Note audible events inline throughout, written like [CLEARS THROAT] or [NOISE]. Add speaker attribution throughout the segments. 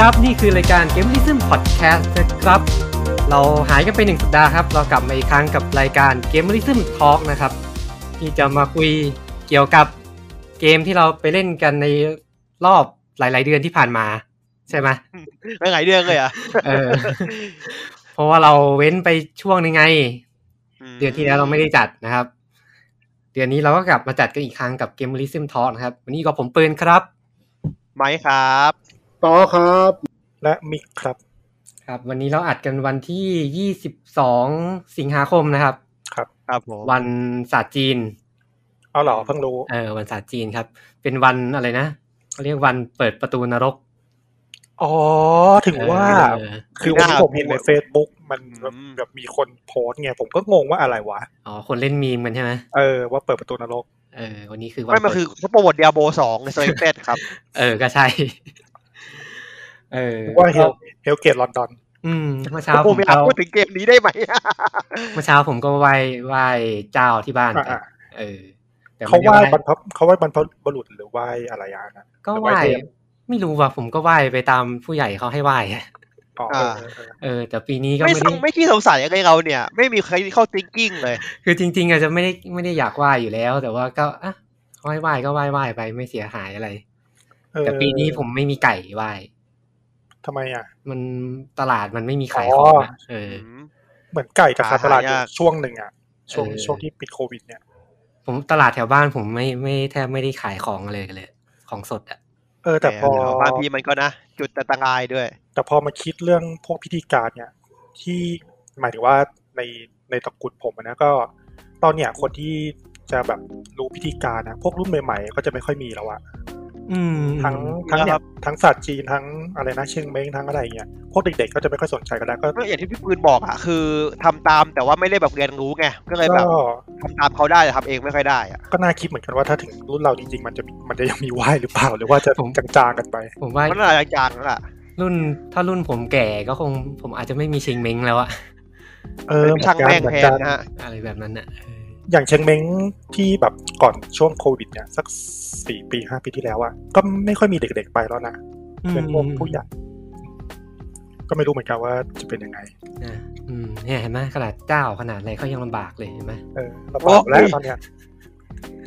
Speaker 1: ครับ นี่คือรายการ g a m e r i s m Podcast นะครับ เราหายกันไปหนึ่งสัปดาห์ครับ เรากลับมาอีกครั้งกับรายการ g a m e r i s m Talk นะครับ ที่จะมาคุยเกี่ยวกับเกมที่เราไปเล่นกันในรอบหลาย ๆ เดือนที่ผ่านมา ใช่ไหม
Speaker 2: ไม่ไงเรื่องเลยอ่ะ
Speaker 1: เออ เพราะว่าเราเว้นไปช่วงหนึงไง เดือนที่แล้วเราไม่ได้จัดนะครับ เดือนนี้เราก็กลับมาจัดกันอีกครั้งกับ g a m e r i s m Talk นะครับ วันนี้ก็ผมปืนครับ
Speaker 2: ไมค์ครับ
Speaker 3: ต่อครับ
Speaker 4: และมิกครับ
Speaker 1: ครับวันนี้เราอัดกันวันที่ 22 สิงหาคมนะครับ
Speaker 2: ครับผม
Speaker 1: วันศาสตร์จีน
Speaker 4: เอาเหรอเพิ่งรู้
Speaker 1: เออวันศาสตร์จีนครับ เป็นวันอะไรนะเขาเรียกวันเปิดประตูนรก
Speaker 4: อ๋อ ถึงว่า
Speaker 1: เออ
Speaker 4: คือวันที่ผมเห็นใน Facebook มันแบบมีคนโพสต์ไง ผมก็งงว่าอะไรวะ
Speaker 1: อ๋อคนเล่นมีมกันใช่ไหม
Speaker 4: เออ ว่าเปิดประตูนรก
Speaker 1: เออวันนี้คือวัน
Speaker 2: ไม่มัน
Speaker 1: เปิด
Speaker 2: คือเขาโปรโมทเดียโบสองในสเตเตครับ
Speaker 1: เออก็ใช่ เออ
Speaker 4: ว่าเฮลเฮลเกตลอนดอน
Speaker 1: อืมเมื่อเช้า
Speaker 2: ผ
Speaker 1: ผม ม
Speaker 2: ไม่อยาก
Speaker 1: เอา
Speaker 2: พูดถึงเกมนี้ได้ไหม
Speaker 1: เมื่อเช้าผมก็ไหว้ไหว้เจ้าที่บ้านไป
Speaker 4: อ่า
Speaker 1: เออแต่
Speaker 4: เขา
Speaker 1: ไม่ได้
Speaker 4: ไห
Speaker 1: ไห
Speaker 4: ว้
Speaker 1: ว้
Speaker 4: บรรพบเขาไหว้บรรพบุรุษหรือไหว้อะไรอ่ะนะ
Speaker 1: ก็
Speaker 4: หรือ
Speaker 1: ไห
Speaker 4: ไหว้
Speaker 1: ว้
Speaker 4: เทพ
Speaker 1: ไม่รู้ว่ะผมก็ไหว้ไปตามผู้ใหญ่เขาให้ไหว้อะ
Speaker 4: อ๋อ
Speaker 2: อ่า
Speaker 4: เออเออ
Speaker 1: เออแต่ปีนี้ก็
Speaker 2: ไม่
Speaker 1: ไม่
Speaker 2: ต้
Speaker 1: ได้
Speaker 2: องไม่ขี้สงสัยอะไรเราเนี่ย ไม่มีใครเข้า thinking เลย
Speaker 1: คือจริงๆอาจจะไม่ได้ไม่ได้อยากไหว้อยู่แล้ว แต่ว่าก็อ่ะไหว้ไหว้ก็ไหว้ไหว้ไปไม่เสียหายอะไร
Speaker 4: เออ
Speaker 1: แต่ปีนี้ผมไม่มีไก่ไหว้
Speaker 4: ทำไมอ่ะ
Speaker 1: มันตลาดมันไม่มีขายข
Speaker 4: อ๋อ
Speaker 1: องอะเออ
Speaker 4: เหมือนไก่กับคาตลาดอยู่
Speaker 2: หายาก
Speaker 4: ช่วงหนึ่งอ่ะ ช่วง
Speaker 1: เออ
Speaker 4: ช่วงที่ปิดโควิดเนี่ย
Speaker 1: ผมตลาดแถวบ้านผมไม่ไม่แทบไม่ได้ขายของเลยเลย ของสดอ่ะ
Speaker 4: เออ แต่พอ
Speaker 2: บางทีมันก็นะ จุดอันตรายด้วย
Speaker 4: แต่พอมาคิดเรื่องพวกพิธีการเนี่ย ที่หมายถึงว่าในในตระกูลผมอะนะก็ ตอนเนี้ยคนที่จะแบบรู้พิธีการนะพวกรุ่นใหม่ๆ ก็จะไม่ค่อยมีแล้วอะ
Speaker 1: อืม
Speaker 4: ทั้งทั้ง
Speaker 2: นะ
Speaker 4: เนี่
Speaker 2: ครั
Speaker 4: ย
Speaker 2: บ
Speaker 4: ทั้งศาสตร์จีนทั้งอะไรนะเชียงเม้งทั้งอะไรเงี้ยพวกเด็กๆก็จะไม่ค่อยสนใจกันแล้วก็
Speaker 2: ก็อย่างที่พี่ปืนบอกอ่ะคือทำตามแต่ว่าไม่ได้แบบเรียนรู้ไงก็เลยแบ
Speaker 4: ก็
Speaker 2: บทำตามเขาได้แต่ทำเองไม่ค่อยได้อะ
Speaker 4: ก็น่าคิดเหมือนกันว่าถ้าถึงรุ่นเราจริงๆมันจะมันจะยังมีไหวหรือเปล่า หรือว่าจะจางๆกันไป
Speaker 1: ผมว่า
Speaker 2: มันอะไรจางแล้วล่ะ
Speaker 1: รุ่นถ้ารุ่นผมแก่ก็คงผมอาจจะไม่มีชิงเม้งแล้วอะ
Speaker 4: เออ
Speaker 2: ช่างแม่ง
Speaker 4: เหมือ
Speaker 2: แทน
Speaker 4: นกัน
Speaker 2: นะฮะ
Speaker 1: อะไรแบบนั้นอะเออ
Speaker 4: อย่างเชียงเม้งที่แบบก่อนช่วงโควิดเนี่ยสักสี่ปีห้าปีที่แล้วอะก็ไม่ค่อยมีเด็กๆไปแล้วนะ เป็นพวกผู้ใหญ่ก็ไม่รู้เหมือนกันว่าจะเป็นยังไง
Speaker 1: อ่ะอืมเนี่ยเห็นไหมขนาดเจ้าขนาดอะไรเขายังลำบากเลยเห็นไหม
Speaker 4: เออลำบากแล้วตอนเนี้ย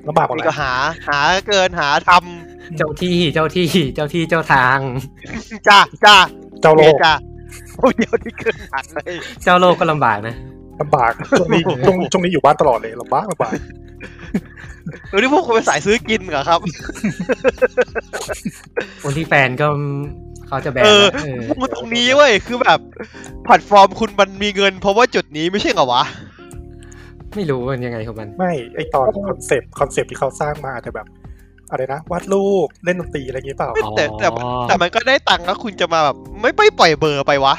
Speaker 4: ลำบากหมด
Speaker 2: มี
Speaker 4: แล้
Speaker 2: ก็
Speaker 4: ว
Speaker 2: หาหาเกินหาท
Speaker 1: เจ้าที่เจ้าที่เจ้าที่เจ้าทาง
Speaker 2: ำ [LAUGHS] จ้าจ้า
Speaker 4: เจ้าโล
Speaker 2: เมีย
Speaker 4: ก
Speaker 2: จ้า [LAUGHS] โอ้เดียวที่เกินหนักเลย
Speaker 1: เจ้าโลกก็ลำบากนะ
Speaker 4: ลำบากช่วงนี้ช่วงช่วงนี้อยู่บ้านตลอดเลยลำบากลำบาก
Speaker 2: หรือที่พวกคุณเป็นสายซื้อกินเหรอครับ
Speaker 1: คนที่แฟนก็เขาจะแบน
Speaker 2: เออ
Speaker 1: นะเออ
Speaker 2: พวกมึงตรงนี้เว้ย คือแบบแพลตฟอร์มคุณมันมีเงิน เพราะว่าจุดนี้ไม่ใช่เหรอวะ
Speaker 1: ไม่รู้มันยังไงของมัน
Speaker 4: ไม่ไอตอนคอนเซปต์คอนเซปต์ที่เขาสร้างมาอาจจะแบบ อะไรนะวาดรูปเล่นดนตรีอะไรอย่างเงี้ยเปล่า
Speaker 1: อ๋อ
Speaker 2: แต่แต่แต่มันก็ได้ตังค์แล้วคุณจะมาแบบ ไม่ไปปล่อยเบอร์ไปวะ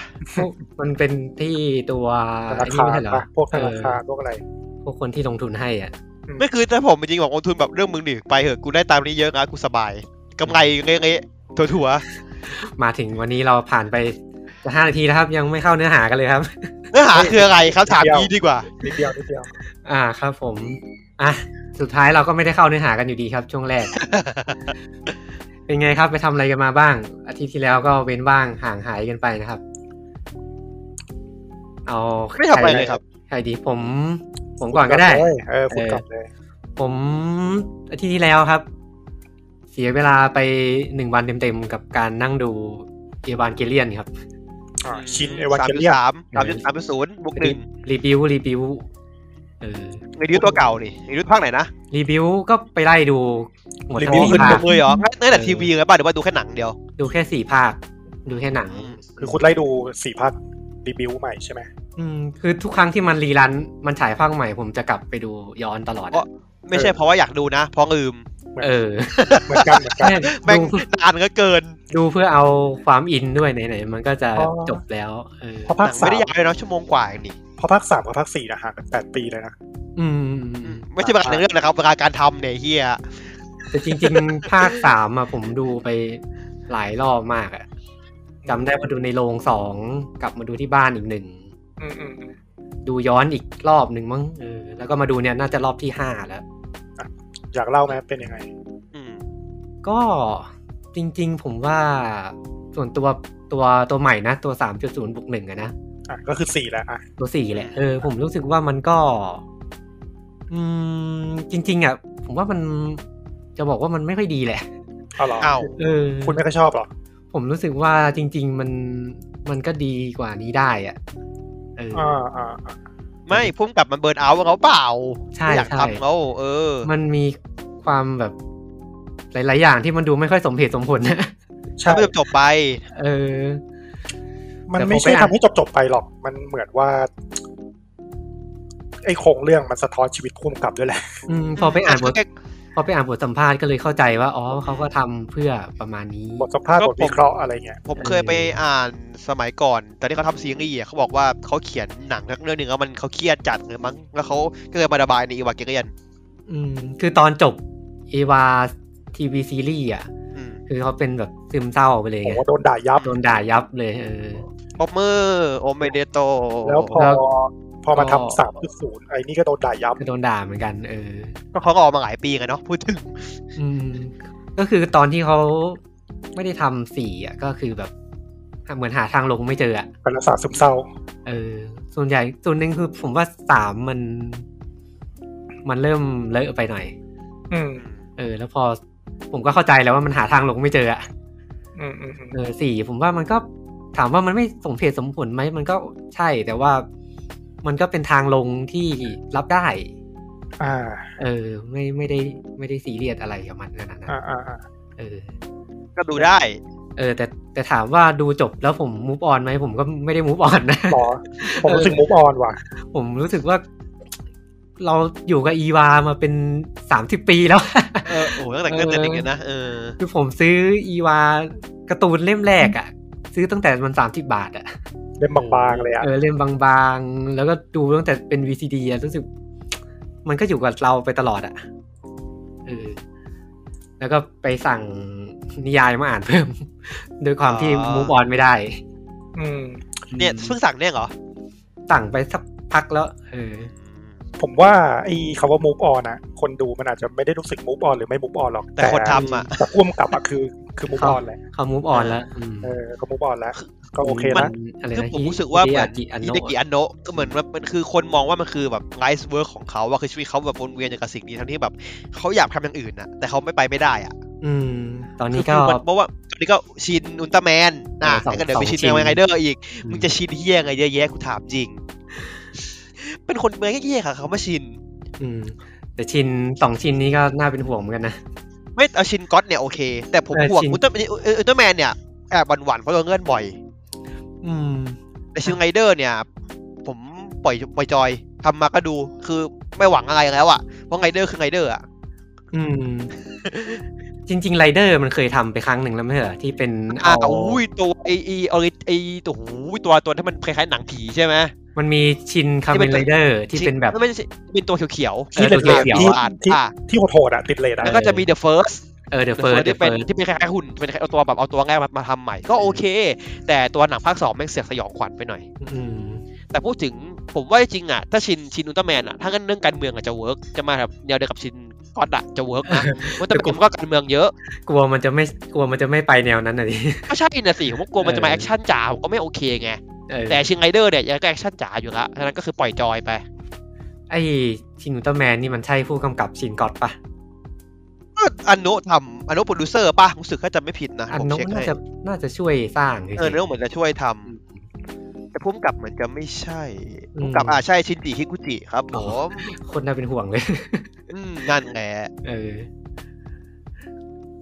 Speaker 1: มันเป็นที่ตัว
Speaker 4: ธ
Speaker 1: ไอ้
Speaker 4: นา
Speaker 1: นี่
Speaker 4: คาร
Speaker 1: ไม่ใช่เหรอ
Speaker 4: ปะพวกธนาคาร
Speaker 1: เอ
Speaker 4: พวกอะไร
Speaker 1: อพวกคนที่ลงทุนให้อ่ะ
Speaker 2: ไม่คือแต่ผมจริงๆบอกลงทุนแบบเรื่องมึงหนีไปเถอะ กูได้ตามนี้เยอะนะกูสบายกำไรเงี้ยๆถั่ว
Speaker 1: มาถึงวันนี้เราผ่านไปจะห้านาทีแล้วครับ ยังไม่เข้าเนื้อหากันเลยครับ [LAUGHS]
Speaker 2: ๆเนื้อหาคืออะไรครับถาม
Speaker 4: เดี๋ยว
Speaker 2: นี้ดีกว่า
Speaker 4: นิดเดียวนิดเดียว
Speaker 1: อ่าครับผม อ่ะสุดท้ายเราก็ไม่ได้เข้าเนื้อหากันอยู่ดีครับ ช่วงแรก เป็นไงครับไปทำอะไรกันมาบ้าง อาทิตย์ที่แล้วก็เว้นว่างห่างหายกันไปนะครับ เอา
Speaker 2: ไม่ทำอะไรเลยครับ
Speaker 1: ใครดีผม ผมก่อนก็ได้
Speaker 4: เออคุณกลับเลย
Speaker 1: ผมอาทิตย์ที่แล้วครับ เสียเวลาไปหนึ่งวันเต็มๆ กับการนั่งดูเอวานเกเลียนครับ
Speaker 4: อ่าชินเอวานเกเลียน
Speaker 2: สามสามจุดสามจุดศูนย์บวกหนึ่ง
Speaker 1: รีบิวรีบิวเออ
Speaker 2: ในดิวตัวเก่านี่ในดิวภาคไหนนะ
Speaker 1: รีบิวก็ไปไล่ดูหมดทั้ง
Speaker 2: อ๋อ
Speaker 1: สี่
Speaker 2: ขึ้น
Speaker 1: ภา
Speaker 2: หม
Speaker 1: ค
Speaker 2: ดเลยเหรองั้นงั้นแต่
Speaker 1: เออ
Speaker 2: ทีวีเลยป่ะหรือว่าดูแค่หนังเดียว
Speaker 1: ดูแค่สี่ภาค ดูแค่หนัง
Speaker 4: คือคุณไล่ดูสี่พักรีบิวใหม่ใช่ไหม
Speaker 1: อืมคือทุกครั้งที่มันรีรัน มันฉายภาคใหม่ผมจะกลับไปดูย้อนตลอดอะ
Speaker 2: อ๋อ ไม่ใช่เพราะว่าอยากดูนะเพราะลืม
Speaker 1: เออ
Speaker 4: เหมือนกันเหมือนกัน
Speaker 2: แม่ง
Speaker 1: ดูเพื่อน
Speaker 2: านก็เกิน
Speaker 1: ดูเพื่อเอาความอินด้วยไหนๆมันก็จะ
Speaker 4: อ๋อ
Speaker 1: จบแล้ว เออ
Speaker 4: เพราะ
Speaker 2: หนั
Speaker 4: ภาค
Speaker 2: ง
Speaker 4: สา
Speaker 2: ไม่
Speaker 4: ม
Speaker 2: ได้ยาวเลยเนาะชั่วโมงกว่าเองนี่
Speaker 4: เพราะภาคสามกับภาคสี่นะห่างกันแปดปีเลยนะ
Speaker 1: อืม
Speaker 2: ไม่ใช่เวลาในเรื่องนะครับเวลาการทำเนี่ยเฮีย
Speaker 1: แต่จริงๆ ภาคสามอะผมดูไปหลายรอบมากอะจำได้ว่าดูในโรงสองกลับมาดูที่บ้านอีกหนึ่ง
Speaker 4: อืมอืมอืม
Speaker 1: ดูย้อนอีกรอบหนึ่งมั้งเออแล้วก็มาดูเนี่ยน่าจะรอบที่ห้าแล้ว
Speaker 4: อยากเล่าไหมเป็นยังไง
Speaker 2: อืม
Speaker 1: ก็จริงๆ ผมว่าส่วนตัว ตัวตัวใหม่นะ ตัว 3.0บวกหนึ่งอะนะ
Speaker 4: อ่ะก็คือสี่แล้วอ่ะ
Speaker 1: ตัวสี่แหละเออผมรู้สึกว่ามันก็ อืม จริง ๆ อ่ะ ผมว่ามันจะบอกว่ามันไม่ค่อยดีแหละ
Speaker 4: เอาเหรอ
Speaker 2: อ้าว
Speaker 1: เออ
Speaker 4: คุณไม่ค่อยชอบเหรอ
Speaker 1: ผมรู้สึกว่าจริง ๆ มันมันก็ดีกว่านี้ได้อ่ะเออ
Speaker 4: อ่าอ่าอ่า
Speaker 2: ไม่พุ่มกับมันเบิร์นเอาท์เขาเปล่า
Speaker 1: ใช่
Speaker 2: ไม่อยาก
Speaker 1: ใช่
Speaker 2: ทำเขาเออ
Speaker 1: มันมีความแบบ หลาย ๆ อย่างที่มันดูไม่ค่อยสมเหตุสมผลนะ [LAUGHS]
Speaker 4: ใช่
Speaker 2: ถ้าไม่จบไป
Speaker 1: เออ
Speaker 4: มัน
Speaker 1: แต่
Speaker 4: ไม่
Speaker 1: ผม
Speaker 4: ใช่
Speaker 1: ไปอ่าน
Speaker 4: ทำให้จบจบๆไปหรอก มันเหมือนว่า ไอ้โครงเรื่องมันสะท้อนชีวิตพุ่มกับด้วยแหละ
Speaker 1: อืมพอไปอ่านบท
Speaker 2: ก็แค่
Speaker 1: พอไปอ่านบทสัมภาษณ์ก็เลยเข้าใจว่าอ๋อเขาก็ทำเพื่อประมาณนี้
Speaker 4: บทสัมภาษณ์
Speaker 2: ก็
Speaker 4: บ
Speaker 2: ผ
Speaker 4: ท
Speaker 2: ม
Speaker 4: วิเคราะห์อะไรเงี้ย
Speaker 2: ผมเคยไปอ่านสมัยก่อนตอนที่เขาทำซีรีส์อะเขาบอกว่าเขาเขียนหนังทั้งเรื่องหนึ่งแล้วมันเขาเครียดจัดเลยมั้งแล้วเขาก็เลยมาระบายในอีวาเกเรียน
Speaker 1: อืม คือตอนจบเอวาทีวีซีรีส์อ่ะ
Speaker 2: อืม
Speaker 1: คือเขาเป็นแบบซึมเศร้าไปเลย
Speaker 4: ผ
Speaker 1: ไง
Speaker 4: มว่าโดนด่ายับ
Speaker 1: โดนด่ายับเลยเออ
Speaker 2: ปอบมือโอเมเดโต
Speaker 4: แล้วพอ
Speaker 1: แล้ว
Speaker 4: พอมา
Speaker 1: ก็
Speaker 4: ทำสามจุดศูนย์ไอ้นี่ก็โดนด่ายับ
Speaker 1: ก็โดนด่าเหมือนกัน เออ
Speaker 2: ก็เขาก็ออกมาหลายปีกันเนาะพูดถึง
Speaker 1: อืม ก็คือตอนที่เขาไม่ได้ทำสี่อ่ะ ก็คือแบบ เหมือนหาทางลงไม่เจออ่ะ
Speaker 4: เป็นรักษาซึมเศร้า
Speaker 1: เออ ส่วนใหญ่ส่วนหนึ่งคือผมว่าสามมัน มันเริ่มเลอะไปหน่อย
Speaker 4: อืม
Speaker 1: เออ แล้วพอผมก็เข้าใจแล้วว่ามันหาทางลงไม่เจออ่ะ
Speaker 4: อืมอืมอืม
Speaker 1: เออสี่ผมว่ามันก็ถามว่ามันไม่สมเหตุสมผลไหมมันก็ใช่แต่ว่ามันก็เป็นทางลงที่รับได้
Speaker 4: อ่า
Speaker 1: เออ ไม่ไม่ได้ไม่ได้ซีเรียสอะไรกับมันขนาดนั้น
Speaker 4: อ่าอ่าอ่า
Speaker 1: เออ
Speaker 2: ก็ดูได้
Speaker 1: เออ แต่แต่ถามว่าดูจบแล้วผมมูฟออนไหมผมก็ไม่ได้มูฟออนนะ
Speaker 4: หรอ ผมรู้สึกมุกออนว่ะ
Speaker 1: ผมรู้สึกว่า เราอยู่กับอีวามาเป็นสามสิบปีแล้ว
Speaker 2: เออ โอ้โหตั้งแต่เกิดแต่เด็กเลยนะ เออ
Speaker 1: คือผมซื้ออีวาการ์ตูนเล่มแรกอะ่ะ ซื้อตั้งแต่มันสามสิบาทอ่ะ
Speaker 4: เล่มบางๆเลยอ่ะ
Speaker 1: เออเล่มบางๆ แล้วก็ดูตั้งแต่เป็น VCD อะรู้สึก มันก็อยู่กับเราไปตลอดอะเออแล้วก็ไปสั่งนิยายมาอ่านเพิ่ม [LAUGHS] โดวยความที่
Speaker 2: อ๋อ
Speaker 1: มูฟออนไม่ได้
Speaker 4: อืม
Speaker 2: เนี่ยเพิ่งสั่งเนี่ยเหรอ
Speaker 1: สั่งไปสักพักแล้ว เออ
Speaker 4: ผมว่าไอ้คำว่า move on นะคนดูมันอาจจะไม่ได้รู้สึก move on หรือไม่ move on หรอก
Speaker 2: แต่คนทำอ่ะ
Speaker 4: แต่พ่วมกับอะคือคือ move
Speaker 1: ครับ
Speaker 4: on แหละ
Speaker 1: เขามูฟออนแล้วอืม
Speaker 4: เออก็ move on แล้ว ก็โอเค
Speaker 2: มั
Speaker 4: นะ
Speaker 2: น
Speaker 1: อะไร
Speaker 2: คือ
Speaker 1: นะ
Speaker 2: ผมรู้สึกว่าเหมือน
Speaker 1: ฮิเดะกิอัน
Speaker 2: อิ
Speaker 1: โนะ
Speaker 2: เดกิอันโนะก็เหมือนว่ามันคือคนมองว่ามันคือแบบไลฟ์เวิร์กของเขาว่าคือชีวิตเขาแบบวนเวียนอยู่กับสิ่งนี้ทั้งที่แบบเขาอยากทำอย่างอื่นน่ะ แต่เขาไม่ไปไม่ได้อ่ะ
Speaker 1: อืม ตอน
Speaker 2: คื
Speaker 1: นี้
Speaker 2: อ
Speaker 1: ก็
Speaker 2: คือมันเพราะว่าตอนนี้ก็ชินอุลตร้าแมนอ่ะ
Speaker 1: เออสอง
Speaker 2: แล้วก็เดี๋ยวไป
Speaker 1: สอง
Speaker 2: ชิน
Speaker 1: ชิน
Speaker 2: แมนไรเดอร์อีก มึงจะชินเฮี้ยไงเยอะแยะกูถามจริง เป็นคนเมืองแย่ๆค่ะเขามาชิน
Speaker 1: อืม แต่ชิ้นสองชิ้นนี้ก็น่าเป็นห่วงเหมือนกันนะ
Speaker 2: ไม่เอาชินก็อตเนี่ยโอเค แต่ผม
Speaker 1: เออ
Speaker 2: ห่วง
Speaker 1: ชิน
Speaker 2: อุลตร้าเอออุลตร้าแมนเนี่ยแอบหวั่นๆเพราะโดนเงื่อนบ่อย
Speaker 1: อืม
Speaker 2: แต่ชินไรเดอร์เนี่ย ผมปล่อยปล่อยจอยทำมาก็ดูคือไม่หวังอะไรแล้วอ่ะเพราะไรเดอร์คือไรเดอร์อ่ะ
Speaker 1: อืม จริงๆไรเดอร์มันเคยทำไปครั้งหนึ่งแล้วไม่ใช่เหรอที่เป็น
Speaker 2: อ่า
Speaker 1: เอา
Speaker 2: อุ้ยตัวไอไอออริไอตัวหูยตัวตัวที่มันคล้ายๆหนังผีใช่ไหม
Speaker 1: มันมีชินคา
Speaker 2: ที่
Speaker 1: เม
Speaker 2: เป็น น
Speaker 1: ไรเดอร์ที่เป็นแบบ
Speaker 2: ไม่ใช่เป็นตัวเขียว
Speaker 1: ที่เป็น
Speaker 2: ตัว
Speaker 1: เขียวๆ
Speaker 2: ที่
Speaker 4: อ่ะ
Speaker 2: อ่าน
Speaker 4: ที่
Speaker 2: อ่ะ
Speaker 4: ที่โหดๆอะติดเลทอะ
Speaker 2: แล้วก็จะมี The First
Speaker 1: เออเดอะ
Speaker 2: The
Speaker 1: เฟิร์ส
Speaker 2: First ที่เป็นที่เป็นคล้ายๆหุ่นเป็นคล้ายๆเอาตัวแบบเอาตัวแรกมามาทำใหม่ก็โอเค แต่ตัวหนังภาคสองแม่งเสียกสยองขวัญไปหน่อย แต่พูดถึงผมว่าจริงๆอ่ะถ้าชินชินอุลตร้าแมนอ่ะถ้างั้นเรื่องการเมืองอ่ะจะเวิร์กจะมาแบบแนวเดียวกับชินก็อดอะจะเวิร์ก
Speaker 1: [LAUGHS]
Speaker 2: นะเพราะแต่ผมก็การเมืองเยอะ
Speaker 1: กลัวมันจะไม่กลัวมันจะไม่ไปแนวนั้นน่ะดิ
Speaker 2: ก็ใช่นะสิผมก็กลัวมันจะมา
Speaker 1: เอ
Speaker 2: แอ
Speaker 1: อ
Speaker 2: คชั่นจ๋าผมก็ไม่โอเคไง
Speaker 1: เออ
Speaker 2: แต่ชิงไรเดอร์เนี่ยยังก็แอคชั่นจ๋าอยู่ละฉะนั้นก็คือปล่อยจอยไป
Speaker 1: ไอชินอุลตร้าแมนนี่มันใช่ผู้กำกับชินก็อดปะ
Speaker 2: อันโนะทำอันโนะโปรดิวเซอร์ป่ะรู้สึกถ้าจำไม่ผิดนะ
Speaker 1: อัน
Speaker 2: ผม
Speaker 1: นก
Speaker 2: เช็ค
Speaker 1: น่า
Speaker 2: ให้
Speaker 1: จะน่าจะช่วยสร้างฉยๆ
Speaker 2: เอออันโนะเหมือนจะช่วยทำแต่พุ่มกับเหมือนจะไม่ใช่
Speaker 1: อืม
Speaker 2: พุ่มกับอ่าใช่ชินจิฮิกุจิครับผ
Speaker 1: อ๋อ
Speaker 2: ม
Speaker 1: คนน่าเป็นห่วงเลย [LAUGHS]
Speaker 2: มนั่นแหละ
Speaker 1: เออ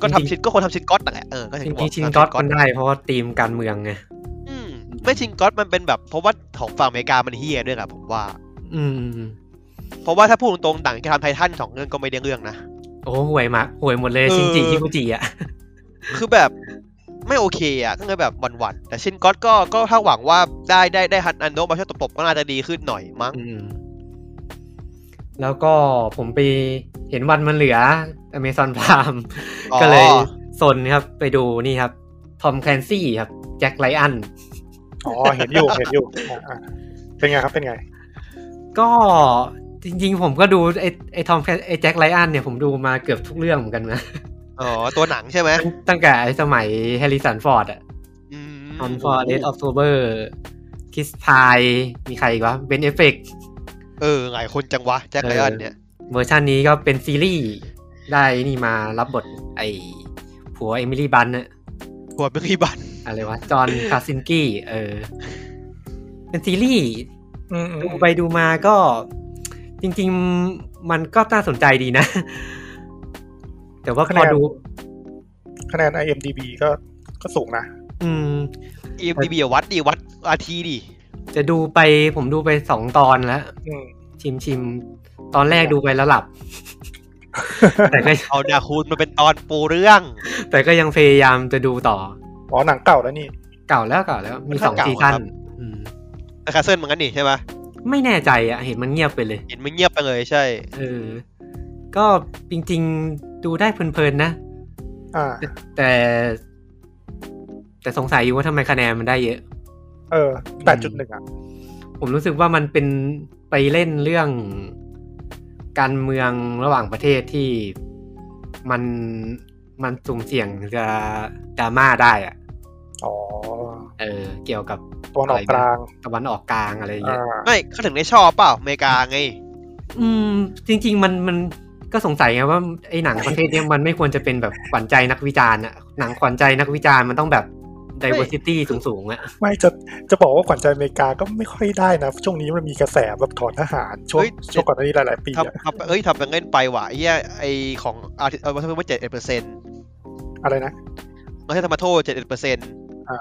Speaker 2: ก็
Speaker 1: จริงๆ
Speaker 2: ทำชินก็คนทำชินก๊อตนั่นแหละเออก็
Speaker 1: จ
Speaker 2: ถึ
Speaker 1: ริ
Speaker 2: ง
Speaker 1: ง
Speaker 2: บ
Speaker 1: จ
Speaker 2: อ
Speaker 1: ริ
Speaker 2: ก
Speaker 1: งชิน
Speaker 2: ทำ
Speaker 1: ก็อด
Speaker 2: ก๊อ
Speaker 1: มั
Speaker 2: ต
Speaker 1: นได้เพราะว่าธีมการเมืองไง
Speaker 2: อืมไม่ชินก๊อตมันเป็นแบบเพราะว่าของฝั่งอเมริกามันเฮียด้วยแหละผมว่า
Speaker 1: อืม
Speaker 2: เพราะว่าถ้าพูดตรงๆหนังที่ทำไททันสองเรื่องก็ไม่ได้เรื่องนะ
Speaker 1: โอ้ห่วยมากห่วยหมดเลย
Speaker 2: เออ
Speaker 1: ชินจิฮิคุจิอ่ะ
Speaker 2: คือแบบไม่โอเคอ่ะก็เลยแบบหวั่นๆแต่ชินก๊อตก็ก็ถ้าหวังว่าได้ได้ได้ฮันอันโนะมาช่วยตบๆก็น่าจะดีขึ้นหน่อยมั้ง
Speaker 1: อืม แล้วก็ผมไปเห็นวันมันเหลือ Amazon Prime
Speaker 2: อ๋อ
Speaker 1: ก็เลยสนครับไปดูนี่ครับ ทอมแคนซี่ครับ แจ็คไลอัน
Speaker 4: อ๋อ เห็นอยู่ เห็นอยู่อ่ะอ่ะเป็นไงครับ เป็นไง
Speaker 1: ก็จริงๆ ผมก็ดูไอ้ไอ้ทอมไอ้แจ็คไลอันเนี่ยผมดูมาเกือบทุกเรื่อง
Speaker 2: [LAUGHS]
Speaker 1: เหมือนกันนะ
Speaker 2: อ๋อตัวหนังใช่ไหม
Speaker 1: ตั้งตั้งแต่ไอ้สมัยแฮร์ริสันฟอร์ดอ่ะ
Speaker 2: อืม
Speaker 1: ฮอนฟอร์เดสออฟโซเบอร์คิสพายมีใครอีกวะเบนเอฟเฟก
Speaker 2: เออหลายคนจังวะแจ็คไลออนเนี่ย
Speaker 1: เวอร์ชันนี้ก็เป็นซีรีส์ได้นี่มารับบทไอผัวเอมิลี่บันน่ะ
Speaker 2: หัวเบคีบัน
Speaker 1: อะไรวะ จอห์นคาซินกี้ เออ เป็นซีรีส์
Speaker 4: อืมอืม
Speaker 1: ดูไปดูมาก็จริง ๆ มันก็น่าสนใจดีนะ แต่ว่าพอดู
Speaker 4: คะแนน IMDB ก็ก็สูงนะ
Speaker 1: อืม
Speaker 2: EMDB อะวัดดิวัดอาทีดิ
Speaker 1: จะดูไปผมดูไปสองตอนแล้ว
Speaker 4: อืม
Speaker 1: ชิมชิมตอนแรกดูไปแล้วหลับ แต่ก็
Speaker 2: เอาดาคูนมาเป็นตอนปูเรื่อง
Speaker 1: แต่ก็ยังพยายามจะดูต่อ
Speaker 4: อ๋อหนังเก่าแล้วนี่
Speaker 1: เก่าแล้วเก่าแล้ว มีสอง
Speaker 2: มันก็เก่า
Speaker 1: ซีซั่น
Speaker 2: ครับ
Speaker 1: อืม
Speaker 2: นะคาเซิลเหมือนกันนี่ใช่ปะ
Speaker 1: ไม่แน่ใจอะเห็นมันเงียบไปเลย
Speaker 2: เห็นมันเงียบไปเลยใช่
Speaker 1: เออ ก็จริง ๆ ดูได้เพลินๆนะ
Speaker 4: อ่า
Speaker 1: แต่ แต่สงสัยอยู่ว่าทำไมคะแนนมันได้เยอะ
Speaker 4: เออแปดจุดหนึ่งอ่ะ
Speaker 1: ผมรู้สึกว่ามันเป็นไปเล่นเรื่องการเมืองระหว่างประเทศที่มันมันสุ่มเสี่ยงจะดราม่าได้อะ
Speaker 4: อ๋อ
Speaker 1: เออ เกี่ยวกับ
Speaker 4: ตัวนออกกลาง
Speaker 1: ตะวันออกกลางอะไรอย่าง
Speaker 4: อ่า
Speaker 1: เงี้ย
Speaker 2: ไม่เขาถึงได้ชอบเปล่าอเมริกาไง
Speaker 1: อืม จริง ๆ มันมันก็สงสัยไงว่าไอ้หนังประเภทเนี้ยมันไม่ควรจะเป็นแบบขวัญใจนักวิจารณ์อะหนังขวัญใจนักวิจารณ์มันต้องแบบ diversity สูงๆอะ
Speaker 4: ไม่จะจะบอกว่าขวัญใจอเมริกาก็ไม่ค่อยได้นะ ช่วงนี้มันมีกระแสแบบถอนทหาร ช่วง
Speaker 2: เฮ้ย
Speaker 4: ช่วงก่อนหน้านี้หลาย ๆ ปีอะ
Speaker 2: ทำทำเอ้ยทำเป็นเล่นไปว่ะไอ้เหี้ยไอของอาร์ติเออมาเพิ่มเจ็ดเอ็ดเปอร์เซ็นต์
Speaker 4: อะไรนะ
Speaker 2: มาเทธรรมโทเจ็ดเอ็ดเปอร์เซ็นต์
Speaker 4: อ่า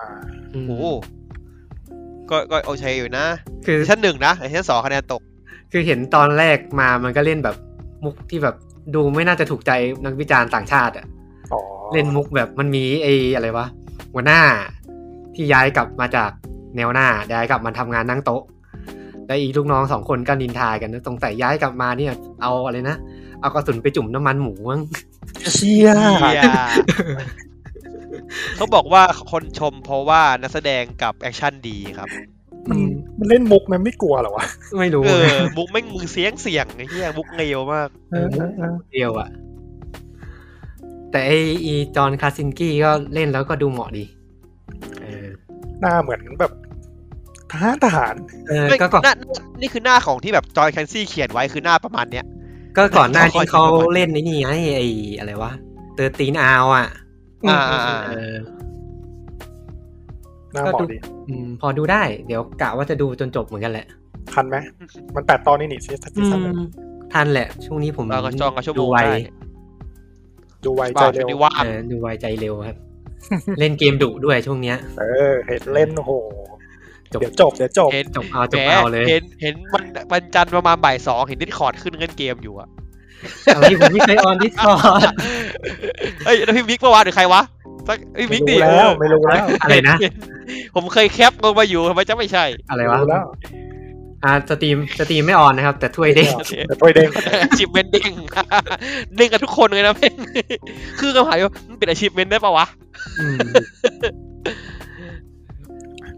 Speaker 1: อืม
Speaker 2: โอ้โหก็ก็โอเคอยู่นะ
Speaker 1: คือ
Speaker 2: ซีซั่นหนึ่งนะไอซีซั่นสองคะแนนตก
Speaker 1: คือเห็นตอนแรกมามันก็เล่นแบบมุกที่แบบดูไม่น่าจะถูกใจนักวิจารณ์ต่างชาติอะ
Speaker 4: อ๋อ
Speaker 1: เล่นมุกแบบมันมีไอ้อะไรวะหัวหน้าที่ย้ายกลับมาจากแนวหน้าย้ายกลับมาทำงานนั่งโต๊ะและอีลูกน้องสองคนก็นินทากันนะสงสัยย้ายกลับมาเนี่ย เอาอะไรนะเอากระสุนไปจุ่มน้ำมันหมูมั้ง
Speaker 4: เชี่ย
Speaker 2: เหี้ยเขาบอกว่าคนชมเพราะว่านักแสดงกับแอคชั่นดีครับ
Speaker 4: มัน
Speaker 1: อืม
Speaker 4: มันเล่นมุกมันไม่กลัวเหรอวะ
Speaker 1: ไม่รู้
Speaker 2: เออมุกแม่งมือเสียงเสียงไอ้เหี้ยมุกเลวมาก
Speaker 4: เออเออเออ
Speaker 1: เดียวอะแต่ไออีจอห์นคาซินกี้ก็เล่นแล้วก็ดูเหมาะดี เออ
Speaker 4: หน้าเหมือนแบบทหารทหาร
Speaker 1: เออ
Speaker 2: ไม่
Speaker 1: ก็ก่อน
Speaker 2: หน้านี่คือหน้าของที่แบบจอยแคนซี่เขียนไว้คือหน้าประมาณเนี้ย
Speaker 1: ก็ก่อนหน้า
Speaker 2: ขอ
Speaker 1: ที่
Speaker 2: ขอ
Speaker 1: เขา
Speaker 2: ขอขอ
Speaker 1: เล่นไอ้นี่ไงไอ้อะไรวะเตอร์ตีนอาวอ่ะ
Speaker 4: อืม
Speaker 2: อ่าอ่าอ่า
Speaker 1: เออ
Speaker 4: หน้า
Speaker 1: ก็
Speaker 4: เหมาะ
Speaker 1: ดู
Speaker 4: ดี
Speaker 1: อืม พอดูได้เดี๋ยวกะว่าจะดูจนจบเหมือนกันแหละ
Speaker 4: ทันไหม มันแปดตอนนี่นี่ซีซั่นซีซั่นหนึ่ง
Speaker 1: ทันแหละ ช่วงนี้ผม
Speaker 2: เราก็จองกับชั่วโม
Speaker 1: ดู
Speaker 2: ง
Speaker 1: ไว
Speaker 2: ได้
Speaker 4: ดูไวใจ
Speaker 2: บ้า
Speaker 4: เร็
Speaker 2: ไม่
Speaker 4: ว
Speaker 2: ได้ว่าง
Speaker 1: เออดูไวใจเร็วครับ เล่นเกมดุด้วยช่วงเนี้ย
Speaker 4: เออ เห็นเล่นโอ้โห
Speaker 1: จบ
Speaker 4: เดี๋ยวจบ เดี๋ยวจบ
Speaker 2: เห็น
Speaker 1: จบ
Speaker 2: [LAUGHS]
Speaker 1: เอาจบ
Speaker 2: แหม
Speaker 1: เอาเลย
Speaker 2: เห็นเห็นมันวันจันทร์ประมาณบ่ายสองเห็นดิสคอร์ดขึ้นเล่นเกมอยู่อะ
Speaker 1: อะไรผมไม่เคยออนดิสคอร์ด
Speaker 2: เอ้ยแล้วพี่มิกเมื่อวานหรือใครวะสักพี่มิ
Speaker 4: ไม่
Speaker 2: กดิ
Speaker 4: รู้แล้ว ไม่รู้แล้ว
Speaker 1: อะไรนะ
Speaker 2: เห็ผมเคยแคปลงมาอยู่ทำไมจะไม่ใช่
Speaker 1: อะไร
Speaker 4: ไม่
Speaker 1: วะ
Speaker 4: รู้แล้ว
Speaker 1: อ่าสตรีมสตรีมไม่ออนนะครับ แต่ถ้วยเด้ง
Speaker 4: เดี๋ยวถ้วยเด้ง
Speaker 2: ชิปเมนเด้งเด้งกันทุกคนเลยนะเพ่งคือคำถามว่ามันเป็นอาชีพเมนได้ปะวะ
Speaker 1: อืม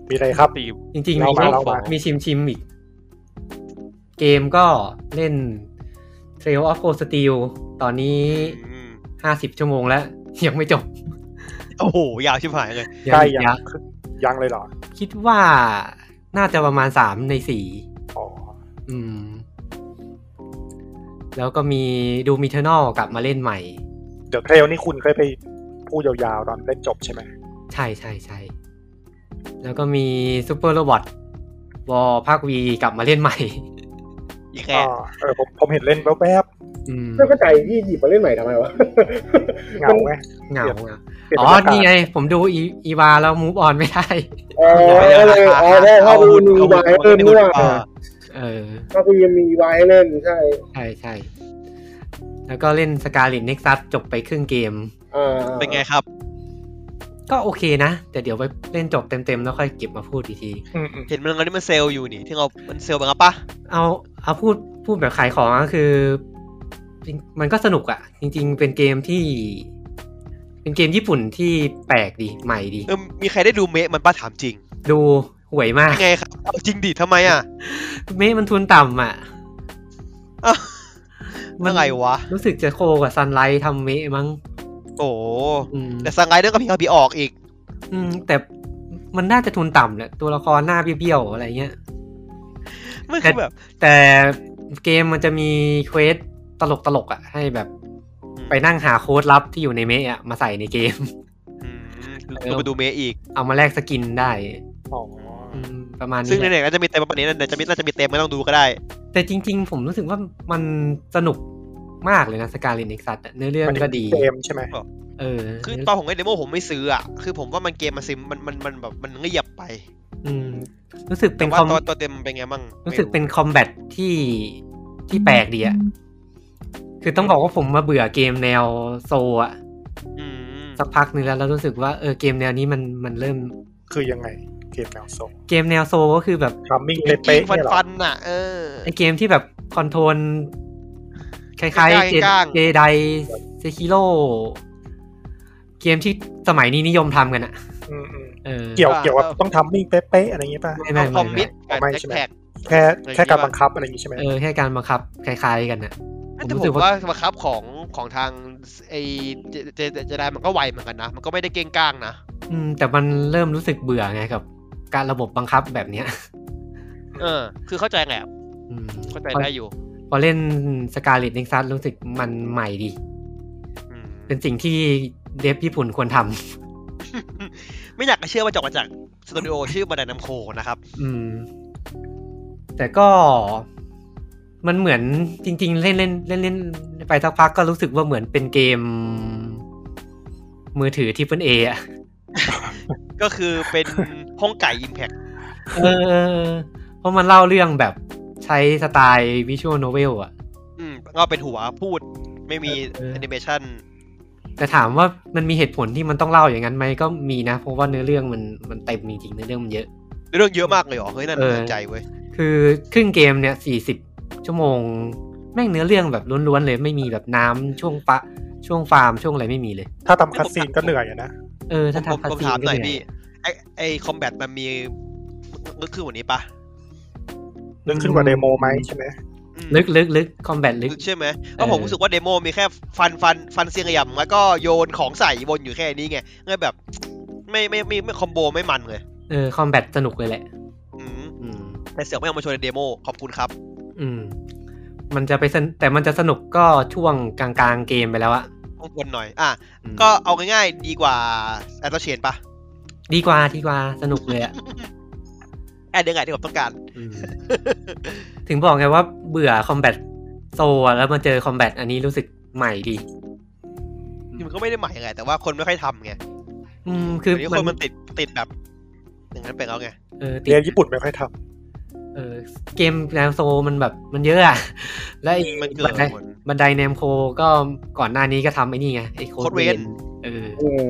Speaker 4: มีอะไรครับ
Speaker 2: ตีม
Speaker 1: จริงๆมี
Speaker 4: เรามาเรามา
Speaker 1: มีชิมชิมๆอีก เกมก็เล่น Trail of Cold Steel ตอนนี้ ห้าสิบชั่วโมงแล้ว [LAUGHS] ยังไม่จบ
Speaker 2: โอ้โห ยาวชิบหายเลย
Speaker 4: ใกล้
Speaker 1: อี
Speaker 4: ยัง
Speaker 1: นะ
Speaker 4: ยังเลยเหรอ
Speaker 1: คิดว่าน่าจะประมาณสามในสี่
Speaker 4: อ๋อ
Speaker 1: อืม แล้วก็มีดูมิเทอร์นอลกลับมาเล่นใหม่
Speaker 4: เดี๋ยวเทรลนี่คุณเคยไปพูดยาวๆตอนเล่นจบใช่ไหม
Speaker 1: ใช่ใช่ใช่แล้วก็มีซูเปอร์โรบอทวอลภาควีกลับมาเล่นใหม่ [LAUGHS]
Speaker 2: อีก
Speaker 4: อ๋
Speaker 2: แค่
Speaker 4: อเออผมผมเห็นเล่นแวบ
Speaker 1: อืม
Speaker 5: ไม่เข้าใจที่หยิบมาเล่นใหม่ทำไมวะ
Speaker 4: ๆเหงาไง
Speaker 1: เหงาอะ
Speaker 4: เปลี่ยน
Speaker 1: อ๋
Speaker 4: บ
Speaker 1: อ
Speaker 4: รรยากาศ
Speaker 1: นี่ไง ผมดูอีอีวาแล้วมูฟออนไม่ได้
Speaker 5: เออเลยเออได้ถ้ามีมีไว้เล่นนี่ว่า
Speaker 1: เออ
Speaker 5: ถ้ามีมีไว้เล่นใช่
Speaker 1: ใช่ใช่ แล้วก็เล่นสกาลิ t เน็กซัสจบไปครึ่งเกม
Speaker 5: อ่า
Speaker 2: เป็นไงครับ
Speaker 1: ก็โอเคนะ แต่เดี๋ยวไปเล่นจบเต็มๆ แล้วค่อยเก็บมาพูดอีกที
Speaker 4: อืม
Speaker 2: เห็นมันเงินนี่มันเซลล์อยู่นี่ ที่เรา มันเซลล์บังคับปะ
Speaker 1: เอาเอาพูดพูดแบบขายของก็คือ มันก็สนุกอะจริง ๆ เป็นเกมที่ เป็นเกมญี่ปุ่นที่แปลกดีใหม่ดี
Speaker 2: เออมีใครได้ดูเมะมันป้าถามจริง
Speaker 1: ดูห่วยมาก
Speaker 2: ยังไงครับเอาจริงดิทำไมอ่ะ
Speaker 1: เมฆมันทุนต่ำอะ
Speaker 2: อ้าว
Speaker 1: มั
Speaker 2: เมื่อไงวะ
Speaker 1: รู้สึกจะโคกับซันไลท์ทำเมฆมั้ง
Speaker 2: โอ้โห
Speaker 1: อืม
Speaker 2: แต่สังไงเรื่องกับพี่เขาพี่ออกอีก
Speaker 1: อืมแต่ มันน่าจะทุนต่ำเนี่ยตัวละครหน้าเบี้ยวๆอะไรเงี้ย
Speaker 2: มันคือแบบ
Speaker 1: แต่เกมมันจะมีเควสตลกตลกๆอ่ะ ให้แบบไปนั่งหาโค้ดลับที่อยู่ในเมะอ่ะมาใส่ในเกม [LAUGHS]
Speaker 2: อืมเราไปดูเมย์อีก
Speaker 1: เอามาแลกสกินได้
Speaker 4: อ๋อ
Speaker 1: อืมประมาณนี้
Speaker 2: ซึ่งใน
Speaker 1: แหละ
Speaker 2: เน็ตน่าจะมีเต็มประมาณนี้น่าจะมีน่าจะมีเต็มไม่ต้องดูก็ได้
Speaker 1: แต่จริงๆ ผมรู้สึกว่ามันสนุกมากเลยนะสการเลนเอ็กซัสเนื้อเรื่อง
Speaker 4: มัน
Speaker 1: ก็ดี
Speaker 4: เกมใช่ไหม
Speaker 1: เออ
Speaker 2: คือตอนผมเล่นเดโมผมไม่ซื้ออ่ะ คือผมว่ามันเกมมันซิมมันมันมันแบบมันเงียบไป
Speaker 1: อืมรู้สึกเป็
Speaker 2: แต่
Speaker 1: น
Speaker 2: ว่า
Speaker 1: คอม
Speaker 2: ตัวตัวเต็มเป็นไงบ้าง
Speaker 1: รู้สึกเป็นคอมแบทที่ที่แปลกดีอ่ะ คือต้องบอกว่าผมมาเบื่อเกมแนวโซอ่ะ
Speaker 2: อืม
Speaker 1: สักพักหนึ่งแล้วแล้วรู้สึกว่าเออเกมแนวนี้มันมันเริ่ม
Speaker 4: คือยังไงเกมแนวโซล
Speaker 1: เกมแนวโซก็คือแบบ
Speaker 4: ทามมิ่ง
Speaker 2: เป็นกิ
Speaker 4: เป๊ะ
Speaker 2: ง
Speaker 4: ๆ
Speaker 2: ฟัน
Speaker 4: เนี่ยเหรอ
Speaker 2: ฟันๆน่ะ เออ
Speaker 1: ไอเกมที่แบบคอนโทรลคล้ายๆเกม
Speaker 2: ก้างๆ
Speaker 1: เจไดเซคิโร่เกมที่สมัยนี้นิยมทำกันอะ
Speaker 4: อืมอืม
Speaker 1: เออ
Speaker 4: เกี่ยวเกี่ยวกับต้องทามมิ่งเป๊ะๆอะไรอย่างงี้ป่ะ
Speaker 1: ไม่ไม่
Speaker 2: คอมมิ
Speaker 1: ไม่
Speaker 2: ตกับ
Speaker 4: ไม่
Speaker 2: แท็ก
Speaker 4: ใช่ไหม
Speaker 2: แท็ก
Speaker 4: แค่
Speaker 2: ไม่
Speaker 4: แค่
Speaker 2: คิด
Speaker 4: การ
Speaker 2: ว่า
Speaker 4: บังคับอะไรอย่างงี้ใช่ไหม
Speaker 1: เออแค่การบังคับคล้ายๆกันอะ ผม
Speaker 2: แต่
Speaker 1: รู้
Speaker 2: ผ
Speaker 1: สึก
Speaker 2: ม
Speaker 1: ว่า
Speaker 2: ว่าบังคับของของทางไอเจเจเจเจไดมันก็ไวเหมือนกันนะ มันก็ไม่ได้เก่งก้างนะ
Speaker 1: อืมแต่มันเริ่มรู้สึกเบื่อไงกับ การระบบบังคับแบบเนี้ย
Speaker 2: เออ คือเข้าใจแหละ
Speaker 1: อืม
Speaker 2: เข้าใจได้อยู่
Speaker 1: พอเล่นสกาเลตเน็กซัสรู้สึกมันใหม่ดี
Speaker 2: อืม
Speaker 1: เป็นสิ่งที่เดฟญี่ปุ่นควรท
Speaker 2: ไม่อยากจะเชื่อว่าจะออกมาจากส
Speaker 1: [LAUGHS]
Speaker 2: ตูดิโอชื่อบันไดน้ำโคนะครับ
Speaker 1: ำอืม แต่ก็มันเหมือนจริง ๆ เล่นเล่นเล่นเล่นไปสักพักก็รู้สึกว่าเหมือนเป็นเกม มือถือที่เป็นเออะ
Speaker 2: ก็คือเป็น [LAUGHS] ห้องไก่อิมแพค
Speaker 1: เออ [LAUGHS] เพราะมันเล่าเรื่องแบบใช้สไตล์วิชวลโนเวลอะ
Speaker 2: อืมก็เป็นหัวพูดไม่มี
Speaker 1: เออ
Speaker 2: แอนิเมชัน
Speaker 1: แต่ถามว่ามันมีเหตุผลที่มันต้องเล่าอย่างนั้นไหมก็มีนะ เพราะว่าเนื้อเรื่องมันมันเต็มจริงๆเนื้อเรื่องมันเยอะ
Speaker 2: เรื่องเยอะมากเลยเหรอ เฮ้ย นั่น
Speaker 1: เออ
Speaker 2: น่าสนใจเว้ย
Speaker 1: คือครึ่งเกมเนี่ยสี่สิบชั่วโมง แม่งเนื้อเรื่องแบบล้วนๆเลยไม่มีแบบน้ำช่วงปะช่วงฟาร์มช่วงอะไรไม่มีเลย
Speaker 4: ถ้าทำคัสซีนก็เหนื่อยอะนะ
Speaker 1: เออ
Speaker 2: ผ
Speaker 1: ถ้าม ทำ
Speaker 2: ผ
Speaker 1: คาม ซี
Speaker 2: ถาม
Speaker 1: นก็
Speaker 2: หน่อย
Speaker 1: เหนื่
Speaker 2: พี่
Speaker 1: อย
Speaker 2: ไอไอคอมแบทมันมีลึกขึ้นกว่านี้ปะ
Speaker 4: นึกขึ้นกว่าเดโมไหมใช่ไหม
Speaker 2: อืม
Speaker 1: ลึกลึกลึกคอมแบทลึก
Speaker 2: ลึกใช่ไหมเพ
Speaker 1: เอ
Speaker 2: ราะ
Speaker 1: อ
Speaker 2: ผมรู้สึกว่าเดโมมีแค่ฟันฟันฟันเสียงกระหยำแล้วก็โยนของใส่วนอยู่แค่นี้ไงงั้นแบบ ไม่ไม่ไม่ไม่คอมโบไม่มันเลย
Speaker 1: เออคอมแบทสนุกเลยแหละ
Speaker 2: อืม
Speaker 1: อืม
Speaker 2: แต่เสือกไม่เอามาโชว์ในเดโมขอบคุณครับ
Speaker 1: อืม มันจะไปสนแต่มันจะสนุกก็ช่วงกลางๆเกมไปแล้วอะ
Speaker 2: ต้องทนหน่อย อ่ะ
Speaker 1: อืม
Speaker 2: ก็เอาง่ายๆ ดีกว่าแอดเชนปะ
Speaker 1: ดีกว่าดีกว่าสนุกเลยอะ
Speaker 2: แอดยังไงที่ผมต้องการ [LAUGHS]
Speaker 1: ถึงบอกไงว่าเบื่อคอมแบทโซแล้วมาเจอคอมแบทอันนี้รู้สึกใหม่ดี
Speaker 2: มันก็ไม่ได้ใหม่ไง แต่ว่าคนไม่ค่อยทำไง
Speaker 1: อืมคือ
Speaker 2: เดี๋ยวนี้คนมันติดติดแบบ อย่างนั้นไปแล้วไง
Speaker 1: เออติ
Speaker 4: เรียน
Speaker 1: ด
Speaker 4: ญี่ปุ่นไม่ค่อยท
Speaker 1: เออเกมแนวโซมันแบบมันเยอะอะและไอ้
Speaker 2: มันเกิ
Speaker 1: บั
Speaker 2: ด
Speaker 1: นได
Speaker 2: ผล
Speaker 1: บันไดแนมโคก็ก่อนหน้านี้ก็ทำไอ้นี่ไงไอ้โคด
Speaker 2: Code
Speaker 1: เว
Speaker 2: Vein
Speaker 1: นเออ
Speaker 5: อืม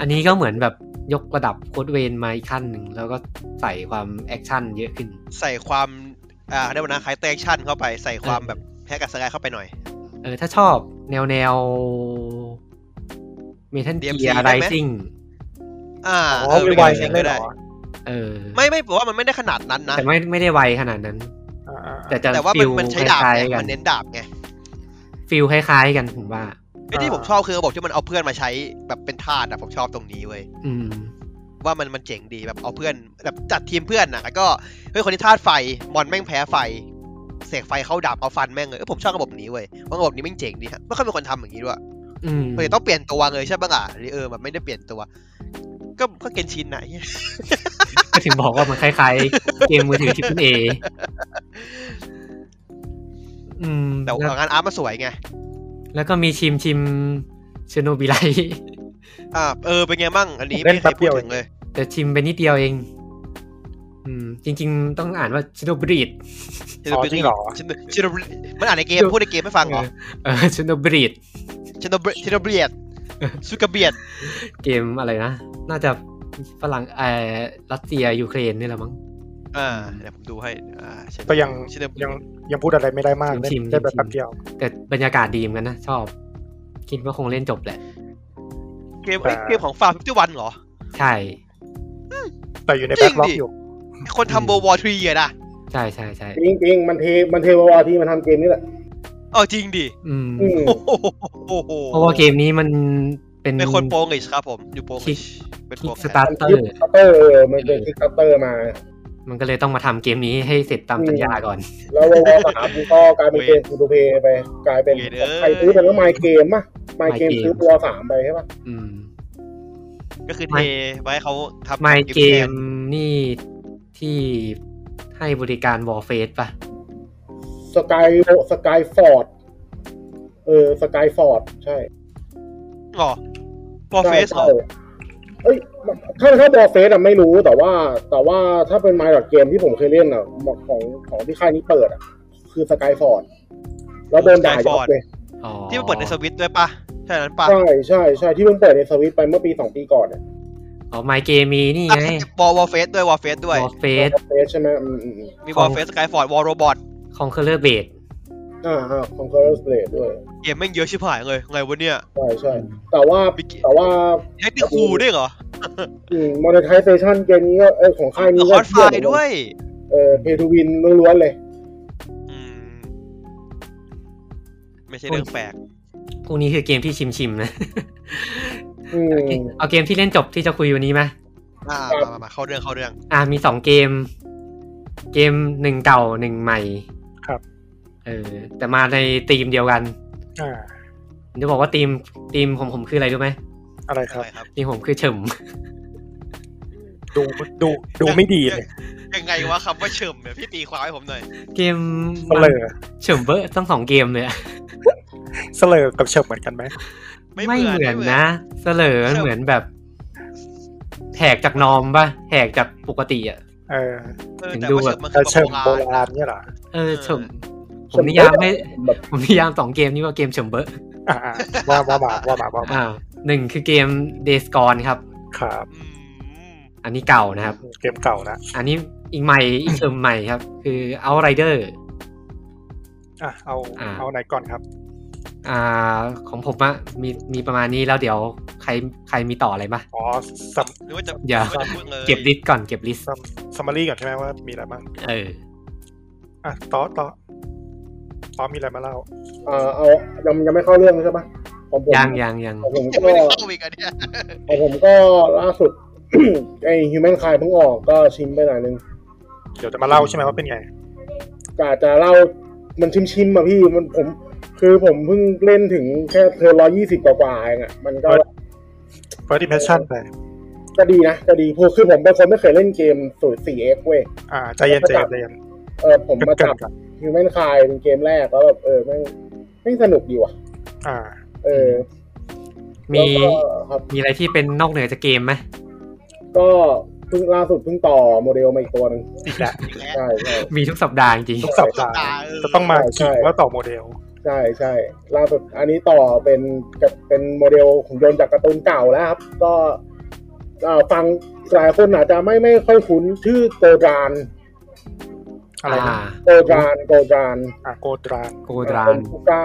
Speaker 1: อันนี้ก็เหมือนแบบยกระดับโคดเวนมาอีกขั้นหนึ่งแล้วก็ใส่ความแอคชั่นเยอะขึ้น
Speaker 2: ใส่ความ อ่าเรียกว่านะคล้ายแตกชั่นเข้าไป ใส่ความแบบแพ้กับสกายเข้าไปหน่อย
Speaker 1: เออถ้าชอบแนวแนวเมทัล
Speaker 2: DMC
Speaker 1: เกียร์ไร
Speaker 2: ได้ไหม
Speaker 1: ซิ่ง
Speaker 2: อ่า
Speaker 4: ำอ๋อ
Speaker 2: เออ
Speaker 4: ไม่
Speaker 2: ไม่
Speaker 4: ไว
Speaker 2: ไว
Speaker 4: อย่างนั้
Speaker 2: ก็
Speaker 4: นเลยเหร
Speaker 2: ได้
Speaker 4: อ
Speaker 1: เออ
Speaker 2: ไม่ไม่ผมว่ามันไม่ได้ขนาดนั้นนะ
Speaker 1: แต่ไม่ไม่ได้ไวขนาดนั้น
Speaker 4: อ่าๆ
Speaker 1: แต่จะ
Speaker 2: แต่ว่า
Speaker 1: ฟิ
Speaker 2: มัน
Speaker 1: ล
Speaker 2: มัน
Speaker 1: ค
Speaker 2: ใช้ดาบ
Speaker 1: ล้ายๆ
Speaker 2: ไง
Speaker 1: กั
Speaker 2: มันนเน้นดาบไง
Speaker 1: ฟิลคล้ายๆกันผมว่า
Speaker 2: ไอ้ที่ผมชอบคือระบบที่มันเอาเพื่อนมาใช้แบบเป็นทาสอะผมชอบตรงนี้เว้ย
Speaker 1: อืม
Speaker 2: ว่ามันมันเจ๋งดีแบบเอาเพื่อนแบบจัดทีมเพื่อนอะแล้วก็เฮ้ยคนที่ธาตุไฟมอนแม่งแพ้ไฟ เสกไฟเข้าดาบเอาฟันแม่งเลยเออผมชอบระบบนี้เว้ยว่าระบบนี้แม่งเจ๋งดีฮะไม่ค่อยมีคนทำอย่างนี้ด้วย
Speaker 1: อืม
Speaker 2: เออต้องเปลี่ยนตัวเลยใช่ปะล่ะหรือเออแบบไม่ได้เปลี่ยนตัว ก็ก็เกนชิน
Speaker 4: [LAUGHS]
Speaker 2: นะไอ้เหี้ย
Speaker 1: ก็ถึงบอกว่ามันคล้ายๆ เกม
Speaker 2: [LAUGHS]
Speaker 1: มือถือทิปเออืม
Speaker 2: แต่
Speaker 1: แล้ว
Speaker 2: ว่างานอาร์ตมันสวยไง
Speaker 1: แล้วก็มีชิมชิมเชโนบิไล
Speaker 2: อ่าเออเป็นไงมั่งอันนี้ไม่เคยพูดถึงเลย
Speaker 1: แต่ชิมไปนิดเดียวเอง อืม จริง ๆ ต้องอ่านว่าเชโนบิริด
Speaker 4: อ๋อจริงเหรอ
Speaker 2: ชินชินมันอ่านในเกมพูดในเกมไม่ฟังเหรอ
Speaker 1: เออเชโนบิริด
Speaker 2: ชินชินเบีย
Speaker 4: [LAUGHS]
Speaker 2: ดสุกเบียด
Speaker 1: เกมอะไรนะ น่าจะฝรั่งเออรัสเซียยูเครนนี่แหละมั้ง
Speaker 2: อ่าเดี๋ยวผมดูให้อ่าชิน
Speaker 4: ก็ยัง
Speaker 2: ชิน
Speaker 4: ยังยังพูดอะไรไม่ได้มากได้
Speaker 1: ชิมๆ
Speaker 4: ได้แบ
Speaker 1: ชิมๆ
Speaker 4: บแป๊บเดียว
Speaker 1: แต่บรรยากาศดีเหมือนกันนะ ชอบ คิดว่าคงเล่นจบแหละ
Speaker 2: เกมเอ้ยเกมของฟาร์มทุกวันเหรอ
Speaker 1: ใช่
Speaker 4: แต่อยู่ใน
Speaker 2: จริ
Speaker 4: แบ็
Speaker 2: ง
Speaker 4: คล็อก
Speaker 2: ดิ
Speaker 4: อยู่
Speaker 2: คนทำโบวอทรีอะนะ
Speaker 1: ใช่ใช่ใช่
Speaker 5: จริงจริงๆมันเทมันเทวาวาที่มันทำเกมนี่แหละ
Speaker 2: เอาจริงดิ
Speaker 1: อืม
Speaker 5: อืม
Speaker 2: โอ้โห
Speaker 1: เพราะว่าเกมนี้มัน เป็น
Speaker 2: เป็นคนโปงอิชครับผมอยู่โปง
Speaker 1: คิ
Speaker 2: อิ
Speaker 1: ก
Speaker 2: ชเป็น
Speaker 1: คิ
Speaker 2: โป
Speaker 1: ก
Speaker 2: ง
Speaker 1: สตาร์เตอ
Speaker 5: ยุ
Speaker 1: ร์
Speaker 5: คคัตเตอร์เออมันเป็นคือคัตเตอร์มา
Speaker 1: มันก็เลยต้องมาทำเกมนี้ให้เสร็จตามสัญญาก่อน
Speaker 5: แล้ววอลสามก็กลายเป็นเกมฟูลเพย์ไป กลายเป็นใครซื้อมันก็ไมเกมป่ะไมเกมซื้อวอลสามไปใช่ป่ะ
Speaker 1: อืม
Speaker 2: ก็คือเทไว้ให้เขาทำ
Speaker 1: ไมเกม
Speaker 2: แทน
Speaker 1: นี่ที่ให้บริการวอลเฟสป่ะ
Speaker 5: สกายสกายฟอร์ดเออสกายฟอร์ดใช่
Speaker 2: อ๋อโปรเฟสเหรอ
Speaker 5: เอ้ยถ้าถ้าบอเฟสอะไม่รู้แต่ว่า แต่ว่าถ้าเป็นไมล์ดอทเกมที่ผมเคยเล่นอะของของที่ค่ายนี้เปิดอะคือสกายฟอร์ดแล้วโดนด่ายับเลย
Speaker 1: อ๋อ
Speaker 2: ที่มันเปิดในสวิตด้วยปะใช่นั้นปะ
Speaker 5: ใช่ใช่ใช่ที่เพิ่งเปิดในสวิตไปเมื่อปีสองปีก่อนเนี่ย
Speaker 1: อ๋อไมเกมมีนี่ไง
Speaker 2: วอลวอลเฟสด้วยวอลเฟสด้วย
Speaker 1: วอลเฟส
Speaker 5: เฟสใช่ไหมอืมอืมอืม
Speaker 2: มี
Speaker 1: ข
Speaker 2: ว
Speaker 1: อ
Speaker 2: อง ลเฟสสกายฟอร์ดวอลโรบอท
Speaker 1: ของเคอร์เลอร์เบด
Speaker 5: อ่าอ่าของคอร์สเบลดด้วย
Speaker 2: เกมแม่งเยอะชิบหายเลยไงวะเนี่ย
Speaker 5: ใช่ใช่แต่ว่า
Speaker 2: บิ๊กเกม
Speaker 5: แต่ว่า
Speaker 2: เฮดดิคูด้วยเหรอ
Speaker 5: มอนิท i เซชันเกมนี้ก็เออของค่ายนี้
Speaker 2: ฮ
Speaker 5: ก็
Speaker 2: อตไฟด้วย
Speaker 5: เออเพทูวินล้วนๆเลย
Speaker 2: อืม ไม่ใช่เรื่องแปลก
Speaker 1: พวกนี้คือเกมที่ชิมชิมๆนะ
Speaker 5: อืม
Speaker 1: เอาเกมที่เล่นจบที่จะคุยวันนี้ไหม
Speaker 2: อ่า
Speaker 5: ครับ
Speaker 2: มามามาเข้าเรื่องเข้าเรื่อง
Speaker 1: อ่ะมีสองเกม เกมหนึ่งเก่าหนึ่งใหม่
Speaker 4: ครับ
Speaker 1: เออ แต่มาในธีมเดียวกัน
Speaker 4: อ่า
Speaker 1: ผมจะบอกว่าธีมธีมของผมคืออะไรรู้ไหม
Speaker 4: อะไรค
Speaker 2: อะ
Speaker 4: รับ
Speaker 2: ไรครับ
Speaker 1: ธีมผมคือเฉิม [LAUGHS]
Speaker 4: ดูดูดูไม่ดีเลย
Speaker 2: ยังไงวะคำว่าเฉิมเนี่ยพี่ตีความให้ผมหน่อย
Speaker 1: เกม
Speaker 4: เสลอ
Speaker 1: เฉิมเบอร์ทั้งสองเกมเลยอะ
Speaker 4: เสลอกับเฉิบเหมือนกันไหม
Speaker 2: ไม่
Speaker 1: ไม่เหมือนนะเสลอ
Speaker 2: เฉิม
Speaker 1: เหมือนแบบแหกจากนอมป่ะแหกจากปกติอ่ะ
Speaker 4: เออ
Speaker 2: เออแต่
Speaker 1: ดู
Speaker 2: ว่า
Speaker 1: แบบ
Speaker 2: เฉิมมันคื
Speaker 4: แต่
Speaker 2: อ
Speaker 4: เฉิบ
Speaker 2: แบบ
Speaker 4: โบ
Speaker 2: โบรา
Speaker 4: รา
Speaker 2: ณ
Speaker 4: ณเนี่ยเหรอ
Speaker 1: เออเฉิมผมนิยามไม่
Speaker 5: แบบ
Speaker 1: ผมนิยามสองเกมนี้ว่าเกมเฉิมเบอร์
Speaker 4: อ่าอ่าว่าว่ามาว่ามาว่ามา
Speaker 1: อ่าหนึ่งคือเกมเดสกอนครับ
Speaker 4: ครับ
Speaker 2: อืม
Speaker 1: อันนี้เก่านะครับ
Speaker 4: เกมเก่าละ
Speaker 1: อันนี้อีกใหม่อีกเชิมใหม่ครับ คือ Outrider
Speaker 4: อ่ะเอา
Speaker 1: อ่า
Speaker 4: เอาไหนก่อนครับ
Speaker 1: อ่าของผมอะมีมีประมาณนี้แล้วเดี๋ยวใครใครมีต่ออะไรปะ
Speaker 4: อ๋อสัม
Speaker 2: หรือว่าจะ
Speaker 1: อย่า
Speaker 2: หรืว่าจะพูดเลย
Speaker 1: เก็บลิสต์ก่อนเก็บลิสต์
Speaker 4: สัมซัมมารีก่อนใช่ไหมว่ามีอะไรบ้าง
Speaker 1: เออ
Speaker 4: อ่ะต่อต่อต่อมีอะไรมาเล่า
Speaker 5: อ่าเอายังยังไม่เข้าเรื่องใช่ปะของผม
Speaker 1: ยังยังยัง
Speaker 5: ของผม
Speaker 2: ยัง
Speaker 5: ก็
Speaker 2: ไม่ได้เข้าอีกอันเนี่ย
Speaker 5: ของผมก็ล่าสุด [CLEARS THROAT] ไอ้ฮิวแมนคายเพิ่งออกก็ชิมไปหน่อยนึง
Speaker 4: เดี๋ยวจะมาเล่าใช่ไหมว่าเป็นไง
Speaker 5: กาจะเล่ามันชิมชิมๆอะพี่มันผม คือผมเพิ่งเล่นถึงแค่เธอร้อยี่สิบกว่าๆเองอะมันก็
Speaker 4: first impression ไป
Speaker 5: ก็ดีนะก็ดีพวกคือผมเป็นคนไม่เคยเล่นเกมสูตร 4x เว้ย
Speaker 4: อ่าใจเย็นใจเย็นใจเย็น
Speaker 5: เออผมมา
Speaker 4: เกริ
Speaker 5: จั
Speaker 4: น
Speaker 5: บ
Speaker 4: ๆก่อน
Speaker 5: ฮิวแมนคายเป็นเกมแรกแล้วแบบเออไม่ไม่งสนุกดีว่ะ
Speaker 4: อ่า
Speaker 5: เออ
Speaker 1: มี
Speaker 5: แล้วก็ครับ
Speaker 1: มีอะไรที่เป็นนอกเหนือจากเกมไหม
Speaker 5: ก็เพิ่งล่าสุดเพิ่งต่อโมเดลมาอีกตัวหนึ่ง
Speaker 4: อีกแล้ว
Speaker 2: อีกแล้ว
Speaker 5: ใช่ใช่
Speaker 1: มีทุกสัปดาห์จริง
Speaker 4: ทุกสัปดาห์จะต้องมาขิงว่าต่อโมเดล
Speaker 5: ใช่ใช่ล่าสุดอันนี้ต่อเป็นกับเป็นโมเดลของยนต์จากการ์ตูนเก่าแล้วครับ ก็เอ่อฟังหลายคนอาจจะไม่ไม่ค่อยคุ้นชื่อโกดราน
Speaker 1: ๆ
Speaker 4: อะไรนะ
Speaker 1: อ่า
Speaker 5: โกดรานโกดราน
Speaker 4: อ่าโกดราน
Speaker 1: โกดราน
Speaker 5: เป็นผู้กล้า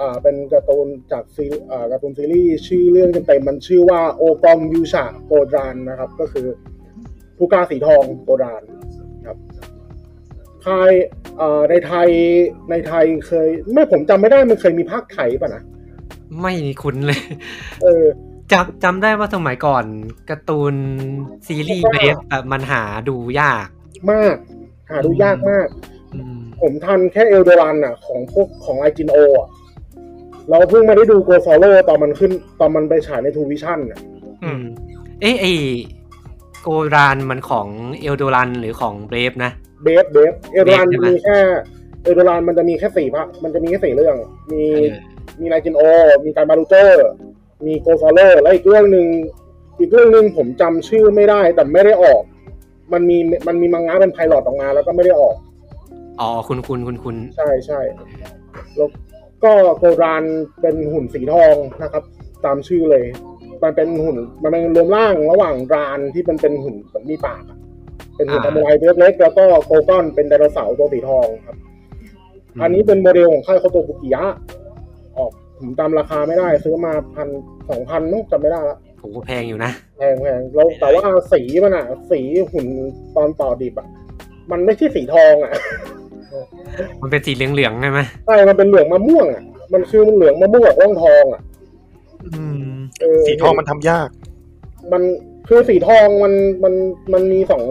Speaker 5: อ่าเป็นการ์ตูนจากซีรีส์อ่าการ์ตูนซีรีส์ชื่อเรื่องเต็มๆมันชื่อว่าโอกองยูชาโกดรานนะครับ ก็คือผู้กล้าสีทองโกดรานครับภายอ่าในไทยในไทยเคย ไม่ผมจำไม่ได้มันเคยมีภาคไทยป่ะนะ
Speaker 1: ไม่คุ้นเลย
Speaker 5: เออ
Speaker 1: จำจำได้ว่าสมัยก่อนการ์ตูนซีรีส์เวฟแบบมันหาดูยาก
Speaker 5: มาก หาดูยากมาก
Speaker 1: อืม
Speaker 5: ผมทันแค่เอลโดรันอ่ะ ของพวกของไอจินโออ่ะเราเพิ่งมาได้ดูโกฟอลโลตอนมันขึ้น ตอนมันไปฉายในทูวิชั่นอ่ะ
Speaker 1: อืมเอ๊ะไอโกรานมันของเอลโดรันหรือของเบรฟนะ
Speaker 5: เบฟเบฟเอลดราน
Speaker 1: เบฟใช่ไหม
Speaker 5: มีแค่เอลดรานมันจะมีแค่สี่ภาคมันจะมีแค่สี่เรื่อง มี
Speaker 1: เออ
Speaker 5: มีไนจินโอ มีการบาลูเจอร์ มีโกซอลเลอร์และอีกเรื่องหนึ่งอีกเรื่องหนึ่งผมจำชื่อไม่ได้แต่ไม่ได้ออก มันมีมันมีมังงะเป็นไพลอตออกมาแล้วก็ไม่ได้ออก
Speaker 1: อ๋อคุณคุณคุณคุณ
Speaker 5: ใช่ใช่แล้วก็โกรานเป็นหุ่นสีทองนะครับ ตามชื่อเลย มันเป็นหุ่นมันเป็นรวมร่างระหว่างรานที่มันเป็นหุ่นเหมือนมีปากอะเป็นหุ่น
Speaker 1: อ่า
Speaker 5: ทำลายเล็กๆแล้วก็โกลก้อนเป็นไดโนเสาร์ตัวสีทองครับ อันนี้เป็นโมเดลของค่ายโคโตบุกิยะออกผมจำราคาไม่ได้ ซื้อมาพันสองพันจำไม่ได้ละ
Speaker 1: โหแพงอยู่นะ
Speaker 5: แพงแพงแล้วแต่ว่าสีมันอะสีหุ่นตอนต่อดิบอะมันไม่ใช่สีทองอะ
Speaker 1: มันเป็นสีเหลืองๆใช่ไหม
Speaker 5: ใช่ มันเป็นเหลืองมะม่วงอ่ะ มันคือมันเหลืองมะม่วงกับร่องทองอ่ะ
Speaker 4: อืม
Speaker 5: เออ
Speaker 4: สีทองมันทำยาก
Speaker 5: มันคือสีทองมันมันมันมีสอง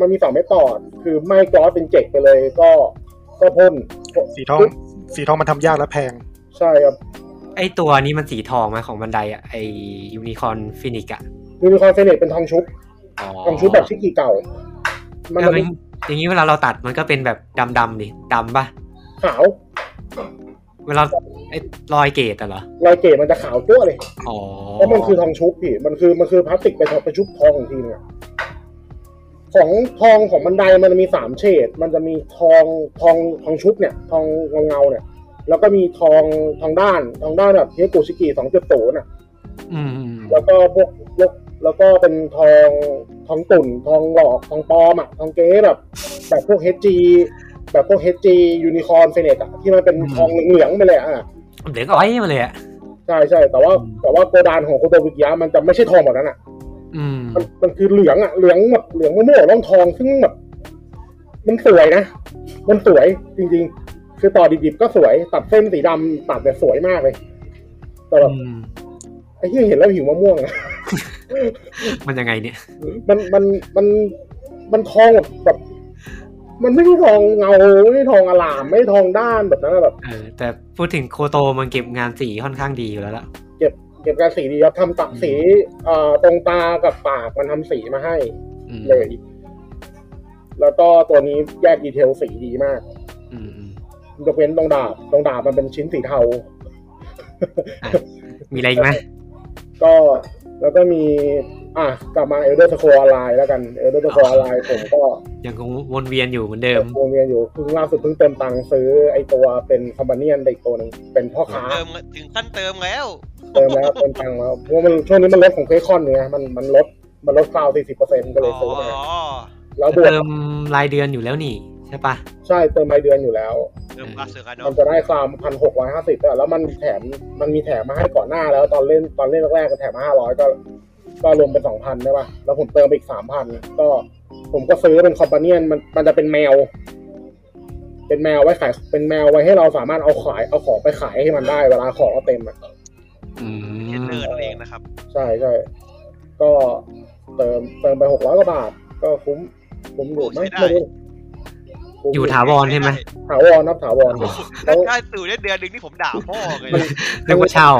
Speaker 5: มันมีสองเม็ดต่อด คือไม่กรอสเป็นเจกไปเลยก็ก็พ่น
Speaker 4: สีทอง สีทองมันทำยากและแพง
Speaker 5: ใช่ครับ
Speaker 1: ไอตัวนี้มันสีทองไหมาของบันไดอะไอยูนิคอนฟินิกอะ
Speaker 5: ยูนิคอร์นเฟเนตเป็นทองชุบ
Speaker 2: อ๋อ
Speaker 5: ทองชุบแบบชิคกี้เก่า มัน
Speaker 1: เอ
Speaker 5: จะ
Speaker 1: อ
Speaker 5: เป็
Speaker 1: มัน นอย่างนี้เวลาเราตัดมันก็เป็นแบบดำๆดิดำปะ
Speaker 5: ขาว
Speaker 1: เวลาไอรอยเกตอะเหรอ
Speaker 5: ลายเกรดมันจะขาวตั้วเลย
Speaker 1: อ๋อ
Speaker 5: เพราะมันคือทองชุบพี่มันคือมันคือพลาสติกไปทอไปชุบทองอีกทีนึงอะของทองของบันไดมันมีสามเฉดมันจะมีทองทองทองชุบเนี่ย ทองเงาเงาๆเนี่ย แล้วก็มีทองทองด้านทองด้านแบบเฮกุชิกิสองจุดศูนย์อะ
Speaker 1: อืมอืม
Speaker 5: แล้วก็พวกพวกแล้วก็เป็นทองทองตุ่นทองหลอกทองปลอมอ่ะทองเก๊แบบ แบบพวกเฮจีแบบพวกเฮจียูนิคอร์นเฟเนตอ่ะที่มันเป็นทองเหลืองๆไปเลยอ่ะ
Speaker 1: เหลืองอ้อยมาเลยอะ
Speaker 5: ใช่ใช่แต่ว่าแต่ว่าโกดานของโคโตบุกิยะมันจะไม่ใช่ทองแบบนั้นอ่ะ
Speaker 1: อืม
Speaker 5: มันมันคือเหลืองอ่ะเหลืองแบบเหลืองม่วงๆร่องทองซึ่งแบบมันสวยนะ มันสวยจริง ๆ คือต่อดิบๆก็สวยตัดเส้นสีดำตัดแบบสวยมากเลยแต่แบบ
Speaker 1: อืม
Speaker 5: ไอ้ที่เห็นแล้วหิวมะม่วงอะ
Speaker 1: มันยังไงเนี่ย
Speaker 5: มันมันมันมันทองแบบแบบมันไม่ใช่ทองเงาไม่ใช่ทองอลามไม่ใช่ทองด้านแบบนั้นอะแบบ
Speaker 1: เออแต่พูดถึงโคโตมันเก็บงานสีค่อนข้างดีอยู่แล้วล่ะ
Speaker 5: เก็บเก็บการสีดีครับทำตักสีเอ่อตรงตากับปากมันทำสีมาให้
Speaker 1: อืม
Speaker 5: เลย แล้วก็ตัวนี้แยกดีเทลสีดีมาก
Speaker 1: อืมอืม
Speaker 5: ยกเว้นตรงดาบตรงดาบมันเป็นชิ้นสีเทา
Speaker 1: มีอะไรอีกไหม
Speaker 5: ก็แล้วก็มี อ่ะกลับมาเอลเดอร์สโคออนไลน์แล้วกันเอลเดอร์สโคออนไลน์ผมก็
Speaker 1: ยังคงวนเวียนอยู่เหมือนเดิม
Speaker 5: วงเวียนอยู่เพิ่งล่าสุดเพิ่งเติมตังค์ซื้อไอตัวเป็นคอมบาเนียนไปอีกตัวหนึงเป็นพ่อค้า
Speaker 2: เติมถึงขั้นเติมแล้ว
Speaker 5: เติมแล้วเติมตังค์แล้วเพราะว่ามันช่วงนี้มันลดของเควคอนเนี่ยมันมันลดมันลดฟาวสี่สิบเปอร์เซ็นต์ก็เลยซื้อมา
Speaker 2: อ๋อ
Speaker 5: แล้วบวก
Speaker 1: เติมรายเดือนอยู่แล้วนี่ ใช่ปะ
Speaker 5: ใช่เติมรายเดือนอยู่แล้ว
Speaker 2: เติมพลาสเซอร์กันเนาะ
Speaker 5: มันจะได้ฟาร์มพันหกร้อยห้าสิบแล้วมันแถมมันมีแถมมาให้ก่อนหน้าแล้วตอนเล่นตอนเล่นแรกๆก็แถมมาห้าร้อยก็ ก็รวมเป็นสองพันได้ป่ะแล้วผมเติมไปอีกสามพันก็ผมก็ซื้อเป็นคอมบาเนียนมันมันจะเป็นแมว เป็นแมวไว้ขายเป็นแมวไว้ให้เราสามารถเอาขายเอาของไปขายให้มันได้เวลาของเราเต็มอะ
Speaker 1: อืม
Speaker 2: เทรนเนอร์นั่นเองนะครับ
Speaker 5: ใช่ใช่ก็เติมเติมไปหกร้อยกว่าบาท ก็คุ้มคุ้มอยู่ไหม
Speaker 2: โอ้ใช้ได้
Speaker 5: ไม่รู้คุ้ม
Speaker 1: อยู่ถาวรใช่ไหม
Speaker 5: ถาวรนับถาวร
Speaker 2: ถ้าถ้าตู่ได้เดือนหนึ่งนี่ผมด่าพ่อเลยนะ
Speaker 1: เรียกว่าเช่า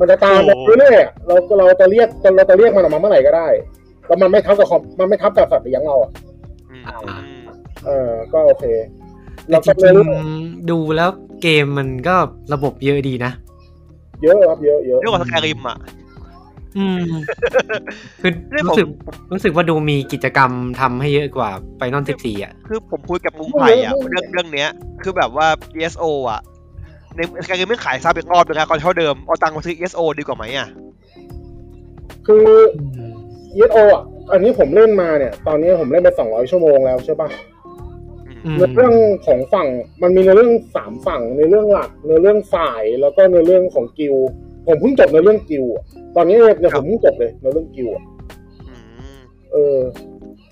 Speaker 5: มันจะตามเราเรื่อยๆอะเราเราจะเรียกเราจะเรียกมันออกมาเมื่อไหร่ก็ได้แล้วมันไม่ทับกับคอมมันไม่ทับกับสัตว์เลี้ยงเราอ่ะ
Speaker 2: อืม
Speaker 1: อ่า
Speaker 2: อืม
Speaker 5: เออก็โอเค
Speaker 1: แต่
Speaker 5: เรา
Speaker 1: จ
Speaker 5: ก็
Speaker 1: ริ
Speaker 5: เรื่
Speaker 1: ง
Speaker 5: อย
Speaker 1: ๆดูแล้วเกมมันก็ระบบเยอะดีนะ
Speaker 5: ๆเยอะครับเยอะเยอะ
Speaker 2: เรื่องของสแกริมอ่ะ
Speaker 1: อืม คือ
Speaker 2: เรื่องข
Speaker 1: รู้
Speaker 2: อง
Speaker 1: สึกรู้สึกว่าดูมีกิจกรรมทำให้เยอะกว่าไปนอนสิบสี่อ่ะ
Speaker 2: คือผมคุยกับปุ้งไผ่อ่ะเรื่องเรื่องเนี้ย คือแบบว่า ESO อ่ะ ในสแกริมไม่ขายซับอีกรอบนึงนะก่อนเท่าเดิม เอาตังค์มาซื้อ ESO ดีกว่าไหมอ่ะ
Speaker 5: คือเยสโออ่ะอันนี้ผมเล่นมาเนี่ย ตอนนี้ผมเล่นไปสองร้อยชั่วโมงแล้วใช่ปะ
Speaker 1: อืม
Speaker 5: ในเรื่องของฝั่งมันมีในเรื่องสามฝั่งในเรื่องหลักในเรื่องฝ่ายแล้วก็ในเรื่องของกิวผมเพิ่งจบในเรื่องกิวอะตอนนี้เนี่ย
Speaker 2: ครั
Speaker 5: ผ
Speaker 2: บ
Speaker 5: มเพิ่งจบเลยในเรื่องกิวอะ
Speaker 2: อืม
Speaker 5: เออ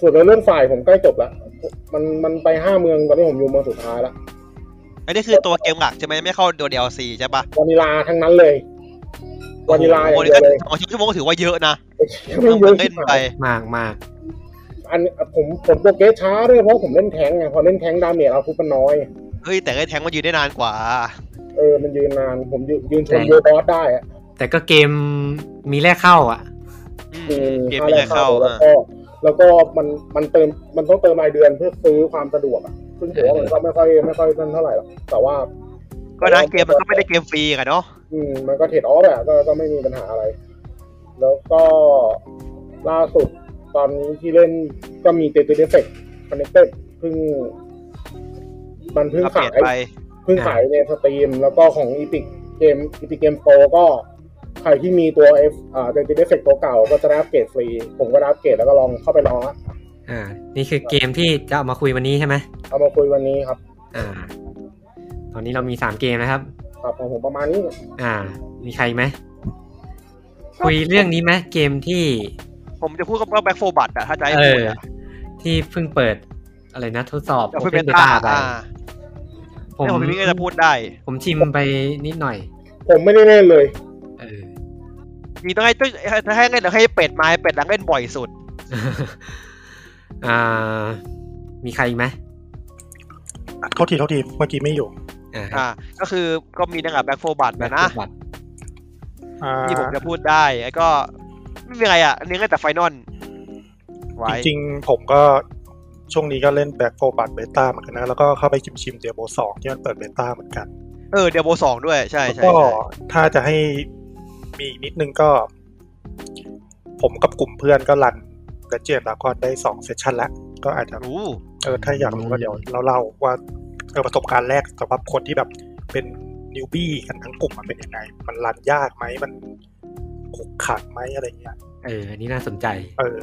Speaker 5: ส่วนในเรื่องฝ่ายผมใกล้จบละมันมันไปห้าเมืองตอนนี้ผมอยู่เมืองสุดท้ายละ
Speaker 2: อันนี้คือตัวเกมหลักใช่ไหมไม่เข้าตัว DLC ใช่ปะ
Speaker 5: วานิลาทั้งนั้นเลยวานิลาอย่างเดียวเลย
Speaker 2: สองชั่วโมงก็ถือว่าเยอะนะ
Speaker 5: ไม่เยอะ
Speaker 2: เล่นไป
Speaker 1: มากมาก
Speaker 5: อันผมผมตัวเกสช้าด้วยเพราะผมเล่นแทงค์ไงพอเล่นแทงค์ดาเมจเอาทุบมันน้อย
Speaker 2: เฮ้ย แต่ก็แทงมันยืนได้นานกว่า
Speaker 5: เออมันยืนนานผมยืนยืนชนเยอะบอสได้อะ
Speaker 1: แต่ก็เกมมีแลกเข้าอ่ะ
Speaker 2: อืม
Speaker 5: มี
Speaker 2: เกมไม่เคยเข้า
Speaker 5: แล้ว
Speaker 2: อ่ะ
Speaker 5: ก็แล้วก็มันมันเติมมันต้องเติมรายเดือนเพื่อซื้อความสะดวกอ่ะซึ่งถือว่ามันก็ไม่ค่อยไม่ค่อยนั่นเท่าไหร่หรอกแต่ว่า
Speaker 2: ก็นะเกมมันก็ไม่ได้เกมฟรีกันเนาะ
Speaker 5: อืมมันก็เทรดออฟแหละก็ก็ไม่มีปัญหาอะไร แล้วก็ล่าสุดตอนนี้ที่เล่นก็มีเตติเดฟเฟกคอนเนคเต็ดเพิ่ง มันเพิ่ง
Speaker 2: อัปเด
Speaker 5: ขา
Speaker 2: ต
Speaker 5: ย
Speaker 2: ไป
Speaker 5: เพิ่งขายในสตรีม แล้วก็ของอีพิกเกมอีพิกเกมโปรก็ใครที่มีตัวเอฟอ่าเดนติเดฟเฟกตัวเก่าก็จะได้อัปเกรดฟรี ผมก็ได้อัปเกรดแล้วก็ลองเข้าไปลองละ
Speaker 1: อ่า นี่คือเกมที่จะเอามาคุยวันนี้ใช่ไหม
Speaker 5: เอามาคุยวันนี้ครับ
Speaker 1: อ่า ตอนนี้เรามีสามเกมนะครับ
Speaker 5: ครับของผมประมาณนี้
Speaker 1: อ่า มีใครไหม คุยเรื่องนี้ไหมเกมที่
Speaker 2: ผมจะพูดก็ว่าแบ็คโฟบัตอะถ้าจะให้
Speaker 1: เอ
Speaker 2: พูด
Speaker 1: อ
Speaker 2: อะ
Speaker 1: ที่เพิ่งเปิด อะไรนะ ทดสอบ
Speaker 2: จะ
Speaker 1: Open
Speaker 2: พูดเป็น
Speaker 1: Beta
Speaker 2: ตา
Speaker 1: ไป
Speaker 2: อ่า
Speaker 1: ผม
Speaker 2: เนี่ยผมพี่ก็จะพูดได้
Speaker 1: ผมชิมไปนิดหน่อย
Speaker 5: ผมไม่ได้เล่นเลย
Speaker 1: เออ [LAUGHS]
Speaker 6: มีต้องให้ต้องให้เล่นแล้วให้เป็ดมาให้เป็ดหลังเล่นบ่อยสุด
Speaker 1: อ่า มีใครอีกไหม
Speaker 4: โทษทีโทษทีเมื่อกี้ไม่อยู่
Speaker 1: อ่า
Speaker 6: อ่า ก็คือก็มีตั้งแต่แบ็คโฟบัตนะนะ
Speaker 1: บัตร
Speaker 4: อ่า
Speaker 6: ที่ผมจะพูดได้แล้วก็ไม่มีอะไรอ่ะอันนี้ก็แต่ไฟนอลไว้
Speaker 4: จริงๆ ผมก็ช่วงนี้ก็เล่นแบ็คโกบัตเบต้าเหมือนกันนะ แล้วก็เข้าไปชิมชิมเดียโบสองที่มันเปิดเบต้าเหมือนกัน
Speaker 6: เออเดียโบสองด้วยใช่
Speaker 4: แล้ว
Speaker 6: ใช่
Speaker 4: ก็
Speaker 6: ใช่
Speaker 4: ถ้าจะให้มีอีกนิดนึงก็ ผมกับกลุ่มเพื่อนก็รันเดเจนแล้วก็ได้สองเซสชันแล้ว ก็อาจจะ
Speaker 6: รู้
Speaker 4: เออถ้าอยากรู้ก็เดี๋ยวเราเล่าว่าเออประสบการณ์แรกสำหรับคนที่แบบเป็นนิวบี้กันทั้งกลุ่มมันเป็นยังไง มันรันยากไหมมันขุกขักไหมอะไรเงี้ย
Speaker 1: เอออันนี้น่าสนใจ
Speaker 4: เออ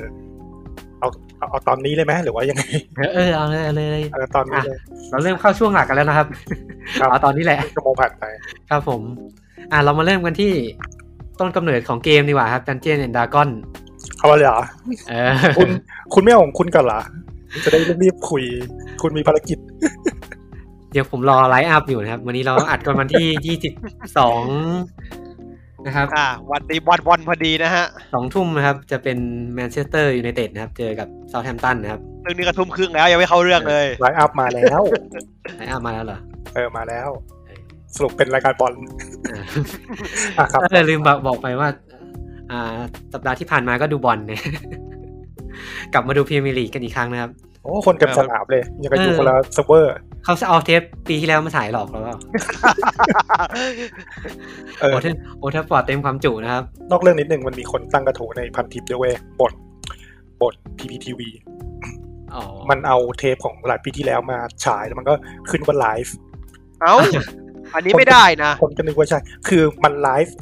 Speaker 4: เอาเอาเอาตอนนี้เลยไหมหรือว่ายังไง [LAUGHS]
Speaker 1: เออเออเอาเลยเอาเลย
Speaker 4: เออตอนนี้เลย
Speaker 1: เราเริ่มเข้าช่วงหลักกันแล้วนะครับ
Speaker 4: ครับ
Speaker 1: เอาตอนนี้แหละ
Speaker 4: ชั่วโมงผ่านไป
Speaker 1: ครับผม อ่ะเรามาเริ่มกันที่ต้นกำเนิดของเกมดีกว่าครับ Dungeon and Dragon
Speaker 4: เอาเลยเหรอ
Speaker 1: เออ [LAUGHS]
Speaker 4: คุณคุณไม่เอาของคุณกันเหรอจะได้รีบๆคุย คุณมีภารกิจ
Speaker 1: เดี๋ยวผมรอไลฟ์อัพอยู่นะครับ วันนี้เราอัดกันวันที่ [LAUGHS] 22 นะครับ
Speaker 6: อ่า วันดีวันวันพอดีนะฮะ
Speaker 1: สองทุ่มนะครับ จะเป็นแมนเชสเตอร์ยูไนเต็ดนะครับ เจอกับเซาท์แฮมป์ตันนะครับ
Speaker 6: เรื่องนี้กระทุ่มครึ่งแล้วยังไม่เข้าเรื่องเลย [LAUGHS]
Speaker 4: ไลน์อัพมา
Speaker 1: [LAUGHS]
Speaker 4: แล้ว
Speaker 1: ไลฟ์อัพมาแล้วเหรอ
Speaker 4: เออมาแล้ว สรุปเป็นรายการบอล
Speaker 1: เออ
Speaker 4: อ่ะครับ
Speaker 1: เออลืมบอกบอกไปว่า อ่า สัปดาห์ที่ผ่านมาก็ดูบอล [LAUGHS] เนี่ย กลับมาดูพรีเมียร์ลีกกันอีกครั้งนะครับ
Speaker 4: โอ้คนเต็มสนามเลย ยังกับอยู่คนละเซิร์ฟเวอร์
Speaker 1: เขาจะเอาเทปปีที่แล้วมาถ่ายหลอกเราเปล่า
Speaker 4: เออ
Speaker 1: โอ้ถ้าโอ้ถ้าปอดเต็มความจุนะครับ
Speaker 4: นอกเรื่องนิดนึงมันมีคนตั้งกระทู้ในพันทิปด้วยเว้ยบทบท PPTV
Speaker 1: อ๋อ
Speaker 4: มันเอาเทปของหลายปีที่แล้วมาฉายแล้วมันก็ขึ้นว่าไลฟ์
Speaker 6: เอ้า อันนี้ไม่ได้นะ
Speaker 4: คนก็นึกว่าใช่ คือมันไลฟ์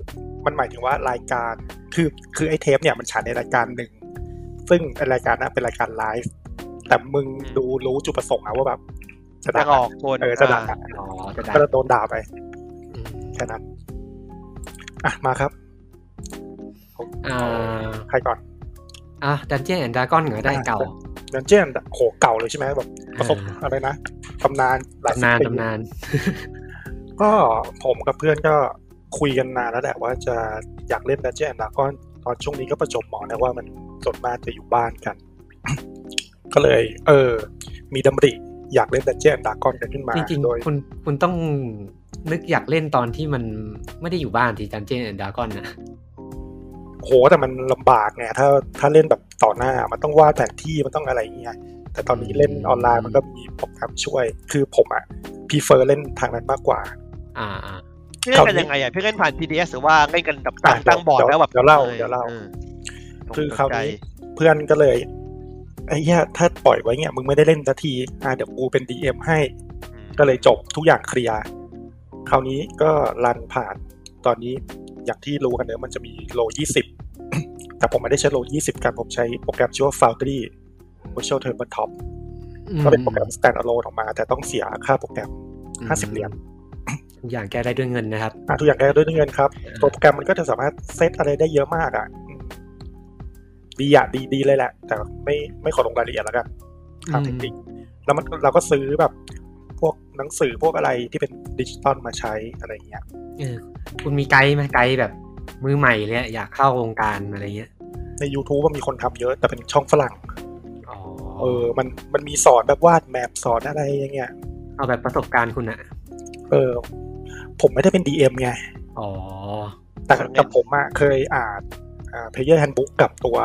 Speaker 4: มันหมายถึงว่ารายการ คือ คือไอ้เทปเนี่ยมันฉายในรายการหนึ่ง ซึ่งไอ้รายการนั้นเป็นรายการไลฟ์ แต่มึงดูรู้จุดประสงค์อะว่าแบบ จะ
Speaker 6: จะ
Speaker 4: ด่า
Speaker 6: ออกคน
Speaker 4: เออจะด่า
Speaker 6: อ่า
Speaker 1: อ๋อ จะได้
Speaker 4: ก็จะโดนด่าไป
Speaker 1: อืม
Speaker 4: แค่นั้น อ่ะ มาครับ
Speaker 1: อ่า
Speaker 4: ใครก่อน
Speaker 1: อ่ะดันเจี้ยนแอนด์ดราก้อนเหรอได้เก่า
Speaker 4: ดันเจียนโหเก่าเลยใช่ไหมแบบประสบ
Speaker 1: อ่า
Speaker 4: อะไรนะตำนานหลายสิบ
Speaker 1: ตำนาน
Speaker 4: ปี
Speaker 1: ตำนาน
Speaker 4: ก็ผมกับเพื่อนก็คุยกันนานแล้วแหละว่าจะอยากเล่นดันเจียนดาก้อนตอนช่วงนี้ก็ประจวบเหมาะนะว่ามันส่วนมากจะอยู่บ้านกัน [COUGHS] ก็เลย เออ มีดำริอยากเล่นดันเจียนดาก้อนกันขึ้นมา
Speaker 1: จริง
Speaker 4: โดย
Speaker 1: ๆ คุณคุณต้องนึกอยากเล่นตอนที่มันไม่ได้อยู่บ้านที่ดันเจี้ยนแอนด์ดราก้อนนะ
Speaker 4: โหแต่มันลำบากไงถ้าถ้าเล่นแบบต่อหน้ามันต้องวาดแผนที่มันต้องอะไรอย่างเงี้ย แต่ตอนนี้เล่นออนไลน์มันก็มีโปรแกรมช่วย คือผมอะพีเฟอร์เล่นทางนั้นมากกว่า
Speaker 1: อ่าอ่า
Speaker 6: พี่เล่นกันยังไงอ่ะพี่เล่นผ่าน TDS หรือว่าเล่นกันแบบ
Speaker 4: อ่ะ
Speaker 6: ตั้งบอร์ด
Speaker 4: เดี๋
Speaker 6: แล้
Speaker 4: ยวว
Speaker 6: แบบ
Speaker 4: เดี๋ยวเล่า
Speaker 6: ออ
Speaker 4: เดี๋ยวเล่า
Speaker 6: ออ
Speaker 4: คือคราว
Speaker 6: ผม
Speaker 4: นี้
Speaker 6: สนใจ
Speaker 4: เพื่อนก็เลยไอ้เหี้ยถ้าปล่อยไว้เนี่ยมึงไม่ได้เล่นสักทีอ่ะเดี๋ยวกูเป็น DM ให้
Speaker 6: อืม
Speaker 4: ก็เลยจบทุกอย่างเคลียร์คราวนี้ก็รันผ่านตอนนี้อย่างที่รู้กันเนอะมันจะมีโล 20 [COUGHS] แต่ผมไม่ได้ใช้โล 20 กันผมใช้โปรแกรมชื่อว่า Foundry Virtual Tabletop
Speaker 1: อืม
Speaker 4: ก็เป็นโปรแกรม standalone ออกมา แต่ต้องเสียค่าโปรแกรม
Speaker 1: อืม
Speaker 4: 50เหรียญ
Speaker 1: ทุกอย่างแก้ได้ด้วยเงินนะครับ
Speaker 4: อ่ะทุกอย่างแก้ด้วยเงินครับ โปรแกรมมันก็จะสามารถเซตอะไรได้เยอะมากอ่ะอืมดีอ่ะดีดีเลยแหละ แต่ไม่ไม่ขอลงรายละเอียดแล้วกันทาง
Speaker 1: อืม
Speaker 4: เทคนิคแล้วมันเราก็ซื้อแบบ พวกหนังสือพวกอะไรที่เป็นดิจิตอลมาใช้อะไรอย่างเงี้ย
Speaker 1: เออคุณมีไกด์ไหมไกด์แบบมือใหม่เลยอะอยากเข้าวงการอะไรเงี้ย
Speaker 4: ใน YouTube มันมีคนทำเยอะ แต่เป็นช่องฝรั่ง
Speaker 1: อ๋อ
Speaker 4: เออ มันมันมีสอนแบบวาดแมปสอนอะไรอย่างเงี้ย
Speaker 1: เอาแบบประสบการณ์คุณอะ
Speaker 4: เออ ผมไม่ได้เป็น DM ไง
Speaker 1: อ๋อ
Speaker 4: แต่กับผมอะเคยอ่านเพเยอร์แฮนบุ๊กกับตัว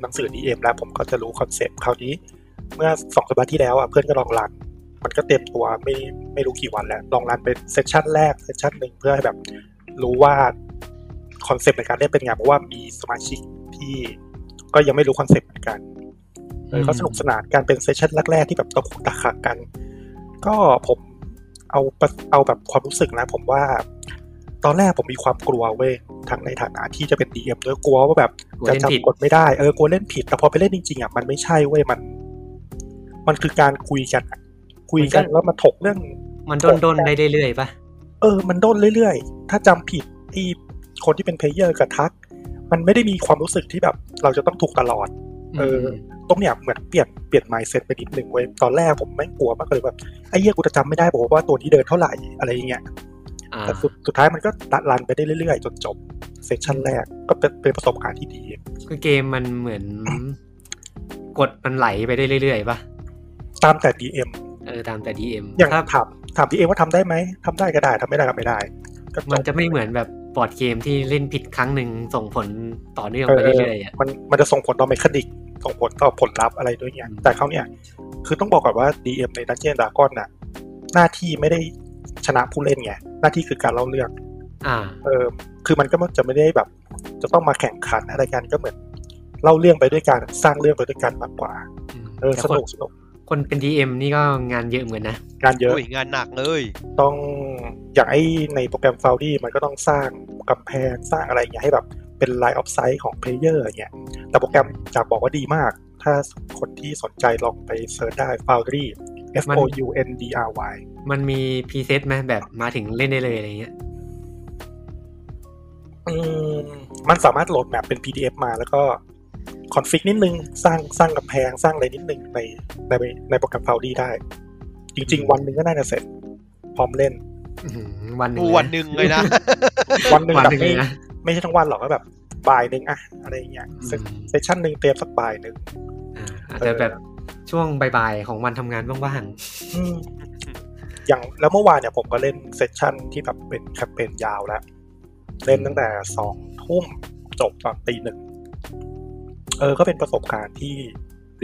Speaker 4: หนังสือ DM แล้วผมก็จะรู้คอนเซปต์คราวนี้ เมื่อสองสัปดาห์ที่แล้วอะเพื่อนก็ลองรัน มันก็เต็มตัวไม่ไม่รู้กี่วันแล้ว ลองรันเป็นเซสชันแรกเซสชันหนึ่งเพื่อให้แบบรู้ว่าคอนเซปต์ในการเล่นเป็นไงเพราะว่ามีสมาชิกที่ก็ยังไม่รู้คอนเซปต์เหมือนกัน เออก็สนุกสนานการเป็นเซสชันแรก ๆ ที่แบบตะคุกตะขักกัน ก็ผมเอาประเอาแบบความรู้สึกนะ ผมว่า ตอนแรกผมมีความกลัวเว้ยทั้งในฐานะที่จะเป็น DM ด้วยกลัวว่าแบบ
Speaker 1: กลัว
Speaker 4: จะ
Speaker 1: เล่นผิด
Speaker 4: จำกดไม่ได้เออกลัวเล่นผิด แต่พอไปเล่นจริงๆอ่ะมันไม่ใช่เว้ยมัน มันคือการคุยกันอะคุยกันแล้วมาถกเรื่อง
Speaker 1: มันดนดนๆได้เรื่อยๆปะ
Speaker 4: เออ มันด้นเรื่อยๆ ถ้าจำผิดที่คนที่เป็นเพลเยอร์กับทัก มันไม่ได้มีความรู้สึกที่แบบ เราจะต้องถูกตลอด เออ
Speaker 1: ม
Speaker 4: ตรงเนี้ยเหมือนเปลี่ยนเปลี่ยนไมเซ็ตไปนิดหนึ่งเว้ย ตอนแรกผมแม่งกลัวมากเลยแบบไอ้เหี้ยกูจะจำไม่ได้บอกว่าตัวนี้เดินเท่าไหร่อะไรอย่างเงี้ย
Speaker 1: อ่า
Speaker 4: แต่สุดสุดท้ายมันก็ตัดรันไปได้เรื่อยๆ จนจบ เซสชันแรกก็เป็นเป็นประสบการณ์ที่ดี
Speaker 1: คือเกมมันเหมือน กดมันไหลไปได้เรื่อยๆป่ะ
Speaker 4: ตามแต่ DM
Speaker 1: เออตามแต่ DM
Speaker 4: อย่าง
Speaker 1: ถ้า
Speaker 4: ถามถาม DM ว่าทำได้ไหมทำได้ก็ได้ทำไม่ได้ก็ไม่ได้ก็จ
Speaker 1: มัน
Speaker 4: บ
Speaker 1: จะไม่เหมือนแบบบอร์ดเกมที่เล่นผิดครั้งหนึ่งส่งผลต่อเนื่อง
Speaker 4: เอ
Speaker 1: ไป
Speaker 4: อ
Speaker 1: เรื่อยๆอ่ะ
Speaker 4: มันมันจะส่งผลต่อเมคานิกส่งผลต่อผลลัพธ์อะไรด้วยเนี่ย
Speaker 1: อืม
Speaker 4: แต่เขาวเนี่ย คือต้องบอกก่อนว่า DM ในดันเจียนดากอนน่ะ หน้าที่ไม่ได้ชนะผู้เล่นไงหน้าที่คือการเล่าเรื่อง
Speaker 1: อ่า
Speaker 4: เออคือมันก็จะไม่ได้แบบ จะต้องมาแข่งขันอะไรกันก็เหมือนเล่าเรื่องไปด้วยกันสร้างเรื่องไปด้วยกันมากกว่าเออ
Speaker 1: แต่
Speaker 4: ส
Speaker 1: คน
Speaker 4: นุกสนุก
Speaker 1: คนเป็น DM นี่ก็งานเยอะเหมือนนะ
Speaker 4: งานเยอะ
Speaker 6: อุ้ยงานหนักเลย
Speaker 4: ต้องอย่างไอ้ในโปรแกรมฟาวดี้มันก็ต้องสร้างกำแพงสร้างอะไรอย่างเงี้ยให้แบบเป็น Line of Sight ของเพลเยอร์เนี่ยแต่โปรแกรมจากบอกว่าดีมาก ถ้าคนที่สนใจลองไปเซิร์ชได้ Foundry F
Speaker 1: มัน
Speaker 4: O U N D R Y
Speaker 1: มันมีพรีเซตไหมแบบมาถึงเล่นได้เลยอะไรเงี้ย
Speaker 4: อืมมันสามารถโหลดแมปเป็น PDF มาแล้วก็คอนฟิกนิดนึง สร้างสร้างกำแพงสร้างอะไรนิดนึงในในในโปรแกรมเฟลดีได้ จริง ๆ วันหนึ่งก็น่าจะเสร็จ พร้อมเล่น
Speaker 1: อื้อหือวันหนึ่ง
Speaker 6: กูวันหนึ่งเลยนะ [LAUGHS]
Speaker 4: วันหนึ่ง
Speaker 1: วัน
Speaker 4: แบบ
Speaker 1: หนึ่งเลย
Speaker 4: ไม่
Speaker 1: นะ
Speaker 4: ไม่ใช่ทั้งวันหรอกก็แบบบ่ายหนึ่งอะอะไรอย่างเงี้ย
Speaker 1: อืม
Speaker 4: เซสเซสชั่นหนึ่งเตรียมสักบ่ายหนึ่ง
Speaker 1: อ่าอาจจะแบบช่วงบ่ายๆของวันทำงานว่าง
Speaker 4: อื
Speaker 1: [LAUGHS]
Speaker 4: มอย่างแล้วเมื่อวานเนี่ยผมก็เล่นเซสชั่นที่แบบเป็นแคมเปญยาวแล้ว เล่นตั้งแต่สองทุ่มจบตอนตีหนึ่งเออ ก็เป็นประสบการณ์ที่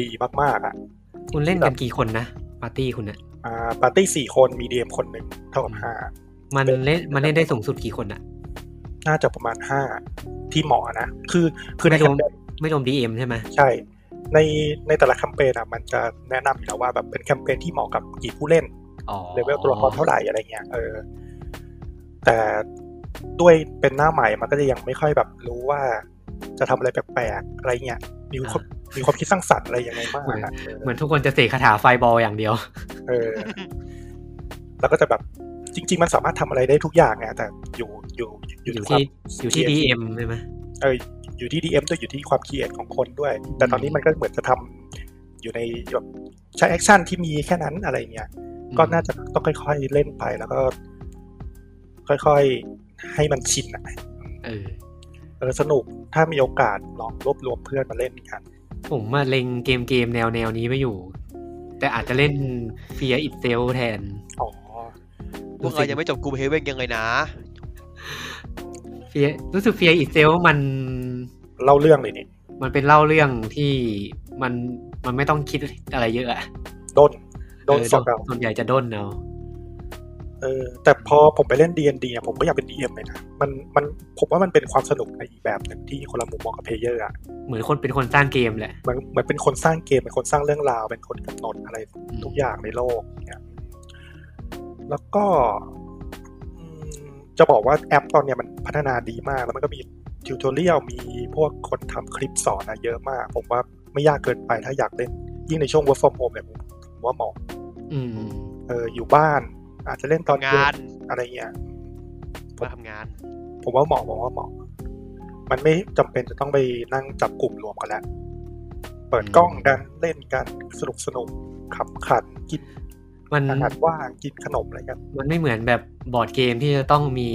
Speaker 4: ดีมากๆอ่ะ
Speaker 1: ๆ คุณเล่นกันกี่คนนะปาร์ตี้คุณอะ
Speaker 4: อ่าปาร์ตี้สี่คนมีดีเอ็มคนหนึ่งเท่ากับห้า
Speaker 1: มัน
Speaker 4: เป็น
Speaker 1: เล่นมันเล่นได้สูงสุดกี่คนอะ
Speaker 4: น่าจะประมาณห้าที่เหมาะนะ คือคือใน
Speaker 1: ไม่
Speaker 4: แค
Speaker 1: รว
Speaker 4: ม
Speaker 1: ม
Speaker 4: เปญ
Speaker 1: ไม่รวมดีเอ็มใช่ไหม
Speaker 4: ใช่ ในในแต่ละแคมเปญอ่ะมันจะแนะนำอยู่แล้วว่าแบบเป็นแคมเปญที่เหมาะกับกี่ผู้เล่น
Speaker 1: อ๋อ
Speaker 4: เลเวลตัวละครเท่าไหร่อะไรเงี้ยเออแต่ด้วยเป็นหน้าใหม่มันก็จะยังไม่ค่อยแบบรู้ว่าจะทำอะไรแปลกๆอะไรเงี้ยมีคนมีความคิดสร้างสรรค์อะไรยังไงมากอะ
Speaker 1: เหมือนทุกคนจะเสกคาถาไฟบอลอย่างเดียว
Speaker 4: เออ แล้วก็จะแบบจริง ๆ มันสามารถทำอะไรได้ทุกอย่างไงแต่อยู่อยู่อยู่
Speaker 1: อยู่
Speaker 4: ที่ค
Speaker 1: ที่อยู่
Speaker 4: วาม
Speaker 1: ที่ดีเอ็มใช่ไหม
Speaker 4: เอออยู่ที่ดีเอ็มด้วยอยู่ที่ความคิดของคนด้วย แต่ตอนนี้มันก็เหมือนจะทำอยู่ในแบบใช้แอคชั่นที่มีแค่นั้นอะไรเงี้ย ก็น่าจะต้องค่อยๆเล่นไปแล้วก็ ค่อยๆให้มันชินอะ
Speaker 1: เออ
Speaker 4: เออสนุกถ้ามีโอกาสลองรวบรวมเพื่อนมาเล่นกัน
Speaker 1: ผมมาเล็งเกมเกมแนวแนวนี้ไม่อยู่ แต่อาจจะเล่นเฟียอิ s เซลแทน
Speaker 4: อ๋อ
Speaker 6: พวกเรายังไม่จบกลุ่มเฮเว่นยังไงนะ
Speaker 1: เฟียรู้สึกเฟียอิ s เซลมัน
Speaker 4: เล่าเรื่องเลยนี่
Speaker 1: มันเป็นเล่าเรื่องที่มันมันไม่ต้องคิดอะไรเยอะอะ
Speaker 4: โดนโดน
Speaker 1: เออ
Speaker 4: สดเรา
Speaker 1: ส่วนใหญ่จะด้นเอา
Speaker 4: เออ แต่พอผมไปเล่น D&D อะผมก็อยากเป็น DM เลยนะมันมันผมว่ามันเป็นความสนุกในอีกแบบหนึ่งที่คนละมุมมองกับเพลเยอร์อะ
Speaker 1: เหมือนคนเป็นคนสร้างเกมแหละ
Speaker 4: เหมันเหมือนเป็นคนสร้างเกมเป็นคนสร้างเรื่องราว เป็นคนกำหนดอะไร ทุกอย่างในโลกเนี่ยแล้วก็อืมจะบอกว่าแอปตอนเนี้ยมันพัฒนาดีมาก แล้วมันก็มีทิวทอเรียลมีพวกคนทำคลิปสอนอะเยอะมาก ผมว่าไม่ยากเกินไปถ้าอยากเล่น ยิ่งในช่วง work from home เนี่ยผมผมว่าเหมาะ
Speaker 1: อืม
Speaker 4: เอออยู่บ้าน อาจจะเล่นตอนเย็
Speaker 6: งาน
Speaker 4: อะไรเงี้ย
Speaker 6: มาทำงาน [LAUGHS]
Speaker 4: ผมว่าเหมาะผมว่าเหมาะ มันไม่จำเป็นจะต้องไปนั่งจับกลุ่มรวมกันแล้ว เปิดกล้องกันเล่นกันสนุกสนุกๆขับขันกิน
Speaker 1: มัน
Speaker 4: อาหารว่างกินขนมอะไรกัน
Speaker 1: มันไม่เหมือนแบบบอร์ดเกมที่จะต้องมี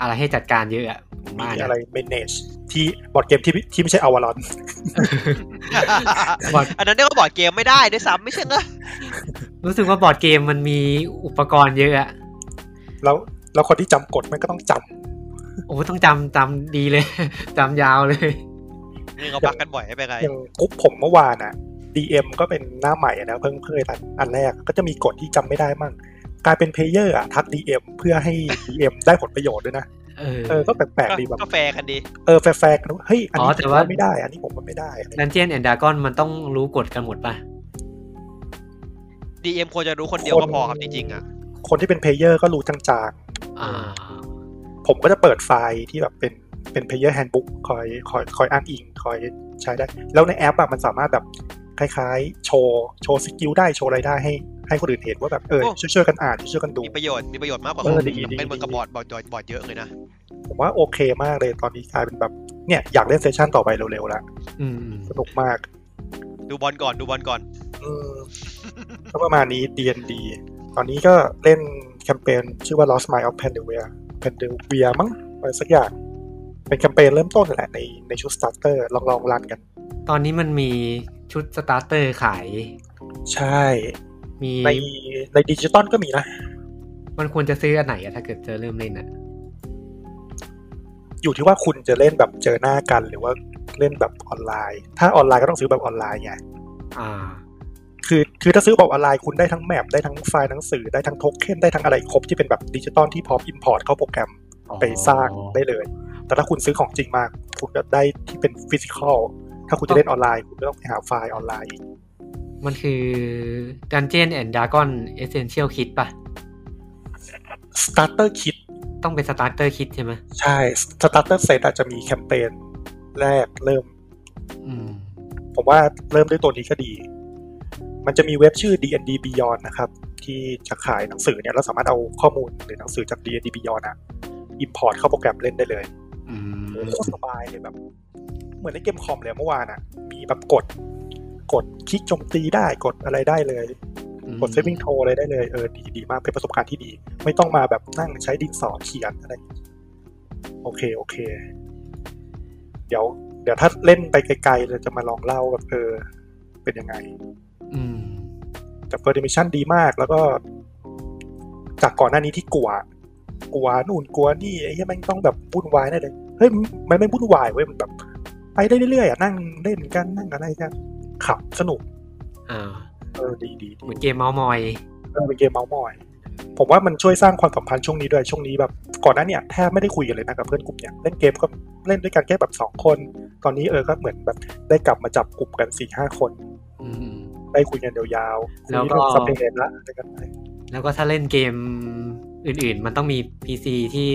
Speaker 1: อะไรให้จัดการเยอะอะผมว่า
Speaker 4: มี
Speaker 1: นะ
Speaker 4: อะไร manage ที่บอร์ดเกมที่ที่ไม่ใช่อวารอน
Speaker 1: บอร์ด
Speaker 6: อันนั้นเรียกว่าบอร์ดเกมไม่ได้ด้วยซ้ำไม่ใช่เหรอ
Speaker 1: รู้สึกว่าบอร์ดเกมมันมีอุปกรณ์เยอะอะ
Speaker 4: แล้วแล้วคนที่จำกฎมันก็ต้องจำ
Speaker 1: โอ้ต้องจำจำดีเลย [LAUGHS] จำยาวเลย
Speaker 6: นี่เขาบักกันบ่อยไม่เป็นไร
Speaker 4: อย่างกรุ๊ปผมเมื่อวานอ่ะ DM ก็เป็นหน้าใหม่นะเพิ่งเคยอันอันแรกก็จะมีกฎที่จำไม่ได้มั่งกลายเป็นเพลเยอร์อ่ะทัก DM เพื่อให้ DM ได้ผลประโยชน์ด้วยนะ
Speaker 1: เออ
Speaker 4: เออ ก็แปลก
Speaker 6: ก็
Speaker 4: ๆดีแบบ
Speaker 6: ก็แฟร์กันดี
Speaker 4: เออแฟร์ๆกันว่าเฮ้ย อันนี้
Speaker 1: อ๋อแต่ว่า
Speaker 4: ผมไม่ได้ อันนี้ผมมันไม่ได้อะไร
Speaker 1: ดันเจียนแอนดากอนมันต้องรู้กฎกันหมดป่ะ
Speaker 6: DM ควรจะรู้คนเดียวก็พอครับจริงๆอ่ะ
Speaker 4: คนที่เป็นเพลเยอร์ก็รู้จาง
Speaker 1: อ่า
Speaker 4: ๆ ผมก็จะเปิดไฟล์ที่แบบเป็นเป็นเพลเยอร์แฮนด์บุ๊กคอยคอยคอยอ้างอิงคอยใช้ได้ แล้วในแอปอะมันสามารถแบบคล้ายๆ โชว์โชว์สกิลได้โชว์อะไรได้ให้ให้คนอื่นเห็นว่าแบบเออ
Speaker 6: โอ้
Speaker 4: ช่วยช่วยๆกันอ่านช่วยช่วยๆกันดู
Speaker 6: มีประโยชน์มีประโยชน์มากกว่า
Speaker 4: เออดีดี
Speaker 6: เป็นเมืองกับบอร์ดบอร์ดบอร์ดเยอะเลยนะ
Speaker 4: ผมว่าโอเคมากเลยตอนนี้กลายเป็นแบบเนี่ยอยากเล่นเซสชั่นต่อไปเร็วๆละ
Speaker 1: อืมอืม
Speaker 4: สนุกมาก
Speaker 6: ดูบอลก่อนดูบอลก่อน
Speaker 4: อืมก็ประมาณนี้ D&D ตอนนี้ก็เล่นแคมเปญชื่อว่า Lost Mind of Pandavia Pandavia มั้ง อะไรสักอย่าง เป็นแคมเปญเริ่มต้นนั่นแหละในในชุดสตาร์เตอร์ลองลองรันกัน
Speaker 1: ตอนนี้มันมีชุดสตาร์เตอร์ขาย
Speaker 4: ใช่
Speaker 1: มี
Speaker 4: ในในดิจิตอลก็มีนะ
Speaker 1: มันควรจะซื้ออันไหนอะถ้าเกิดจะเริ่มเล่นอะ
Speaker 4: อยู่ที่ว่าคุณจะเล่นแบบเจอหน้ากันหรือว่าเล่นแบบออนไลน์ ถ้าออนไลน์ก็ต้องซื้อแบบออนไลน์ไง
Speaker 1: อ่า
Speaker 4: คือคือถ้าซื้อแบบออนไลน์คุณได้ทั้งแมปได้ทั้งไฟล์หนังสือได้ทั้งโทเค็นได้ทั้งอะไรครบที่เป็นแบบดิจิตอลที่พร้อมอินพอร์ตเข้าโปรแกรมไปสร้างได้เลย แต่ถ้าคุณซื้อของจริงมาคุณก็ได้ที่เป็นฟิสิกอลถ้าคุณจะเล่นออนไลน์ คุณก็ต้องไปหาไฟล์ออนไลน์อีก
Speaker 1: มันคือ Dungeon and Dragon Essential Kit ป่ะ
Speaker 4: สตาร์เตอร์คิด
Speaker 1: ต้องเป็น Starter Kit ใช่ไหม
Speaker 4: ใช่สตาร์เตอร์เซตอาจจะมีแคมเปญแรกเริ่ม
Speaker 1: อืม
Speaker 4: ผมว่าเริ่มด้วยตัวนี้ก็ดี มันจะมีเว็บชื่อ D&D Beyond นะครับ ที่จะขายหนังสือเนี่ยเราสามารถเอาข้อมูลหรือหนังสือจาก D&D Beyond อะ import เข้าโปรแกรมเล่นได้เลย
Speaker 1: อืม
Speaker 4: โคตรสบายเลยแบบ เหมือนในเกมคอมเลยเมื่อวานอะมีแบบกด กดคลิกโจมตีได้กดอะไรได้เลย กด saving throw อะไรได้เลยเออดีดีมากเป็นประสบการณ์ที่ดี ไม่ต้องมาแบบนั่งใช้ดินสอเขียนอะไร โอเค โอเค เดี๋ยว เดี๋ยวถ้าเล่นไปไกลๆเราจะมาลองเล่าแบบเออเป็นยังไง
Speaker 1: อืม
Speaker 4: แต่เฟอร์ดิมิชันดีมากแล้วก็ จากก่อนหน้านี้ที่กลัว กลัวนู่นกลัวนี่ไอ้เหี้ยแม่งต้องแบบวุ่นวายแน่เลยเฮ้ยมันไม่วุ่นวายเว้ยมันแบบ ไปได้เรื่อยๆอ่ะนั่งเล่นกันนั่งอะไรกันขับสนุก
Speaker 1: อ่า
Speaker 4: เออดีดีดี
Speaker 1: เหมือนเกมเมาส์มอย
Speaker 4: เออเป็นเกมเมาส์มอย ผมว่ามันช่วยสร้างความสัมพันธ์ช่วงนี้ด้วยช่วงนี้แบบก่อนหน้าเนี่ยแทบไม่ได้คุยกันเลยนะกับเพื่อนกลุ่มเนี่ยเล่นเกมก็เล่นด้วยกันแค่แบบสองคน ตอนนี้เออก็เหมือนแบบได้กลับมาจับกลุ่มกันสี่ห้าคน
Speaker 1: อืม
Speaker 4: ได้คุยกันยาวๆคุย
Speaker 1: แล้วก็
Speaker 4: เรื่องสเปนละอะไรกันไป
Speaker 1: แล้วก็ถ้าเล่นเกมอื่นๆ มันต้องมี PC ที่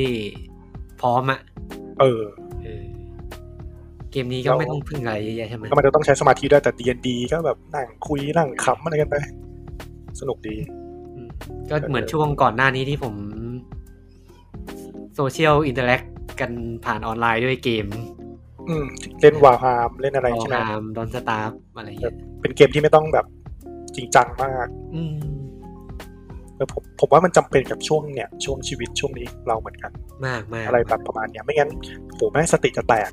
Speaker 1: พร้อมอะ
Speaker 4: เออ
Speaker 1: เออเกมนี้ก็
Speaker 4: แล้ว
Speaker 1: ไม่ต้องพึ่งอะไรเยอะแยะใช่ไหม
Speaker 4: ก็มันจะต้องใช้สมาธิด้วยแต่ D&D ก็แบบนั่งคุยนั่งขำอะไรกันไปสนุกดี
Speaker 1: อืมก็เหมือนช่วงก่อนหน้านี้ที่ผม โซเชียลอินเตอร์แอคกันผ่านออนไลน์ด้วยเกม
Speaker 4: อืมเล่นวาวฮามเล่นอะไร
Speaker 1: ออ
Speaker 4: ใช่ไหม
Speaker 1: ฮามดอนสตาร์อะไรอย่างเงี้ย
Speaker 4: เป็นเกมที่ไม่ต้องแบบจริงจังมาก
Speaker 1: อืม
Speaker 4: เออผมผมว่ามันจำเป็นกับช่วงเนี่ยช่วงชีวิตช่วงนี้เราเหมือนกัน
Speaker 1: มากมาก
Speaker 4: อะไรแบบประมาณเนี้ยไม่งั้นโหแม่งสติจะแตก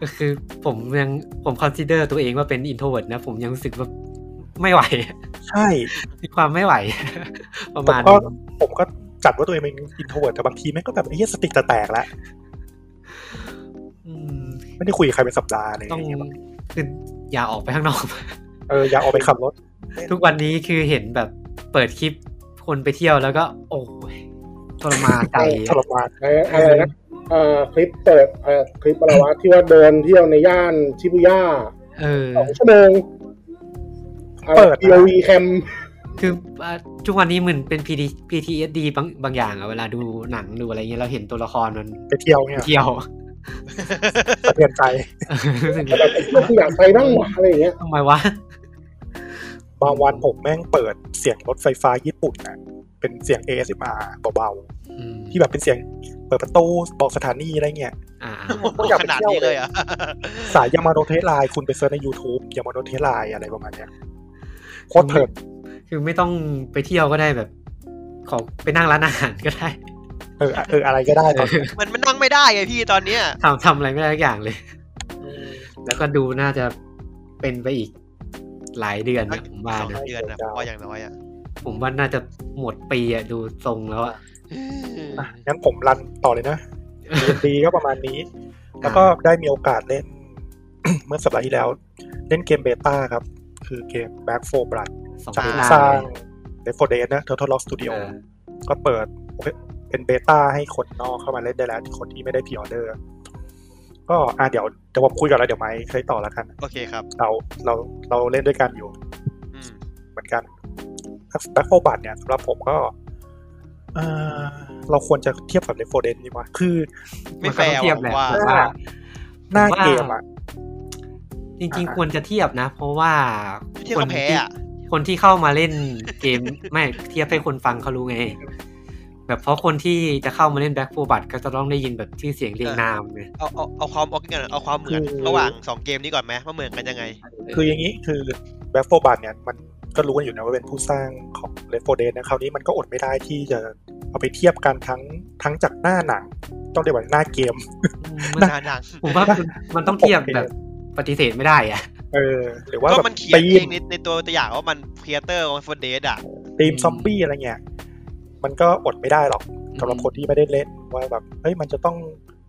Speaker 1: ก็คือ ผมยังผมคอนซิเดอร์ตัวเองว่าเป็นอินโทรเวิร์ดนะ ผมยังรู้สึกว่าไม่ไหว [LAUGHS]
Speaker 4: ใช่
Speaker 1: มีความไม่ไหว [LAUGHS] ประ
Speaker 4: ผม
Speaker 1: มาณ
Speaker 4: ก็
Speaker 1: นึง
Speaker 4: ผมก็จัดว่าตัวเองเป็นอินโทรเวิร์ดแต่บางทีแม่งก็แบบไอ้เหี้ยสติจะแตกแล้ว
Speaker 1: อืม
Speaker 4: ไม่ได้คุยกับใครเป็นสัปดาห์เลย
Speaker 1: ต้อง
Speaker 4: ย่างเงี้ยแบบ
Speaker 1: คืออย่าออกไปข้างนอก [LAUGHS]
Speaker 4: เอออย่าออกไปขับรถ
Speaker 1: ทุกวันนี้คือเห็นแบบเปิดคลิปคนไปเที่ยวแล้วก็ โอ้ยทรมานใจ
Speaker 4: ทรมาน
Speaker 3: อะไรอะไรนะเอ่อคลิปเปิดเอ่อคลิปอะไรวะที่ว่าเดินเที่ยวในย่านชิบูย่า
Speaker 1: เออ
Speaker 3: สองชั่วโมง
Speaker 4: เปิด
Speaker 3: เอวีแคม
Speaker 1: คืออ่ะทุกวันนี้เหมือนเป็น PD PTSD บางบางอย่างอะเวลาดูหนังดูอะไรเงี้ยเราเห็นตัวละครมัน
Speaker 4: ไปเที่ยวเนี่ย
Speaker 1: เที่ยว [LAUGHS]
Speaker 4: สะเทือนใจ
Speaker 1: รู้สึก
Speaker 3: แบบไอ้เพื่อนกูอยากไปบ้างวะอะไรอย่างเงี้ย
Speaker 1: ทำไมวะ
Speaker 4: บางวันผมแม่งเปิดเสียงรถไฟฟ้าญี่ปุ่นอ่ะเป็นเสียง ASMR เบา
Speaker 1: อืม
Speaker 4: ๆที่แบบเป็นเสียงเปิดประตูบอกสถานีอะไรเงี้ย
Speaker 1: อ่า
Speaker 4: ผมอยาก
Speaker 6: [LAUGHS] ข
Speaker 4: ไป
Speaker 6: นาด
Speaker 4: เที่ยว
Speaker 6: นี้เลยเหรอ่ะ
Speaker 4: สายยามาโนเทสไลน์คุณไปเซิร์ชใน YouTube ยามาโนเทสไลน์อะไรประมาณเนี้ยโคตรเพลิน
Speaker 1: คือไม่ต้องไปเที่ยวก็ได้แบบ ขอไปนั่งร้านอาหารก็ได้ [LAUGHS]
Speaker 4: เออเอออะไรก็ได้ตอนนี้
Speaker 6: [LAUGHS] มันมันนั่งไม่ได้ไงพี่ตอนเนี้ย
Speaker 1: ทำทำอะไรไม่ได้ทุกอย่างเลย แล้วก็ดูน่าจะเป็นไปอีกหลายเดือนนะผมว่า
Speaker 6: สอง
Speaker 1: นะ
Speaker 6: เดือนนะผมว่าอย่างน้อยอ่ะ
Speaker 1: ผมว่าน่าจะหมดปีอะดูทรงแล้วอะ
Speaker 4: อ่ะงั้นผมรันต่อเลยนะดี [LAUGHS] ก็ประมาณนี้ แล้วก็ได้มีโอกาสเล่น [COUGHS] เมื่อสัปดาห์ที่แล้ว เล่นเกมเบต้าครับ คือเกม Back for Blood
Speaker 1: สอง
Speaker 6: สา
Speaker 1: ปี
Speaker 6: ม
Speaker 1: หน้า
Speaker 4: สร้าง Left 4 Dead นะ Turtle Rock
Speaker 1: เอ
Speaker 4: Studio
Speaker 1: อ
Speaker 4: ก็เปิดโอเคเป็นเบต้าให้คนนอกเข้ามาเล่นได้แล้วที่คนที่ไม่ได้พ r ออเดอร์ ก็อ่ะเดี๋ยวเดี๋ยวผมคุยก่อนแล้วเดี๋ยวไมค์ใครต่อแล้วกัน
Speaker 6: โอเคครับ
Speaker 4: เราเราเราเล่นด้วยกันอยู่
Speaker 6: อืม
Speaker 4: เหมือนกันแบ็คโฟบัตเนี่ยสำหรับผมก็เอ่อเราควรจะเทียบกับเลฟโฟเดนดีกว่า คือ
Speaker 6: ไม่
Speaker 1: น
Speaker 6: แฟ
Speaker 1: ก็
Speaker 6: ร์ว่ะ
Speaker 1: ต้องเทียบ
Speaker 6: ผ
Speaker 1: แห
Speaker 6: ม
Speaker 1: ละ
Speaker 6: ว่า
Speaker 1: ผมว่า
Speaker 4: หน้า
Speaker 1: ผมว่า
Speaker 4: เกมอ่ะ
Speaker 1: จริงๆ
Speaker 4: อ่า
Speaker 1: ควรจะเทียบนะ เพราะว่า
Speaker 6: เทียบ
Speaker 1: ค
Speaker 6: กัน บแพ้
Speaker 1: ที่
Speaker 6: อะ
Speaker 1: คนที่เข้ามาเล่นเกม [LAUGHS] ไม่เทียบให้คนฟังเขารู้ไง แบบเพราะคนที่จะเข้ามาเล่นแบ็คโฟบัตก็จะต้องได้ยินแบบชื่อเสียงเรียงนามไง
Speaker 6: เอาเอาเอาความเอากันเอาความเหมือน
Speaker 4: คือ
Speaker 6: ระหว่างสองเกมนี้ก่อนไหมว่าเหมือนกันยังไง
Speaker 4: คืออย่างนี้คือแบ็คโฟบัตเนี่ย มันก็รู้กันอยู่นะว่าเป็นผู้สร้างของเลฟโฟเดนนะคราวนี้มันก็อดไม่ได้ที่จะ เอาไปเทียบกันทั้งทั้งจากหน้าหนัง ต้องเรียกว่าหน้าเกม [LAUGHS]
Speaker 1: มัน
Speaker 6: หนาหนัง
Speaker 1: ผมว่ามันมันต้องเทียบแบบปฏิเสธไม่ได้อะ
Speaker 4: เออ หรือว่า
Speaker 6: ก็
Speaker 4: แบบ
Speaker 6: มันเขียน
Speaker 4: ธี
Speaker 6: เอ
Speaker 4: ม
Speaker 6: งในในตัวตัวอย่างว่ามันเคียเตอร์ของฟอนเดสอ่ะ
Speaker 4: ธีมซอมบี้อะไรเงี้ยมันก็อดไม่ได้หรอกสำหรับคนที่ไม่ได้เล่นว่าแบบเฮ้ยมันจะต้อง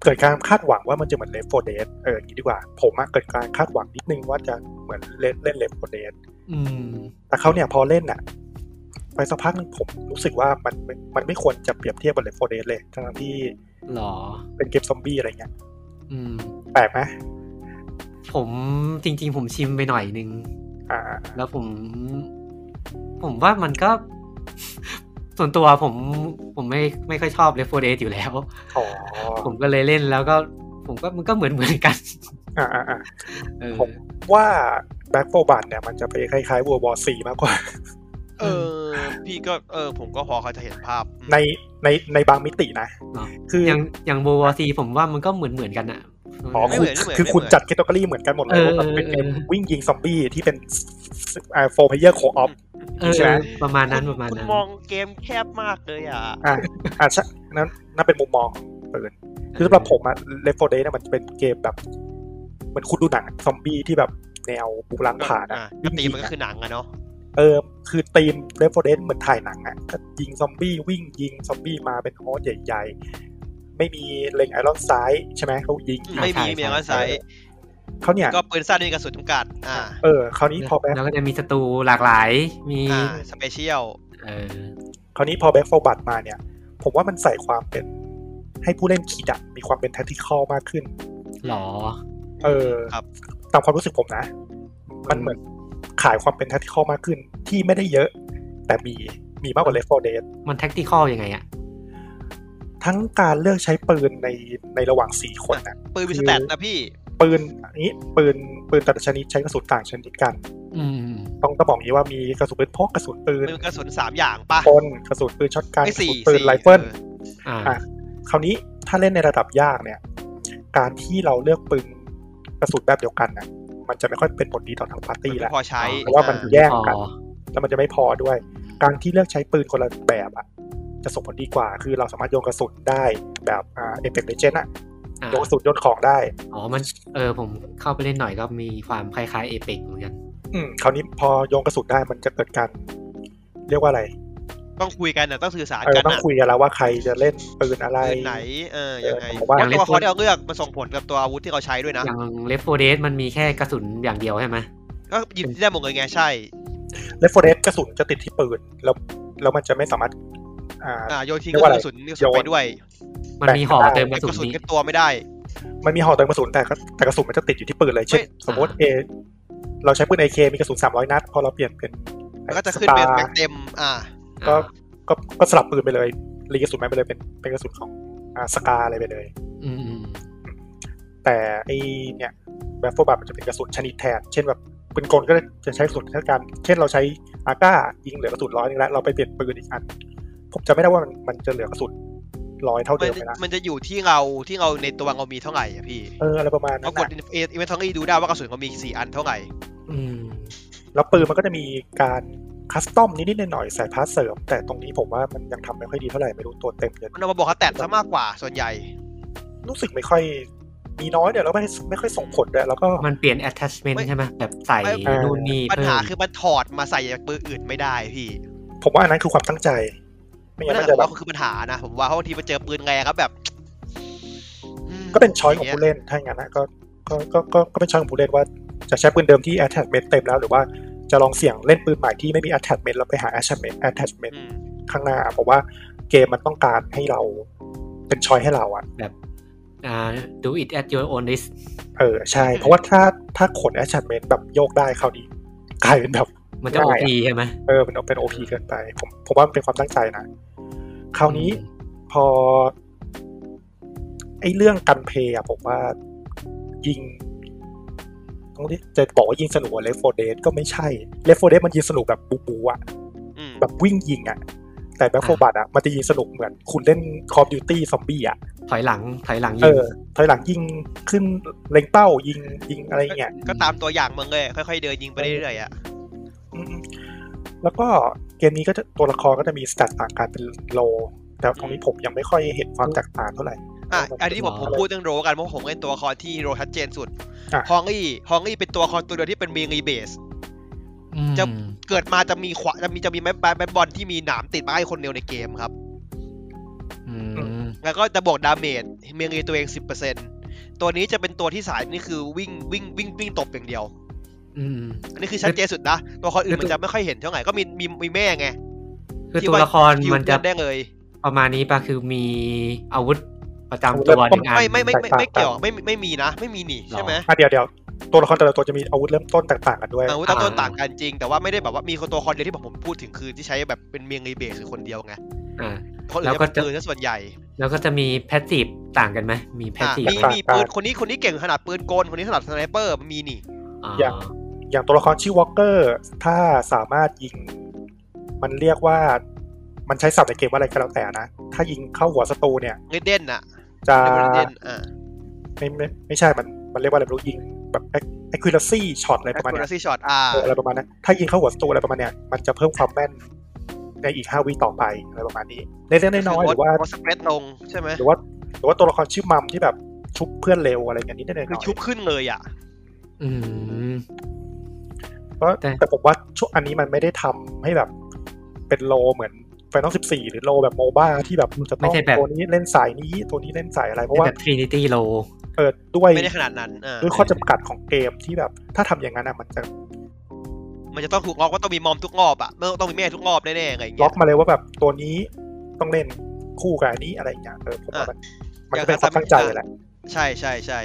Speaker 4: เกิดการคาดหวังว่ามันจะเหมือนเลฟโฟเดสเอออย่างนี้ดีกว่า ผมอะเกิดการคาดหวังนิดนึงว่าจะเหมือนเล่นเล่นเลฟโฟเดส
Speaker 1: อืม
Speaker 4: แต่เขาเนี่ยพอเล่นน่ะ ไปสักพักหนึงผมรู้สึกว่ามันมันมันไม่ควรจะเปรียบเทียบกับเลฟโฟเดสเลยทั้งที่
Speaker 1: หรอ
Speaker 4: เป็นเกมซอมบี้อะไรเงี้ย
Speaker 1: อืม
Speaker 4: แปลกไหม
Speaker 1: ผมจริง ๆ ผมชิมไปหน่อยนึง
Speaker 4: อ่า
Speaker 1: แล้วผม ผมว่ามันก็ [LAUGHS] ส่วนตัวผมผมไม่ไม่ค่อยชอบเลฟโฟเดสอยู่แล้ว
Speaker 4: อ๋อ
Speaker 1: ผมก็เลยเล่นแล้วก็ ผมก็มันก็เหมือนเหมือนกัน
Speaker 4: อ่าอ่าอ่า
Speaker 1: เออ
Speaker 4: ผมว่าแบ็คโฟบัตเนี่ยมันจะไปคล้ายๆวัวบอสีมากกว่า [LAUGHS]
Speaker 6: เออ พี่ก็เออ ผมก็พอเขาจะเห็นภาพอืม
Speaker 4: ในในในบางมิตินะ
Speaker 1: เนอะ
Speaker 4: คือ
Speaker 1: อย่างอย่างโบวอซีผมว่ามันก็เหมือนเหมือนกันอะ
Speaker 4: อ๋อคุณคือคุณจัดแคตตากรีเหมือนกันหมดเลย
Speaker 1: เออ
Speaker 4: ว่าแบบเป็นเกม
Speaker 1: เออ
Speaker 4: วิ่งยิงซอมบี้ที่เป็นอ่าโฟเพเยอร์โคออฟ
Speaker 1: เออ
Speaker 4: ใช่ไหม
Speaker 1: ประมาณนั้น
Speaker 6: คุณ
Speaker 1: ประมาณ
Speaker 6: คุณ
Speaker 1: นั้น
Speaker 6: มองเกมแคบมากเลยอ่ะ
Speaker 4: อ่าอ่าใช่นั่นนั่นเป็นมุมมองของเปิน คือสำหรับผมอะเลฟโฟเดสเนี่ยมันเป็นเกมแบบเหมือนคุณดูหนังซอมบี้ที่แบบแนวบุกล้างผ่านอะ
Speaker 6: อ่ะก็ตีมันก็คือหนังอะเนาะ
Speaker 4: เออคือธีมเลฟโฟเดสเหมือนถ่ายหนังอะก็ยิงซอมบี้วิ่งยิงซอมบี้มาเป็นโฮสใหญ่ๆ ไม่มีเล็งไอรอนซ้ายใช่ไหมเขายิง
Speaker 6: ไม่มีเมียก็ใช้
Speaker 4: เขาเนี่ย
Speaker 6: ก็ปืนสั้นมีกระสุนจำกัด อ่า
Speaker 4: เออคราวนี้พอแบ็ค
Speaker 1: แล้วก็จะมีศัตรูหลากหลาย มี
Speaker 6: อ่า สเปเชียล
Speaker 1: เออ
Speaker 4: คราวนี้พอแบ็คโฟบัตมาเนี่ย ผมว่ามันใส่ความเป็นให้ผู้เล่นคิดอะมีความเป็นแทคติคอลมากขึ้น
Speaker 1: หรอ
Speaker 4: เออ
Speaker 6: ครับ
Speaker 4: ตามความรู้สึกผมนะ มันเหมือนขายความเป็นแทคติคอลมากขึ้นที่ไม่ได้เยอะ แต่มีมีมากกว่าเลฟโฟเดส
Speaker 1: มันแท็กติคอลยังไงอะ
Speaker 4: ทั้งการเลือกใช้ปืนในในระหว่างสี่คนนะ
Speaker 6: ปืนมีสแตทนะพี่
Speaker 4: ปืนอันนี้ปืนปืนแต่ละชนิดใช้กระสุนต่างชนิดกัน
Speaker 1: อืม
Speaker 4: ต้องต้องบอกอย่างนี้ว่ามีกระสุนปืนพกกระสุนปืน
Speaker 6: ปืนกระสุนสามอย่างป่ะ
Speaker 4: กลกระสุนปืนช็อตกันก
Speaker 6: ไม่
Speaker 4: ระสุ
Speaker 6: สี่
Speaker 4: นปืน
Speaker 6: สี่
Speaker 4: ไรเฟิล
Speaker 6: ออ
Speaker 1: อ่า
Speaker 4: อ่ะ คราวนี้ถ้าเล่นในระดับยากเนี่ย การที่เราเลือกปืนกระสุนแบบเดียวกันนะมันจะไม่ค่อยเป็นผลดีต่อทางปาร์ตี้
Speaker 6: มัน
Speaker 4: แล้
Speaker 6: ไม่
Speaker 4: ว
Speaker 6: พอใช้
Speaker 4: เพราะว่ามัน
Speaker 6: อ่
Speaker 4: แย่งกัน
Speaker 1: อ๋อ
Speaker 4: แล้วมันจะไม่พอด้วย การที่เลือกใช้ปืนคนละแบบอ่ะ จะส่งผลดีกว่า คือเราสามารถโยนกระสุนได้แบบอ่าเอเ e กเลเจนอ่ะ
Speaker 1: อ่า
Speaker 4: โยนกระสุนโยนของได้
Speaker 1: อ๋อมันเออผมเข้าไปเล่นหน่อยก็มีความคล้ายๆเอเปกเหมือนกัน
Speaker 4: อืมคราวนี้พอโยนกระสุนได้มันจะเกิดการเรียกว่าอะไร
Speaker 6: ต้องคุยกันอ่ะต้องสื่อสาร
Speaker 4: เออ
Speaker 6: กัน
Speaker 4: ต้อง
Speaker 6: อ่ะ
Speaker 4: คุยกันแล้วว่าใครจะเล่นปืนอะไร
Speaker 6: ปืนไหน เออ ยังไง
Speaker 4: เออผมว่า
Speaker 6: แล้วตัวเขาได้เอาเลือกมาส่งผลกับตัวอาวุธที่เขาใช้ด้วยนะ
Speaker 1: อย่างเลฟโฟเดสมันมีแค่กระสุนอย่างเดียวใช่ไหม
Speaker 6: ก็หยิบได้หมดเลยไงใช่
Speaker 4: เลฟโฟเรสกระสุนจะติดที่ปืน แล้วแล้วมันจะไม่สามารถอ่า
Speaker 6: อ่า โยนทิ้ง
Speaker 4: เรียกว่าอะไร
Speaker 6: กระสุนกระสุนไปด้วย
Speaker 1: มันมีห่อเติมกระ
Speaker 6: เก็บ
Speaker 1: สุ
Speaker 6: ก
Speaker 1: น
Speaker 6: ระสุน
Speaker 1: นี้
Speaker 6: กับตัวไม่ได้
Speaker 4: มันมีห่อเติมกระสุนแต่ก็แต่กระสุนมันจะติดอยู่ที่ปืนเลยเช่น
Speaker 6: ไม่
Speaker 4: สมมติเอเราใช้ปืน AK มีกระสุน300 นัด พอเราเปลี่ยนเป็น
Speaker 6: มันก็จะขึ้นเป็น
Speaker 4: สตาร์
Speaker 6: แม็กเต็ม อ่า
Speaker 4: ก็
Speaker 1: อ่า
Speaker 4: ก็ก็สลับปืนไปเลยรีกระสุนไม้ไปเลยเป็นเป็นกระสุนของอ่าสกาอะไรไปเลย
Speaker 1: อืมอืม
Speaker 4: แต่ไอเนี่ยแบฟโฟบัตมันจะเป็นกระสุนชนิดแทน เช่นแบบปืนกลก็จะใช้กระสุนเท่ากันเช่นเราใช้อาก้ายิงเหลือกระสุนร้อยนึงแล้วเราไปเปลี่ยนปืนอีกอัน ผมจะไม่ได้ว่ามันมันจะเหลือกระสุนร้อยเท่า
Speaker 6: มั
Speaker 4: เดิ
Speaker 6: น
Speaker 4: มไหมนะ
Speaker 6: มันจะอยู่ที่เราที่เราในตัวเรามีเท่าไหร่อะพี่
Speaker 4: เอออะไรประมาณนั้
Speaker 6: เรา
Speaker 4: น
Speaker 6: ก
Speaker 4: น่ะ
Speaker 6: ดอินเวนทอรี่ดูได้ว่ากระสุนเรามีสี่อันเท่าไหร่
Speaker 1: อืม
Speaker 4: แล้วปืนมันก็จะมีการคัสตอมนิดๆหน่อยๆใส่พาร์ทเสริม แต่ตรงนี้ผมว่ามันยังทำไม่ค่อยดีเท่าไหร่ ไม่รู้ตัวเต็มเลย
Speaker 6: มันเอามาบอกเขาแตะซะมากกว่าส่วนใหญ่
Speaker 4: รู้สึกไม่ค่อยมีน้อยเดี๋ยวแล้วไม่ไม่ค่อยส่งผลด้วยแล้วก็
Speaker 1: มันเปลี่ยน attachment
Speaker 6: ไม่
Speaker 1: ใช่ไหมแบบใส่
Speaker 6: ไม่
Speaker 1: นู่นนี่
Speaker 6: ปัญ
Speaker 1: เพิ่
Speaker 6: หาม คือมันถอดมาใส่จากปืนอื่นไม่ได้พี่
Speaker 4: ผมว่าอันนั้นคือความตั้งใจ ไม่งั้น
Speaker 6: นั่น
Speaker 4: มัน
Speaker 6: แห
Speaker 4: จะ
Speaker 6: ละ
Speaker 4: แบ
Speaker 6: ว่า
Speaker 4: บ
Speaker 6: คือปัญหานะ ผมว่าเพราะบางทีมันเจอปืนแรงครับแบบอืม
Speaker 4: ก็เป็นช้อยของผู้เล่นถ้าอย่างนั้นนะก็ก็ก็ก็ก็เป็นช้อยของผู้เล่นว่าจะใช้ปืนเดิมที่ attachment เต็มแล้วหรือว่าจะลองเสี่ยงเล่นปืนใหม่ที่ไม่มี attachment แล้วไปหา attachment attachment
Speaker 6: อืม
Speaker 4: ข้างหน้าเพราะว่าเกมมันต้องการให้เราเป็นช้อยให้เราอะ
Speaker 1: แบบอ่า do it at your own risk
Speaker 4: เออใช่ เพราะว่าถ้าถ้าขนแอชชันเมนแบบโยกได้เขาวนี้กลายเป็นแบบ
Speaker 1: มันจะ
Speaker 4: ได้
Speaker 1: OP
Speaker 4: อะ
Speaker 1: ใช่ไหม
Speaker 4: เออมันเป็นโอพีเกินไป ผมผมว่ามันเป็นความตั้งใจนะคราวนี้พอ ไอ้เรื่องกันเพลย์อะผมว่ายิงต้องเรียกจะบอกว่ายิงสนุกเลฟโฟเดสก็ไม่ใช่เลฟโฟเดสมันยิงสนุกแบบบูบูอะ
Speaker 6: อืม
Speaker 4: แบบวิ่งยิงอะแต่แบ็คโฟบัตอะมันจะยิงสนุกเหมือนคุณเล่นคอมดิวตี้ซอมบี้อะ
Speaker 1: ถอยหลัง ถอยหลัง
Speaker 4: เอ
Speaker 1: ยิง
Speaker 4: อถอยหลังยิงขึ้นเล็งเป้ายิงยิงอะไรอย่างเงี้ย
Speaker 6: ก็ตามตัวอย่างมึงเลยค่อยๆเดินยิงไปเรื่อยๆอ่ะ
Speaker 4: อืมแล้วก็เกมนี้ก็จะตัวละครก็จะมีสแตทต่างกันเป็นโล แต่ตรงนี้ผมยังไม่ค่อยเห็นความแตกต่างเท่าไหร่
Speaker 2: อ่ะอันนี้ผมผมพูดเรื่องโรกันเพราะผมเป็นตัวละครที่โรชัดเจนสุด
Speaker 4: อ่ะ
Speaker 2: ฮองอี้ฮองอี้เป็นตัวละครตัวเดียวที่เป็นมีรีเบส
Speaker 7: อืม
Speaker 2: จะ เกิดมาจะมีขวาจะมีจะมีแมแมบอลที่มีหนามติดมาให้คนเดียวในเกมครับ
Speaker 7: อืม
Speaker 2: แล้วก็จะบวกดาเมจเมียงรีตัวเองสิบเปอร์เซ็นตัวนี้จะเป็นตัวที่สายนี่คือวิ่งวิ่งวิ่งวิ่งตบอย่างเดียว
Speaker 7: อืม
Speaker 2: อันนี้คือชัดเจนสุดนะ ตัวละครอื่นมันจะไม่ค่อยเห็นเท่าไหร่ก็มีมีมีแม่ไง
Speaker 1: คือ
Speaker 2: ที่
Speaker 1: ตัว
Speaker 2: ว่า
Speaker 1: ละครมันจะ
Speaker 2: ยิงเพื่อได้เลย
Speaker 1: ประมาณนี้ปะคือมีอาวุธประจำตัวหนึ่งอัน
Speaker 2: ไม่ไม่ไม่ไม่ไม่
Speaker 4: แตกต่าง
Speaker 2: เกี่ยวไม่ไม่ไม่มีนะ ไม่มีหนี
Speaker 1: หรอ
Speaker 2: ใช่ไหม
Speaker 4: อ่ะเดี๋ยวเดี๋ยวตัวละครแต่ละตัวจะมีอาวุธเริ่มต้นแตกต่างกันด้วย
Speaker 2: อาวุธตัวต่างกันจริง แต่ว่าไม่ได้แบบว่ามีตัวละครเดียวที่ผมพูดถึงคือที่ใช้แบบเป็นเมียงรีเบสคือคนเดียวไง
Speaker 1: อ่า
Speaker 2: คนอื่
Speaker 1: แล้
Speaker 2: น
Speaker 1: วก็
Speaker 2: จะเป็น
Speaker 1: จะ
Speaker 2: ปืนซะส่วนใหญ่
Speaker 1: แล้วก็จะมีแพสซีฟต่างกันไหมมีแพส
Speaker 2: อ่ะ
Speaker 1: ซีฟ
Speaker 2: มี
Speaker 4: ต่างๆ
Speaker 2: มีปืนคนนี้คนนี้เก่งขนาดปืนกลคนนี้ขนาดสไนเปอร์มีนี่
Speaker 1: อ๋อ
Speaker 4: อย่าง อย่างตัวละครชื่อวอลเกอร์ถ้าสามารถยิง มันเรียกว่ามันใช้ศัพท์ในเกมว่าอะไรก็แล้วแต่นะ ถ้ายิงเข้าหัวศัตรูเนี่ย
Speaker 2: เรดเด้นน่ะ
Speaker 4: จะ
Speaker 2: เรดเด้นอ่ะ
Speaker 4: ไม่ไม่ไม่ใช่มันมันเรียกว่าอะไรไม่รู้ยิงแบบ accuracy shot อะไร
Speaker 2: แอ
Speaker 4: ประมาณ
Speaker 2: คู
Speaker 4: เนี้
Speaker 2: ราย ซี่ช็อตอ่ะ
Speaker 4: เอออะไรประมาณนั้นถ้ายิงเข้าหัวศัตรูอะไรประมาณเนี้ยมันจะเพิ่มความแม่นในอีก 5วิต่อไปอะไรประมาณนี้เล็กๆน้อยๆหรือว่า
Speaker 2: สเปรดลงใช่ไหม
Speaker 4: หรือว่าหรือว่าตัวละครชื่อมัมที่แบบชุบเพื่อนเร็วอะไรกันนิดหน่อยๆ
Speaker 2: คือชุบขึ้นเลยอ่ะ
Speaker 1: อืม
Speaker 4: เพราะ
Speaker 1: แต่
Speaker 4: แต่ผมว่าช่วงอันนี้มันไม่ได้ทำให้แบบเป็นโลเหมือนไฟนอลสิบสี่หรือโลแบบโมบ้าที่แบบจะต้
Speaker 1: ไม่
Speaker 4: อง
Speaker 1: ใช่แบบ
Speaker 4: ตัวนี้เล่นสายนี้ตัวนี้เล่นสายอะไรเพราะว่า
Speaker 1: แบบทรินิตี้โล
Speaker 4: เออด้วย
Speaker 2: ไม่ได้ขนาดนั้นอ่ะ
Speaker 4: ด้วยข้อจำกัดของเกมที่แบบ ถ้าทำอย่างนั้นอ่ะมันจะ
Speaker 2: มันจะต้องถูกล็อกว่าต้องมีมอมทุกรอบอ่ะไม่ต้องมีแม่ทุกรอบแน่ๆอะไรอย่าง
Speaker 4: ล็
Speaker 2: เงี้
Speaker 4: อย กมาเลยว่าแบบตัวนี้ต้องเล่นคู่กับอันนี้อะไรอย่างเงี้ยเออผมว่ามันมันก็เป็นความตั้งใจแหละ
Speaker 2: ใช่ใช่ใช่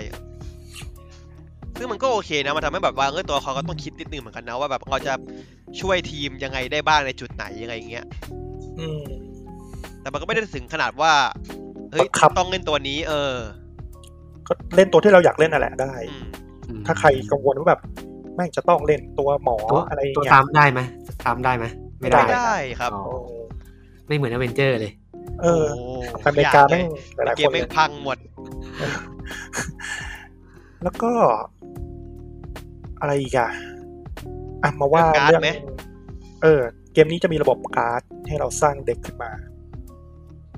Speaker 2: ซึ่งมันก็โอเคนะ มันทำให้แบบว่าเออตัวเขาก็ต้องคิดนิดนึงเหมือนกันนะว่าแบบเราจะช่วยทีมยังไงได้บ้างในจุดไหนยังไงอย่างเงี้ย
Speaker 4: อืม
Speaker 2: แต่มันก็ไม่ได้ถึงขนาดว่า เฮ้ย
Speaker 4: บังคับ
Speaker 2: ต้องเล่นตัวนี้ เออ
Speaker 4: ก็เล่นตัวที่เราอยากเล่นนั่นแหละได้
Speaker 2: อืม
Speaker 4: ถ้าใครกังวลว่าแบบแม่งจะต้องเล่นตัวหมอ
Speaker 1: ตัว
Speaker 4: อะไรอย่าง
Speaker 1: ตัว
Speaker 4: เงี้ย
Speaker 1: ตามได้ไหมตามได้ไหมไม่ได้
Speaker 2: ไม่ได้ครับ
Speaker 1: อ๋อไม่เหมือนอเวนเจอร์เลย
Speaker 4: เออ
Speaker 2: โ
Speaker 4: อเมริกาแม่ง
Speaker 2: อ
Speaker 4: ห
Speaker 2: ยา
Speaker 4: ลาก ย
Speaker 2: เก
Speaker 4: ๆค
Speaker 2: ม
Speaker 4: นเล
Speaker 2: ไม่
Speaker 4: ย
Speaker 2: พังหมด
Speaker 4: แล้วก็ อะไรอีกอะอ่ะมาว่า
Speaker 2: การ์ด
Speaker 4: เรื่อง
Speaker 2: ไหม
Speaker 4: เออ เกมนี้จะมีระบบการ์ดให้เราสร้างเด็กขึ้นมา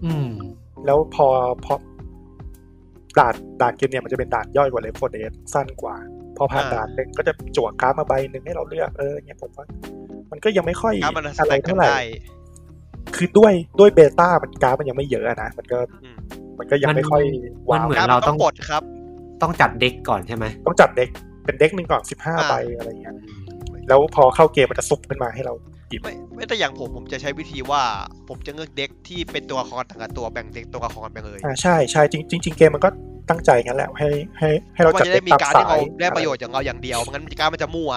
Speaker 1: อืม
Speaker 4: แล้วพอพอด่านด่านเกมเนี่ยมันจะเป็นด่านย่อยกว่าเลฟโฟเดสสั้นกว่า พอผ่าน
Speaker 2: อ่า
Speaker 4: ด่านหนึ่งก็จะจั่วการ์ดมาใบหนึ่งให้เราเลือกเออเนี่ยผมว่ามันก็ยังไม่ค่อย
Speaker 2: การ์ดมันส
Speaker 4: อะไร
Speaker 2: แต็กกั
Speaker 4: เท่าน ไหร่
Speaker 2: ได้
Speaker 4: คือด้วยด้วยเบต้ามันการ์ดมันยังไม่เยอะอะนะมันก็
Speaker 2: อืม
Speaker 4: มันก็ยัง
Speaker 1: มัน
Speaker 4: ไม่ค่อยว้า
Speaker 1: มัน
Speaker 4: ว
Speaker 1: เหมือน
Speaker 2: การ์ดมันต้องกดครับ
Speaker 1: ต้องจัดเด็กก่อนใช่ไหม
Speaker 4: ต้องจัดเด็กเป็นเด็กหนึ่งก่อนสิบห้า
Speaker 2: อ่า
Speaker 4: ใบอะไรเงี้ยแล้วพอเข้าเกมมันจะซุปขึ้นมาให้เรา
Speaker 2: ไม่ไม่แต่อย่างผมผมจะใช้วิธีว่า ผมจะเลือกเด็กที่เป็นตัวละครต่างกับตัวแบ่งเด็กตัวละครไปเลย
Speaker 4: อ่าใช่ใช่จริงจริงๆเกมมันก็ตั้งใจงั้นแหละให้ให้ให้เรา
Speaker 2: ว่า
Speaker 4: จัด
Speaker 2: จะ
Speaker 4: เด็
Speaker 2: ได้
Speaker 4: ก
Speaker 2: มี
Speaker 4: ตาม
Speaker 2: การ
Speaker 4: สา
Speaker 2: ที่เรา
Speaker 4: ย
Speaker 2: ได้ประโยชน์อย่างเราอย่างเดียวไม่งั้นการดมันจะมั่ว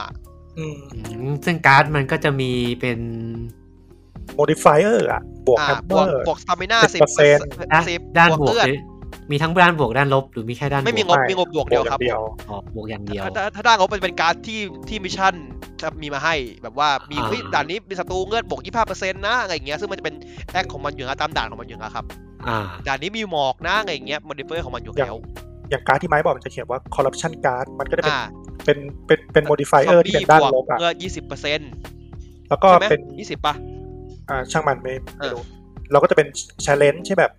Speaker 4: อืม
Speaker 1: อืมซึ่งการ์ดมันก็จะมีเป็น
Speaker 4: modifier อ่ะบวกแฮ
Speaker 2: อ่าม
Speaker 4: เม
Speaker 2: บวก
Speaker 4: อร์
Speaker 2: บวกสตามิน่าสิบ
Speaker 4: 10%
Speaker 1: ด้าน
Speaker 2: สิบ
Speaker 1: ด้านบวก
Speaker 2: เลือด
Speaker 1: หรือมีทั้งด้านบวกด้านลบหรือมีแค่ด้าน
Speaker 2: ไม่มี
Speaker 1: บ
Speaker 2: ง
Speaker 1: วก
Speaker 2: บ
Speaker 4: ไม่
Speaker 2: มีงบบวกเดียวครับ
Speaker 4: เดียว
Speaker 1: อ๋อบวกอย่างเดียว
Speaker 2: ถ้าถ้าถ้าด้านงบมันเป็นการดที่ที่มิชชั่นจะมีมาให้แบบว่ามี
Speaker 1: อ่า
Speaker 2: เฮ้ยด่านนี้มีศัตรูเลือดบวกยี่ห้าเปอร์เซ็นต์นะอะไรอย่างเงี้ยซึ่งมันจะเป็นแอคของมันอยู่แล้วตามด่านของมันอยู่แล้วครับ
Speaker 1: อ่า
Speaker 2: ด่านนี้มีหมอกนะอะไรอย่างเงี้ยมอดิเฟอร์ของมันอยู่แล้ว
Speaker 4: อย่างการ์ดที่ไม้บอกมันจะเขียนว่า corruption card มันก็จะเป็น
Speaker 2: อ่า
Speaker 4: เป็นเป็นเป็น modifier ที่เป็นด้านลบอ่ะ
Speaker 2: เลือดยี่สิบเปอร์เซ็นต์
Speaker 4: แล้วก็
Speaker 2: ใช่ไหม
Speaker 4: เป็น
Speaker 2: ยี่สิบป่ะ
Speaker 4: อ่าช่างมันไม่ไม่รู้
Speaker 2: เอ
Speaker 4: เราก็จะเป็น challenge ใช่แบบ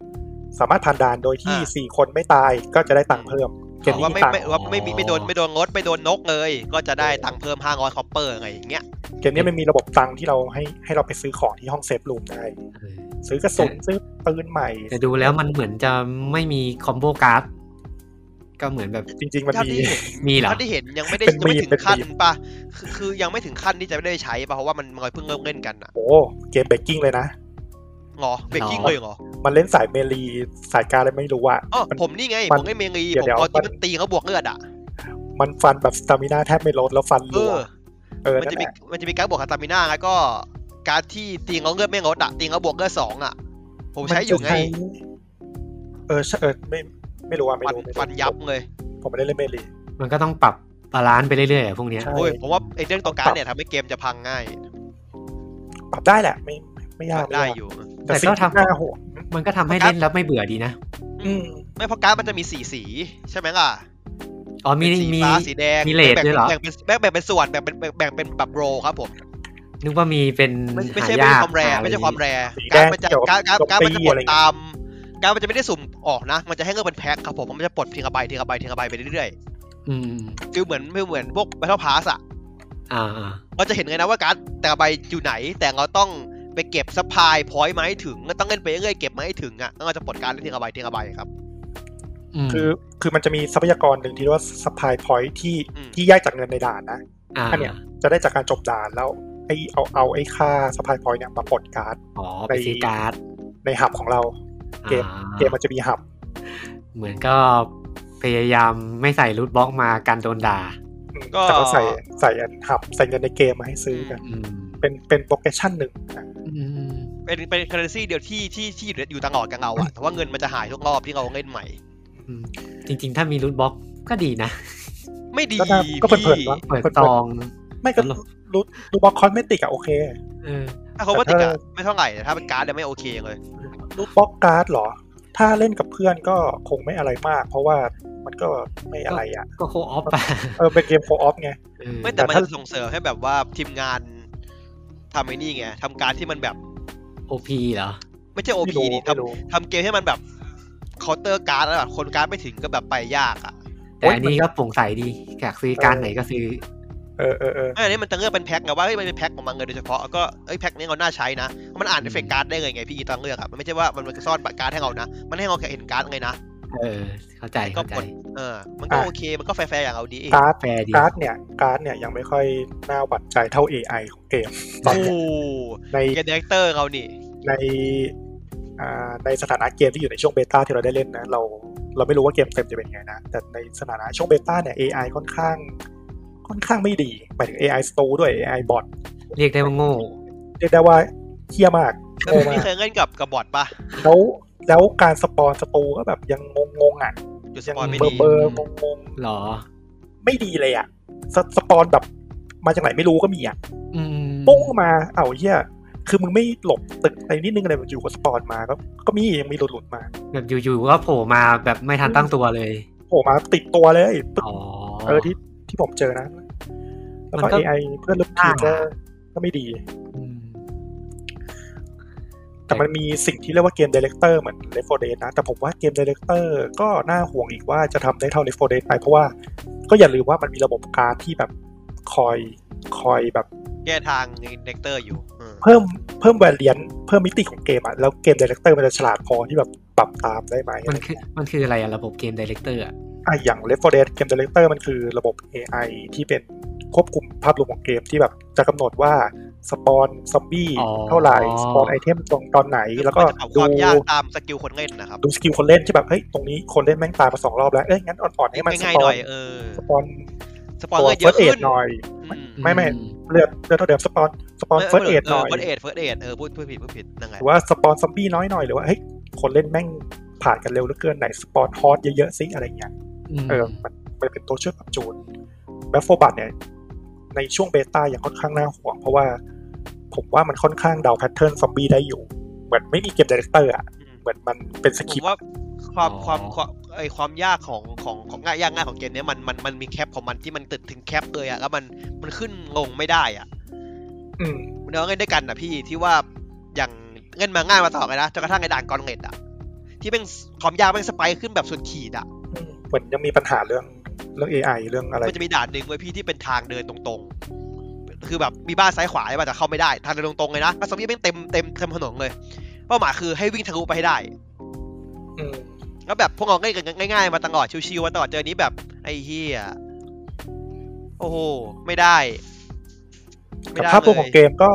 Speaker 4: สามารถผ่านด่านโดยที่
Speaker 2: อ่า
Speaker 4: สี่คนไม่ตายก็จะได้ตังค์เพิ่มเกม
Speaker 2: ว่า
Speaker 4: นี้มี
Speaker 2: ไม่
Speaker 4: ตัง
Speaker 2: ไม่
Speaker 4: ค์
Speaker 2: ว่าไม่มีไม่โดนไม่โดนงดไม่โดนนกเลย ก็จะได้ตังค์เพิ่มห้าร้อยคอปเปอร์อะไรอย่างเงี้ย
Speaker 4: เกมนี้มันมีระบบตังค์ที่เราให้ให้เราไปซื้อของที่ห้องเซฟรูมได้ ซื้อกระสุนซื้อปืนใหม่
Speaker 1: แต่ดูแล้วมันเหมือนจะไม่มีคอมโบการ์ดก็เหมือนแบบ
Speaker 4: จริงๆ มัน
Speaker 2: เท่า
Speaker 4: มี
Speaker 2: ที่เห็น
Speaker 1: มีเหรอ
Speaker 2: เท่าที่เห็นยังไม่ได้
Speaker 4: เป็น
Speaker 2: ยังไม่
Speaker 4: มีม
Speaker 2: ถึง
Speaker 4: เป็น
Speaker 2: ขั้น
Speaker 4: มีม
Speaker 2: ปะคือคือยังไม่ถึงขั้นที่จะไม่ได้ใช้ปะเพราะว่ามันมันเพิ่งเริ่มเล่นกันอ่ะ
Speaker 4: โอ้เกมเบรกกิ้งเลยนะ
Speaker 2: หรอเบรกกิ้งเลยเหรอ
Speaker 4: มันเล่นสายเมลีสายการอะไรไม่รู้อะ
Speaker 2: อ๋อ
Speaker 4: มัน
Speaker 2: ผมนี่ไง
Speaker 4: มั
Speaker 2: ผ
Speaker 4: น
Speaker 2: มไอ้เมงี
Speaker 4: เดี๋
Speaker 2: ผม
Speaker 4: ยวเดี๋ยว
Speaker 2: เอาที่
Speaker 4: มั
Speaker 2: มัน
Speaker 4: น
Speaker 2: ตีเขาบวกเลือดอ่ะ
Speaker 4: มันฟันแบบสตามิน่าแทบไม่ลดแล้วฟัน
Speaker 2: เอ
Speaker 4: รัว
Speaker 2: อ
Speaker 4: เออ
Speaker 2: มัน
Speaker 4: นั่
Speaker 2: จะ
Speaker 4: น
Speaker 2: มี
Speaker 4: แหละ
Speaker 2: มันจะมีการบวกคาตามิน่าแล้วก็การที่ตีเขาเลือดไม่ลดอะตีเขาบวกเลือดสองอ่ะ ผมใช้อยู่ไง
Speaker 4: มันจะใช้เออใช่เออไม่ไม่รู้อะไม่
Speaker 2: ฟัน
Speaker 4: รู้ไม่รู้
Speaker 2: ฟันยับเลย
Speaker 4: ผมไม่ได้เล่นเมลี
Speaker 1: มันก็ต้องปรับบาลานซ์ไปเรื่อยๆอะพวกเนี้ย
Speaker 4: ใช่
Speaker 2: โอ้ยผมว่าไอ้เรื่องตัวการดเนี่ยทำให้เกมจะพังง่าย
Speaker 4: ปรับได้แหละ ไม่ไม่ยากม่
Speaker 2: ได้
Speaker 4: ยาก
Speaker 2: อยู่
Speaker 4: แต่สิ่งที่น่าห่วง
Speaker 1: มันก็ทำให้เล่นแล้วไม่เบื่อดีนะ
Speaker 4: อืม
Speaker 2: ไม่เพราะการ์ดมันจะมีสีสีใช่ไหมล่ะ
Speaker 1: อ๋อมี
Speaker 2: เป็นสี
Speaker 1: มี
Speaker 2: ฟ้าสีแดง
Speaker 1: มีเลท
Speaker 2: แบ่ง
Speaker 1: ด้วยเหรอ
Speaker 2: แบ่งเป็นแบ่งแบ่งเป็นส่วนแบ่งเป็นแบ่งเป็นแบบโรครับผม
Speaker 1: นึกว่ามีเป็น
Speaker 2: ไม่ไม่ใช่
Speaker 1: หา
Speaker 2: ไม่
Speaker 1: ยาก
Speaker 2: ใช่ความแรร์ไม่ใช่ความแรร์
Speaker 4: สี
Speaker 2: การ์ด
Speaker 4: แดง
Speaker 2: มันจะ
Speaker 4: เกี่ยวกับ
Speaker 2: การ์ดการ์ดการ์ดมันจะ
Speaker 4: ปี
Speaker 2: ปล
Speaker 4: อะไร
Speaker 2: ด
Speaker 4: เงี้ย
Speaker 2: ตามการ์ดมันจะไม่ได้สุ่มออกนะ มันจะให้เลือกเป็นแพ็คครับผมมันจะปลดทีละใบทีละใบทีละใบไปเรื่อย
Speaker 8: อืม
Speaker 2: ๆคือเหมือนไม่เหมือนพวก Battle Pass อะ
Speaker 1: อ่าอ่า
Speaker 2: เราจะเห็นเลยนะว่าการ์ดแต่ละใบอยู่ไหน แต่เราต้องไปเก็บสปายพอยต์มาให้ถึงก็ต้องเล่นไปเรื่อยๆเก็บมาให้ถึงอ่ะแล้วเราจะปลดการ์ดได้ทีละใบทีละใบครับ
Speaker 8: ม
Speaker 4: คือคือมันจะมีทรัพยากรหนึ่งที่เรียกว่า supply point ที่
Speaker 2: อืม
Speaker 4: ที่แยกจากเงินในด่านนะ
Speaker 1: อ่า
Speaker 4: อันเนี้ยจะได้จากการจบด่านแล้วไอเอาเอาไอค่า supply point เนี่ยมาปลดการ์ด
Speaker 1: อ๋อไปซื้อการ์ด
Speaker 4: ในหับของเรา เกม
Speaker 1: อ่า
Speaker 4: เกมมันจะมีหับ
Speaker 1: เหมือนก็พยายามไม่ใส่รูทบล็อกมากันโดนด่า
Speaker 4: อืม
Speaker 6: ก็
Speaker 4: แต่ก็ใส่ใส่อันหับใส่เงินในเกมมาให้ซื้อกัน
Speaker 1: อืม
Speaker 4: เป็นเป็นโปรเกชั่นหนึ่งอ่ะ
Speaker 8: อืม
Speaker 2: เป็นเป็นค u r r e n c y เดียวที่ที่ที่อยู่อยู่ตลอดกับเราอ่ะแต่ว่าเงินมันจะหายทุกรอบที่เราเล่นใหม่
Speaker 1: อืมจริง ๆ ถ้ามีรูทบล็อกก็ดีนะ
Speaker 2: ไม่ดี
Speaker 4: ก็น่าก็เพลิน
Speaker 2: พี่
Speaker 4: ๆวะ
Speaker 1: เปิด
Speaker 4: พลินๆ
Speaker 1: ซอง
Speaker 4: ไม่ก็รูรูบล็อกคอนไม่ติดอะโอเค
Speaker 1: เออ
Speaker 2: ถ้าเขาว่าติดอะไม่เท่าไหร่แต่ถ้าเป็นการ์ดเนี่ยไม่โอเคเลย
Speaker 4: รูปบล็อกการ์ดเหรอ ถ้าเล่นกับเพื่อนก็คงไม่อะไรมาก เพราะว่ามันก็ไม่อะไรอ่ะ
Speaker 1: ก็โคออฟไป
Speaker 4: เออเป็นเกมโฟออฟไง
Speaker 1: เออ
Speaker 2: ไม่แต่มัน
Speaker 4: แต่ถ้า
Speaker 2: ส่งเสริมให้แบบว่าทีมงานทำไอ้นี่ไงทำการ์ดที่มันแบบ
Speaker 1: โอพีเหรอ
Speaker 2: ไม่ใช่โอ
Speaker 4: ไม่
Speaker 2: พี
Speaker 4: รู้
Speaker 2: ดิ
Speaker 4: ไม่
Speaker 2: ทำ
Speaker 4: รู้
Speaker 2: ทำเกมให้มันแบบเคาน์เตอร์การ์ดแล้วแบบคนการ์ดไม่ถึงก็แบบไปยากอ่ะ
Speaker 1: แต่อันนี้ก็โปร่งใสดีอยากซื้อการ
Speaker 4: เออ
Speaker 1: ไหนก็ซื้อ
Speaker 4: เออเออเออ
Speaker 2: อันนี้มันจะเลือกเป็นแพ็คไงว่าเฮ้ยมันเป็นแพ็คของมันเลยโดยเฉพาะแล้วก็เอ้ยแพ็คนี้เราน่าใช้นะเพราะมันอ่าน
Speaker 1: อืม
Speaker 2: เอฟเฟกต์การ์ดได้เลยไงพี่อีตอนเลือกอะมันไม่ใช่ว่ามันมันซ่อนการ์ดให้เรานะ มันให้เราเห็นการ์ดไงนะ
Speaker 1: เออ เข้าใจ
Speaker 2: ก็
Speaker 1: เข้าใจ
Speaker 2: กด เออ มันก็โอเคมันก็แฟร์ๆอย่างเราดี
Speaker 4: การ์ด
Speaker 1: แฟร์ดี
Speaker 4: การ์ดเนี่ยการ์ดเนี่ยยังไม่ค่อยน่าหวั่นใจเท่า AI ของเกมตอน
Speaker 2: โอ้
Speaker 4: เนี้ย
Speaker 2: ย
Speaker 4: ใน
Speaker 2: เดเรคเตอร์เรานี่
Speaker 4: ในอ่าในสถานะเกมที่อยู่ในช่วงเบต้าที่เราได้เล่นนะเราเราไม่รู้ว่าเกมเต็มจะเป็นไงนะ แต่ในสถานะช่วงเบต้าเนี่ย AI ค่อนข้าง ค่อนข้างไม่ดีหมายถึง AI s t o ด้วย AI bot
Speaker 1: เรียกได้ว่าโง่
Speaker 4: เรียกได้ว่าเที่ยมาก
Speaker 2: แล้ว
Speaker 4: โง่มา
Speaker 2: พี่
Speaker 4: ก
Speaker 2: เคยเล่นกับกับบอทปะ
Speaker 4: แล้วแล้วการสปอนสตูก็แบบยังงงๆอ่ะ
Speaker 2: หยุดส
Speaker 4: ยัง
Speaker 2: ปอยไม่
Speaker 4: เบอ
Speaker 2: ดี
Speaker 4: ร์เบอร์งง
Speaker 1: หรอ
Speaker 4: ๆไม่ดีเลยอ่ะสสปอนแบบมาจากไหนไม่รู้ก็มีอ่ะ
Speaker 1: อืม
Speaker 4: ปุ้งมาเอ้าเฮียคือมึงไม่หลบตึกอะไรนิดนึงอะไรแบบอยู่ก็สปอนมาก็ก็มียังมีหลุดหลุดๆมา
Speaker 1: แบบอยู่ๆก็โผล่มาแบบไม่ทันตั้งตัวเลย
Speaker 4: โผล่มาติดตัวเลยปึ๊ก
Speaker 1: อ๋อ
Speaker 4: เออที่ที่ผมเจอนะแล้ว
Speaker 1: มั
Speaker 4: ก็
Speaker 1: นก็
Speaker 4: AI เพื่อนร่วมทีมก็
Speaker 1: อ่า
Speaker 4: ก็ไม่ดี
Speaker 1: อืม
Speaker 4: แต่มันมีสิ่งที่เรียกว่าเกม d ดเ e กเตอร์เหมือนเลฟโฟเดนะ แต่ผมว่าเกม d ดเ e กเตอร์ก็น่าห่วงอีกว่าจะทำได้เท่าเลฟโฟเดนไหมเพราะว่าก็อย่าลืมว่ามันมีระบบการดที่แบบคอยคอยแบบ
Speaker 2: แก้ทางเดเรคเตอร์อยู่เออ
Speaker 4: เพิ่มเพิ่มแวเลียนเพิ่มมิติของเกมอะแล้วเกม d ดเ e กเตอร์มันจะฉลาดพอที่แบบปรับตามได้ไหม
Speaker 1: มันคือมันคืออะไรอะระบบเกมไดเรคเตอร์อะ
Speaker 4: อ่ะอย่างเลฟโฟเดนเกม d ดเ e กเตอร์มันคือระบบ AI ที่เป็นควบคุมภาพรวมของเกมที่แบบจะกำหนดว่าสปอนซอมบี้เท่าไหร่สปอนไอเทมตรงตอนไหนแล้วก็
Speaker 2: มันจะปรับความ
Speaker 4: ดู
Speaker 2: ยากตามสกิลคนเล่นนะครับ
Speaker 4: ดูสกิลคนเล่นที่แบบเฮ้ยตรงนี้คนเล่นแม่งตายมาสองรอบแล้วเอ้ยงั้นอ่อนๆให้มันส
Speaker 2: ง่ายๆ
Speaker 4: ป
Speaker 2: ห
Speaker 4: อ
Speaker 2: น่อ
Speaker 4: น
Speaker 2: ยเออ
Speaker 4: สปอน
Speaker 2: สปอน
Speaker 4: ตัว
Speaker 2: เงินเย
Speaker 4: เฟิร์
Speaker 2: อะขึ้
Speaker 4: สเอด
Speaker 2: น
Speaker 4: หน่อย ไม่ไม่
Speaker 1: อื
Speaker 4: เลือดเลือดเท่าเดิมสปอนสปอนเฟิร์สเอดหน่อย
Speaker 2: เฟิร์สเอดเฟิร์สเอดเออพูดพูดผิดพูดผิดนั่นไง
Speaker 4: หรือว่าสปอนซอมบี้น้อยหน่อยหรือว่าเฮ้ยคนเล่นแม่งผ่านกันเร็วเหลือเกินไหนสปอนฮอตเยอะๆซิอะไรเงี้ย
Speaker 1: ม
Speaker 4: เออมันมันเป็นตัวช่วยปรับจูนแบฟโฟบัตเนี่ยในช่วงเบต้ายังค่อนข้างน่าห่วงเพราะว่า ผมว่ามันค่อนข้างเดาแพทเทิร์นซอมบี้ได้อยู่เหมือนไม่มีเกมดีเรคเตอร์อ่ะ
Speaker 2: อืม
Speaker 4: เหมือนมันเป็นส
Speaker 2: ผ
Speaker 4: คริป
Speaker 2: ม
Speaker 4: ต์
Speaker 2: ว่าความความความไอความยากของของของง่ายยากง่ายของเกมเนี้ยมันมันมันมีแคปของมันที่มันติดถึงแคปเลยอะแล้วมันมันขึ้นลงไม่ได้อะ
Speaker 4: อืม
Speaker 2: มันเอาเล่นด้วยกันนะพี่ที่ว่าอย่างเล่นมาง่ายมาต่อกันนะจนกระทั่งไอด่านกอนเน็ตอะที่เป็นความยากเป็นสไปค์ขึ้นแบบสุดขีดอะ
Speaker 4: อืมเหมือนยังมีปัญหาเรื่องเรื่อง AI เรื่องอะไร
Speaker 2: มันจะมีด่านหนึ่งไว้ยพี่ที่เป็นทางเดินตรงๆ คือแบบมีบ้านซ้ายขวาใช่ป่ะแต่เข้าไม่ได้ทางเดินตรงๆเลยนะแล้วซอมบี้แม่งเต็มเต็มเต็มถนนเลยเป้าหมายคือให้วิ่งทะลุไปให้ได้
Speaker 4: อืม
Speaker 2: แล้วแบบพวกเราง่ายกันง่ายๆมาตลอดชิวๆมาตลอดเจอนี้แบบไอ้เฮียโอ้โหไม่ได้ ไม่
Speaker 4: แต่
Speaker 2: ได้
Speaker 4: ภาพรวมขอ
Speaker 2: ล
Speaker 4: ง
Speaker 2: ย
Speaker 4: เกมก็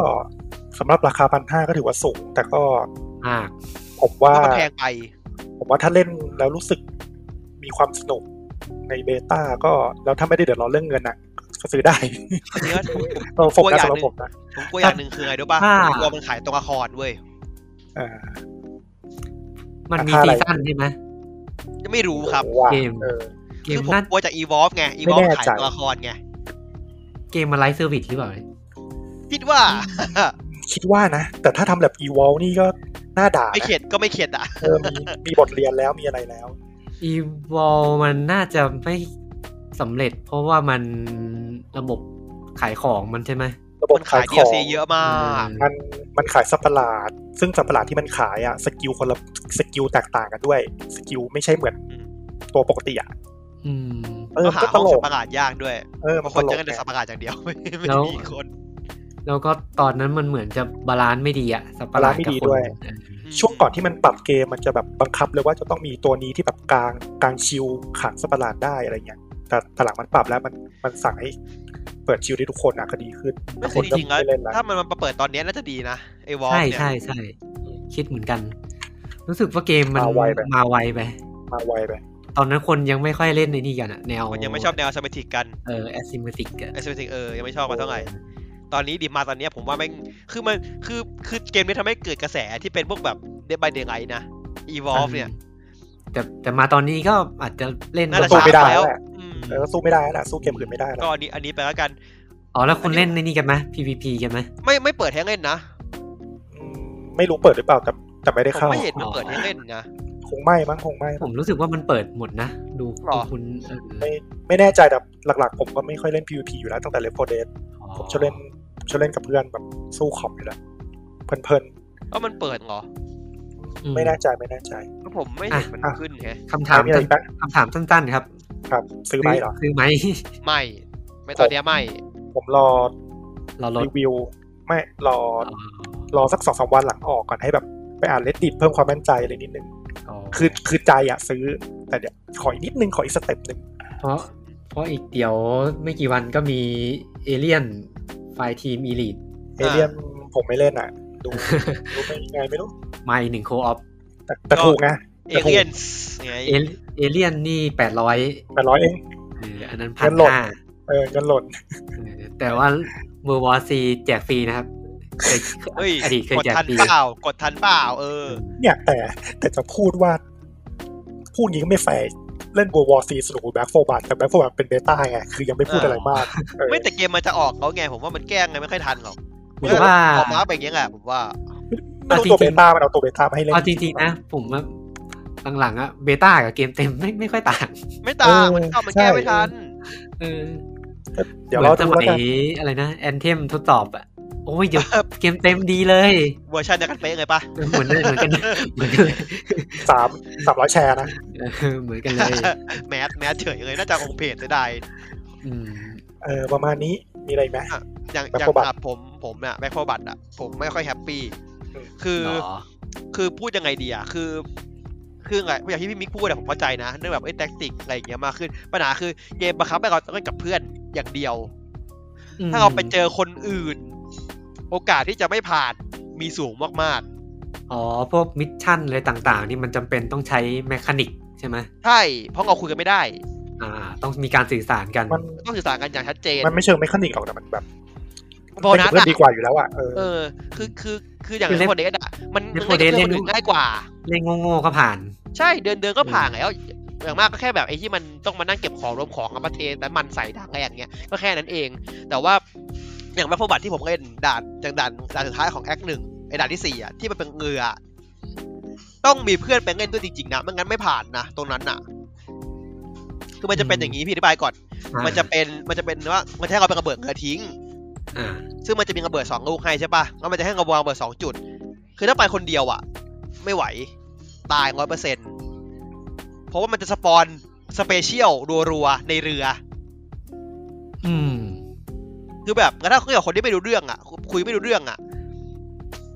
Speaker 4: สำหรับราคาพันห้าก็ถือว่าสูง แต่ก็
Speaker 1: มาก
Speaker 4: ผมว่า
Speaker 2: แล้วก็แพงไป
Speaker 4: ผมว่าถ้าเล่นแล้วรู้สึกมีความสนุกในเบต้าก็แล้วถ้าไม่ได้เดือดร้อนเรื่องเงินนะก็ซื้อได้
Speaker 2: อันนี้ก็ผมผม
Speaker 4: เออโฟ [LAUGHS] กั
Speaker 2: ตัวอ
Speaker 4: ส
Speaker 2: ย่าง
Speaker 4: สำห
Speaker 2: ห
Speaker 4: รั
Speaker 2: นึ่ง
Speaker 4: บผมนะ
Speaker 2: ผมกลัวอย่างหนึ่งคืออะไร
Speaker 4: [LAUGHS]
Speaker 2: รู้ป่ะผมกลัวมันขายตัวละครเว้ย
Speaker 4: อ่า
Speaker 1: มันมี
Speaker 4: ราคาอะไร
Speaker 1: ซีซั่นใช่ไหม
Speaker 2: จะไม่รู้ครับ
Speaker 4: ว่า
Speaker 1: เกม
Speaker 4: เออ
Speaker 1: เก
Speaker 2: คื
Speaker 1: ม
Speaker 2: อผม
Speaker 1: น่าก
Speaker 2: ลัวจากอีวอฟไงอีวอฟ
Speaker 4: ไม่แน่ใจ
Speaker 2: ขายตัวละครไง
Speaker 1: เกมมาไลฟ์เซอร์วิสหรือเปล่า
Speaker 2: คิดว่า
Speaker 4: คิดว่านะ แต่ถ้าทำแบบ e v o l นี่ก็น่าด่า
Speaker 2: ไม่
Speaker 4: นะ
Speaker 2: เข็ดก็ไม่เข็ดอ่ะ
Speaker 4: เออมีมีบทเรียนแล้วมีอะไรแล้ว
Speaker 1: อีวอลมันน่าจะไม่สำเร็จ เพราะว่ามันระบบขายของมันใช่ไหม
Speaker 4: ระบบ
Speaker 2: มัน
Speaker 4: ขาย
Speaker 2: ขาย
Speaker 4: ของ
Speaker 2: DLC เยอะมาก
Speaker 4: มันมันขายสัตว์ประหลาด ซึ่งสัตว์ประหลาดที่มันขายอ่ะสกิลคนละสกิลแตกต่างกันด้วย สกิลไม่ใช่เหมือน
Speaker 2: อืม
Speaker 4: ตัวปกติอ่ะ
Speaker 8: อืม
Speaker 4: เออ
Speaker 2: ก็
Speaker 4: มัน
Speaker 2: หาห้
Speaker 4: ก็ต
Speaker 2: อง
Speaker 4: ล
Speaker 2: สั
Speaker 4: ก
Speaker 2: มประกาศยากด้วย
Speaker 4: เออ
Speaker 2: า
Speaker 4: บมั
Speaker 2: ง
Speaker 4: น
Speaker 2: ค
Speaker 4: ต
Speaker 2: น
Speaker 4: ล
Speaker 2: เจอก กันแต่สัมประกาศอย่างเดียว [LAUGHS] ไม่ไม่
Speaker 1: แล้ว
Speaker 2: มีคน
Speaker 1: แล้วก็ตอนนั้นมันเหมือนจะบาลานซ์ไม่ดีอะสับปะรดกับคนอื่นอะ
Speaker 4: ช่วงก่อนที่มันปรับเกมมันจะแบบบังคับเลยว่าจะต้องมีตัวนี้ที่แบบกลางกลางชิวขังสัตว์ประหลาดได้อะไรเงี้ยแต่แต่หลังมันปรับแล้วมันมันสั่งให้เปิดชิวได้ทุกคนอ่ะก็ดีขึ้น
Speaker 2: ก็คือจริงๆแล้ว
Speaker 4: ไม่เล่นละ
Speaker 2: ถ้ามันมาเปิดตอนเนี้ยน่าจะดีนะไอ้วอล
Speaker 1: ใช่
Speaker 2: เนี่ย
Speaker 1: ใช่ใช่คิดเหมือนกัน รู้สึกว่าเกมมันมาไวไป
Speaker 4: มาไวไป
Speaker 1: ตอนนั้นคนยังไม่ค่อยเล่นในนี่กันอะแนว
Speaker 2: มันยังไม่ชอบแนวสมิติกัน
Speaker 1: เออแอสซิมเมติกอะ
Speaker 2: ไอ้สมิติเออยังไม่ชอบมาเท่าไหร่ตอนนี้ดีมาตอนเนี้ยผมว่าแม่งคือมันคือคือเกมนี้ทำให้เกิดกระแสที่เป็นพวกแบบเดบายเดย์ไลนะอีวอลเนี่ย
Speaker 1: แต่แต่มาตอนนี้ก็อาจจะเล่น
Speaker 2: น่าจะ
Speaker 4: สู้
Speaker 2: ช้า
Speaker 4: ไม่ได้
Speaker 2: แล้ว
Speaker 4: แหละ
Speaker 2: อืม
Speaker 4: เออสู้ไม่ได้แล้วสู้เกมอื่นไม่ได้แล้ว
Speaker 2: ก็อันนี้อันนี้ไปแล้วกัน
Speaker 1: อ๋อแล้วคุณเล่นในนี่กันไหม PVP กันไหม
Speaker 2: ไม่ไม่เปิดแฮงเล่นนะ
Speaker 4: อืมไม่รู้เปิดหรือเปล่าแต่แต่ไม่ได้
Speaker 2: ผม
Speaker 4: เข้า
Speaker 2: ไม่เห็นมัน
Speaker 1: อ๋อ
Speaker 2: เปิดแฮงเล่นนะ
Speaker 4: คงไม่มั้งคงไม่
Speaker 1: ผมรู้สึกว่ามันเปิดหมดนะ ดู
Speaker 2: หรอ
Speaker 1: คุณเออ
Speaker 4: ไม่ไม่แน่ใจแต่หลักๆ ผมก็ไม่ค่อยเล่น PVP อยู่แล้วตั้งแต่เลฟโฟเดสผมชอบเล่นชอบเล่นกับเพื่อนแบบสู้คอมอยู่แล้วเพลิน
Speaker 2: ก็มันเปิดเหรอ
Speaker 1: อื
Speaker 4: ๆไม่แน่ใจไม่แน่ใจ
Speaker 2: ก็ผมไม่เห็นมัน
Speaker 4: อ่ะ
Speaker 2: ขึ้นแฮะ
Speaker 1: คำถาม
Speaker 4: มีอะไรอีกไหม
Speaker 1: คำถามสั้นๆครับ
Speaker 4: ครับ ซื้อไหมเหรอ
Speaker 1: ซื้อไหม
Speaker 2: ไม่ ไม่ตอนเนี้ยไม่
Speaker 4: ผมรอ
Speaker 1: เราลด
Speaker 4: รีวิว ไม่รอรอสักสองสามวันหลังออกก่อนให้แบบไปอ่านเลดดิตเพิ่มความมั่นใจอะไรนิดนึง [LAUGHS] คือคือใจอยากซื้อแต่เดี๋ยวขออีกนิดนึงขออีกสเต็ปหนึ่ง
Speaker 1: เพราะเพราะอีกเดี๋ยวไม่กี่วันก็มีเอเลียนไฟทีมอีลีด
Speaker 4: เอเลียนผมไม่เล่นอ่ะ ดูดูไม่ยังไงไม่รู้
Speaker 1: มาอีกหนึ่งโคออฟ
Speaker 4: แต่แต่ถูกนะ
Speaker 2: เอเลียนไง
Speaker 1: เอเลียนนี่แปดร้อย
Speaker 4: แต่ร้อยเอง
Speaker 1: อันนั้น
Speaker 4: เงิ
Speaker 1: พัน
Speaker 4: นหล่น
Speaker 1: ห้า
Speaker 4: เออเงินหล่น
Speaker 1: แต่ว่าเวอร์วอซีแจกฟรีนะครับเคย
Speaker 2: เฮ้ย
Speaker 1: อดีตเคย
Speaker 2: กด
Speaker 1: แจก
Speaker 2: ทัน
Speaker 1: ฟรี
Speaker 2: เปล่ากดทันเปล่าเออ
Speaker 4: เนี่ยแต่แต่จะพูดว่า พูดอย่างนี้ก็ไม่แฟร์เล่น World War C สนุกแบ็คโฟบัตแต่แบ็คโฟบัตเป็นเบต้าไง คือยังไม่พูด
Speaker 2: อ่า
Speaker 4: อะไรมากเออ
Speaker 2: ไม่แต่เกมมันจะออกเขาไง ผมว่ามันแกล้งไงไม่ค่อยทันหรอก
Speaker 1: หรือว่า
Speaker 2: ออกมาแบบนี้แหละผมว่า
Speaker 4: ไม่รู้ตัวเบต้ามันเอาตัวเบต้ามาให้เล่น
Speaker 1: เอาจริงๆนะ ผมว่าหลังๆอะเบต้ากับเกมเต็มไม่ไม่ค่อยต่าง
Speaker 2: ไม่ต่างมันเข้ามันแก้ไม่ทัน
Speaker 1: เออ
Speaker 4: เดี๋ยว
Speaker 1: หมื
Speaker 4: เรา
Speaker 1: อนส
Speaker 4: ดู
Speaker 1: มั
Speaker 4: แล้ว
Speaker 1: ย
Speaker 4: กัน
Speaker 1: อะไรนะแอนเทมทดสอบอะโอ้ยเดี๋ยว
Speaker 2: เออ
Speaker 1: เกมเต็มดีเลย
Speaker 2: เวอร์ชันเดียวกันเป๊ะเลยปะ
Speaker 1: เหมือนเหมือนกันเหมือนกันเลย
Speaker 4: สามสามร้อยแชร์นะ
Speaker 1: เออเหมือนกันเลย
Speaker 2: แมสแมสเฉยเลยน่าจะองค์เพจจะได้
Speaker 1: อืม
Speaker 4: เออประมาณนี้มีอะไรอีกไหม
Speaker 2: อ่ะ อย่างอ
Speaker 4: Back
Speaker 2: ย่าง
Speaker 4: for Blood
Speaker 2: อ่ะผมผมเนี่ยแบ็คโฟบัตอ่ะผมไม่ค่อยแฮปปี้
Speaker 4: อืม
Speaker 2: คือ
Speaker 1: หรอ
Speaker 2: คือพูดยังไงดีอ่ะ คือ คือไงอย่างที่พี่มิกพูดอะผมเข้าใจนะ เรื่องแบบไอ้แท็กติกอะไรอย่างเงี้ยมากขึ้น ปัญหาคือเกมบังคับให้เราต้องเล่นกับเพื่อนอย่างเดียว ถ้าเราไปเจอคนอื่น โอกาสที่จะไม่ผ่านมีสูงมาก
Speaker 1: อ๋อพวกมิชชั่นอะไรต่างๆ นี่มันจำเป็นต้องใช้แมคานิกใช่ไหม
Speaker 2: ๆ ใช่ เพราะเราคุยกันไม่ได้
Speaker 1: อ่า ต้องมีการสื่อสารกัน
Speaker 4: มัน
Speaker 2: ต้องสื่อสารกันอย่างชัดเจน
Speaker 4: มันไม่เชิงไม่คนิกหรอกแต่มันแบบ
Speaker 2: โบนัสอะ
Speaker 4: เล่นกับเพื่อนดีกว่าอยู่แล้วอ่ะเออ
Speaker 2: เออ คือคือคืออย่าง
Speaker 1: คือเล่น
Speaker 2: คนเด็กอะมัน
Speaker 1: เล่น
Speaker 2: มันเล่นกับ
Speaker 1: เล่น
Speaker 2: เพื่อนคนอื่นง่ายกว่า
Speaker 1: เล่นโง่ๆก็ผ่าน
Speaker 2: ใช่เดินเดินก็ผ่านแล้ว อย่างมากก็แค่แบบไอ้ที่มันต้องมานั่งเก็บของรวมของเอามาเทแต่มันใส่ถังอะไรอย่างเงี้ยก็แค่นั้นเอง แต่ว่าอย่างแมพโฟบัตที่ผมเล่นด่านจากด่านด่านสุดท้ายของแอคหนึ่งไอ้ด่านที่สี่อ่ะที่มันเป็นเงืออะต้องมีเพื่อนไปเล่นด้วยจริงๆนะไม่งั้นไม่ผ่านนะตรงนั้นอ่ะ คือมันจะเป็น
Speaker 1: อืม
Speaker 2: อย่างนี้พี่อธิบายก่อน
Speaker 1: อ่า
Speaker 2: มันจะเป็นมันจะเป็นว่ามันจะให้เราเป็นระเบิดเงือทิ้ง
Speaker 1: อ่า
Speaker 2: ซึ่งมันจะมีระเบิดสองลูกให้ใช่ปะแล้วมันจะให้เราวางระเบิดสองจุด คือถ้าไปคนเดียวอ่ะ ไม่ไหว ตายร้อยเปอร์เซ็นต์เพราะว่ามันจะสปอนสเปเชียลรัวๆในเรือ
Speaker 1: อืม
Speaker 2: คือแบบแล้วถ้าคุยกับคนที่ไม่รู้เรื่องอ่ะ คุยไม่รู้เรื่องอ่ะ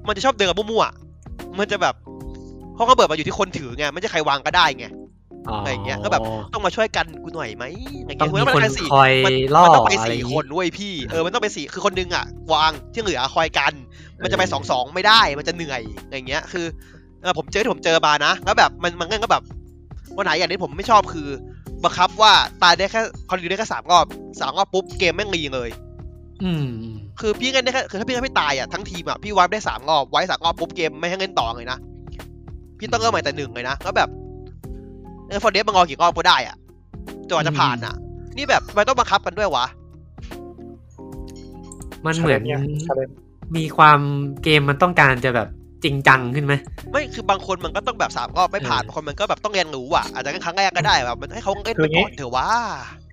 Speaker 2: มันจะชอบเดินกับมั่วๆอะมันจะแบบเพราะระเบิดมันอยู่ที่คนถือไง ไม่ใช่ใครวางก็ได้ไง อะไรอย่างเงี้ยก็แบบ ต้องมาช่วยกันกูหน่อยไหมอย่าง
Speaker 1: ต้อ
Speaker 2: เงี้
Speaker 1: งมี
Speaker 2: ยเว้ย
Speaker 1: คน
Speaker 2: มัเป็สี่
Speaker 1: คอย
Speaker 2: มัน
Speaker 1: ล่อ
Speaker 2: มันต้องไป
Speaker 1: อะไรอ
Speaker 2: สี่
Speaker 1: ย่างงี้
Speaker 2: คนด้วยพี่ เออ มันต้องไปสี่คือคนนึงอ่ะ วางที่เหลือคอยกัน มันจะไปสองสองไม่ได้ มันจะเหนื่อยอย่างเงี้ย คือเออผมเจอที่ผมเจอมานะ แล้วแบบมันมันเงื่อนก็แบบวันไหนอย่างนี้ผมไม่ชอบคือบังคับว่าตายได้แค่คอนดิวได้แค่สามรอบสามรอบปุ๊บเกมแม่งรีเลย
Speaker 1: อืม
Speaker 2: คือพี่เล่นได้แค่คือถ้าพี่เล่นไม่ตายอ่ะทั้งทีมอ่ะพี่วาร์ปได้สามรอบไว้สามรอบปุ๊บเกมไม่ให้เล่นต่อเลยนะพี่ต้องเริ่มใหม่แต่หนึ่งเลยนะแล้วแบบเออฟอร์เดสมันงอกี่รอบก็ได้อ่ะจนกว่าจะผ่านอ่ะ นี่แบบมันต้องบังคับกันด้วยวะ
Speaker 1: มันเหมือน
Speaker 4: ชาลจ์ไงชาเลนจ์
Speaker 1: มีความเกมมันต้องการจะแบบจริงจังขึ้นไหม
Speaker 2: ไม่คือบางคนมันก็ต้องแบบสามรอบไม่ผ่าน
Speaker 1: เออ
Speaker 2: บางคนมันก็แบบต้องเรียนรู้อ่ะอาจจะเล่นครั้งแรกก็ได้แบบมันให้เขาเล่นไปก่อนเถอะวะ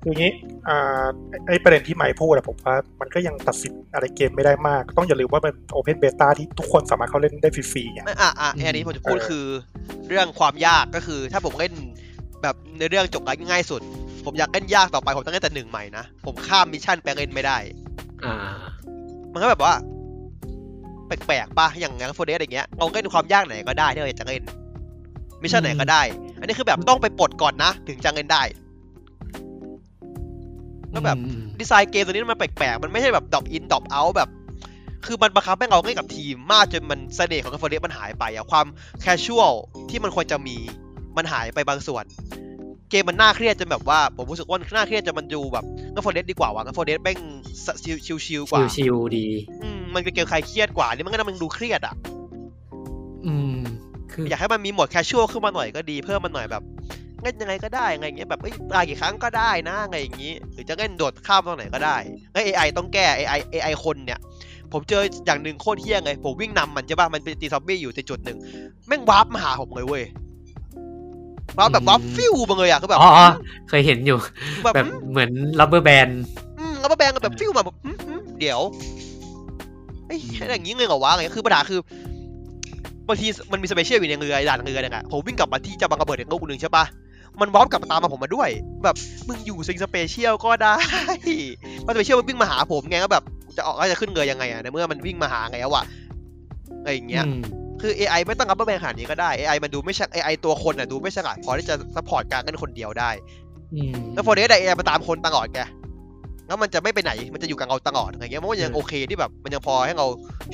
Speaker 4: จ คืออย่างนี้อ่าไอ้ไอ้ประเด็นที่ไมค์พูดอะผมว่ามันก็ยังตัดสินอะไรเกมไม่ได้มาก ต้องอย่าลืมว่ามันโอเพนเบต้าที่ทุกคนสามารถเข้าเล่นได้ฟรีๆไง
Speaker 2: ไม่อ่ะอ่ะอันนี้ผมจะพูด
Speaker 4: เออ
Speaker 2: คือเรื่องความยากก็คือ ถ้าผมเล่นแบบในเรื่องจบง่ายๆสุด ผมอยากเล่นยากต่อไปผมต้องเล่นแต่หนึ่งใหม่นะ ผมข้ามมิชชั่นไปเล่นไม่ได้
Speaker 1: อ่า
Speaker 2: มันก็แบบว่า แปลกๆป่ะอย่างอย่างโฟเดสอย่างเงี้ยเราเล่นความยากไหนก็ได้ที่เราอยากจะเล่นมิชชั่นไหนก็ได้ อันนี้คือแบบต้องไปปลดก่อนนะ ถึงจะเล่นได้ ก็แบบ ดีไซน์เกมตัวนี้มันแปลกๆ มันไม่ใช่แบบดรอปอินดรอปเอาแบบ คือมันบังคับให้เราเล่นกับทีมมากจนมันเสน่ห์ของกันเฟอร์เรมันหายไปอะความแคชชวลที่มันควรจะมีมันหายไปบางส่วน เกมมันน่าเครียดจนแบบว่าผมรู้สึกว่ามันน่าเครียดจนมันดูแบบกันเฟอร์เรดีกว่าว่ะกันเฟอร์เรแม่งชิลๆกว่า
Speaker 1: ชิวๆดี
Speaker 2: อืมมันเป็นเกมใครเครียดกว่าอันนี่มันก็ทำให้มันดูเครียดอะ
Speaker 1: อืม คือ
Speaker 2: อยากให้มันมีโหมดแคชชวลขึ้นมาหน่อยก็ดี เพิ่มมันหน่อยแบบเล่นยังไงก็ได้ไงอย่างเงี้ยแบบเอ้ยตายกี่ครั้งก็ได้นะไงอย่างงี้ หรือจะเล่นโดดข้ามตรงไหนก็ได้แล้ว AI ต้องแก้ AI AI คนเนี่ย ผมเจออย่างหนึ่งโคตรเฮี้ยเลยผมวิ่งนำมันใช่ป่ะมันเป็นตีซอมบี้อยู่ในจุดหนึ่งแม่งวาร์ปมาหาผมเลยเว้ยวาร์ปแบบวาร์ปฟิวมาเลยอะคือแบบ
Speaker 1: อ๋ออ๋อเคยเห็นอยู่
Speaker 2: แบบ
Speaker 1: แบบเหมือนรับเบอร์แบน
Speaker 2: อืมแล้วมาแบงกันแบบฟิวมาแบบอืมอืมเดี๋ยวเอ้ยอย่างงี้เลยเหรอวะอะไรเงี้ยคือปัญหาคือบางทีมันมีสเปเชียลอยู่ในเรือไอ้ด่านเรือเนี่ยอะผมวิ่งกลับมาที่จะบังกระเบิดอย่างลูกหนึ่งใช่ปะ มันวอร์ปกลับมาตามมาผมมาด้วย แบบมึงอยู่ซิงสเปเชียลก็ได้ [LAUGHS] มันสเปเชียลมันวิ่งมาหาผมไงก็แบบจะออกก็จะขึ้นเงยยังไงอะในเมื่อมันวิ่งมาหาไงแล้วอะอะไรอย่างเงี้ย คือ AI ไม่ต้องรับแบงขนาดนี้ก็ได้ AI มันดูไม่ฉลาด AI ตัวคนอ่ะดูไม่ฉลาดพอที่จะซัพพอร์ตการเล่นคนเดียวได้ แล้วพอเนี้ยได้ AI มาตามคนตลอดแกแล้วมันจะไม่ไปไหนมันจะอยู่กับเราตลอดอะไรเงี้ยมันก็ยัง
Speaker 1: อืม
Speaker 2: โอเคที่แบบมันยังพอให้เรา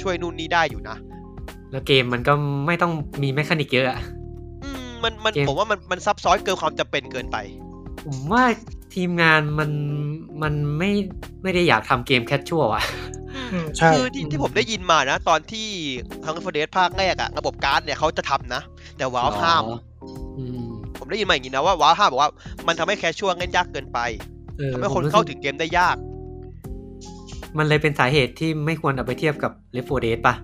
Speaker 2: ช่วยนู่นนี่ได้อยู่นะ
Speaker 1: แล้วเกมมันก็ไม่ต้องมีแมคานิกเยอะอะ
Speaker 2: อืมมันมัน
Speaker 1: เกม
Speaker 2: ผมว่ามันมันซับซ้อนเกินความจำเป็นเกินไป
Speaker 1: ผมว่าทีมงานมันมันไม่ไม่ได้อยากทำเกมแคชชวลอะ
Speaker 4: อืมใช่
Speaker 2: คือที่ที่ผมได้ยินมานะ ตอนที่ทางเฟเดสภาคแรกอะระบบการ์ดเนี่ยเขาจะทำนะ แต่ว้าวห้าม
Speaker 1: อืม
Speaker 2: ผมได้ยินมาอย่างนี้นะว่าว้าวห้ามบอกว่ามันทำให้แคชชวลเล่นยากเกินไป
Speaker 1: เออ
Speaker 2: ทำให้
Speaker 1: ผ
Speaker 2: ค
Speaker 1: ม
Speaker 2: น
Speaker 1: รู้สึก
Speaker 2: เข้าถึงเกมได้ยาก
Speaker 1: มันเลยเป็นสาเหตุที่ไม่ควรเอาไปเทียบกับเลฟโฟเดสป่ะ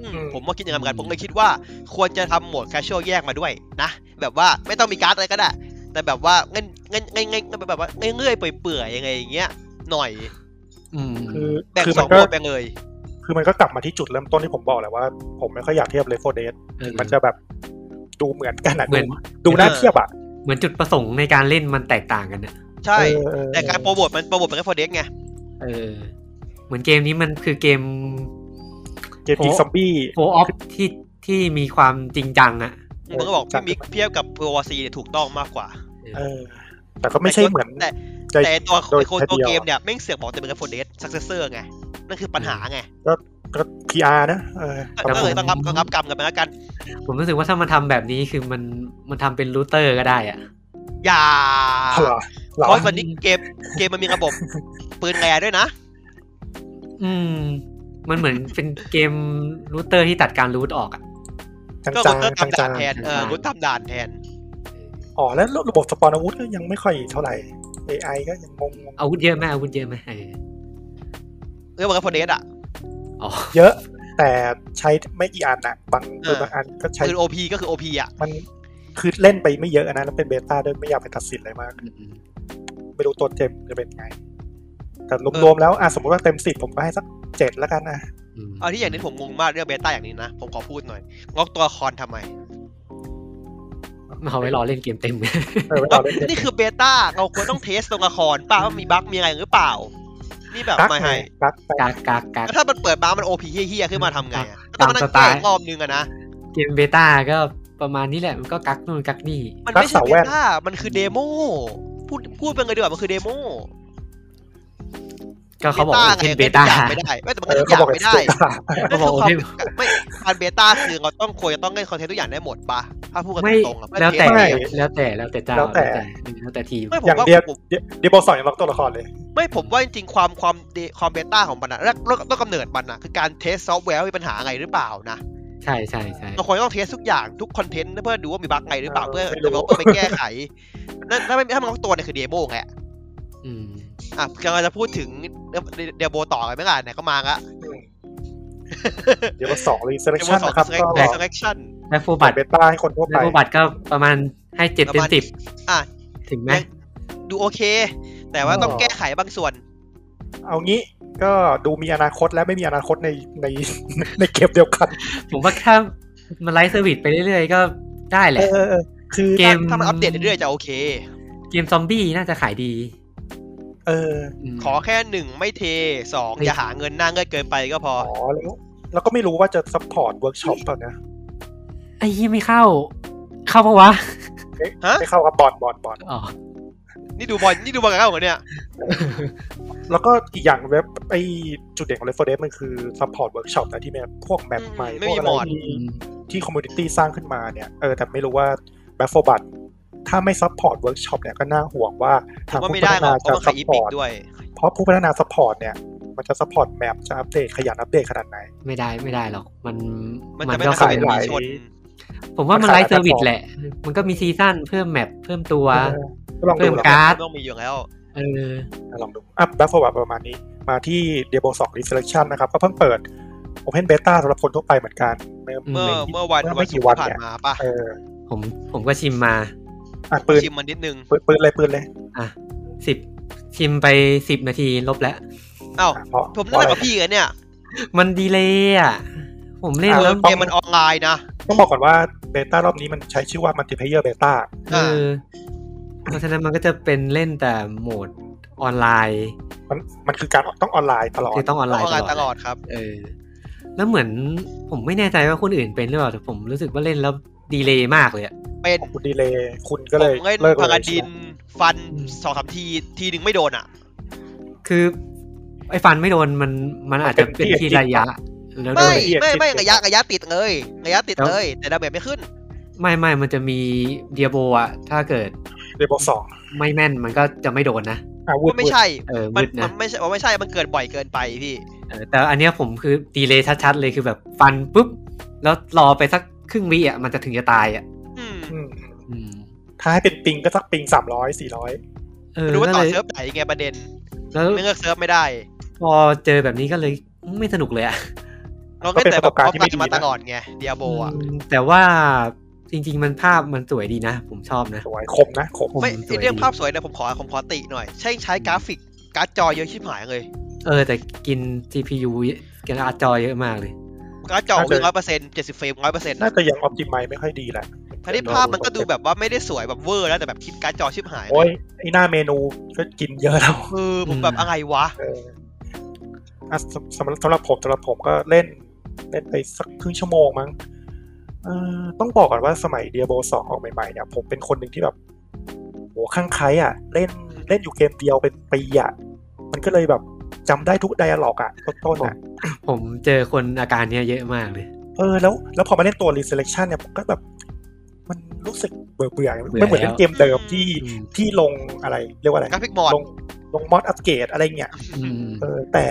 Speaker 2: อืมผมว่าคิดอย่างนั้นเหมือนกันผมเลยคิดว่าควรจะทำโหมดแคชชวลแยกมาด้วยนะ แบบว่าไม่ต้องมีการ์ดอะไรก็ได้ แต่แบบว่าเงินเงินเงินเงินแบบว่าเงื่อยๆเปื่อยๆยังไงอย่างเงี้ยหน่อย
Speaker 1: อืม
Speaker 4: คือ
Speaker 2: แบ่ง
Speaker 4: คือ
Speaker 2: ส
Speaker 4: มั
Speaker 2: อน ง
Speaker 4: ก็
Speaker 2: โหมดไปเลย
Speaker 4: คือมันก็กลับมาที่จุดเริ่มต้นที่ผมบอกแหละว่า ผมไม่ค่อยอยากเทียบเลฟโฟเดส
Speaker 1: เออ
Speaker 4: ถึงมันจะแบบดูเหมือนกันอะ
Speaker 1: เหมือน
Speaker 4: ดูน่าเทียบอะ
Speaker 1: เหมือนจุดประสงค์ในการเล่นมันแตกต่างกันนะ
Speaker 2: ใช่
Speaker 4: เออเออ
Speaker 2: แต่การโปรโมทมันโปรโมทเป็นแค่โฟเดสไง
Speaker 1: เออ เหมือนเกมนี้มันคือเกม
Speaker 4: เกมผีซอมบี้
Speaker 1: โฟออฟที่ที่มีความจริงจังอะ
Speaker 2: มึงก็บอกพี่มิกเทียบกับโปรวซีเนี่ยถูกต้องมากกว่า
Speaker 4: เออ แต่ก็ไม่ใช่เหมือน
Speaker 2: แต่
Speaker 4: ใจ
Speaker 2: แต่ตัว
Speaker 4: โดย
Speaker 2: ไอโคนตัว
Speaker 4: แค่ดีย
Speaker 2: เกม
Speaker 4: ว
Speaker 2: เนี่ยแม่งเสือกบอกแต่เป็นกับโฟเดสซักเซสเซอร์ไง นั่นคือปัญหาไง
Speaker 4: ก็ PR นะเออ
Speaker 2: ก็ก็เลยต้องรับก็รับกรรมกันไปแล้วกัน
Speaker 1: ผมรู้สึกว่าถ้ามันทำแบบนี้คือมันมันทำเป็นรูเตอร์ก็ได้อะ
Speaker 2: อย่า
Speaker 4: เหรอเหรอ
Speaker 2: เพราะตอนนี้เกมเกมมันมีระบบ ปืนแรงด้วยนะ
Speaker 1: อืม มันเหมือนเป็นเกมรูเตอร์ที่ตัดการรูทออกอะ
Speaker 4: จัง
Speaker 2: ก็
Speaker 4: จั
Speaker 2: รุ
Speaker 4: ง
Speaker 2: ดเตอร์
Speaker 4: จัง
Speaker 2: ทำ
Speaker 4: จั
Speaker 2: ด่าง นแทน เออ
Speaker 1: จังๆ
Speaker 2: รุดทำด่านแทน
Speaker 4: อ๋อแล้วระบบสปอนอาวุธก็ยังไม่ค่อยเท่าไหร่ AI ก็ยังงงๆ
Speaker 1: อาวุธเยอะไหมอาวุธเยอะไหมเออ
Speaker 2: เรื่องมันกับโฟเดสอ่ะ
Speaker 1: อ๋อ
Speaker 4: เยอะ แต่ใช้ไม่กี่อันนะบาง
Speaker 2: เออ
Speaker 4: บางอันก็ใช้
Speaker 2: ปืนโอพีก็คือโอพีอ่ะ
Speaker 4: มันคือเล่นไปไม่เยอะนะแล้วเป็นเบต้าด้วยไม่อยากไปตัดสินอะไรมาก ไม่รู้ตัวเต็มจะเป็นไง แต่รวมๆแล้วอ่ะสมมติว่าเต็มสิบผมก็ให้สักเจ็ดแล้วกันนะ
Speaker 2: เอาที่อย่างนี้ผมงงมากเรื่องเบต้าอย่างนี้นะ ผมขอพูดหน่อย งอกตัวละคอนทำไม
Speaker 1: เอาไว้รอเล่นเกมเต็ม
Speaker 4: เออไม่
Speaker 2: ว่า
Speaker 4: เอาเล่
Speaker 2: [LAUGHS]
Speaker 4: นเกม
Speaker 2: นี่คือเบต้าเราควรต้องเทสตัวละครป่ะว่ามีบั๊กมีอะไรหรือเปล่า นี่แบบ
Speaker 4: กัก
Speaker 2: ไม่
Speaker 4: ไง
Speaker 2: ให้
Speaker 4: กักไป
Speaker 1: กากกากกาก
Speaker 2: แล้วถ้ามันเปิดมามันโอพีเฮี้ยๆขึ้นมาทำไงอะก็ต้อ
Speaker 1: ตาง ม
Speaker 2: มานั่ง
Speaker 1: สไต
Speaker 2: แก้
Speaker 1: ล์
Speaker 2: อีกรอบนึงอะนะ
Speaker 1: เกมเบต้าก็ประมาณนี้แหละ มันก็กักนู่นกักนี่
Speaker 2: มันไม่ใช่เบต้า มันคือเดโม พูดพูดเป็นไงดีกว่ามันคือเดโม
Speaker 1: ก็เขาบอกว่า
Speaker 2: ไง
Speaker 1: เป็นเบ
Speaker 2: เล่นทุ
Speaker 1: ต้า
Speaker 2: กอย่างไม่ได้ ไม่แต่มัน
Speaker 4: เอ
Speaker 2: ก็
Speaker 4: อ
Speaker 2: ทุกอย่าง
Speaker 4: เขาบอก
Speaker 2: ไม่ได้
Speaker 4: เบต้า
Speaker 2: นั่นคือ
Speaker 1: เขาบอก
Speaker 2: ความ
Speaker 1: ว่า
Speaker 2: ไม่การเบต้าคือเราต้องควรจะต้องเล่นคอนเทนต์ทุกอย่างได้หมดปะถ้าพูดกัน
Speaker 1: ไม่
Speaker 2: ตรงๆอะ
Speaker 1: แล้วแต่
Speaker 2: ไม่
Speaker 1: แล้วแต่แล้วแต่เจ้า
Speaker 4: แล้วแต่
Speaker 1: แล้วแต่ทีม
Speaker 2: ไม่ผม
Speaker 4: อย่าง
Speaker 2: ว่า
Speaker 4: เดียว
Speaker 2: ผม
Speaker 4: เดียวบอกสองอย่างล็อกตัวละครเลย
Speaker 2: ไม่ผมว่าจริงๆความความเดความเบต้าของมันอะแล้วแล้วต้นกำเนิดมันอะคือการเทสซอฟต์แวร์ว่ามีปัญหาอะไรหรือเปล่านะ
Speaker 1: ใช่ใช่ใช่
Speaker 2: เราควรจะต้องเทสทุกอย่างทุกคอนเทนต์เพื่อดูว่ามีบั๊กอะไรหรือเปล่า
Speaker 4: เออ
Speaker 2: เพื่อ
Speaker 4: ไม่รู้
Speaker 2: จะเอาไปแก้ไขนั่นถ้าไม่ถ้ามันล็อกตัวเนี่ยคือเดโมไง
Speaker 1: อืม
Speaker 2: อ่ะกำลังจะพูดถึงเดียโบต่อกันไหมล่ะไหนก็มาละ [LAUGHS]
Speaker 4: เดี๋ยวบอกสองเลยเซเล
Speaker 2: เดี
Speaker 4: ค
Speaker 2: ยโบ
Speaker 4: ชั่น
Speaker 2: สอง
Speaker 4: นะครับ
Speaker 2: เซเล
Speaker 4: ก็
Speaker 2: คเชั่น
Speaker 1: แล้วโฟบัต
Speaker 4: บัตรเบต้าให้คนทั่ว
Speaker 1: แล้ว
Speaker 4: ไป
Speaker 1: โฟบัตก็ประมาณให้เจ็ด
Speaker 2: ประ
Speaker 1: เต็ม
Speaker 2: มาณ
Speaker 1: สิบ
Speaker 2: อ่ะ
Speaker 1: ถึงไหม
Speaker 2: ยัง ดูโอเค แต่ว่าต้องแก้ไขบางส่วน
Speaker 4: เอางี้ก็ดูมีอนาคตและไม่มีอนาคตในในในเกมเดียวกัน
Speaker 1: ผมว่าถ้ามันไลฟ์เซอร์วิสไปเรื่อยๆก็ได้แห
Speaker 4: เอ
Speaker 1: ละ
Speaker 4: อเออเออคือ
Speaker 1: เก
Speaker 2: ถ้าถ้ามันอัปเดตเรื่อยๆจะโอเค
Speaker 1: เกมซอมบี้น่าจะขายดี
Speaker 4: เออ
Speaker 1: ม
Speaker 2: ขอแค่หนึ่งไม่เทสอง
Speaker 1: ไม่
Speaker 2: อย่าหาเงินหน้าเงินเกินไปก็พอ
Speaker 4: อ๋อแล้วแล้วก็ไม่รู้ว่าจะซัพพอร์ตเวิร์กช็อปเปล่านะ
Speaker 1: ไอ้ยี่ไม่เข้า เข้าปะวะ
Speaker 2: ฮะ
Speaker 4: ไม่เข้ากับบอดบอดบอด
Speaker 1: อ๋อ
Speaker 2: นี่ดูบอลนี่ดูบอลกันเข้าเหมือนเนี่ย
Speaker 4: แล้วก็อีกอย่างเว็บไอจุดเด่นของ r e f o r e s มันคือซัพพอร์ตเวิร์กช็อปนะที่แบบพวกแมปใหม่
Speaker 2: ไม่
Speaker 4: พวก
Speaker 2: มี
Speaker 4: อะ
Speaker 2: ม
Speaker 4: ไร
Speaker 2: อด
Speaker 4: ที่ที่คอมมูนิตี้สร้างขึ้นมาเนี่ยเออแต่ไม่รู้ว่าแบ็คโฟบัตถ้าไม่ซัพพอร์ตเวิร์กช็อปเนี่ยก็น่าห่วงว่าทาง
Speaker 2: ว่า
Speaker 4: ผู้
Speaker 2: ไม่
Speaker 4: พั
Speaker 2: ได้
Speaker 4: ฒ
Speaker 2: หร
Speaker 4: นา
Speaker 2: อกเพราะมั
Speaker 4: จะ
Speaker 2: น
Speaker 4: ซั
Speaker 2: ขาย
Speaker 4: พ
Speaker 2: อี
Speaker 4: พ
Speaker 2: พิ
Speaker 4: อก ร์ต
Speaker 2: ด้วย
Speaker 4: เพราะผู้พัฒนาซัพพอร์ตเนี่ย มันจะซัพพอร์ตแมปจะอัปเดตขยันอัปเดตขนาดไหน
Speaker 1: ไม่ได้ไม่ได้หรอกมัน
Speaker 2: มันจะไม่
Speaker 1: ก็
Speaker 2: ทำให้
Speaker 4: หลาย
Speaker 2: มีชน
Speaker 1: ผมว่ามัน
Speaker 4: มัน
Speaker 1: ไล
Speaker 4: ขาย
Speaker 1: ฟ์เซอร์วิส
Speaker 4: หลาย
Speaker 1: แหละ มันก็มีซีซั่นเพิ่มแมปเพิ่มตัว
Speaker 4: เออลองดู
Speaker 1: เพิ่ม
Speaker 4: ลอง
Speaker 1: การ์ด
Speaker 2: ต้องมีอยู่แล้ว
Speaker 1: เออ
Speaker 4: ดูลองดูอ่ะแบ็คโฟบัตประมาณนี้ มาที่ Diablo 2 Resurrection นะครับ ก็เพิ่งเปิด Open Beta สำหรับคนทั่วไปเหมือนกันเมื่อ
Speaker 2: เมื่อเมื่อวันวัน
Speaker 4: ไม่
Speaker 2: ศุก
Speaker 4: กี่
Speaker 2: ร์
Speaker 4: วัน
Speaker 2: ที่ผ่าน
Speaker 4: เนี่ย
Speaker 2: มาป่ะ
Speaker 4: เออ
Speaker 1: ผมผมก็ชิมมา
Speaker 4: อ่ะปืน
Speaker 2: ชิมมันนิดนึง
Speaker 4: ปืนปืนเลยปืนเลย
Speaker 1: อ่ะสิบชิมไปสิบนาทีลบแล้ว
Speaker 2: เอ้าว
Speaker 4: อ่ะเพราะ
Speaker 2: ผม
Speaker 4: เพ
Speaker 2: นั่
Speaker 4: ราะ
Speaker 2: ง
Speaker 4: อะไร
Speaker 2: กับพี่กันเนี่ย
Speaker 1: มันดีเลยอ่ะ ผมเล่น
Speaker 4: อ่ะ
Speaker 1: แล้ว
Speaker 2: เกมมันออนไลน์นะ
Speaker 4: ต้องบอกก่อนว่าเบต้ารอบนี้มันใช้ชื่อว่า Multiplayer Beta
Speaker 1: เออเพราะฉะนั้นมันก็จะเป็นเล่นแต่โหมดออนไลน์
Speaker 4: มันมันคือการต้องออนไลน์ตลอด
Speaker 1: คือต้องออน
Speaker 2: อ
Speaker 1: ไล
Speaker 2: อน
Speaker 1: น์
Speaker 2: ไลน์ต
Speaker 1: ตล
Speaker 2: ล
Speaker 1: อ
Speaker 2: อ
Speaker 1: ด
Speaker 2: ดครับ
Speaker 1: เออ แล้วเหมือนผมไม่แน่ใจว่าคนอื่นเป็นหรือเปล่าแต่ผมรู้สึกว่าเล่นแล้วดีเลยมากเลยอะ
Speaker 2: เป็น
Speaker 4: ของคุณดีเลย์คุณก็เลย
Speaker 2: ผมเล่น
Speaker 4: เลิกเล
Speaker 2: พาราย ดิ
Speaker 4: ใช่
Speaker 2: น
Speaker 4: ไหม
Speaker 2: ฟัน
Speaker 1: อืม
Speaker 2: สองสามทีทีหนึ่งไม่โดนอ่ะ
Speaker 1: คือ ไอ้ฟันไม่โดนมันมันอาจจะเป็นที่ระยะแล้วโด
Speaker 2: ไม่
Speaker 1: น
Speaker 2: ไม่ไม่ระยะระยะติดเลยระยะติดเลย แต่ดาเมจไม่ขึ้น
Speaker 1: ไม่ไม่มันจะมีเดียโบอะถ้าเกิด
Speaker 4: เดบอสอง
Speaker 1: ไม่แม่นมันก็จะไม่โดนนะ
Speaker 4: อาวุธ
Speaker 2: ก็ไม่ใช่
Speaker 1: เออ
Speaker 2: มั
Speaker 1: มื
Speaker 2: น
Speaker 1: ด
Speaker 2: มั
Speaker 1: นะ
Speaker 2: นไม่ใช่ว่าไม่ใช่มันเกิดบ่อยเกินไปพี่
Speaker 1: เออแต่อันเนี้ยผมคือดีเลยชัดๆเลยคือแบบฟันปุ๊บ แล้วรอไปสักครึ่งวิอะมันจะถึงจะตายอะ
Speaker 2: อืม
Speaker 4: อืม
Speaker 1: อืม
Speaker 4: ถ้าให้เป็นปิงก็สักปิงสามร้อยสี่ร้อย
Speaker 1: เออ
Speaker 2: รู้ว่า
Speaker 1: ก็
Speaker 2: ต่อ
Speaker 1: เลย
Speaker 2: เซิร์ฟไหนไงประเด็น
Speaker 1: แล้ว
Speaker 2: ไม่เลือกเซิร์ฟไม่ได้
Speaker 1: พอเจอแบบนี้ก็เลยไม่สนุกเลยอะ
Speaker 2: เราก็แต่แบบ
Speaker 4: ก็
Speaker 2: เขา
Speaker 4: เป็นประสบการณ์ที่
Speaker 2: ปั
Speaker 4: ไม่
Speaker 2: ดมา
Speaker 4: ดีนะ
Speaker 2: ตลอดไงเดียโบอ่ะ
Speaker 1: อืมแต่ว่าจริง ๆ มันภาพมันสวยดีนะ ผมชอบนะ
Speaker 4: สวยคมนะคม
Speaker 1: ผม
Speaker 2: ไม่
Speaker 1: สวยดี
Speaker 2: เรื่องภาพสวยนะผมขอผมขอติหน่อย ใช่ใช้กราฟิกการ์ดจอเยอะชิบหายเลย
Speaker 1: เออ แต่กิน GPU กินอาจอเยอะมากเลย
Speaker 2: การ์ดจอ
Speaker 4: น่า
Speaker 2: วิ่
Speaker 4: จะ
Speaker 2: งร้อยเปอร์เซ็นต์เจ็ดสิบเฟรมร้อยเปอร์เซ็นต์
Speaker 4: น่าจะยังออ t ติไมไม่ค่อยดีแหละ
Speaker 2: ทั้งที่ภาพมันก็ดูแบบว่าไม่ได้สวยแบบเวอร์แล้วแต่แบบคิดการ์ดจอชิบหาย
Speaker 4: โอ้ยไอหน้าเมนูก็กินเยอะแล้ว
Speaker 2: เออผมแบบ
Speaker 1: อืม
Speaker 2: อะไรวะ
Speaker 4: เอออ่ะสำสำหรับสำหรับผมสำหรับผมก็เล่น เล่นไปสักครึ่งชั่วโมงมั้งเออต้องบอกก่อนว่าสมัยเดียโบสองออกใหม่ๆเนี่ยผมเป็นคนหนึ่งที่แบบโหข้างใครอ่ะ เล่นเล่นอยู่เกมเดียวเป็นปีอ่ะมันก็เลยแบบจำได้ทุกไดอะล็อกอ่ะต้นๆอ่ะ
Speaker 1: ผมเจอคนอาการเนี้ยเยอะมากเลย
Speaker 4: เออแล้วแล้วพอมาเล่นตัว Resurrection เนี่ยผมก็แบบ มันรู้สึกเบื่อเบื่อ
Speaker 1: เบื่อ
Speaker 4: ไม่เหมือนเล่นเกมเดิมที่
Speaker 1: อืม
Speaker 4: ที่ลงอะไรเรียกว่าอะไร
Speaker 2: กราฟิกบอร์ด
Speaker 4: ลงลงมอดอัปเกรดอะไรเงี้ย
Speaker 1: อืม
Speaker 4: เออแต่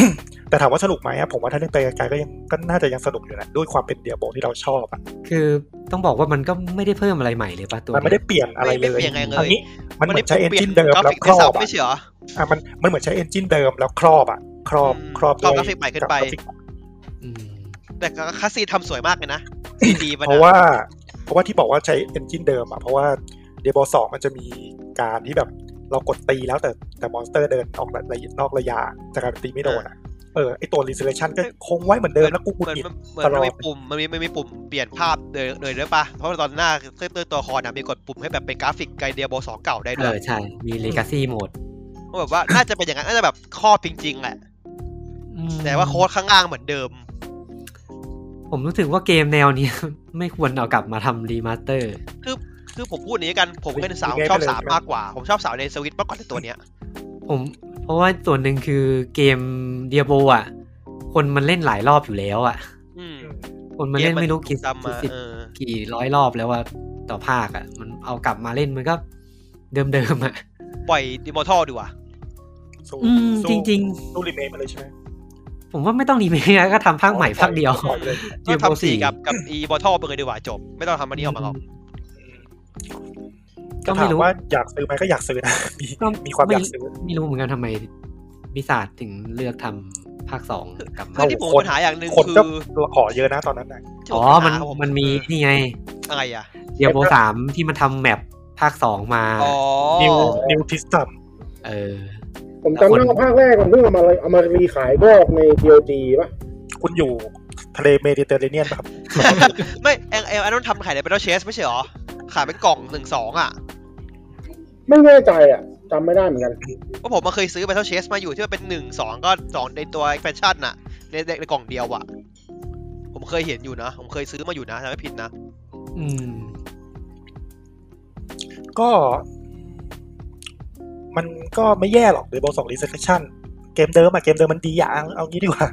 Speaker 4: [COUGHS] แต่ถามว่าสนุกไหมอะผมว่าถ้าเล่นไปไกลๆก็ยังก็น่าจะยังสนุกอยู่แหละด้วยความเป็นเดียโบที่เราชอบอะ
Speaker 1: คือต้องบอกว่ามันก็ไม่ได้เพิ่มอะไรใหม่เลยป่ะตัว
Speaker 4: มันไม่ได้เปลี่ยนอะไร
Speaker 2: ไม่
Speaker 4: เลย
Speaker 2: เปลี่ยนอะไรเลย
Speaker 4: อันนี้มันเหมือนใช้เอนจิน
Speaker 2: ปลี่
Speaker 4: เดิม
Speaker 2: กรา
Speaker 4: แล้ว
Speaker 2: ฟิก
Speaker 4: ค
Speaker 2: ได้
Speaker 4: รอ
Speaker 2: ซ้ำ
Speaker 4: บอะ
Speaker 2: ไม่ใช่เหรอ
Speaker 4: อ่ะมันมันเหมือนใช้เอนจินเดิมแล้วครอบอะครอบ
Speaker 2: อืม
Speaker 4: ครอบ
Speaker 2: ครอบ
Speaker 4: ด้วย
Speaker 2: กราฟิกใหม่ขึ้นไป
Speaker 4: บราฟิก
Speaker 1: อืม
Speaker 2: แต่คาสซีนทำสวยมากเลยนะ ดีมัน
Speaker 4: เพ
Speaker 2: อ
Speaker 4: ราะว่าเพราะว่าที่บอกว่าใช้เอนจินเดิมอ่ะเพราะว่าเดบอสองมันจะมีการที่แบบเรากดตีแล้วแต่แต่มอนสเตอร์เดินออกระยะนอกระยะจากการตีไม่โดนอ่ะเออไอตัวรีเซลชันก็คงไว้เหมือนเดิมแล้วกูกู
Speaker 2: เหมือน
Speaker 4: หงิด
Speaker 2: เหมือนมันมี
Speaker 4: ตลอด
Speaker 2: ปุ่มมันมีมันมีปุ่มเปลี่ยนภาพเลยเลยด้วยป่ะ เพราะว่าตอนหน้าเครื่องตัวละครนะมีกดปุ่มให้แบบเป็นกราฟิกไกเดียโบสองเก่าได้
Speaker 1: เอ
Speaker 2: ด้วย
Speaker 1: อ ใช่ มี Legacy Mode
Speaker 2: ก็แบบว่าน่าจะเป็นอย่างนั้นน่าจะแบบครอบจริงๆแหละ
Speaker 1: อืม
Speaker 2: แต่ว่าโค้ดข้างล่างเหมือนเดิม
Speaker 1: ผมรู้สึกว่าเกมแนวเนี้ย [LAUGHS] ไม่ควรเอากลับมาทำรีมาสเตอร์
Speaker 2: คือผมพูดอย่างนี้กันผมเล่นสาว
Speaker 4: เล่น
Speaker 2: ชอบ
Speaker 4: ไปเลย
Speaker 2: สาว
Speaker 4: ใช่ไหม
Speaker 2: มากกว่า ผมชอบสาวในสวิตมากกว่าในตัวเนี้ย
Speaker 1: ผม เพราะว่าส่วนหนึ่งคือเกมเดียโบอ่ะ คนมันเล่นหลายรอบอยู่แล้วอ่ะ
Speaker 2: อืม
Speaker 1: คนมันเล่นไม่รู้กี่
Speaker 2: เกตามมา
Speaker 1: สิบ
Speaker 2: เออ
Speaker 1: กี่ร้อยรอบแล้วว่าต่อภาคอะ่ะ มันเอากลับมาเล่นมันก็เดิมๆอะ่ะ
Speaker 2: ปล่อยดิมอทัลดีกว่า
Speaker 4: สู้
Speaker 1: อืมจริง
Speaker 4: สู้รีเมคมาเลยใช่ไหม
Speaker 1: ๆ ผมว่าไม่ต้องรีเมคอะก็ทำภาคใหม่ภาคเดียว
Speaker 4: ปล่อล
Speaker 1: เดี๋
Speaker 2: ก็
Speaker 1: ยวโบ
Speaker 2: ทำ
Speaker 1: สี่
Speaker 2: สี่กับกับอีมอทัลไปเลยดีกว่าจบ ไม่ต้องทำอันนี้ออกมาหรอก
Speaker 1: ก็ไม่
Speaker 4: ถาม
Speaker 1: รู้
Speaker 4: ว่าอยากซื้อไหมก็อยากซื้อนะมี
Speaker 1: ก็
Speaker 4: มีความ
Speaker 1: ไม่
Speaker 4: อยากซื้อ
Speaker 1: ไม่รู้เหมือนกันทำไมบิสาดถึงเลือกทำภาคสองกลับมา
Speaker 2: คือที่ผม
Speaker 4: คน
Speaker 2: ปัญหาอย่างหนึ่ง
Speaker 4: คน
Speaker 2: คื
Speaker 4: ก็
Speaker 2: อ
Speaker 4: ขอเยอะนะตอนนั้นนะ
Speaker 2: ที่
Speaker 1: อ๋อ
Speaker 2: ปั
Speaker 1: มั
Speaker 2: ญ
Speaker 1: น
Speaker 2: หาขง
Speaker 1: มันมี
Speaker 2: คือ
Speaker 1: นี่ไง
Speaker 2: อะไรอ่ะ
Speaker 1: เดียโบสามที่มันทำแมปภาคสองมา
Speaker 2: อ๋อ
Speaker 4: นิวนิวทิสตัม
Speaker 8: เออ
Speaker 3: ผมจำได้ว่าภาคแรกมันเพิ่งเอามาเอามารีขายรอบใน DLG ป่ะ
Speaker 4: คุณอยู่ทะเลเมดิเตอร์เรเนียนปะครับ
Speaker 2: ไม่เอ็งเอ็งอันนั้นทำขายในเบลเชสไม่ใช่หรอ ขายเป็นกล่องหนึ่งสองอ่ะ
Speaker 3: ไม่แน่ใจอ่ะจำไม่ได้เหมือนกัน
Speaker 2: เพราะผมมาเคยซื้อเบลเชสมาอยู่ที่มันเป็นหนึ่งสองก็สองในตัว expansion น่ะในในในกล่องเดียวอ่ะ ผมเคยเห็นอยู่นะ ผมเคยซื้อมาอยู่นะจำไม่ผิดนะ
Speaker 1: อืม
Speaker 4: ก็มันก็ไม่แย่หรอกเดบอสองรีเซคชั่นเกมเดิมอะเกมเดิมมันดีอย่างเอางี้ดีกว่า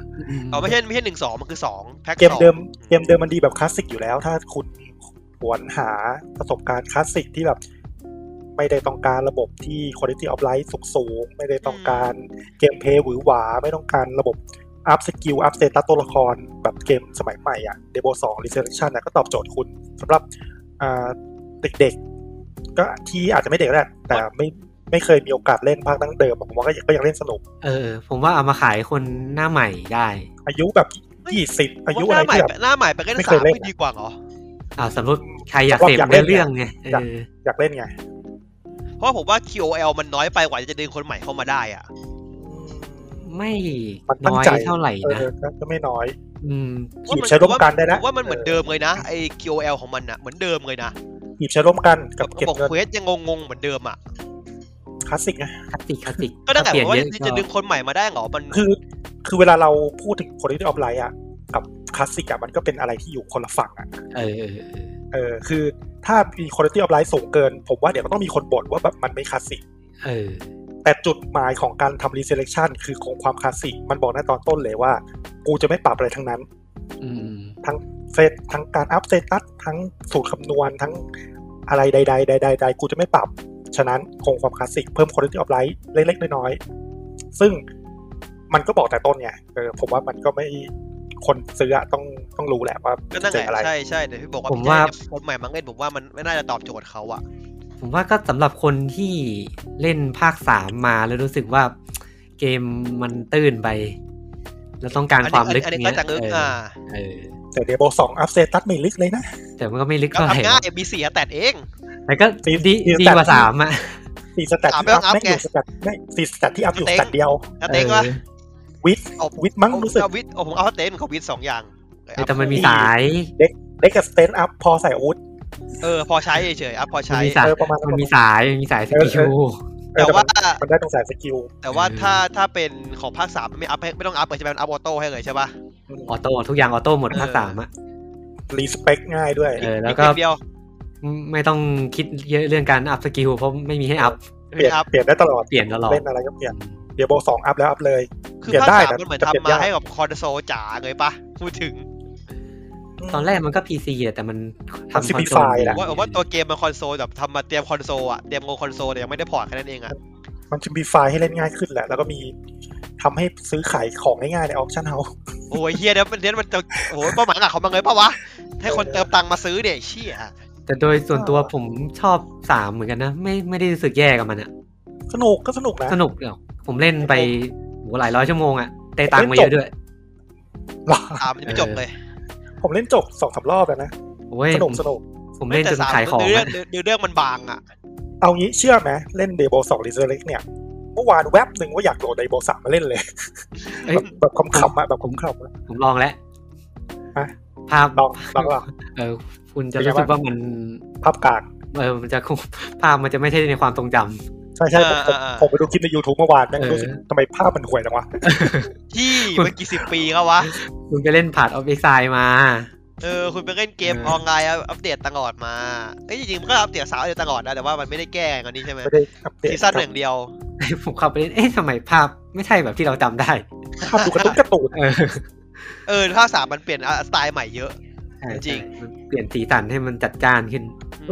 Speaker 2: เอาไม่ใช่ไม่ใช่หนึ่งสองมันคือสองแพ็ค
Speaker 4: เกมเดิมเกมเดิมมันดีแบบคลาสสิกอยู่แล้ว ถ้าคุณหวนหาประสบการณ์คลาสสิกที่แบบ ไม่ได้ต้องการระบบที่ quality of life สูงสูงๆไม่ได้ต้องการเกมเพลย์หวือหวา ไม่ต้องการระบบ up skill up status ตัวละครแบบเกมสมัยใหม่อะ Demo 2 Resurrection นะก็ตอบโจทย์คุณสำหรับอ่าเด็กๆ ก็ที่อาจจะไม่เด็กแรกแต่ไม่ไม่เคยมีโอกาสเล่นภาคตั้งเดิมอะผมว่าก็ยังก็ยังเล่นสนุก
Speaker 1: เออ ผมว่าเอามาขายคนหน้าใหม่ได้
Speaker 4: อายุแบบยี่สิบอายุ
Speaker 2: ห
Speaker 4: อะไร
Speaker 2: น้าใหม่
Speaker 4: ที่แบบ
Speaker 2: หน้าใหม่ไปเล่น
Speaker 4: ไม่เค
Speaker 2: สาย ม
Speaker 4: เล่น
Speaker 2: ไม่ดีกว่าเหรอ
Speaker 1: อ่าสมมติใครอยากเสพในอเรื่องไงเออ
Speaker 4: อยากเล่นไง
Speaker 2: เพราะว่าผมว่า QOL มันน้อยไปกว่าจะดึงคนใหม่เข้ามาได้อ่ะ
Speaker 1: ไม่
Speaker 4: มันตั้
Speaker 1: น้
Speaker 4: ง
Speaker 1: อย
Speaker 4: ใจ
Speaker 1: เท่าไหร่
Speaker 4: เอ
Speaker 1: นะ
Speaker 4: อก็ไม่น้อย
Speaker 1: อืม
Speaker 4: หยิบใช้ร่วมกันได้นะ
Speaker 2: ผมว่ามันเหมือนเดิมเลยนะไอ้ QOL ของมันอะเหมือนเดิมเลยนะ
Speaker 4: หยิบใช้ร่วมกันกับเก็บ
Speaker 2: บอก
Speaker 4: เงิน
Speaker 2: เควสยังงงๆเหมือนเดิมอะ
Speaker 4: คลาสสิกนะ
Speaker 1: คลาสสิกคลาสสิก
Speaker 2: ก็ตั้งแต่
Speaker 1: เปลี่ยน
Speaker 2: ว่า
Speaker 1: เยอะ
Speaker 2: จะดึงคนใหม่มาได้เหรอมัน
Speaker 4: คือ คือเวลาเราพูดถึง quality of life อ่ะ กับคลาสสิกอ่ะ มันก็เป็นอะไรที่อยู่คนละฝั่งอ่ะ
Speaker 1: เออเออเออ
Speaker 4: เออ คือถ้ามี quality of life สูงเกิน ผมว่าเดี๋ยวก็ต้องมีคนบ่นว่าแบบมันไม่คลาสสิก
Speaker 1: เออ
Speaker 4: แต่จุดหมายของการทำ reselection คือคงความคลาสสิก มันบอกในตอนต้นเลยว่า กูจะไม่ปรับอะไรทั้งนั้น
Speaker 8: อืม
Speaker 4: ทั้งเฟซทั้งการอัพเซตัสทั้งสูตรคำนวณทั้งอะไรใดๆใดๆใดๆกูจะไม่ปรับ ฉะนั้นคงความคลาสสิกเพิ่มคุณภาพออฟไลท์เล็กๆน้อยๆซึ่งมันก็บอกแต่ต้นไงเออผมว่ามันก็ไม่คนซื้ออะต้องต้องรู้แหละว่า
Speaker 2: ก็นั่
Speaker 4: จะ
Speaker 2: น
Speaker 4: เจ
Speaker 2: แห
Speaker 4: อ
Speaker 2: ละ
Speaker 4: อะไร
Speaker 2: ใช่ใช่เดี๋ยวพี่บอกว่า
Speaker 1: ผม
Speaker 2: พี่แจ๊ค
Speaker 1: ว่า
Speaker 2: เนี่ยคนใหม่มาเล่นผมว่ามันไม่น่าจะตอบโจทย์เขาอะ
Speaker 1: ผมว่าก็สำหรับคนที่เล่นภาคสามมาแล้วรู้สึกว่าเกมมันตื้นไป แล้วต้องการ
Speaker 2: อัน
Speaker 1: ความลึ
Speaker 2: นี้
Speaker 1: ก
Speaker 2: อันนี้
Speaker 1: เนี้
Speaker 2: ก็
Speaker 1: ย
Speaker 2: จะลึก
Speaker 1: เออ
Speaker 2: อ่ะ
Speaker 1: เออ
Speaker 4: แต่เดโบสองอัพเซตัสไม่ลึกเลยนะ
Speaker 1: แต่มันก็ไม่ลึก
Speaker 2: ก็
Speaker 1: เท่าไหร่
Speaker 2: ทำง่ายมีสี่แตดเอง
Speaker 1: แต่ก็ดี
Speaker 4: มี
Speaker 1: ดี
Speaker 4: แต่
Speaker 1: กว่าสามอ่ะ
Speaker 4: สี่สแตท
Speaker 2: อ่ะ
Speaker 4: ที่อัพ
Speaker 2: ไม่ต้องอัพ
Speaker 4: แม่งอยู่
Speaker 2: ไง
Speaker 4: สแตทแม่งสี่สแตทที่อัพอยู่
Speaker 2: ส
Speaker 4: ส
Speaker 2: เต็ง
Speaker 4: แตทเดียว
Speaker 2: สเต็งวะ
Speaker 1: เออ
Speaker 4: วิด
Speaker 2: เอา
Speaker 4: วิทมั้งรู้สึก
Speaker 2: เอาวิทเอาผมเอาสเต็งกับวิทสองอย่าง
Speaker 1: เออแต่มันมีสาย
Speaker 4: เล็กกับสเตนอัพพอใส่อาวุธ
Speaker 2: เออพอใช้เฉยๆอ่ะพอใช้
Speaker 1: มันมีสาย
Speaker 4: เออประมาณนั้น
Speaker 1: มันมีสายมันมีสายสกิล
Speaker 4: เออ
Speaker 2: แต่ว่า
Speaker 4: มันได้ตรงสายสกิล
Speaker 2: แต่ว่า
Speaker 1: เออ
Speaker 2: ถ้าถ้าเป็นของภาคสามไม่อัพให้ไม่ต้องอัพเลยใช่ไหมมันอัพออโต้ให้เลยใช่ปะ
Speaker 1: ออโต้ทุกอย่างออโต้หมดภาค
Speaker 2: เออ
Speaker 1: สามอ่ะ
Speaker 4: รีสเปคง่ายด้วย
Speaker 1: เออแล้วก็
Speaker 2: นิดเดียว
Speaker 1: ไม่ต้องคิดเยอะเรื่องการอัพสกิลเพราะไม่มีให้อัพ
Speaker 4: เปลี่ยน
Speaker 2: ไม่อัพ
Speaker 4: เปลี่ยนได้ตลอด
Speaker 1: เปลี่ยนตลอด
Speaker 4: เล่นอะไรก็เปลี่ยนเดี๋ยวโบสองอัพแล้วอัพเลย
Speaker 2: คือ
Speaker 4: เปลี่ยน
Speaker 2: ภาค
Speaker 4: ได้
Speaker 2: สาม
Speaker 4: แต่
Speaker 2: มันเหมือน
Speaker 4: แต่เปลี่ย
Speaker 2: ทำมาย
Speaker 4: นาก
Speaker 2: ให้กับคอนโซลจ๋าเลยปะพูดถึง
Speaker 1: ตอนแรกมันก็พีซีแต่มัน
Speaker 4: มัน
Speaker 1: ทำ
Speaker 4: simplify
Speaker 1: คอนโซล
Speaker 4: แหละ
Speaker 2: ว่าว่าตัวเกมมันคอนโซลแบบทำมาเตรียมคอนโซลอะเตรียมลงคอนโซลแต่ยังไม่ได้พอร์ตแค่นั้นเองอะ
Speaker 4: มันจะมีไฟล์ให้เล่นง่ายขึ้นแหละ แล้วก็มีทำให้ซื้อขายของง่ายๆในออคชั่นเฮาส์ [LAUGHS]
Speaker 2: โอ้ยเฮียเดี๋ยวมันเดี๋ยวมันจะโอ้ยเป้าหมายหลักของมันเลยปะวะให้คนเติมตังค์มาซื้อเนี่ยไอ้เชี่ย
Speaker 1: แต่โดยส่วนตัวผมชอบสามเหมือนกันนะ ไม่ไม่ได้รู้สึกแย่กับมันอะ
Speaker 4: สนุกก็สนุกนะ
Speaker 1: สนุกเดี๋ยวผมเล่นไปโหหลายร้อยชั่วโมงอะได้ตังค์มาเยอะด้วย
Speaker 4: หรอ
Speaker 2: ตามมันยังไม่จบเลย
Speaker 4: ผมเล่นจบสองสามรอบแล้วนะ
Speaker 1: โอ้ย
Speaker 4: ส
Speaker 1: ผ
Speaker 4: นุก
Speaker 1: ม
Speaker 4: สนุก
Speaker 1: ผมเล่นจน
Speaker 2: แต่สาม
Speaker 1: ขายของ
Speaker 2: เนื้อเรื่อง
Speaker 1: อะ
Speaker 2: เนื้อเรื่องมันบางอะ
Speaker 4: เอางี้เชื่อไหมเล่นเดโบสองรีเซเล็กเนี่ย เมื่อวานแวบหนึ่งว่าอยากโหลดเดโบสามมาเล่นเลย
Speaker 1: เอ้ย
Speaker 4: แบบแบบขำๆอะแบบขำๆอะ
Speaker 1: ผมลองแล้ว
Speaker 4: ฮะ
Speaker 1: ภาพ
Speaker 4: ลองลองลอง
Speaker 1: เออคุณจะ
Speaker 4: เป็นไง
Speaker 1: รู้สึกว่ามัน
Speaker 4: ภาพกลาง
Speaker 1: เออมันจะคงภาพมันจะไม่ใช่ในความทรงจำ
Speaker 4: ใช่ใช่ผมผมผมไปดูคลิปใน YouTube เมื่อวานแม่ง
Speaker 1: เออ
Speaker 4: รู้สึกทำไมภาพมันห่วยจังวะ
Speaker 2: ที่มันกี่สิบปีแล้ววะ
Speaker 1: คุณไปเล่นผ่านออฟ x ไซมา
Speaker 2: เออคุณไปเล่นเกม
Speaker 1: เออ
Speaker 2: ออนไลน์อัปเดตตลอดมาเอ้ยจริงๆมันก็อัปเดตสาวอัปเดตตลอดนะแต่ว่ามันไม่ได้แก้กันนี้ใช่ไหม
Speaker 4: ไม่ได้อัปเดต
Speaker 2: ซีซั่นหนึ่งเดียว
Speaker 1: ผมเข้าไปเล่นเอ๊ะทำไมภาพไม่ใช่แบบที่เราจำได้
Speaker 4: ภาพดูกระตุ้นกระตูน
Speaker 1: เออ
Speaker 2: เออภาคสามมันเปลี่ยนอ่ะสไตล์ใหม่เยอะ
Speaker 1: ใช่
Speaker 2: จริง
Speaker 1: มันเปลี่ยนสีสันให้มันจัดจ้านขึ้น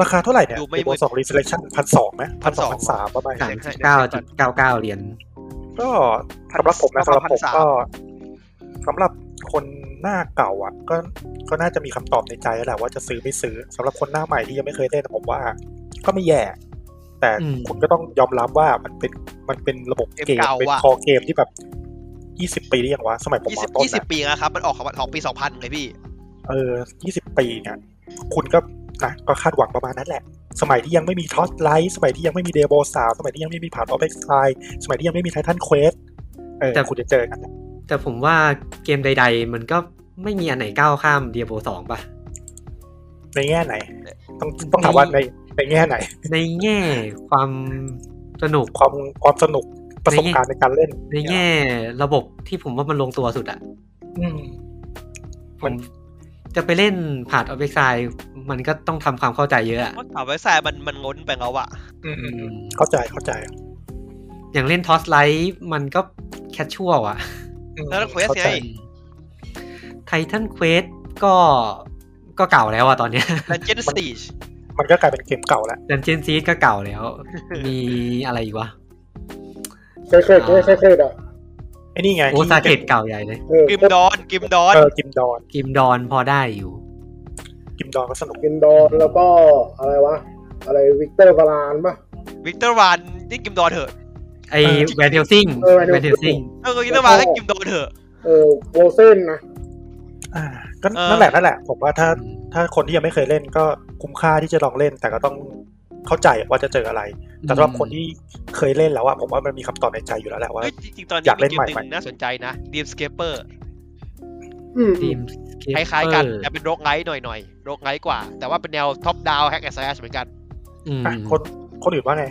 Speaker 4: ราคาเท่าไหร่เนี่ย
Speaker 2: ดูไม่
Speaker 4: เดโบสองรีเซเล็กชั่นพันสองไหมพันสองพันสามประมาณ
Speaker 1: สาม
Speaker 2: ใช่
Speaker 1: สิบ
Speaker 2: ใช่
Speaker 1: เก้าจุดเก้าเก้าเหรียญ
Speaker 4: ก็สำหรับผมนะ
Speaker 2: ประ
Speaker 4: สำห
Speaker 2: มา
Speaker 4: รั
Speaker 2: ณ
Speaker 4: บผม
Speaker 2: 1,300
Speaker 4: ก็สำหรับคนหน้าเก่าอ่ะ ก็ก็น่าจะมีคำตอบในใจแล้วแหละว่าจะซื้อไม่ซื้อสำหรับคนหน้าใหม่ที่ยังไม่เคยเล่นผมว่า ก็ไม่แย่ แต่
Speaker 1: อืม
Speaker 4: คุณก็ต้องยอมรับว่ามันเป็นมันเป็นระบบเก
Speaker 2: เกม
Speaker 4: ม
Speaker 2: เก่า
Speaker 4: เป็น
Speaker 2: อะ
Speaker 4: คอเกมที่แบบยี่สิบปีหรือยังวะสมัยผม
Speaker 2: ยี่
Speaker 4: ม
Speaker 2: สิบ
Speaker 4: ต้น
Speaker 2: ยี่สิบ
Speaker 4: นะ
Speaker 2: ปีแล้วครับ มันออกของของปีสองพันเลยพี่
Speaker 4: เออยี่สิบปีเนี่ยคุณก็นะก็คาดหวังประมาณนั้นแหละ สมัยที่ยังไม่มีท็อตไลท์สมัยที่ยังไม่มีเดโบสาวสมัยที่ยังไม่มีผ่านออฟเอ็กซ์ไลสมัยที่ยังไม่มีไททันเควสเออ
Speaker 1: แต่
Speaker 4: คุณจะเจอกัน
Speaker 1: แต่ผมว่าเกมใด ๆ มันก็ไม่มีอันไหนก้าวข้ามเดียโบสองป่ะ
Speaker 4: ในแง่ไหน ต้องต้องถามว่าในในแง่ไหน
Speaker 1: ในแง่ความสนุก
Speaker 4: ความความสนุกประสบการณ์ในการเล่น
Speaker 1: ในแง่ระบบที่ผมว่ามันลงตัวสุดอะ
Speaker 4: อืม
Speaker 1: ผมจะไปเล่นผ่านออฟเอ็กซายมันก็ต้องทำความเข้าใจเยอะอะ
Speaker 2: เพราะถามไว้แซมันมันงนไปแล้วอะ
Speaker 4: อืม
Speaker 1: อืม
Speaker 4: เข้าใจเข้าใจ
Speaker 1: อย่างเล่นทอสไลท์มันก็แคชชวลอะ
Speaker 4: อืม
Speaker 2: แล้วเควส
Speaker 4: ข้า
Speaker 2: ไง
Speaker 4: ใจ
Speaker 1: ไททันเควสก็ก็เก่าแล้วอะตอนเนี้ย [LAUGHS]
Speaker 2: ดันเจนสตีช
Speaker 4: มันก็กลายเป็นเกมเก่าแล้ว
Speaker 1: ดันเจียนซีก็เก่าแล้ว มีอะไรอีกวะ
Speaker 3: เคยเคยเคยเคยเคยอ่ะ
Speaker 4: ไอ้นี่ไง
Speaker 1: โอ
Speaker 4: ที่
Speaker 1: ซาเกตเก่าใหญ่เลย
Speaker 3: เออ
Speaker 2: กิมดอนกิมดอน
Speaker 4: เออกิมดอน
Speaker 1: กิมดอนพอได้อยู่
Speaker 4: กิมดอนก็สนุก
Speaker 3: กินดอนแล้วก็อะไรวะ อะไรวิกเตอร์วาลานป่ะ
Speaker 2: วิกเตอร์วานนี่กิมดอนเถอะ
Speaker 1: ไอแวนเทลซิง
Speaker 3: เออ Van
Speaker 1: แวนเทลซิง
Speaker 3: Helsing
Speaker 2: เออวิกเตอร์วานก็กิมดอนเถอะ
Speaker 3: เออโวเซนนะ
Speaker 4: อ่าก็
Speaker 2: เออ
Speaker 4: นั่นแหละนั่นแหละผมว่าถ้าถ้าคนที่ยังไม่เคยเล่นก็คุ้มค่าที่จะลองเล่น แต่ก็ต้องเข้าใจว่าจะเจออะไร แต่สำหรับคนที่เคยเล่นแล้วอะผมว่ามันมีคำตอบในใจอยู่แล้วแหละว่า
Speaker 2: เฮ้ยจริงๆตอน
Speaker 4: อ
Speaker 2: นี้
Speaker 4: ยากเล่
Speaker 2: มี
Speaker 4: น
Speaker 2: เก
Speaker 4: ให
Speaker 2: ม
Speaker 4: ม่
Speaker 2: หนึ่
Speaker 4: ไหม
Speaker 2: งน่าสนใจนะดีมสเคปเปอร์
Speaker 3: อืม
Speaker 1: ทีม
Speaker 2: คล้ายๆกันแต่เป็นโรกไลท์หน่อยๆโรกไลท์กว่า แต่ว่าเป็นแนวท็อปดาวแฮกแอนด์สแลชเหมือนกัน
Speaker 4: อ่ะคนคนอื่นว่าไง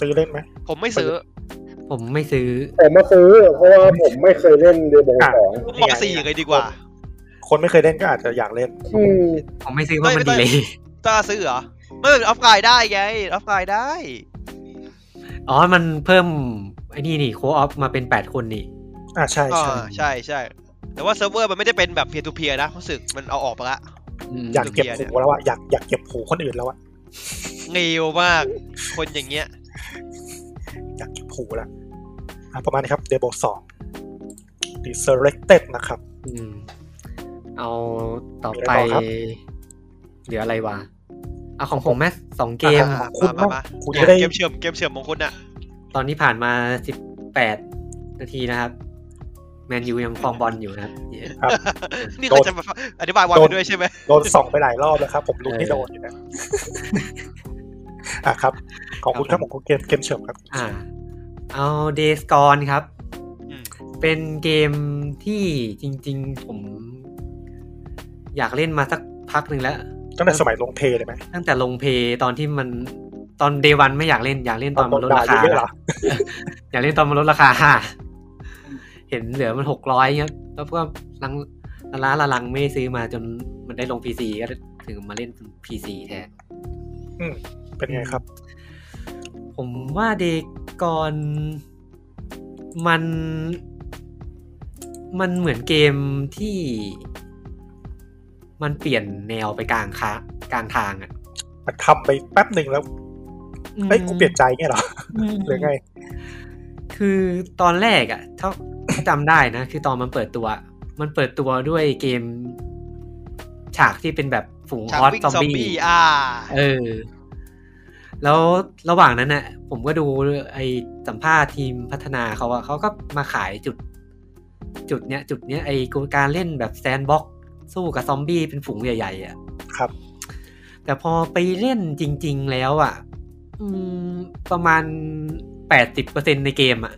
Speaker 4: ซื้อเล่นไหม
Speaker 2: ผมไม่ซื้อ
Speaker 1: ผมไม่ซื้อ
Speaker 3: ผมมาซื้อ เพราะว่าผมไม่เคยเล่นเดโบ
Speaker 4: อ่ะ
Speaker 3: สอง
Speaker 2: ผมบอกสี่เลยดีกว่า
Speaker 4: คนไม่เคยเล่นก็อาจจะอยากเล่น
Speaker 3: อืม
Speaker 1: ผมไม่ซื้อเพราะมันดี
Speaker 2: ไม่ไม่
Speaker 1: เลย
Speaker 2: ต้าซื้อเหรอไม่ออฟไลน์ได้ไงออฟไลน์ได้
Speaker 1: อ๋อ มันเพิ่มไอ้นี่นี่โคออฟมาเป็น 8 คนนี่
Speaker 4: อ่าใช่
Speaker 2: อ่า
Speaker 4: ใช่
Speaker 2: ใช่ใช่ แต่ว่าเซิร์ฟเวอร์มันไม่ได้เป็นแบบเพียร์ทูเพียร์นะรู้สึกมันเอาออกไปละ
Speaker 4: อยากเก็บ
Speaker 2: เกียร์เนี่
Speaker 4: หู
Speaker 2: ย
Speaker 4: แล้วอะอยากอยากเก็บหูคนอื่นแล้วอะ
Speaker 2: เงวมาก คนอย่างเงี้ย
Speaker 4: อยากเก็บหูแล้วอ่ะประมาณนี้ครับเดโบสอง Resurrected นะครับ
Speaker 1: อืม เอาต่อไป
Speaker 4: มีอะไรต่อครับ
Speaker 1: เหลืออะไรวะเอาของผมแม่สองเกม
Speaker 2: อ่า
Speaker 4: คุณบ้าง
Speaker 2: มามา
Speaker 4: คุณ
Speaker 2: เก
Speaker 4: จะได้
Speaker 2: มเชื่อมเกมเชื่อมของคุณน่ะ [LAUGHS]
Speaker 1: ตอนนี้ผ่านมา 18 นาทีนะครับ แมนยูยังครองบอลอยู่นะครับ
Speaker 2: นี่เขาจะมาอธิบายวายไปด้วยใช่ไหม
Speaker 4: โดนส่องไปหลายรอบแล้วครับ ผมรู้นให้โดนอยู่นะ อ่ะครับ ของคุณค
Speaker 1: ครั
Speaker 4: รับบ ของคุณเกมเกมเฉมครับ
Speaker 1: อ่า เอาเดสกอนครับ
Speaker 2: อืม
Speaker 1: เป็นเกมที่จริง ๆ ผมอยากเล่นมาสักพักหนึ่งแล้ว
Speaker 4: ตั้งแต่สมัยลงเพลย์เลยไหม
Speaker 1: ตั้งแต่ลงเพย์ตอนที่มันตอนเดวันไม่อยากเล่นอยากเล่นตอนมันลด
Speaker 4: ด่า
Speaker 1: ราคา
Speaker 4: เยอะๆเหรอ
Speaker 1: [LAUGHS] อยากเล่นตอนมันลดราคา เห็นเหลือมันหกร้อยเงี้ยแล้วก็ลังละล้าละลังไม่ได้ซื้อมาจนมันได้ลงพีซีก็ถึงมาเล่นพีซีแทน
Speaker 4: เป็นไงครับ
Speaker 1: ผมว่าเดกอนมัน มันเหมือนเกมที่มันเปลี่ยนแนวไปกลางคะกลางทางอ่ะ
Speaker 4: มันทำไปแป๊บหนึ่งแล้วเอ้ยกูเปลี่ยนใจเงี้ยเหรอ
Speaker 1: อืม
Speaker 4: หรือไง
Speaker 1: คือตอนแรกอะถ้าถ้าจำได้นะ คือตอนมันเปิดตัว มันเปิดตัวด้วยเกม ฉากที่เป็นแบบฝูง
Speaker 2: ฉาก
Speaker 1: ฮอต
Speaker 2: วิ่ง
Speaker 1: ซอม
Speaker 2: ซอม
Speaker 1: บี้
Speaker 2: บี้อ่า
Speaker 1: เออ แล้วระหว่างนั้นน่ะ ผมก็ดูไอสัมภาษณ์ทีมพัฒนาเขาอะเขาก็มาขายจุด จุดเนี้ย จุดเนี้ยไอการเล่นแบบแซนด์บ็อกสู้กับซอมบี้เป็นฝูงใหญ่ๆอะ
Speaker 4: ครับ
Speaker 1: แต่พอไปเล่นจริง ๆ แล้วอะอืมประมาณแปดสิบเปอร์เซ็นในเกมอะ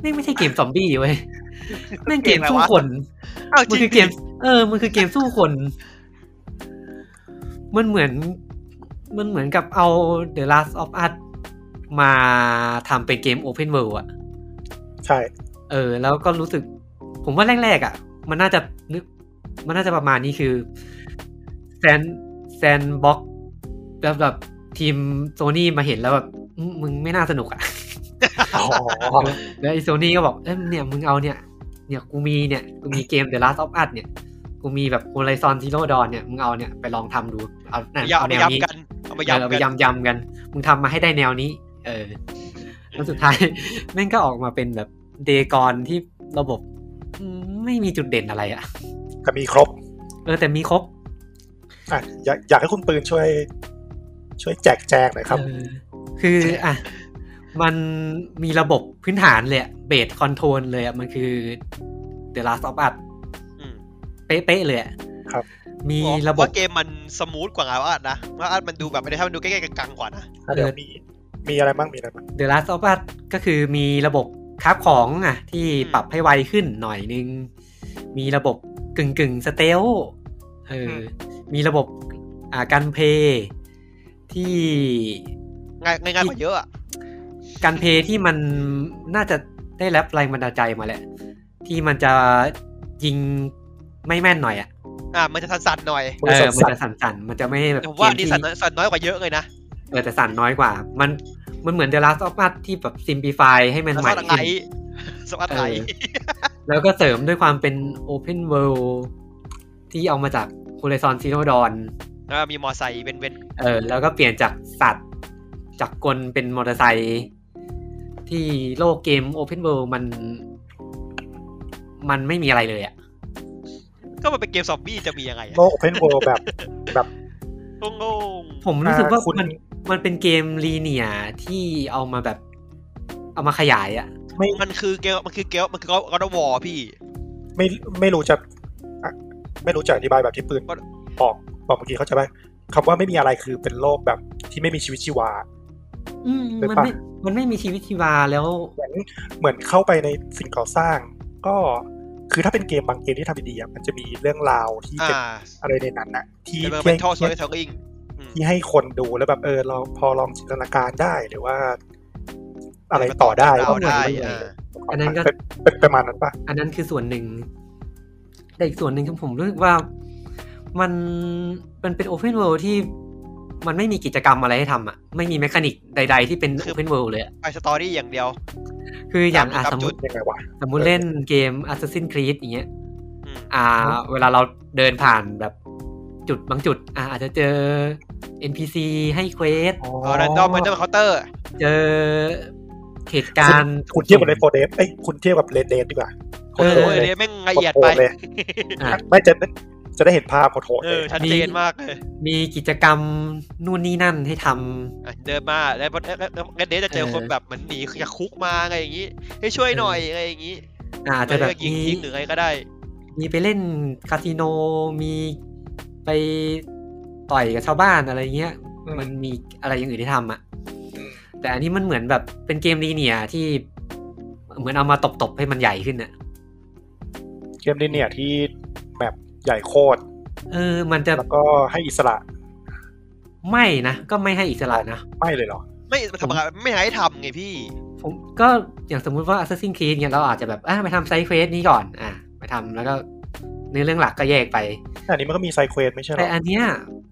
Speaker 1: ไม่งไม่ใช่เกมซอมบี้เว้
Speaker 4: [LAUGHS]
Speaker 1: ยแม่งเกมสู้คน
Speaker 2: อ้าวจ
Speaker 1: มัน
Speaker 2: ริ
Speaker 1: คื
Speaker 2: ง
Speaker 1: อเกม เออ มันคือเกมสู้คน มันเหมือน มันเหมือนกับเอา The Last of Us มาทำเป็นเกม Open World อะ
Speaker 4: ใช่
Speaker 1: เออ แล้วก็รู้สึก ผมว่าแรกๆอะมันน่าจะนึก มันน่าจะประมาณนี้คือแซนแซนบ็อกแบบแบบทีมโซนี่มาเห็นแล้วแบบอืมมึงไม่น่าสนุกอะ
Speaker 4: อ๋อ
Speaker 1: แล้วไอโซนี่ก็บอกเอ้ยเนี่ยมึงเอาเนี่ย เนี่ยกูมีเนี่ยกูมีเกม The Last of Us เนี่ย กูมีแบบ Horizon Zero Dawn เนี่ยมึงเอาเนี่ยไปลองทำดู เอาน่ะ
Speaker 2: อย่าเอา
Speaker 1: เอาแน
Speaker 2: ไป
Speaker 1: วนี้
Speaker 2: ย้ำกันเอาไป
Speaker 1: เออเอา
Speaker 2: ย้ำ
Speaker 1: ไป
Speaker 2: กัน
Speaker 1: ยำยำกัน มึงทำมาให้ได้แนวนี้ เออ แล้วสุดท้าย [LAUGHS] แม่งก็ออกมาเป็นแบบเดกอนที่ระบบอืมไม่มีจุดเด่นอะไรอะ
Speaker 4: ก็มีครบ
Speaker 1: เออแต่มีครบ
Speaker 4: อ่ะอยากอยากให้คุณปืนช่วย ช่วยแจกแจงหน่อยครับ
Speaker 1: เออ
Speaker 4: [LAUGHS]
Speaker 1: คืออ่ะมันมีระบบพื้นฐานเลยเบสคอนโทรลเลยอ่ะ มันคือ The Last of Us
Speaker 2: อืม
Speaker 1: เป๊ะๆเลยอ่ะ
Speaker 4: ครับ
Speaker 1: มี
Speaker 2: ผม
Speaker 1: ระบ
Speaker 2: ว่า
Speaker 1: บ
Speaker 2: เกมมันสมูทกว่าอาร์ตนะอาร์ตมันดูแบบไอ้นี่มันดูใกล้ๆกังๆกว่านะ
Speaker 4: อ่ะเดี๋ยวมีมีอะไรบ้างมีอะไรบ้าง
Speaker 1: The Last of Us ก็คือมีระบบคราฟของอ่ะ ที่
Speaker 2: อืม
Speaker 1: ปรับให้ไวขึ้นหน่อยนึง มีระบบกึ่งกึ่งสเตลเอออมีระบบอ่าการเพลย์ที่
Speaker 2: ง่ายง่ายๆกว่าเยอะอะ
Speaker 1: การเพลย์ที่มันน่าจะได้รับแรงบันดาลใจมาแหละ ที่มันจะยิงไม่แม่นหน่อยอ่ะ
Speaker 2: อ่ะมันจะสั่นๆหน่อย
Speaker 4: มื
Speaker 1: เอ
Speaker 4: อ
Speaker 1: อมัน
Speaker 4: สั่น
Speaker 1: จะสั่นๆมันจะไม่แบบ
Speaker 2: แต่ผมว่า
Speaker 1: เก
Speaker 2: ดี
Speaker 1: ม
Speaker 2: สั่น
Speaker 1: ที่
Speaker 2: น้อยสั่นน้อยกว่าเยอะเลยนะ
Speaker 1: เออแต่สั่นน้อยกว่า มันมันเหมือน The Last of Us ที่แบบ simplify ให้มัน
Speaker 2: แล้ว
Speaker 1: ใหม่
Speaker 2: สมัครไหล
Speaker 1: ขึ้น
Speaker 2: สมัครไห
Speaker 1: เอ
Speaker 2: ล
Speaker 1: อ แล้วก็เสริมด้วยความเป็น Open World ที่เอามาจากโคเ z ซอนซีโนดอน
Speaker 2: แล้วมีมอไซค์เป็นเวน
Speaker 1: เออแล้วก็เปลี่ยนจากสัตว์จากกลเป็นมอเตอร์ไซค์ที่โลกเกม Open World มัน มันไม่มีอะไรเลยอะ
Speaker 2: ก็มันเป็นเกมซอมบี้จะมียังไงอะ
Speaker 4: โลกโอเพนเวิลด์แบบแบบ
Speaker 2: โงง
Speaker 1: ผมรู้สึกว่า
Speaker 4: อ่คุณ
Speaker 1: มันมันเป็นเกมลีเนียที่เอามาแบบ เอามาขยายอะ
Speaker 4: ไม่
Speaker 2: ๆมันคือเกมมันคือเกมมันคือก็อดวอพี่
Speaker 4: ไม่ไม่รู้จะอ่ะไม่รู้จะอธิบายแบบที่ปืน
Speaker 2: ว่า
Speaker 4: บอกบอกเมื่อกี้เข้าใจไหมคำว่าไม่มีอะไรคือเป็นโลกแบบที่ไม่มีชีวิตชีวา
Speaker 1: อืม
Speaker 4: เป็น
Speaker 1: มัน
Speaker 4: ปะ
Speaker 1: ไม่มันไม่มีชีวิตชีวาแล้ว
Speaker 4: เหมือนเหมือนเข้าไปในสิ่งก่อสร้าง ก็คือถ้าเป็นเกมบางเกมที่ทำดีๆอ่ะมันจะมีเรื่องราวที่เป็น
Speaker 2: อ่า
Speaker 4: อะไรในนั้นนะที่
Speaker 2: เป็น
Speaker 4: ที่
Speaker 2: เป็นท่อโซ
Speaker 4: ให้
Speaker 2: ลิทเทอริง
Speaker 4: ที่ให้คนดูแล้วแบบเออเราพอลองจินตนาการได้หรือว่า อะไรต่อได้
Speaker 2: เรา
Speaker 4: ว่าเหมือน
Speaker 2: ได้
Speaker 4: มันเลย
Speaker 2: อ่า
Speaker 1: อันนั้นก็
Speaker 4: เป็นเป็นประมาณนั้นปะ
Speaker 1: อันนั้นคือส่วนหนึ่ง แต่อีกส่วนหนึ่งคือผมรู้สึกว่ามันมันเป็นโอเพนเวิลด์ที่มันไม่มีกิจกรรมอะไรให้ทำอ่ะ ไม่มีแมคานิกใด ๆ ที่เป็นโอ
Speaker 2: คือ
Speaker 1: เพนเวิลด์เลยอะ
Speaker 2: ไปสตอรี่อย่างเดียว
Speaker 1: คืออย่างอ่ะ
Speaker 2: ตาม
Speaker 1: สมม
Speaker 2: จุด
Speaker 1: ติ
Speaker 4: ยังไงวะ
Speaker 1: สมมติเล่นเกม Assassin's Creed อย่างเงี้ย
Speaker 2: อืม
Speaker 1: อ่า เวลาเราเดินผ่านแบบจุดบางจุด อ่าอาจจะเจอ NPC ให้เควส
Speaker 2: เออแรนดอมแรนดอมเคาน์เตอร์
Speaker 1: เจอเหตุการณ์
Speaker 4: คุณเทียบกับเลโฟเดฟเอ้ยคุณเทียบกับเลนเดนดีกว่า
Speaker 1: เออ
Speaker 2: โอ้ยเนี่ยแม่งละเอียดไป
Speaker 4: โหดเลย
Speaker 1: อ่ะ
Speaker 4: ไม่จะจะได้เห็นภาพโหด
Speaker 2: เอ
Speaker 4: เล
Speaker 2: อย ชัดเจนมากเลย
Speaker 1: มีกิจกรรมนู่นนี่นั่นให้ทำ
Speaker 2: อ่ะเดินมาแล้วแล้วเดยวจะเจอ
Speaker 1: เออ
Speaker 2: คนแบบเหมือนหนีจากคุกมาอะไรอย่างงี้ให้ช่วยหน่อยอะไรอย่างงี้
Speaker 1: อ่าอาจจะ
Speaker 2: เอ
Speaker 1: แบ
Speaker 2: อบ ยิง
Speaker 1: มี
Speaker 2: ทิ้งหรืออะไรก็ได้
Speaker 1: มีไปเล่นคาสิโน มีไปต่อยกับชาวบ้านอะไรเงี้ย มันมีอะไรอย่างอื่นที่ทำอะแต่อันนี้มันเหมือนแบบเป็นเกมลีเนียร์ที่เหมือนเอามาตบๆให้มันใหญ่ขึ้นอะ
Speaker 4: เกมนี้เนี่ยที่แมปใหญ่โคตร
Speaker 1: เออ มันจะ
Speaker 4: แล้วก็ให้อิสระ
Speaker 1: ไม่นะ ก็ไม่ให้อิสระนะ
Speaker 4: ไม่เลยเหรอ
Speaker 2: ไม่ทำอะไรไม่ให้ทำไงพี่
Speaker 1: ผมก็อย่างสมมุติว่า Assassin's Creed เนี่ยเราอาจจะแบบอ่ะไปทำไซด์เควสนี้ก่อน อ่ะไปทำแล้วก็เนื้อเรื่องหลักก็แยกไป
Speaker 4: อันนี้มันก็มีไซเควสไม่ใช่เหร
Speaker 1: แต่
Speaker 4: อ
Speaker 1: อันเนี้ย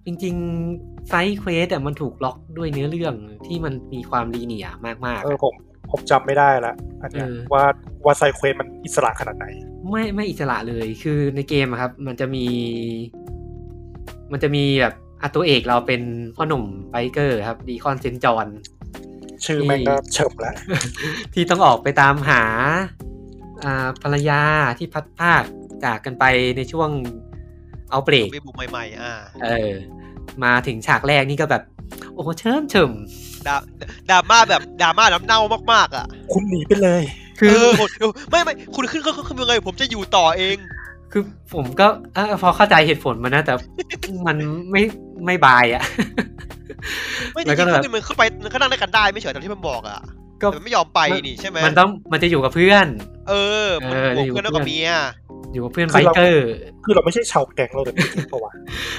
Speaker 1: จริงๆไซด์เควสแต่มันถูกล็อกด้วยเนื้อเรื่องที่มันมีความลีเนียร์มากๆ
Speaker 4: เอ
Speaker 1: อะ
Speaker 4: อผมผมจำไม่ได้ละอันเนี้ย
Speaker 1: เออ
Speaker 4: ว่าว่าไซเควสมันอิสระขนาดไหน
Speaker 1: ไม่ไม่อิสระเลยคือในเกมอะครับ มันจะมี มันจะมีแบบอะตัวเอกเราเป็นพ่อหนุ่มไบเกอร์ครับ ดีคอนเซนจอน [LAUGHS]
Speaker 4: ชื่อแม่งก็เฉิบแล้ว
Speaker 1: ที่ต้องออกไปตามหาอ่าภรรยาที่พัดภาคจากกันไปในช่วงเอาเบรก
Speaker 2: ไปบุกใหม่ๆ อ่า
Speaker 1: เออ มาถึงฉากแรกนี่ก็แบบ โอ้โหเชิมเฉิม
Speaker 2: ดราดราม่าแบบดราม่าน้ำเน่ามากๆอ่ะ
Speaker 4: คุณหนีไปเลย
Speaker 1: คือ
Speaker 2: เออหมดไม่ไม่คุณขึ้นขึ้นขึ้นยังไงผมจะอยู่ต่อเอง
Speaker 1: คือผมก็เออพอเข้าใจเหตุผลมันนะ แต่ [LAUGHS] มันไม่ไม่บายอะ
Speaker 2: ไม่จ
Speaker 1: แล้วก็
Speaker 2: ริงๆ
Speaker 1: แบบ
Speaker 2: ขึ้นมันเข้าไปมันก็นั่งได้กันได้ไม่เฉยตามที่มันบอกอ่ะ
Speaker 1: ก็
Speaker 2: แต่มันไม่ยอมไปนี่ใช่ไหม
Speaker 1: มันต้องมันจะอยู่กับเพื่อน
Speaker 2: เออมัน
Speaker 1: เออ
Speaker 2: บอก
Speaker 1: อยู่
Speaker 2: เพื่อนแล้ว
Speaker 1: เพื่
Speaker 2: ก็
Speaker 1: อน
Speaker 2: เมีย
Speaker 1: อยู่กับเพื่อน
Speaker 4: คื
Speaker 1: ไบ
Speaker 4: อเรา
Speaker 1: เกอร์
Speaker 4: คือเราไม่ใช่ชาวแก๊งเราเลยเป็นเพราะว่า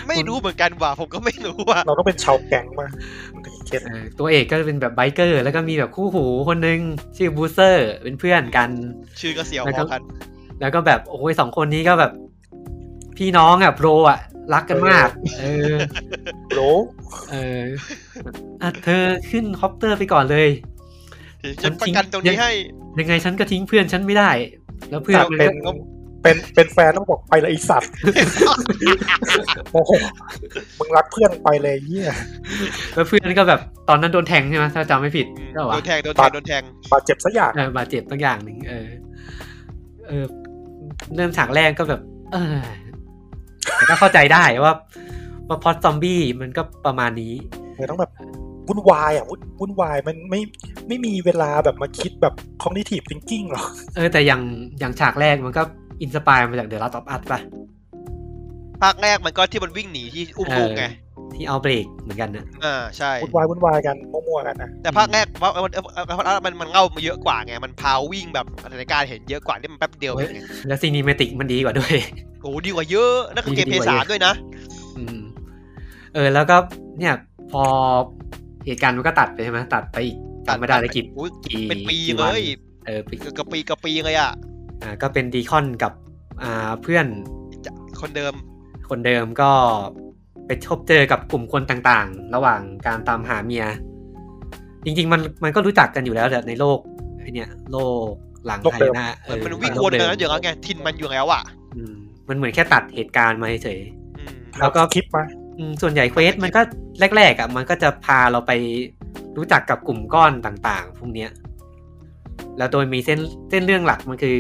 Speaker 2: ไม่รู้เหมือนกันว่ะผมก็ไม่รู้ว่า
Speaker 4: เราต้องเป็นชาวแก๊ง
Speaker 2: [LAUGHS]
Speaker 4: มามันถึงจะเคส
Speaker 1: เออตัวเอกก็จะเป็นแบบไบเกอร์ แล้วก็มีแบบคู่หูคนนึง ชื่อบูเซอร์ เป็นเพื่อนกัน
Speaker 2: ชื่อก็เสียว
Speaker 1: แล้ว
Speaker 2: พ
Speaker 1: ก็
Speaker 2: อกัน
Speaker 1: แล้วก็แบบโอ้ยสองคนนี้ก็แบบ พี่น้องอ่ะโปรอ่ะ รักกันมาก เออ
Speaker 4: โหล
Speaker 1: เอออ่ะเธอขึ้นฮอปเตอร์ไปก่อนเลย
Speaker 2: จะประกันตรงนี้ให้
Speaker 1: ยังไงฉันก็ทิ้งเพื่อนฉันไม่ได้ แล้วเพื่อน
Speaker 4: จาก
Speaker 1: มัน
Speaker 4: เป็
Speaker 1: ก็
Speaker 4: นเป็นเป็นแฟนต้องบอกไปเลยไอ
Speaker 1: [LAUGHS]
Speaker 4: สัตว์ โอ้โหมึงรักเพื่อนไปเลยเยี่ย
Speaker 1: แล้วเพื่อนก็แบบตอนนั้นโดนแทงใช่ไหมถ้าจำไม่ผิดก็
Speaker 2: โด
Speaker 1: วะ
Speaker 2: นแทงโดนแทงโดนแทง
Speaker 4: บาดเจ็บสักอย่าง
Speaker 1: เออบาดเจ็บตักอย่างหนึ่งเออ เออ เริ่มฉากแรกก็แบบ เออแต่ก็เข้าใจได้ว่าว่าพอดซอมบี้มันก็ประมาณนี้
Speaker 4: เลยต้องแบบวุ่นวายอ่ะวุ่นวุ่นวายมันไม่ไม่มีเวลาแบบมาคิดแบบ cognitive thinking หรอก
Speaker 1: เออแต่อย่างอย่างฉากแรกมันก็อินสปายมาจากเดอะลัตต์ออฟอัป่ะ
Speaker 2: ภาคแรกมันก็ที่มันวิ่งหนีที่อุ้มลูกไง
Speaker 1: ที่เอาเบรกเหมือนกันนะ
Speaker 2: อ่าใช่
Speaker 4: วุ่นวายวุ่นวายกันมั่วๆกันนะ
Speaker 2: แต่ภาคแรกว่ามันมันมันเง่าเยอะกว่าไงมันพาวิ่งแบบสถานการณ์เห็นเยอะกว่านี่มันแป๊บเดียวเองไง
Speaker 1: แล้วซีนีเมติกมันดีกว่าด้วย [LAUGHS]
Speaker 2: โอ้โหดีกว่าเยอะนั่นคือเกมเพย์สามด้วยนะ
Speaker 1: อืมเออแล้วก็เนี่ยพอเหตุการณ์มันก็ตัดไปใช่ไหมตัดไปอีก
Speaker 2: ตัด
Speaker 1: จำไม่ได้
Speaker 2: ตัดไป
Speaker 1: เลยกี่
Speaker 2: อุ๊ย
Speaker 1: กี่
Speaker 2: เป็นปี
Speaker 1: กี่วัน
Speaker 2: เลย
Speaker 1: เออปี
Speaker 2: เกือบปีกับปีเลยอ่ะ
Speaker 1: อ่าก็เป็นดีคอนกับอ่าเพื่อน
Speaker 2: คนเดิม
Speaker 1: คนเดิมก็ไปพบเจอกับกลุ่มคนต่างๆ ระหว่างการตามหาเมีย จริง ๆ มันมันก็รู้จักกันอยู่แล้วแต่ในโลกไอเนี่ยโลกหลังไทยนะ
Speaker 2: เหมือน
Speaker 1: เออ
Speaker 2: มันวิ่งวน
Speaker 1: โลกดิ
Speaker 2: กัน
Speaker 1: ม
Speaker 2: นั้นอยู่แล้วไงทินมันอยู่แล้วอ่ะ
Speaker 1: อืมมันเหมือนแค่ตัดเหตุการณ์มาเฉย
Speaker 2: อืม
Speaker 1: แล้วก็
Speaker 4: คลิปมา
Speaker 1: ๆอืมส่วนใหญ่เควสมันก็แรกๆอ่ะมันก็จะพาเราไปรู้จักกับกลุ่มก้อนต่างๆ พวกเนี้ย แล้วโดยมีเส้นเส้นเรื่องหลักมันคือ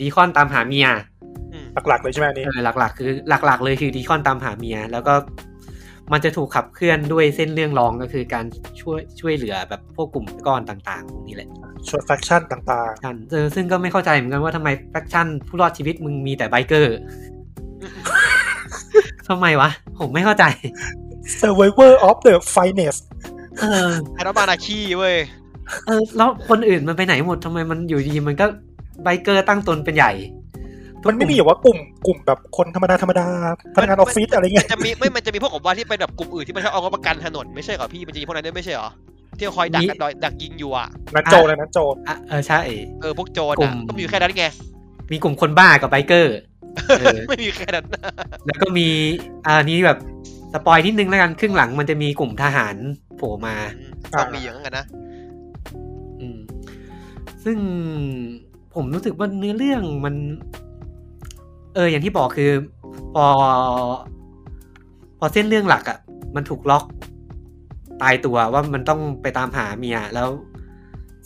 Speaker 1: ดีคอนตามหาเมีย
Speaker 4: หลักๆเลยใช่ไหมอันนี้
Speaker 1: เออหลักๆ คือหลัก ๆ เลยคือดีคอนตามหาเมีย แล้วก็มันจะถูกขับเคลื่อนด้วยเส้นเรื่องรองก็คือการช่วยช่วยเหลือแบบพวกกลุ่มก้อนต่างๆพวกนี้แหละ
Speaker 4: ชวนแฟคชั่นต่าง
Speaker 1: กันเออซึ่งก็ไม่เข้าใจเหมือนกันว่าทำไมแฟคชั่นผู้รอดชีวิตมึงมีแต่ไบเกอร์ ทำไมวะ ผมไม่เข้าใจ
Speaker 4: ๆ Survivor of the Finest
Speaker 1: เออ
Speaker 2: ไอ้น้องมานาคีเว้ย
Speaker 1: เออแล้วคนอื่นมันไปไหนหมดทำไมมันอยู่ดีมันก็ไบเกอร์ตั้งตนเป็นใหญ่ทุก
Speaker 4: มันไม่มีอยู่ว่ากลุ่มกลุ่มแบบคนธรรมดาธรรมดาพนักงานออฟฟิศอะไรเงี้ย
Speaker 2: จะมีไม่ มันจะมีพวกผมว่าที่เป็นแบบกลุ่มอื่นที่มันชอบเอารถประกันถนนไม่ใช่เหรอพี่ มันจะมีพวกนั้นด้วยไม่ใช่เหรอ ที่คอยดักกันดอยดักยิงอยู่อ่ะ
Speaker 4: นันโจเลยนันโจ
Speaker 1: อ่ะเออใช่
Speaker 2: เออพวกโจร
Speaker 1: กลุ่
Speaker 2: อ่ะ
Speaker 1: ม
Speaker 2: ก็มีอยู่แค่นั้นไง [LAUGHS]
Speaker 1: มีกลุ่มคนบ้ากับไบเกอร์เออ
Speaker 2: ไม่มีแค่ [LAUGHS] นั้นนะ
Speaker 1: แล้วก็มีอ่านี้แบบสปอยนิดนึงแล้วกันครึ่งหลังมันจะมีกลุ่มทหารโผล่มา
Speaker 4: อ่า
Speaker 2: ต้องมีอย่างนั้นนะ
Speaker 1: อืม ซึ่งผมรู้สึกว่าเนื้อเรื่องมัน เออ อย่างที่บอกคือ พอ พอเส้นเรื่องหลักอะ่ะ มันถูกล็อกตายตัวว่ามันต้องไปตามหาเมียแล้ว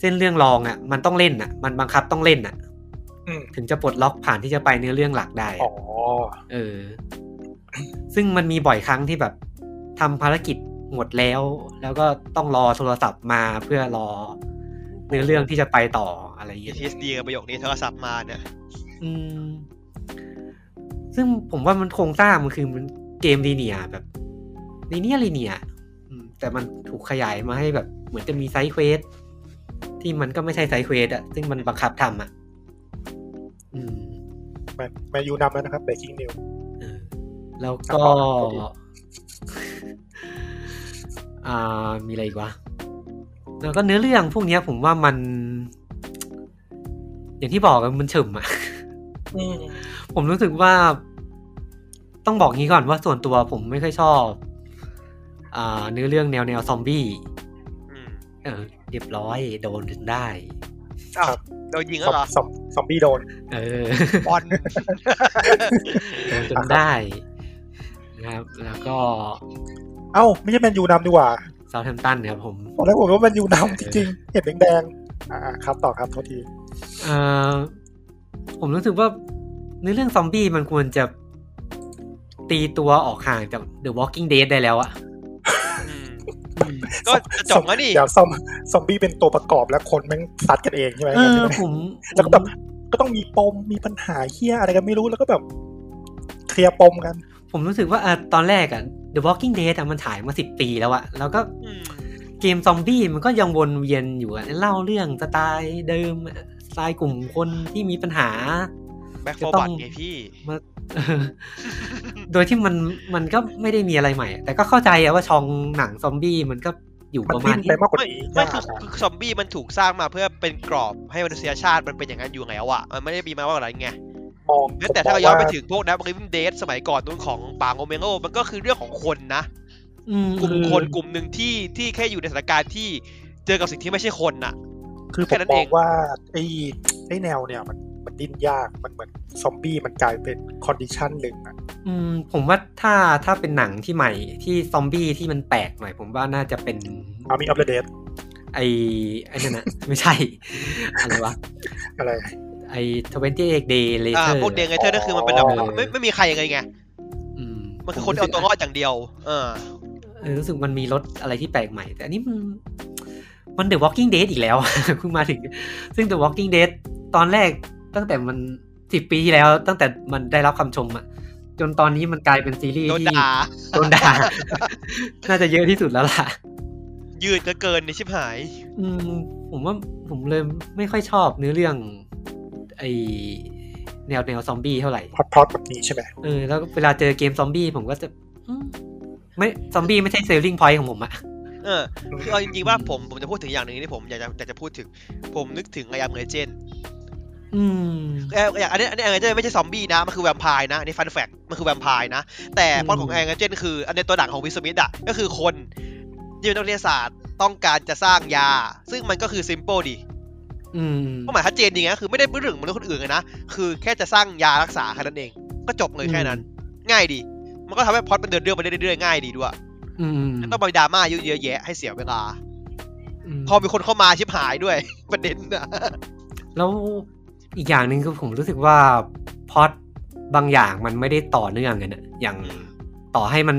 Speaker 1: เส้นเรื่องรองอะ่ะ มันต้องเล่นอะ่ะ มันบังคับต้องเล่นอะ่ะ
Speaker 4: อืม
Speaker 1: ถึงจะปลดล็อกผ่านที่จะไปเนื้อเรื่องหลักได้อะ
Speaker 4: อ๋อ
Speaker 1: เออ ซึ่งมันมีบ่อยครั้งที่แบบทำภารกิจหมดแล้ว แล้วก็ต้องรอโทรศัพท์มาเพื่อรอเนื้อเรื่องที่จะไปต่ออะไรอย่างเงี้ย
Speaker 2: PTSD กับประโยคนี้โทรศัพท์มาเนี่ย
Speaker 1: อืม ซึ่งผมว่ามันโครงสร้างมันคือมันเกมลีเนียแบบลีเนียลีเนียอืมแต่มันถูกขยายมาให้แบบ เหมือนจะมีไซด์เควสที่มันก็ไม่ใช่ไซด์เควสอะซึ่งมันบังคับทำอะอืม
Speaker 4: แมนแมนยูนำแล้วนะครับ breaking news
Speaker 1: เออแล้วก็
Speaker 4: อ่ะต่อครับพอดี
Speaker 1: [LAUGHS] อ่า มีอะไรอีกวะ แล้วก็เนื้อเรื่องพวกเนี้ยผมว่ามัน อย่างที่บอกอะมันเฉ่มอะ [LAUGHS] ผมรู้สึกว่า ต้องบอกงี้ก่อนว่าส่วนตัวผมไม่ค่อยชอบ อ่า เนื้อเรื่องแนวแนวซอมบี้
Speaker 2: อืม
Speaker 1: เออ เรียบร้อยโดนจนได้
Speaker 2: อ้าวโดนยิง
Speaker 4: ซ
Speaker 2: แล้
Speaker 4: อ
Speaker 2: ว
Speaker 4: ม
Speaker 2: เหรอ
Speaker 4: ซอมซอมบี้โดน
Speaker 1: เออ [LAUGHS]
Speaker 2: บอล
Speaker 1: โดนจนได้ นะครับ แล้วก็
Speaker 4: เอ้า ไม่ใช่แมนยูนำดีกว่า
Speaker 1: เซาท์แฮมป์ตันครับผม
Speaker 4: ตอนแรกผมว่าแมนยูน
Speaker 2: [LAUGHS]
Speaker 4: ำจริงๆ เห็นแดงๆอ่าครับต่อครับโทษที
Speaker 1: เอ่อผมรู้สึกว่าในเรื่องซอมบี้มันควรจะตีตัวออกห่างจาก The Walking Dead ได้แล้วอะ
Speaker 2: [LAUGHS] อืมก็จะจบแล้วนี่
Speaker 4: เดี๋ยวซอมซอมบี้เป็นตัวประกอบแล้วคนแม่งซัดกันเองใช่ไหม
Speaker 1: เออผม
Speaker 4: แล้วก็แบบก็ต้องมีปมมีปัญหาเฮี้ยอะไรกันไม่รู้แล้วก็แบบเคลียร์ปมกัน
Speaker 1: ผมรู้สึกว่าเอ่อตอนแรกอะ The Walking Dead อะมันถ่ายมาสิบปีแล้วอะแล้วก็
Speaker 2: อืม
Speaker 1: เกมซอมบี้มันก็ยังวนเวียนอยู่อะเล่าเรื่องสไตล์เดิมสไตล์กลุ่มคนที่มีปัญหา [LAUGHS]
Speaker 2: แบ็คโฟ
Speaker 1: จะ
Speaker 2: ร์
Speaker 1: ต้
Speaker 2: บั
Speaker 1: อ
Speaker 2: ต
Speaker 1: ง
Speaker 2: ไงพี่
Speaker 1: มาเออโดยที่มันมันก็ไม่ได้มีอะไรใหม่ แต่ก็เข้าใจอะว่าช่องหนังซอมบี้มันก็อยู่
Speaker 4: มั
Speaker 1: ป
Speaker 4: น
Speaker 1: ระมา
Speaker 4: ดิ้
Speaker 1: ณ
Speaker 4: น
Speaker 1: นี้
Speaker 4: ไปมากกว่า
Speaker 2: ไม่
Speaker 4: นี้
Speaker 2: ไม่
Speaker 4: ยาก
Speaker 2: คือ
Speaker 4: อะ
Speaker 2: คือซอมบี้มันถูกสร้างมาเพื่อเป็นกรอบให้มนุษยชาติมันเป็นอย่างนั้นอยู่แล้วอ่ะ มันไม่ได้มีมาว่าอะไรไง
Speaker 4: มอง
Speaker 2: แม้แต่ถ้าเราย้อนไปถึงพวกนะบริวินเดสสมัยก่อนนู้นของป่าโอเมโงมันก็คือเรื่องของคนนะ
Speaker 1: อืม
Speaker 2: กลุ่มคนกลุ่มหนึ่งที่ที่แค่อยู่ในสถานการณ์ที่เจอกับสิ่งที่ไม่ใช่คนน่ะ
Speaker 4: คือผ
Speaker 2: แค่
Speaker 4: ม
Speaker 2: นั้น
Speaker 4: ม
Speaker 2: เอ
Speaker 4: อง
Speaker 2: ง
Speaker 4: ว่าไอ้ไอ้แนวเนี่ยมันมันดิ้นยากมันเหมือนซอมบี้มันกลายเป็นคอนดิชันหนึ่งอะ
Speaker 1: อืมผมว่าถ้าถ้าเป็นหนังที่ใหม่ที่ซอมบี้ที่มันแปลกหน่อย ผมว่าน่าจะเป็น
Speaker 4: อามีอัปเดต
Speaker 1: ไอไอนั่นนะ [LAUGHS] ไม่ใช่ อะไรวะ
Speaker 4: อะไร
Speaker 1: ไอทเวนตี้เอ็กเดย์เล
Speaker 2: อ่า
Speaker 1: เตอร์
Speaker 2: พวกเดงไงเธอนั่นคือมันเป็นแบบ
Speaker 4: อ๋อ
Speaker 2: ไม่ไม่มีใครยังไงไง มันคือคนที่เอาตัวรอดอย่างเดียว เออ
Speaker 1: รู้สึกมันมีรถอะไรที่แปลกใหม่ แต่อันนี้มันมัน The Walking Dead อีกแล้ว [LAUGHS] เพิ่งมาถึง ซึ่ง The Walking Dead ตอนแรกตั้งแต่มันสิบปีที่แล้ว ตั้งแต่มันได้รับคำชมอะ จนตอนนี้มันกลายเป็นซีรีส์
Speaker 2: โดน
Speaker 1: ที่
Speaker 2: ด่า
Speaker 1: โดนด่า [LAUGHS] น่าจะเยอะที่สุดแล้วล่ะ
Speaker 2: ยืดก็เกินในชิบหาย
Speaker 1: อืมผมว่าผมเลยไม่ค่อยชอบเนื้อเรื่อง ไอแนวแนวซอมบี้เท่าไหร่
Speaker 4: พอดพอดแบบนี้ใช่ไหม
Speaker 1: เออแล้วเวลาเจอเกมซอมบี้ผมก็จะอืมไม่ซอมบี้ไม่ใช่เซลลิงพอยต์ของผมอะ
Speaker 2: เออ คือเอาจริงๆว่าผมผมจะพูดถึงอย่างหนึ่งที่ผมอยากจะอยากจะพูดถึง ผมนึกถึงไอแอมเอเจน
Speaker 1: อืม
Speaker 2: ไออย่างอันนี้อันนี้ไอแอมเอเจนไม่ใช่ซอมบี้นะ มันคือแวมไพร์นะอันนี่ฟันแฟกมันคือแวมไพร์นะ แต่พอดของไอแอมเอเจนคือ อันในตัวหนังของวิลสมิธอ่ะ ก็คือคนที่เป็นนักวิทยาศาสตร์ต้องการจะสร้างยา ซึ่งมันก็คือซิม p l e ดี
Speaker 1: อืม
Speaker 2: ความหมายชัดเจนจริงนะคือไม่ได้พูดถึงมนุษย์คนอื่นเลยนะ คือแค่จะสร้างยารักษาแค่นั้นเอง ก็จบเลยแค่นั้น ง่ายดี มันก็ทำให้พล็อดมันเดินเรื่องไปเรื่อยๆง่ายดีด้วย
Speaker 1: อืม
Speaker 2: ไม่ต้องไปดราม่าเยอะๆแยะให้เสียเวลา
Speaker 1: ม
Speaker 2: พอมีคนเข้ามาชิบหายด้วย [LAUGHS] ประเด็นนะ
Speaker 1: แล้วอีกอย่างหนึ่งคือผมรู้สึกว่าพล็อดบางอย่างมันไม่ได้ต่อเนื่องกันอะอย่างต่อให้มัน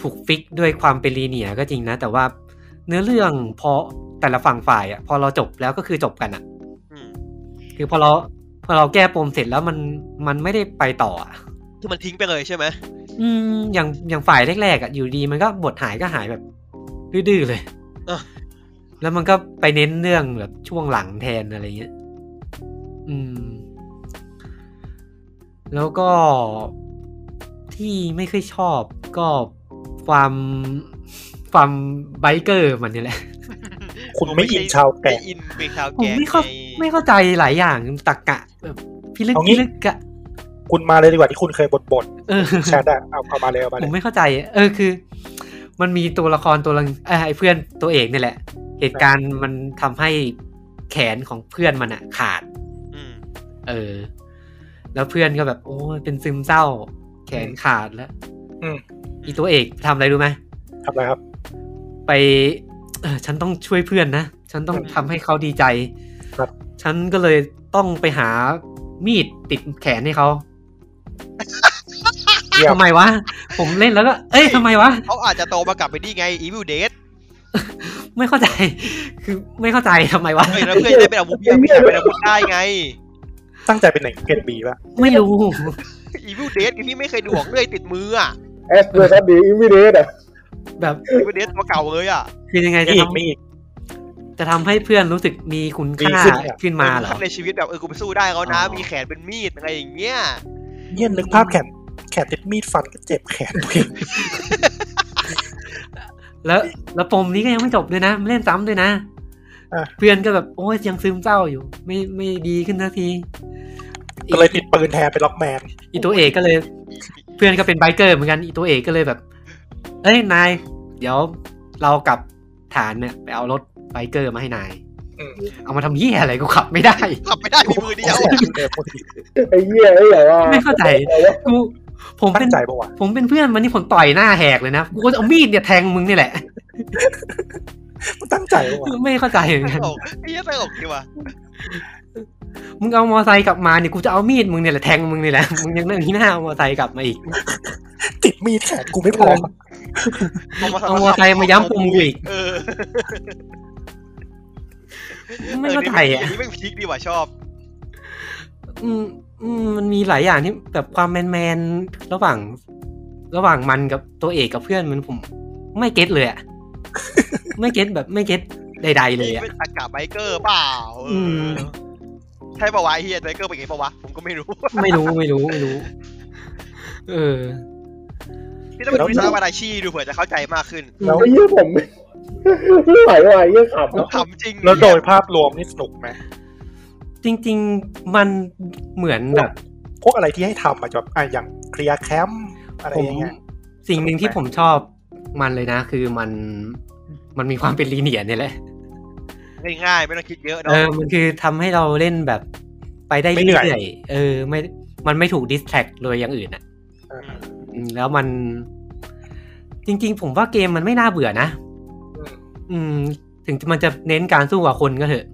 Speaker 1: ถูกฟิกด้วยความเป็นลีเนียร์ก็จริงนะ แต่ว่าเนื้อเรื่องพอแต่ละฝั่งฝ่ายอะพอเราจบแล้วก็คือจบกันอะ
Speaker 2: อืม
Speaker 1: คือพอเราพอเราแก้ปมเสร็จแล้วมันมันไม่ได้ไปต่ออะ
Speaker 2: คือมันทิ้งไปเลยใช่ไหม
Speaker 1: อืมอย่างอย่างฝ่ายแรกๆอะอยู่ดีมันก็บทหายก็หายแบบดื้อๆเลย
Speaker 2: เออ
Speaker 1: แล้วมันก็ไปเน้นเรื่องแบบช่วงหลังแทนอะไรเงี้ย อืม แล้วก็ที่ไม่ค่อยชอบก็ความความไบเกอร์มันนี่แหละ
Speaker 4: คุณไม่อินชาวแก่
Speaker 2: ไม่อินเป็นชาว
Speaker 1: ผม
Speaker 2: แกะ
Speaker 1: ไม่เข้า
Speaker 2: ไง
Speaker 1: ไม่เข้าใจหลายอย่างตักกะแบบพิลึก
Speaker 4: เอางี้
Speaker 1: พิลึกอะ
Speaker 4: คุณมาเลยดีกว่าที่คุณเคยบ่นบ่น
Speaker 1: เออ
Speaker 4: ๆแชทอะเอาเอามาเลยเอามาเล
Speaker 1: ผ
Speaker 4: ย
Speaker 1: มไม่เข้าใจ เออคือ มันมีตัวละครตัวละเอ้ยไอ้เพื่อนตัวเอกนี่แหละ เหตุการณ์มันทำให้แขนของเพื่อนมันอะขาด
Speaker 2: อืม
Speaker 1: เออ แล้วเพื่อนก็แบบ โอ้ยเป็นซึมเศร้า แขนขาดแล้วอีตัวเอกทำอะไรรู้ไหม
Speaker 4: ทำอะไรครับ
Speaker 1: ไป เออฉันต้องช่วยเพื่อนนะ ฉันต้องทำให้เขาดีใจ
Speaker 4: ครับ
Speaker 1: ฉันก็เลยต้องไปหามีดติดแขนให้เขา
Speaker 4: เยี่ยม
Speaker 1: ทำไมวะ ผมเล่นแล้วก็ เอ้ยทำไมวะ
Speaker 2: เขาอาจจะโตมากลับไปนี่ไง Evil Dead
Speaker 1: ไม่เข้าใจ คือไม่เข้าใจทำไมวะ
Speaker 2: เฮ้ยแล้วเพื่อนได้เป็นอาวุธเพื่อนไม่ได้เป็นอาวุธได้ไง
Speaker 4: ตั้งใจเป็นไหนเกนบีป่ะ
Speaker 1: ไม่รู้
Speaker 2: Evil Dead ที่พี่ไม่เคยดูออกเลื่อยติดมืออ่ะ
Speaker 3: แอสเวอร์ซัสดีอิมิเดตอ่ะ
Speaker 1: แบบ
Speaker 2: Evil Dead ตัวเก่าเลยอ่ะ
Speaker 1: คือยังไงจะ
Speaker 4: มีอีก
Speaker 1: ทำ
Speaker 4: มีอีก
Speaker 1: จะทำให้เพื่อนรู้สึกมีคุณ
Speaker 4: ดี
Speaker 1: ค่า
Speaker 4: ขึ้นเนี่ย
Speaker 1: ขึ้นมาเหรอ
Speaker 2: ในชีวิตแบบเออกูไปสู้ได้เขานะ
Speaker 1: อ๋อ
Speaker 2: มีแขนเป็นมีดอะไรอย่างเงี้ย
Speaker 4: เนี่ยนึกภาพแขนแขนติดมีดฟันก็เจ็บแขน [LAUGHS] ตัวเอง
Speaker 1: แล้วแล้วปมนี้ก็ยังไม่จบด้วยนะมันเล่นซ้ำด้วยนะ
Speaker 4: อ่ะ
Speaker 1: เพื่อนก็แบบโอ้ยยังซึมเศร้าอยู่ ไม่ไม่ดีขึ้นสักที
Speaker 4: ก็เลยติดปืนแทนเป็นล็อกแมน
Speaker 1: อีตัวเอกก็เลย เพื่อนก็เป็นไบเกอร์เหมือนกันอีตัวเอกก็เลยแบบ เอ้ยนาย เดี๋ยวเรากลับฐานเนี่ยไปเอารถไบเกอร์มาให้นาย
Speaker 4: อืม
Speaker 1: เอามาทำเหี้ยอะไรกูขับไม่ได้
Speaker 2: ขับไม่ได้มีมือเดียว
Speaker 3: ไอ้เหี้ยไอ้เหรอว่า
Speaker 1: ไม่เข้าใจกูผมเป็
Speaker 4: ตั้
Speaker 1: น
Speaker 4: งใจปะวะ
Speaker 1: ผมเป็นเพื่อนมันนี่ผมต่อยหน้าแหกเลยนะกูก็จะเอามีดเนี่ยแทงมึงนี่แหละ
Speaker 4: ตั้งใจปะวะ
Speaker 1: ไม่เข้าใจเหมือนกัน
Speaker 2: ตลกไอ้เหี้ยตลกดีว่ะ
Speaker 1: มึงเอามอไซค์กลับมาเนี่ยกูจะเอามีดมึงเนี่ยแหละแทงมึงนี่แหละ มึงยังเรื่องที่หน้าเอามอไซค์กลับมาอีก
Speaker 4: ติดมีดแขนกูไม่พอ
Speaker 2: เอามา
Speaker 1: เอามอไซค์มาย้ำปมกูอีก
Speaker 2: เออ
Speaker 1: ไม่เข้าใจอ่ะ
Speaker 2: นี่ไม่งพีคดีว่ะชอบ
Speaker 1: อืมอืมมันมีหลายอย่างที่แบบความแมนแมนๆระหว่าง ระหว่างมันกับตัวเอกกับเพื่อนมันผม ไม่เก็ตเลยอ่ะ ไม่เก็ตแบบไม่เก็ตใด ๆ เลย
Speaker 2: นี่
Speaker 1: อ่ะ
Speaker 2: เป็นอากาศไบเกอร์เปล่าเอออ
Speaker 1: ม
Speaker 2: ใช่ปะวะไอ้เฮียไบเกอร์เป็นไงปะวะ ผมก็ไม่รู้
Speaker 1: ไม่รู้ไม่รู้ไม่รู้ เออ
Speaker 2: พี่ต้องไปดูที่ซาวาราชีดูเผื่อจะเข้าใจมากขึ้น
Speaker 4: แล้ว
Speaker 3: ไอ้เหี้ยผมไม่ไม่ไหวว่ะไอ้เหี้ยขับ
Speaker 2: ขำจริง
Speaker 4: แล้วโดยภาพรวมนี่สนุกไหม
Speaker 1: จริง ๆมันเหมือนแบบ
Speaker 4: พวกอะไรที่ให้ทำอะจะแบบอ่ะอย่างเคลียร์แคมป์อะไร
Speaker 1: ผม
Speaker 4: อย่างเงี้ย
Speaker 1: สิ่งหนึ่งที่
Speaker 4: สนุกไห
Speaker 1: ผ
Speaker 4: ม
Speaker 1: มชอบมันเลยนะ คือมันมันมีความเป็นลีเนียร์เนี่ยแหละ
Speaker 2: ง่ายๆ ไม่ต้องคิดเยอะ
Speaker 1: เอ
Speaker 2: เนาะ
Speaker 1: อมันคือทำให้เราเล่นแบบไปได้
Speaker 4: ไม่เหนื่
Speaker 1: เรื่
Speaker 4: อย
Speaker 1: อยๆเออ ไม่มันไม่ถูกดิสแทรกเลยอย่างอื่นอ่ะอืมแล้วมัน จริง ๆ ผมว่าเกมมันไม่น่าเบื่อนะอืม ถึงมันจะเน้นการสู้กับคนก็เถอะ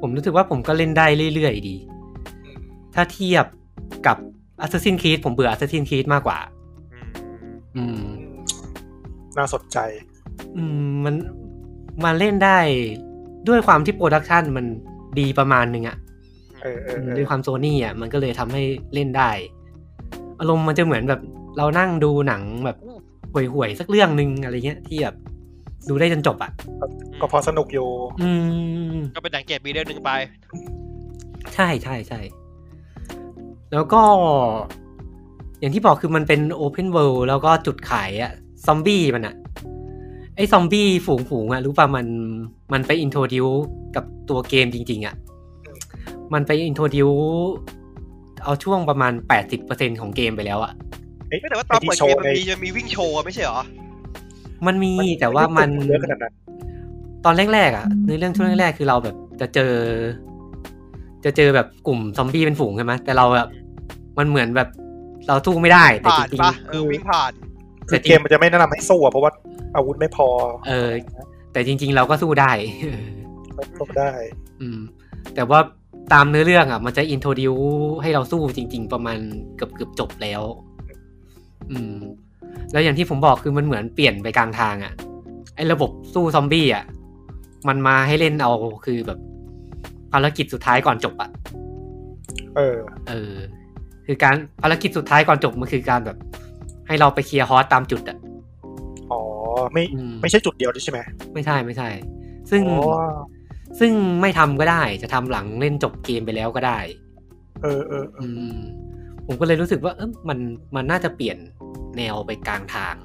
Speaker 1: ผมรู้สึกว่าผมก็เล่นได้เรื่อยๆดี ถ้าเทียบกับ Assassin's Creed ผมเบื่อ Assassin's Creed มากกว่า อืม
Speaker 4: น่าสนใจ
Speaker 1: อืมมันมันเล่นได้ด้วยความที่โปรดักชันมันดีประมาณหนึ่งอะ
Speaker 4: เออเออ
Speaker 1: อืม
Speaker 4: เอ
Speaker 1: ด้วย
Speaker 4: อ
Speaker 1: ความโซนี่อะมันก็เลยทำให้เล่นได้ อารมณ์มันจะเหมือนแบบเรานั่งดูหนังแบบห่วยๆสักเรื่องหนึ่งอะไรเงี้ยที่แบบดูได้จนจบอ่ะ
Speaker 4: ก็พอสนุกอยู่
Speaker 1: อืม
Speaker 6: ก็เป็นหนังเก็บมีเรื่องหนึ่งไป
Speaker 1: ใช่ใช่ใช่ แล้วก็ อย่างที่บอกคือมันเป็นโอเพนเวิลด์แล้วก็จุดขายอะซอมบี้มันอะไอซอมบี้ฝูงฝูงๆอะรู้ป่ะมันมันไปอินโทรดิวกับตัวเกมจริง ๆอะมันไปอินโทรดิวเอาช่วงประมาณ 80%ของเกมไปแล้วอะ
Speaker 4: เอ๊ะ
Speaker 2: ไม่แต่ว่าตอน
Speaker 4: ไที่
Speaker 2: เปิด
Speaker 4: โช
Speaker 2: เกม
Speaker 4: ว์
Speaker 2: มัน
Speaker 4: ใน
Speaker 2: มีจะมีวิ่งโชว์อะไม่ใช่เหรอ
Speaker 1: มันมีแต่ว่ามัน
Speaker 4: เยอะขนาดนั้น
Speaker 1: ตอนแรกๆอ่ะในเรื่องช่วงแรกๆคือเราแบบจะเจอ จะเจอแบบกลุ่มซอมบี้เป็นฝูงใช่ไหมแต่เราแบบมันเหมือนแบบเราสู้ไม่ได้แต่
Speaker 2: ผ่า
Speaker 1: จ
Speaker 2: น
Speaker 1: ริง
Speaker 2: ปะ
Speaker 1: ๆ
Speaker 2: เออวิ่งผ่าน
Speaker 4: คือเกมมันจะไม่แนะนำให้สู้อะเพราะว่าอาวุธไม่พอ
Speaker 1: เออ แต่จริง ๆ เราก็สู้ได้ [LAUGHS]
Speaker 4: ไม่สู้ได้
Speaker 1: อืม แต่ว่าตามเนื้อเรื่องอ่ะ มันจะอินโทรดิวให้เราสู้จริง ๆ ประมาณเกือบเกือบจบแล้ว อืม แล้วอย่างที่ผมบอกคือมันเหมือนเปลี่ยนไปกลางทางอ่ะไอ้ระบบสู้ซอมบี้อ่ะมันมาให้เล่นเอาคือแบบภารกิจสุดท้ายก่อนจบอ่ะ
Speaker 4: เออ
Speaker 1: เออคือการภารกิจสุดท้ายก่อนจบมันคือการแบบ ให้เราไปเคลียร์ฮอสตามจุดอ่ะ
Speaker 4: อ๋อ ไม่
Speaker 1: อืม
Speaker 4: ไม่ใช่จุดเดียวด้วยใช่ไหม
Speaker 1: ไม่ใช่ไม่ใช่ ซึ่ง
Speaker 4: อ๋อ
Speaker 1: ซึ่งไม่ทำก็ได้จะทำหลังเล่นจบเกมไปแล้วก็ได้
Speaker 4: เออเออเอ
Speaker 1: อื
Speaker 4: อ
Speaker 1: ม ผมก็เลยรู้สึกว่า เออมันมันน่าจะเปลี่ยนแนวไปกลางทาง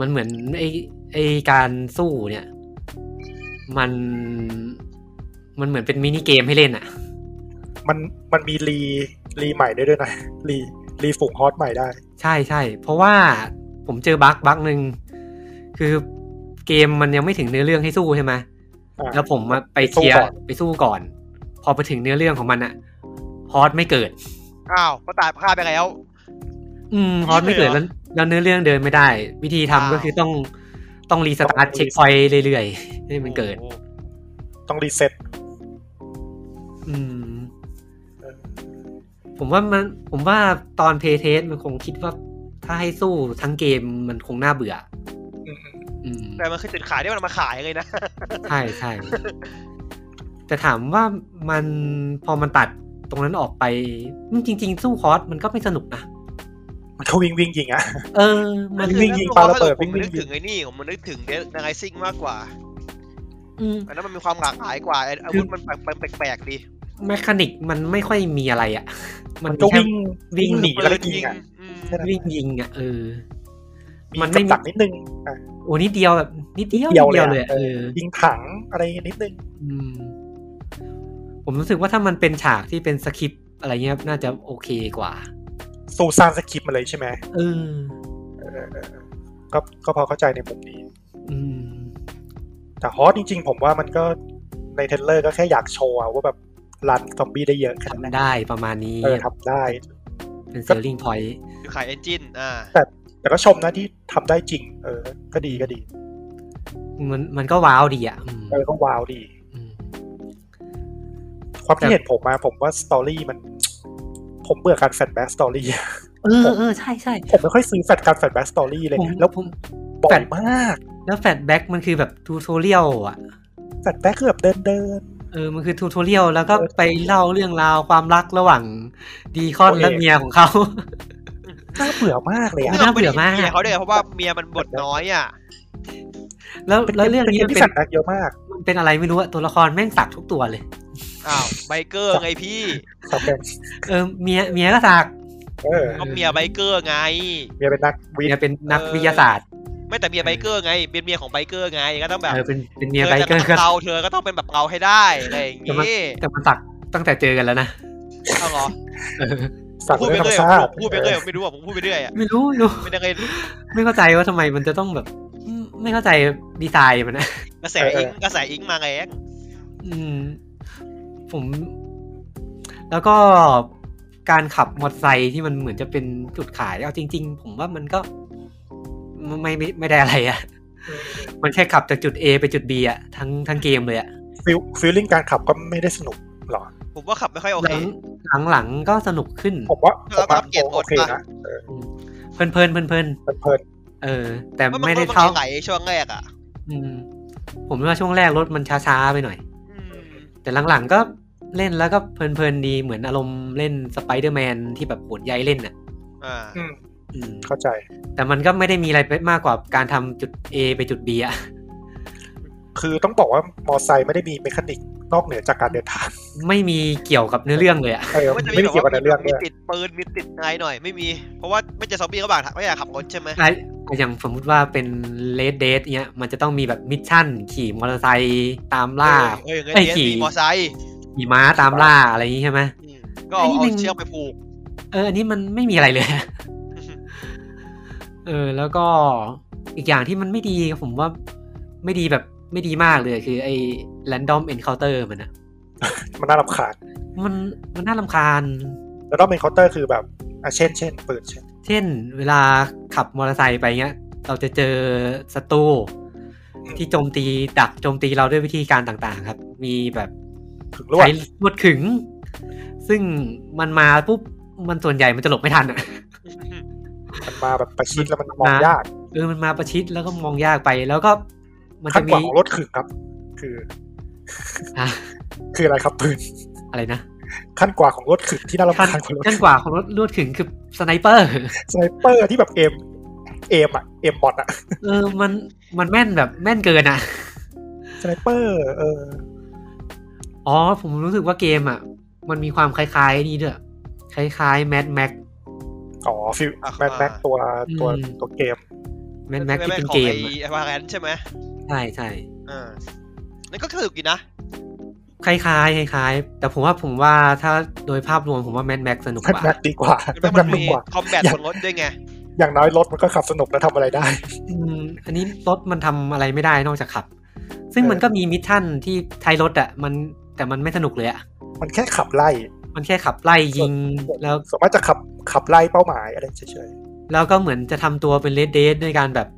Speaker 1: มันเหมือนไอไอการสู้เนี่ย มันมันเหมือนเป็นมินิเกมให้เล่นอ่ะ
Speaker 4: มันมันมีรีรีใหม่ได้ด้วยนะรีรีฝูงฮอตใหม่ได้
Speaker 1: ใช่ใช่ เพราะว่าผมเจอบั๊กบั๊กหนึ่งคือเกมมันยังไม่ถึงเนื้อเรื่องให้สู้ใช่ไหม
Speaker 4: อ่า
Speaker 1: แล้วผมอะไปเคลียร์
Speaker 4: สู้ก่อน
Speaker 1: ไปสู้ก่อน พอไปถึงเนื้อเรื่องของมันอะฮอตไม่เกิด
Speaker 2: อ้าวก็ตายฆ่าไปแล้ว
Speaker 1: อืมฮอตไม่เกิด
Speaker 2: เหร
Speaker 1: แล้ว
Speaker 2: อ
Speaker 1: แล้วเนื้อเรื่องเดินไม่ได้ วิธีทำ
Speaker 2: อ้าว
Speaker 1: ก็คือต้องต้องรีสตาร์ทเช็คพอยต์เรื่อยๆ ให้มันเกิด
Speaker 2: โอ้โห
Speaker 4: ต้องรีเซ็ต
Speaker 1: อืม ผมว่ามันผมว่าตอนเพย์เทสมันคงคิดว่าถ้าให้สู้ทั้งเกมมันคงน่าเบื่อ อืม
Speaker 2: แต่มันคือจุดขายที่มันเอามาขายเลยนะ
Speaker 1: ใช่ใช่ แต่ถามว่ามันพอมันตัดตรงนั้นออกไปอืมจริง ๆ สู้คอร์สมันก็ไม่สนุกนะ
Speaker 4: มันก็วิ่งวิ่งยิงอะ
Speaker 1: เออ มัน
Speaker 4: วิ่งยิงปาระเบิด
Speaker 2: ผมนึก
Speaker 4: วิ่งยิง
Speaker 2: ถึงไอ้นี่ผมนึกถึงเดนไนซิ่งมากกว่า
Speaker 1: อืม
Speaker 2: อันนั้นมันมีความหลากหลายกว่าไอ้อาวุธมันแปลกๆแปลกๆดี
Speaker 1: แมคานิกมันไม่ค่อยมีอะไรอ่ะ มัน
Speaker 4: ก็
Speaker 1: แค่
Speaker 4: วิ่ง
Speaker 1: วิ่ง
Speaker 4: หนีแล้วก็ยิง
Speaker 2: ยิง
Speaker 4: อะ
Speaker 2: อืม
Speaker 4: แค่นั้น
Speaker 1: วิ่งยิงอ่ะเออ
Speaker 4: มี
Speaker 1: มัน
Speaker 4: กั
Speaker 1: ไม่
Speaker 4: บ
Speaker 1: มี
Speaker 4: ดักนิดนึงอ่ะ
Speaker 1: โอ้นิดเดียวแบบนิดเดียว
Speaker 4: นิดเดียวเล
Speaker 1: เล
Speaker 4: ยอะ
Speaker 1: ยอะเออ
Speaker 4: ยิงถังอะไรนิดนึง
Speaker 1: อืม ผมรู้สึกว่าถ้ามันเป็นฉากที่เป็นสคริปต์อะไรเงี้ยน่าจะโอเคกว่า
Speaker 4: สูซานสคริปต์มาเลยใช่ไหม
Speaker 1: เออ
Speaker 4: เออเออเออก็ก็พอเข้าใจในมุมนี้
Speaker 1: อืม
Speaker 4: แต่ฮอตจริงๆ ผมว่ามันก็ในเทรลเลอร์ก็แค่อยากโชว์อะว่าแบบรันซอมบี้ได้เยอะขนาดนั้น
Speaker 1: ทำได้ประมาณนี้
Speaker 4: เออทำได้
Speaker 1: เป็น selling point
Speaker 2: จุดขายเอนจินอ่า
Speaker 4: แต่ก็ชมนะที่ทำได้จริง เออ ก็ดีก็ดี
Speaker 1: มันมันก็ว้าวดีอ่ะอืม
Speaker 4: เออก็ว้าวดี
Speaker 1: อืม
Speaker 4: ความ
Speaker 1: ครั
Speaker 4: ที่
Speaker 1: บ
Speaker 4: เห็นผมมาผมว่าสตอรี่มัน ผมเบื่อการแฟนแบ็กสตอรี่
Speaker 1: เออเออใช่ใช่
Speaker 4: ผมไม่ค่อยซื้อแฟนการแฟนแบ็กสตอรี่เลย
Speaker 1: ผม
Speaker 4: แล้ว
Speaker 1: ผม
Speaker 4: บ่อยมาก
Speaker 1: แล้วแฟลชแบ็กมันคือแบบทูท o เรียลอ่ะ
Speaker 4: แฟนแบ็กคือแบบเดินเดิน
Speaker 1: เออ มันคือทูท o เรียลแล้วก็ไปเล่าเรื่องราวความรักระหว่างดีคอน
Speaker 4: ตัวเอง
Speaker 1: และเมียของเขา [LAUGHS]
Speaker 4: น่าเบื่อมากเลย
Speaker 1: มั
Speaker 4: อะ
Speaker 1: นน่าเบื่อมาก
Speaker 2: ไได้เยเขาด้วยเพราะว่าเมียมันบทน้อยอ่ะ
Speaker 1: แล้ว
Speaker 4: เป็น
Speaker 1: แล้วเรื่องนี้
Speaker 4: เกม
Speaker 1: มัน
Speaker 4: ที่
Speaker 1: เป็
Speaker 4: แฟ
Speaker 1: น
Speaker 4: นแบ็กเยอะมาก
Speaker 1: มันเป็นอะไรไม่รู้อะตัวละครแม่งสักทุกตัวเลย
Speaker 2: อ้าวไบเกอร์ไงพี่
Speaker 4: สแฟน
Speaker 1: เออเมียเมียก็สัก
Speaker 4: เออ
Speaker 2: ก็เมียไบเกอร์ไง
Speaker 4: เมียเป็นนักวิท
Speaker 1: เมีย
Speaker 4: ย์
Speaker 1: เป็นนักวิทยาศาสตร์
Speaker 2: ไม่แต่เมียไบเกอร์ไง เป็นเมียของไบเกอร์ไงก็ต้องแบบ
Speaker 1: เออเป็นเป็นเมียไบเกอร์ก็
Speaker 2: ธจะป็นเราเธอก็ต้องเป็นแบบเราให้ได้อะไรอย่าง
Speaker 1: แต่มัน
Speaker 2: งี้
Speaker 1: แต่มันสักตั้งแต่เจอกันแล้วนะ
Speaker 2: เอาเหรอ
Speaker 1: เออ
Speaker 4: สั่ง
Speaker 2: พูด
Speaker 4: เรื่
Speaker 2: ไป
Speaker 4: อ
Speaker 2: เรื่อ
Speaker 4: งธรรม
Speaker 2: ย
Speaker 4: ชา
Speaker 2: อะ
Speaker 4: ติ
Speaker 2: พูดไปเรื่อยผมไม่รู้อะผมพูดไปเรื่อยอะ
Speaker 1: ไม่รู้ไม่รู้
Speaker 2: ไม่ได้เคย
Speaker 1: ไม่เข้าใจว่าทำไมมันจะต้องแบบ ไม่เข้าใจดีไซน์มันนะ
Speaker 2: กระแสอิงกระแสอิงมาไง
Speaker 1: อืม ผม แล้วก็การขับมอเตอร์ไซค์ที่มันเหมือนจะเป็นจุดขายเอาจริง ๆ ผมว่ามันก็ไม่ไม่ไม่ได้อะไร
Speaker 2: [LAUGHS]
Speaker 1: อะ่ะ มันแค่ขับจากจุด A ไปจุด B อะ่ะทั้งทั้งเกมเลยอะ่ะ
Speaker 4: ฟิลฟิลลิ่งการขับก็ไม่ได้สนุกหรอ
Speaker 2: ผมว่าขับไม่ค่อยโอ
Speaker 1: ห
Speaker 2: เค
Speaker 1: ลังหลังหลังก็สนุกขึ้น
Speaker 4: ผมว่าผมว่า
Speaker 2: เราอัปเกรดรถ
Speaker 4: โอเค
Speaker 2: ปะ
Speaker 4: นะเออ
Speaker 1: เพลินเพลินเพลินเพลิน
Speaker 4: เพลิน
Speaker 1: เออ แต่
Speaker 2: พระน
Speaker 1: ไม่ได้
Speaker 2: ก็
Speaker 1: เท่า
Speaker 2: ไหลช่วงแรกอ่ะ
Speaker 1: อืม ผมว่าช่วงแรกรถมันช้าๆไปหน่อย
Speaker 2: อืม
Speaker 1: แต่หลังๆก็ เล่นแล้วก็เพลินๆดีเหมือนอารมณ์เล่นสไปเดอร์แมนที่แบบโหนใยเล่นน่ะ
Speaker 2: อ่า
Speaker 4: อืม
Speaker 1: อืม
Speaker 4: เข้าใจ
Speaker 1: แต่มันก็ไม่ได้มีอะไรไปมากกว่าการทำจุด A ไปจุด B อะ
Speaker 4: คือต้องบอกว่ามอไซค์ไม่ได้มีเมคานิกนอกเหนือจากการเดินทาง
Speaker 1: ไม่มีเกี่ยวกับเนื้อเรื่องเลยอะ
Speaker 4: เออ
Speaker 2: ว่าจะ
Speaker 4: ไม่
Speaker 2: แบ
Speaker 4: ได้
Speaker 2: บ
Speaker 4: เกี่ยวกับ
Speaker 2: ว่า
Speaker 4: เนื้อเรื่อง
Speaker 2: มี
Speaker 4: ด้วย
Speaker 2: ติดปืนมีติดอะไรหน่อยไม่มี เพราะว่าไม่เจอซอมบี้ก็บางทางไม่อยากขับรถใช่ไหม
Speaker 1: อ่ะอย่างสมมุติว่าเป็นเลดเดทเนี้ย มันจะต้องมีแบบมิชชั่น ขี่มอเตอร์ไซค์ตามล่า
Speaker 2: เออเอออย่างเงี้ย
Speaker 1: ไอ้ขี่
Speaker 2: ขี่มอไซค์
Speaker 1: ขี่ม้าตามล่าอะไรอย่างงี้ใช่ไหม
Speaker 2: อืมก็เอา
Speaker 1: ไอ้นี่
Speaker 2: เอา
Speaker 1: มัน
Speaker 2: เชือกไปผูก
Speaker 1: เออ อันนี้มันไม่มีอะไรเลย [LAUGHS] เออ แล้วก็อีกอย่างที่มันไม่ดีผมว่าไม่ดีแบบไม่ดีมากเลยคือไอ้ random encounter มันอะ
Speaker 4: มันน่ารำคาญ
Speaker 1: มันมันน่ารำคาญ
Speaker 4: แล้วต้องเป็นเคาน์เตอร์คือแบบอ่ะเช่นเช่นปืนเช่น
Speaker 1: เช่น เวลาขับมอเตอร์ไซค์ไปเงี้ย เราจะเจอศัตรูที่โจมตีดักโจมตีเราด้วยวิธีการต่างๆ ครับ มีแบบ
Speaker 4: ถึงลวด
Speaker 1: ใช้ลวดขึง ซึ่งมันมาปุ๊บมันส่วนใหญ่มันจะหลบไม่ทันอะ
Speaker 4: มันมาแบบประชิดแล้วมันมองยาก
Speaker 1: เออมันมาประชิดแล้วก็มองยากไปแล้วก็มัน
Speaker 4: ขั้
Speaker 1: จะ
Speaker 4: นก
Speaker 1: มี
Speaker 4: ว่าของรถขึงครับ คือ
Speaker 1: อ่ะ
Speaker 4: คืออะไรครับปืน
Speaker 1: อะไรนะ
Speaker 4: ขั้นกว่าของรถขึงที่น่ารำ
Speaker 1: ขั้น
Speaker 4: คาญกว่ารถ
Speaker 1: ขั้นกว่าของรถลวดขึงคือสไนเปอร์ [LAUGHS]
Speaker 4: สไนเปอร์ที่แบบเอมเอมอะเอมบอทอะ
Speaker 1: เออมันมันแม่นแบบแม่นเกินอ่ะ
Speaker 4: สไนเปอร์เออ
Speaker 1: อ๋อ ผมรู้สึกว่าเกมอ่ะ มันมีความคล้ายๆนี่ด้วย คล้ายๆแมดแม็ก
Speaker 4: อ๋อฟิว
Speaker 2: อ่ะ
Speaker 4: แมนแม็กตัวตัวตัวเกม
Speaker 1: แมดแม็กที่เป็น
Speaker 2: ขอ
Speaker 1: เกม
Speaker 2: งไอ้
Speaker 1: อะ
Speaker 2: ไอ้มาแรนใช่ไหม
Speaker 1: ใช่ใช่
Speaker 2: อ่านั่นก็สนุกดีนะ
Speaker 1: คล้ายๆคล้ายๆ แต่ผมว่าผมว่าถ้าโดยภาพรวมผมว่าแมดแม็กสนุก
Speaker 4: แม็
Speaker 1: กว่า
Speaker 4: กแม็กดีกว่าแม็ก
Speaker 2: มั
Speaker 4: แม็
Speaker 2: น
Speaker 4: ก
Speaker 2: มี
Speaker 4: ดีกว่า
Speaker 2: คอมแบท
Speaker 4: อย่า
Speaker 2: บ
Speaker 4: ง
Speaker 2: นรถด้วยไง
Speaker 4: อย่างน้อยรถมันก็ขับสนุกและทำอะไรได้ [LAUGHS]
Speaker 1: อืมอันนี้รถมันทำอะไรไม่ได้นอกจากขับ ซึ่ง
Speaker 4: เออ
Speaker 1: มันก็มีมิชชั่นที่ท้ายรถอ่ะมันแต่มันไม่สนุกเลยอ่ะ
Speaker 4: มันแค่ขับไล่
Speaker 1: มันแค่ขับไล่ยิง
Speaker 4: ส่วน
Speaker 1: แล้ว
Speaker 4: สามารถจะขับขับไล่เป้าหมายอะไรเฉย
Speaker 1: แล้วก็เหมือนจะทำตัวเป็นเลดเดสด้วยการแบบ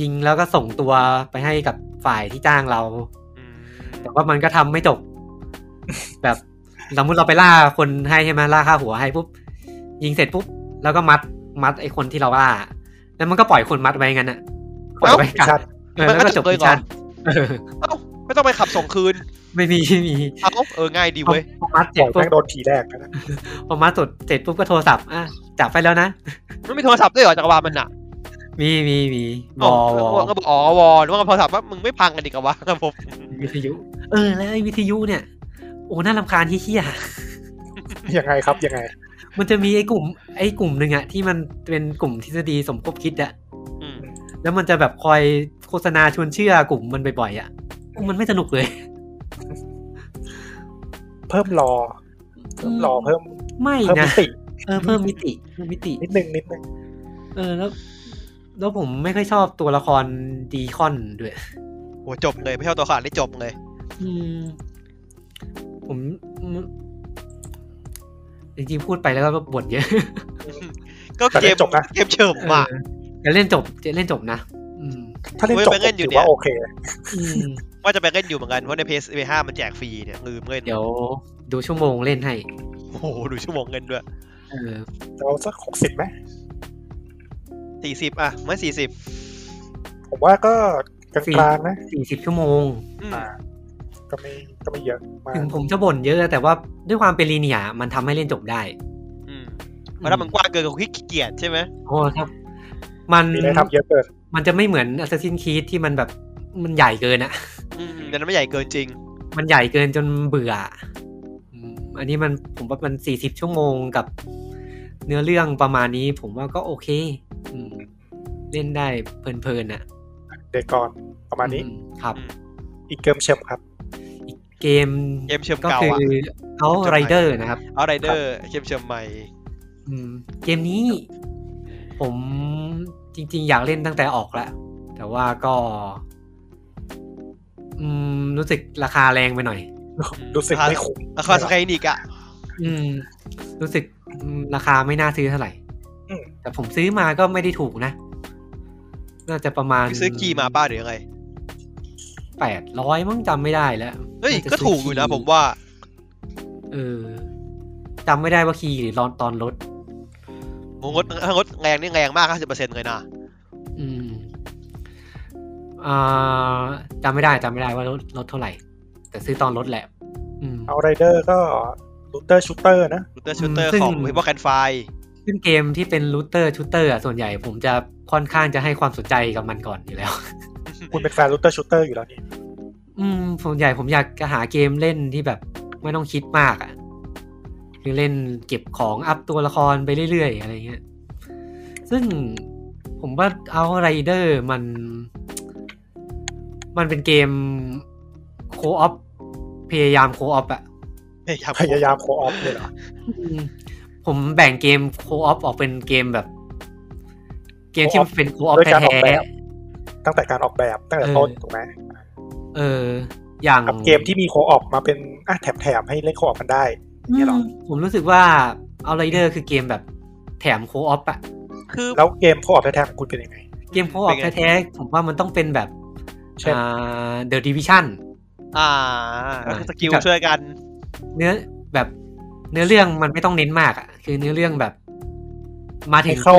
Speaker 1: ยิงแล้วก็ส่งตัวไปให้กับฝ่ายที่จ้างเรา แต่ว่ามันก็ทำไม่จบ [LAUGHS] แบบสมมติเราไปล่าคนให้ใช่ไหมล่าค่าหัวให้ปุ๊บยิงเสร็จปุ๊บแล้วก็มัดมัดไอ้คนที่เราล่า แล้วมันก็ปล่อยคนมัดไว้งั้นอะปล่อย
Speaker 2: เอ้า
Speaker 1: ไว้
Speaker 4: ๆ
Speaker 1: กั
Speaker 4: มิชชั่
Speaker 1: น
Speaker 4: น
Speaker 1: เออแล้วก็จบมิชชั่นเออ
Speaker 2: มันก็จบเลยเหรอเอ้าไม่ต้องไปขับส่งคืน
Speaker 1: ไม่มีไม่มี
Speaker 2: เอ้าเออง่ายดี
Speaker 1: พอ
Speaker 2: เว้ย
Speaker 1: พอมัดเสร็
Speaker 4: บ
Speaker 1: จ
Speaker 4: อก
Speaker 1: ปุ๊
Speaker 4: แม่
Speaker 1: บ
Speaker 4: งโดนผีแรกนะ [LAUGHS]
Speaker 1: พอมัดสุดเสร็จปุ๊บก็โทรศัพท์อ่ะจับไปแล้วนะ
Speaker 2: มันมีโทรศัพท์ด้วยเหรอจักรวาลมันอ่ะ
Speaker 1: มีมีมีว
Speaker 2: อ๋
Speaker 1: อ
Speaker 2: อ
Speaker 1: วอ
Speaker 2: ก็บอกอ๋อวอหรือว่าโทรศัพท์ว่ามึงไม่พังกันดีกว่าครับผม
Speaker 1: วิทยุ เออ แล้วไอ้วิทยุเนี่ย โอ้น่ารำคาญเฮี้ย
Speaker 4: ยังไงครับยังไง
Speaker 1: ๆมันจะมีไอ้กลุ่ม ไอ้กลุ่มหนึ่งอะที่มันเป็นกลุ่มทฤษฎีสมคบคิดอะ
Speaker 2: อืม
Speaker 1: แล้วมันจะแบบคอยโฆษณาชวนเชื่อกลุ่มมันบ่อยๆอะมันไม่สนุกเลย
Speaker 4: เพิ่มรอเพิ่มรอเพิ่ม
Speaker 1: ไม่
Speaker 4: เพิ่ม
Speaker 1: นะ
Speaker 4: มิติ
Speaker 1: เออเพิ่มมิติเพิ่มมิติ
Speaker 4: นิดนึงนิดนึง
Speaker 1: เออแล้ว แล้วผมไม่ค่อยชอบตัวละครดีคอนด้วย
Speaker 2: โหจบเลยไม่ใช่เอาตัวขาดได้จบเลย
Speaker 1: อืม ผมอืมจริงๆพูดไปแล้วก็บ่นเยอะ
Speaker 2: ก็
Speaker 4: แต่
Speaker 2: เกม
Speaker 4: เล่นจบนะ
Speaker 2: เกมเฉิมว่ะ
Speaker 1: เออจะเล่นจบจะเล่นจบนะอืม
Speaker 4: ถ้าเล่น
Speaker 2: เว้ย
Speaker 4: จบ
Speaker 2: ไปเล่นอยู่
Speaker 4: ถื
Speaker 2: เนี่
Speaker 4: อย ว่าโอเค
Speaker 1: อืม
Speaker 2: ว่าจะไปเล่นอยู่เหมือนกันเพราะในเพสเพห้ามันแจกฟรีเนี่ยลืมเงิน
Speaker 1: เดี๋ยวดูชั่วโมงเล่นให้
Speaker 2: โอ้โหดูชั่วโมงเงินด้วย
Speaker 1: เออ
Speaker 4: เราสักหกสิบไหม
Speaker 2: สี่สิบอ่ะไม่สี่สิบ
Speaker 4: ผมว่าก็กลางๆนะ
Speaker 1: สี่สิบชั่วโมง
Speaker 4: ก็ไม่ก็ไม่เยอะมาก
Speaker 1: ถึงผมจะบ่นเยอะ แต่ว่าด้วยความเป็นลีเนียร์มันทำให้เล่นจบได้
Speaker 2: อืมเพราะถ้ามันกว้างเกินกับขี้เกียจใช่ไหม
Speaker 1: โอ้ครับ มัน
Speaker 4: มีอะไรทำเยอะเกิน
Speaker 1: มันจะไม่เหมือน Assassin's Creed ที่มันแบบ มันใหญ่เกินอะ
Speaker 2: อืมแต่นั้นไม่ใหญ่เกินจริง
Speaker 1: มันใหญ่เกินจนเบื่ออืมอันนี้มันผมว่ามันสี่สิบชั่วโมงกับ เนื้อเรื่องประมาณนี้ ผมว่าก็โอเค อืม เล่นได้เพลินๆน่ะ
Speaker 4: เดยวก่อนประมาณนี้
Speaker 1: อืครับ
Speaker 4: อีกเกมเชมครับ
Speaker 1: เกม
Speaker 2: เกมเชื่อม
Speaker 1: ก็
Speaker 2: เก่า
Speaker 1: คือ
Speaker 2: อะ
Speaker 1: เอาไรเดอร์นะครับ
Speaker 2: เอาไรเดอร์เกมเฉิมใหม่
Speaker 1: อืมเกมนี้ ผมจริง ๆ อยากเล่นตั้งแต่ออกแล้ว แต่ว่าก็ อืม รู้สึกราคาแรงไปหน่อย
Speaker 4: รู้สึก
Speaker 2: ครับ
Speaker 4: ไม่คุ้ม
Speaker 2: อาคาสไคนิกอะ
Speaker 1: อืม รู้สึกอืมราคาไม่น่าซื้อเท่าไหร่
Speaker 4: อืม
Speaker 1: แต่ผมซื้อมาก็ไม่ได้ถูกนะ น่าจะประมาณ
Speaker 2: คือซื้อกีมาป้าหรือยังไง
Speaker 1: แปดร้อยมั้งจำไม่ได้แล้ว
Speaker 2: เฮ้ย
Speaker 1: น่าจะ
Speaker 2: ก็
Speaker 1: ซื้
Speaker 2: ถูกอยู่นะ
Speaker 1: คี
Speaker 2: ผมว่า
Speaker 1: เออจำไม่ได้ว่าคีย์หรือตอนตอนลด
Speaker 2: งดงดแรงนี่แรงมาก 50%เลยนะ
Speaker 1: อืมอ่าจำไม่ได้จำไม่ได้ว่าลดลดเท่าไหร่ แต่ซื้อตอนลดแหละ อืม
Speaker 4: เอาไรเดอร์ก็ลูเตอร์ชูเตอร์นะ
Speaker 2: รูเตอร์ชูเตอร์
Speaker 1: ซึ่ง
Speaker 2: ของเฮปเปอร์แคนไฟ
Speaker 1: ซึ่งเกมที่เป็นรูเตอร์ชูเตอร์ส่วนใหญ่ผมจะค่อนข้างจะให้ความสนใจกับมันก่อนอยู่แล้ว
Speaker 4: คุณเป็นแฟนลูเตอร์ชูเตอร์อยู่แล้วนี่
Speaker 1: อืมส่วนใหญ่ผมอยากจะหาเกมเล่นที่แบบไม่ต้องคิดมากอะ่ะคือเล่นเก็บของอัพตัวละครไปเรื่อยๆ อะไรเงี้ยซึ่งผมว่าเอาไรเดอร์มัน มันเป็นเกมโคออฟพยายามโคออฟอ่ะ
Speaker 4: พยายามโคออฟเลยเหรอ
Speaker 1: อืมผมแบ่งเกมโคออฟออกเป็นเกมแบบ เกมที่มันเป็นโคออฟ
Speaker 4: ด้วยการออก
Speaker 1: แท้
Speaker 4: แบบ ตั้งแต่การออกแบบตั้งแต่ต้นถูกไหม
Speaker 1: ๆเออ อย่าง
Speaker 4: กับเกมที่มีโคออฟมาเป็นอ่ะแถบแถบๆให้เล่นโคออฟกันได้
Speaker 1: อืมผมรู้สึกว่าเอาไรเดอร์คือเกมแบบแถมโคออฟอะ
Speaker 2: คือ
Speaker 4: แล้วเกมโคออฟแท้ๆของคุณเป็นยังไง
Speaker 1: เกมโคออฟ
Speaker 2: เป็นไง
Speaker 1: แท้ๆผมว่ามันต้องเป็นแบบ
Speaker 4: เช่น
Speaker 1: เดอะดิวิชั่น
Speaker 2: อ่าก็คือสกิลช่วยกัน
Speaker 1: เนื้อแบบเนื้อเรื่องมันไม่ต้องเน้นมากอะคือเนื้อเรื่องแบบ มาถึง
Speaker 4: ให้เข้า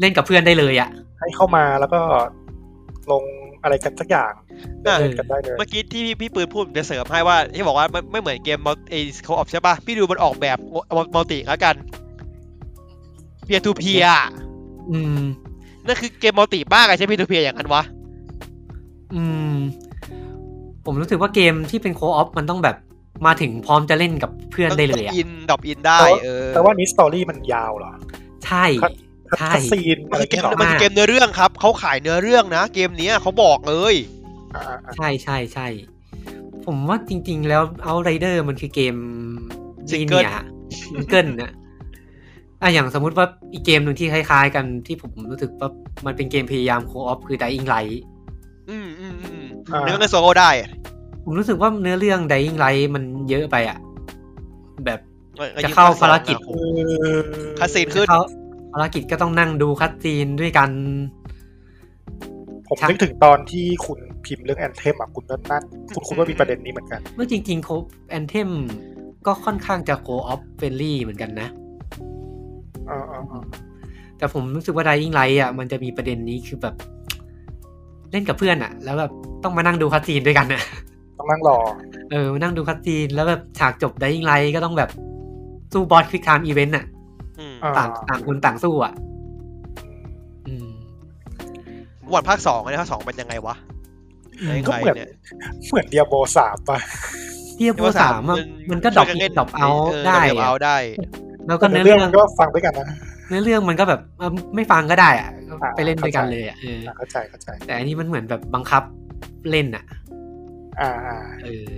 Speaker 1: เล่นกับเพื่อนได้เลยอะ
Speaker 4: ให้เข้ามาแล้วก็ลงอะไรกันสักอย่าง
Speaker 2: อ่ะ
Speaker 4: เล่นกันได้เลย
Speaker 2: เมื่อกี้ที่พี่พี่ปืนพูดผมจะเสริมให้ว่าที่บอกว่าไม่ไม่เหมือนเกมมัลติเขาออฟใช่ป่ะ พี่ดูมันออกแบบมัลติแล้วกันเพียร์ทูเพีย
Speaker 1: อืม
Speaker 2: นั่นคือเกมมัลติบ้าไงใช่เพียร์ทูเพียอย่างนั้นวะ
Speaker 1: อืม ผมรู้สึกว่าเกมที่เป็นโคออฟมันต้องแบบมาถึงพร้อมจะเล่นกับเพื่อนได้เลยอะ
Speaker 2: อินดรอปอินได้เออ
Speaker 4: แต่ว่านี้สตอรี่มันยาวเหรอ
Speaker 1: ใช่
Speaker 4: คัด
Speaker 1: ใช่
Speaker 4: คัดซีน
Speaker 2: มั
Speaker 4: อะ
Speaker 2: น
Speaker 4: ไร
Speaker 2: คือเกม
Speaker 4: เงี้ยเหรอ
Speaker 2: มันคือเกมเนื้อเรื่องครับ เขาขายเนื้อเรื่องนะ เกมเนี้ยเขาบอกเลย
Speaker 4: อ่าอ่า
Speaker 1: ใช่ใช่ใช่ ผมว่าจริง ๆ แล้วเอาไรเดอร์มันคือเกม
Speaker 2: Single
Speaker 1: ยซิงเกิลนะอ่ะอย่างสมมุติว่าอีกเกมหนึ่งที่คล้ายๆ กันที่ผมรู้สึกว่ามันเป็นเกมพยายามโคออฟคือ Dying Light
Speaker 2: อืมอืมอืม
Speaker 4: อ่า
Speaker 2: เนื้อเงินโซโลได้
Speaker 1: ผมรู้สึกว่าเนื้อเรื่อง Dying Light มันเยอะไปอะแบบ
Speaker 2: ออ
Speaker 1: จะเข้าภารกิจ
Speaker 2: โอ้
Speaker 4: คื
Speaker 2: โห
Speaker 4: อ
Speaker 2: คาสซีนขึ้น
Speaker 1: เขาภารกิจก็ต้องนั่งดูคัดซีนด้วยกัน
Speaker 4: ผมนึกถึงตอนที่คุณพิมพ์เรื่องแอนเทมอ่ะคุณก็นั่นคุณคุณก็มีประเด็นนี้เหมือนกัน
Speaker 1: เมื่อจริงๆโคแอนเทมก็ค่อนข้างจะโคออฟเฟนลี่เหมือนกันนะ
Speaker 4: อ่าอ่าอ่า
Speaker 1: แต่ผมรู้สึกว่า Dying Light อ่ะมันจะมีประเด็นนี้คือแบบ เล่นกับเพื่อนอ่ะ แล้วแบบต้องมานั่งดูคัสซีนด้วยกันอ่ะ [LAUGHS]
Speaker 4: ต้องนั่งรอ
Speaker 1: เออมานั่งดูคัสซีนแล้วแบบฉากจบ Dying Light ก็ต้องแบบสู้บอสควิกไทม์อีเวนต์อ่ะ
Speaker 2: อืม
Speaker 4: อ่า
Speaker 1: ต่างต่างคนต่างสู้อ่ะ อืม
Speaker 2: วันภาคสองอันนี้ภาคสองเป็นยังไงวะ
Speaker 1: อืม
Speaker 2: ยัง
Speaker 4: ก็
Speaker 2: ไง
Speaker 4: เหมือน
Speaker 2: เนี่ย
Speaker 4: เหมือนเดียโบสามป่ะ
Speaker 1: เทียบว่าสามอะมันก็ดรอปอินดรอปเอาได้
Speaker 2: ดรอปเอา
Speaker 1: อะ
Speaker 2: ได้
Speaker 1: แล้วก็เนื้อ
Speaker 4: เรื่
Speaker 1: เรื่
Speaker 4: อ
Speaker 1: อง ง
Speaker 4: มันก็ฟังด้วยกันนะ
Speaker 1: เนื้อเรื่องมันก็แบบเออไม่ฟังก็ได้อ่ะก็
Speaker 4: อ่า
Speaker 1: ไปเล่นด้วยกัน
Speaker 4: เข้าใจ
Speaker 1: เลยอ่ะเออ
Speaker 4: อ่าเข้าใจเข้าใจ
Speaker 1: แต่อันนี้มันเหมือนแบบบังคับเล่นอ่ะ
Speaker 4: อ่าอ่า
Speaker 1: เออ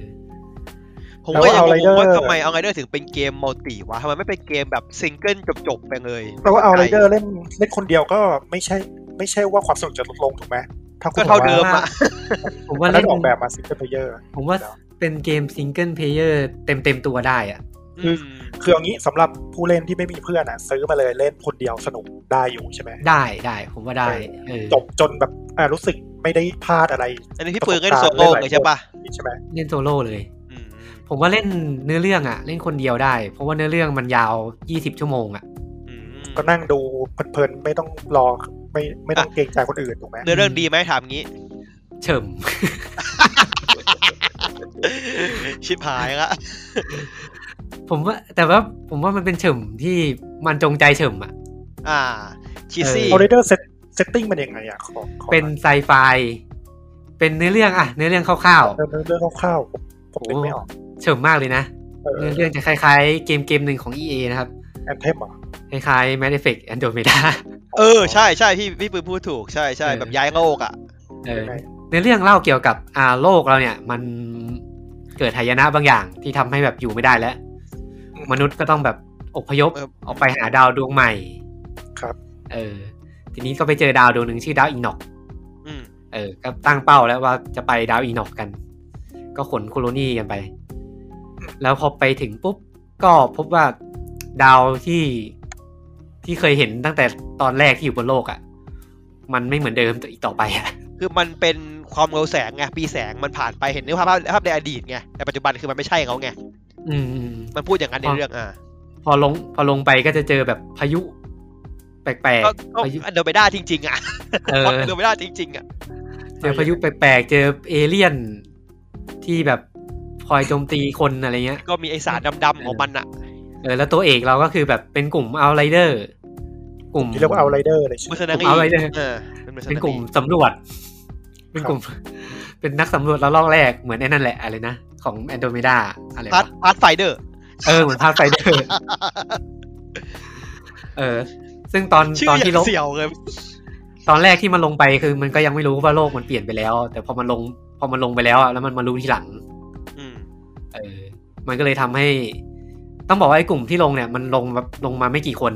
Speaker 2: ผม
Speaker 4: แต่
Speaker 2: ก็
Speaker 4: ว่า
Speaker 2: ยังงง
Speaker 4: เอา Rider
Speaker 2: ว่าทำไมเอาไรเดอร์ถึงเป็นเกมมัลติวะทำไมไม่เป็นเกมแบบซิงเกิลจบๆไปเลย
Speaker 4: แปลว่าเอาไรเดอร์เล่นเล่นคนเดียวก็ไม่ใช่ ไม่ใช่ว่าความสนุกจะลดลงถูกไหมถ้าคุ
Speaker 2: ก็
Speaker 4: ณ
Speaker 2: เท่าเดิมอะ
Speaker 1: ผม
Speaker 4: ว่า
Speaker 1: ว่า
Speaker 4: เล่
Speaker 1: เล่
Speaker 4: น
Speaker 1: น
Speaker 4: ออกแบบมาซิงเกิลเพลเยอร์
Speaker 1: ผมว่าเป็นเกมซิงเกิลเพลเยอร์เต็มเต็มๆตัวได้อ่ะ
Speaker 4: คือ คือเอางี้สำหรับผู้เล่นที่ไม่มีเพื่อนอ่ะ ซื้อมาเลยเล่นคนเดียวสนุกได้อยู่ใช่ไหม
Speaker 1: ได้ได้ผมว่าได้เออ
Speaker 4: จบจนแบบอ่ารู้สึกไม่ได้พลาดอะไร
Speaker 2: อันนี้พี่ปืนก็ได้โซโล่เลยใช่ปะ
Speaker 4: ใช่ไหม
Speaker 1: เล่นโซโล่เลย
Speaker 2: อืม
Speaker 1: ผมว่าเล่นเนื้อเรื่องอ่ะ เล่นคนเดียวได้ เพราะว่าเนื้อเรื่องมันยาว 20 ชั่วโมงอ่ะ
Speaker 2: อืม
Speaker 4: ก็นั่งดูเพลินๆไม่ต้องรอไม่ไม่ต้องเกรงใจคนอื่นถูกไหม
Speaker 2: เนื้อเรื่องดีไหมถามงี้ [LAUGHS]
Speaker 1: เฉิม [LAUGHS]
Speaker 2: ชิบหายละ
Speaker 1: ผมว่า แต่ว่าผมว่ามันเป็นเฉิมที่มันจงใจเฉิมอ่ะ
Speaker 2: อ่าชีซี่
Speaker 1: เ
Speaker 4: เอาเรเดอร์เซตเซตติ้งมันยังไงอ่ะขอขอ
Speaker 1: เป็นไซไฟเป็นเนื้อเรื่องอ่ะ เนื้อเรื่องคร่าว
Speaker 4: เรื่องเรื่องคร่าวๆผมผมนึกไม่ออก
Speaker 1: ๆเฉิมมากเลยนะ
Speaker 4: เออ
Speaker 1: เนื้อเรื่องจะคล้ายๆ เกมเกมหนึ่งของ EA นะครับ
Speaker 4: แอนเทมเหรอ
Speaker 1: คล้ายๆ Mass Effect Andromeda
Speaker 2: เออใช่ใช่พี่พี่ปืนพูดถูกใช่ใช่แบบย้ายโลกอ่ะ
Speaker 1: เออ
Speaker 4: ยังไง
Speaker 1: เนื้อเรื่องเล่าเกี่ยวกับอ่าโลกเราเนี่ย มันเกิดหายนะบางอย่างที่ทำให้แบบอยู่ไม่ได้แล้ว มนุษย์ก็ต้องแบบอพยพ
Speaker 2: เออ
Speaker 1: ออกไปหาดาวดวงใหม่
Speaker 4: ครับ
Speaker 1: เออ ทีนี้ก็ไปเจอดาวดวงหนึ่งชื่อดาวอีนอก
Speaker 2: อืม
Speaker 1: เออ ก็ตั้งเป้าแล้วว่าจะไปดาวอีนอกกัน ก็ขนโคโลนีกันไป แล้วพอไปถึงปุ๊บ ก็พบว่าดาวที่ที่เคยเห็นตั้งแต่ตอนแรกที่อยู่บนโลกอะ่ะ มันไม่เหมือนเดิมอีกต่อไปอะ
Speaker 2: คือมันเป็นความเร็วแสงไงปีแสงมันผ่านไปเห็นในภาพภาพในอดีตไงแต่ปัจจุบันคือมันไม่ใช่เขาไง
Speaker 1: อืมอืม
Speaker 2: มันพูดอย่างนั้นใน
Speaker 1: อ๋อ
Speaker 2: เรื่องอ่ะ
Speaker 1: พอลงพอลงไปก็จะเจอแบบพายุ แปลก
Speaker 2: ก็ก็
Speaker 1: ๆพายุ
Speaker 2: อันเดอร์เบด้าจริงๆอ่ะ
Speaker 1: เออ
Speaker 2: อันเดอร์เบด้าจริงๆอ่ะ
Speaker 1: เจอพายุแปลกๆ เจอเอเลี่ยนที่แบบโผ คอยโจมตีคนอะไรเงี้ย
Speaker 6: ก็มีไอสารดำๆของมันอะ
Speaker 1: เออแล้วตัวเอกเราก็คือแบบเป็นกลุ่มเอาไรเดอร์กลุ่ม
Speaker 4: ที่เรียกว่าเอาไรเดอร์อะไร
Speaker 6: มื
Speaker 4: ใช่
Speaker 6: อ
Speaker 4: ไหม
Speaker 6: สนา
Speaker 1: เอาอะไรเนี่ย
Speaker 6: เออเป็นมือส
Speaker 1: เป็น
Speaker 6: นาก
Speaker 1: ลุ่มสำรวจ เป็นกลุ่ม [LAUGHS] เป็นนักสำรวจแล้วลอกแรกเหมือนไอ้นั่นแหละอะไรนะ ของแอนโดเมดาอะไร
Speaker 2: พาร์ท
Speaker 1: วะ
Speaker 2: พาร์ทไฟเดอร์
Speaker 1: เออเหมือนพาร์ทไฟเดอร์เออ ซึ่งตอน
Speaker 2: ชื่อ
Speaker 1: ตอน
Speaker 2: อย่า
Speaker 1: ที่
Speaker 2: ง
Speaker 1: ลบ
Speaker 2: เสี่ยวเลย
Speaker 1: ตอนแรกที่มันลงไปคือมันก็ยังไม่รู้ว่าโลกมันเปลี่ยนไปแล้ว แต่พอมันลงพอมันลงไปแล้วอะแล้วมันมารู้ทีหลัง
Speaker 6: อืม
Speaker 1: เออ มันก็เลยทำให้ ต้องบอกว่าไอ้กลุ่มที่ลงเนี่ย มันลงแบบลงมาไม่กี่คน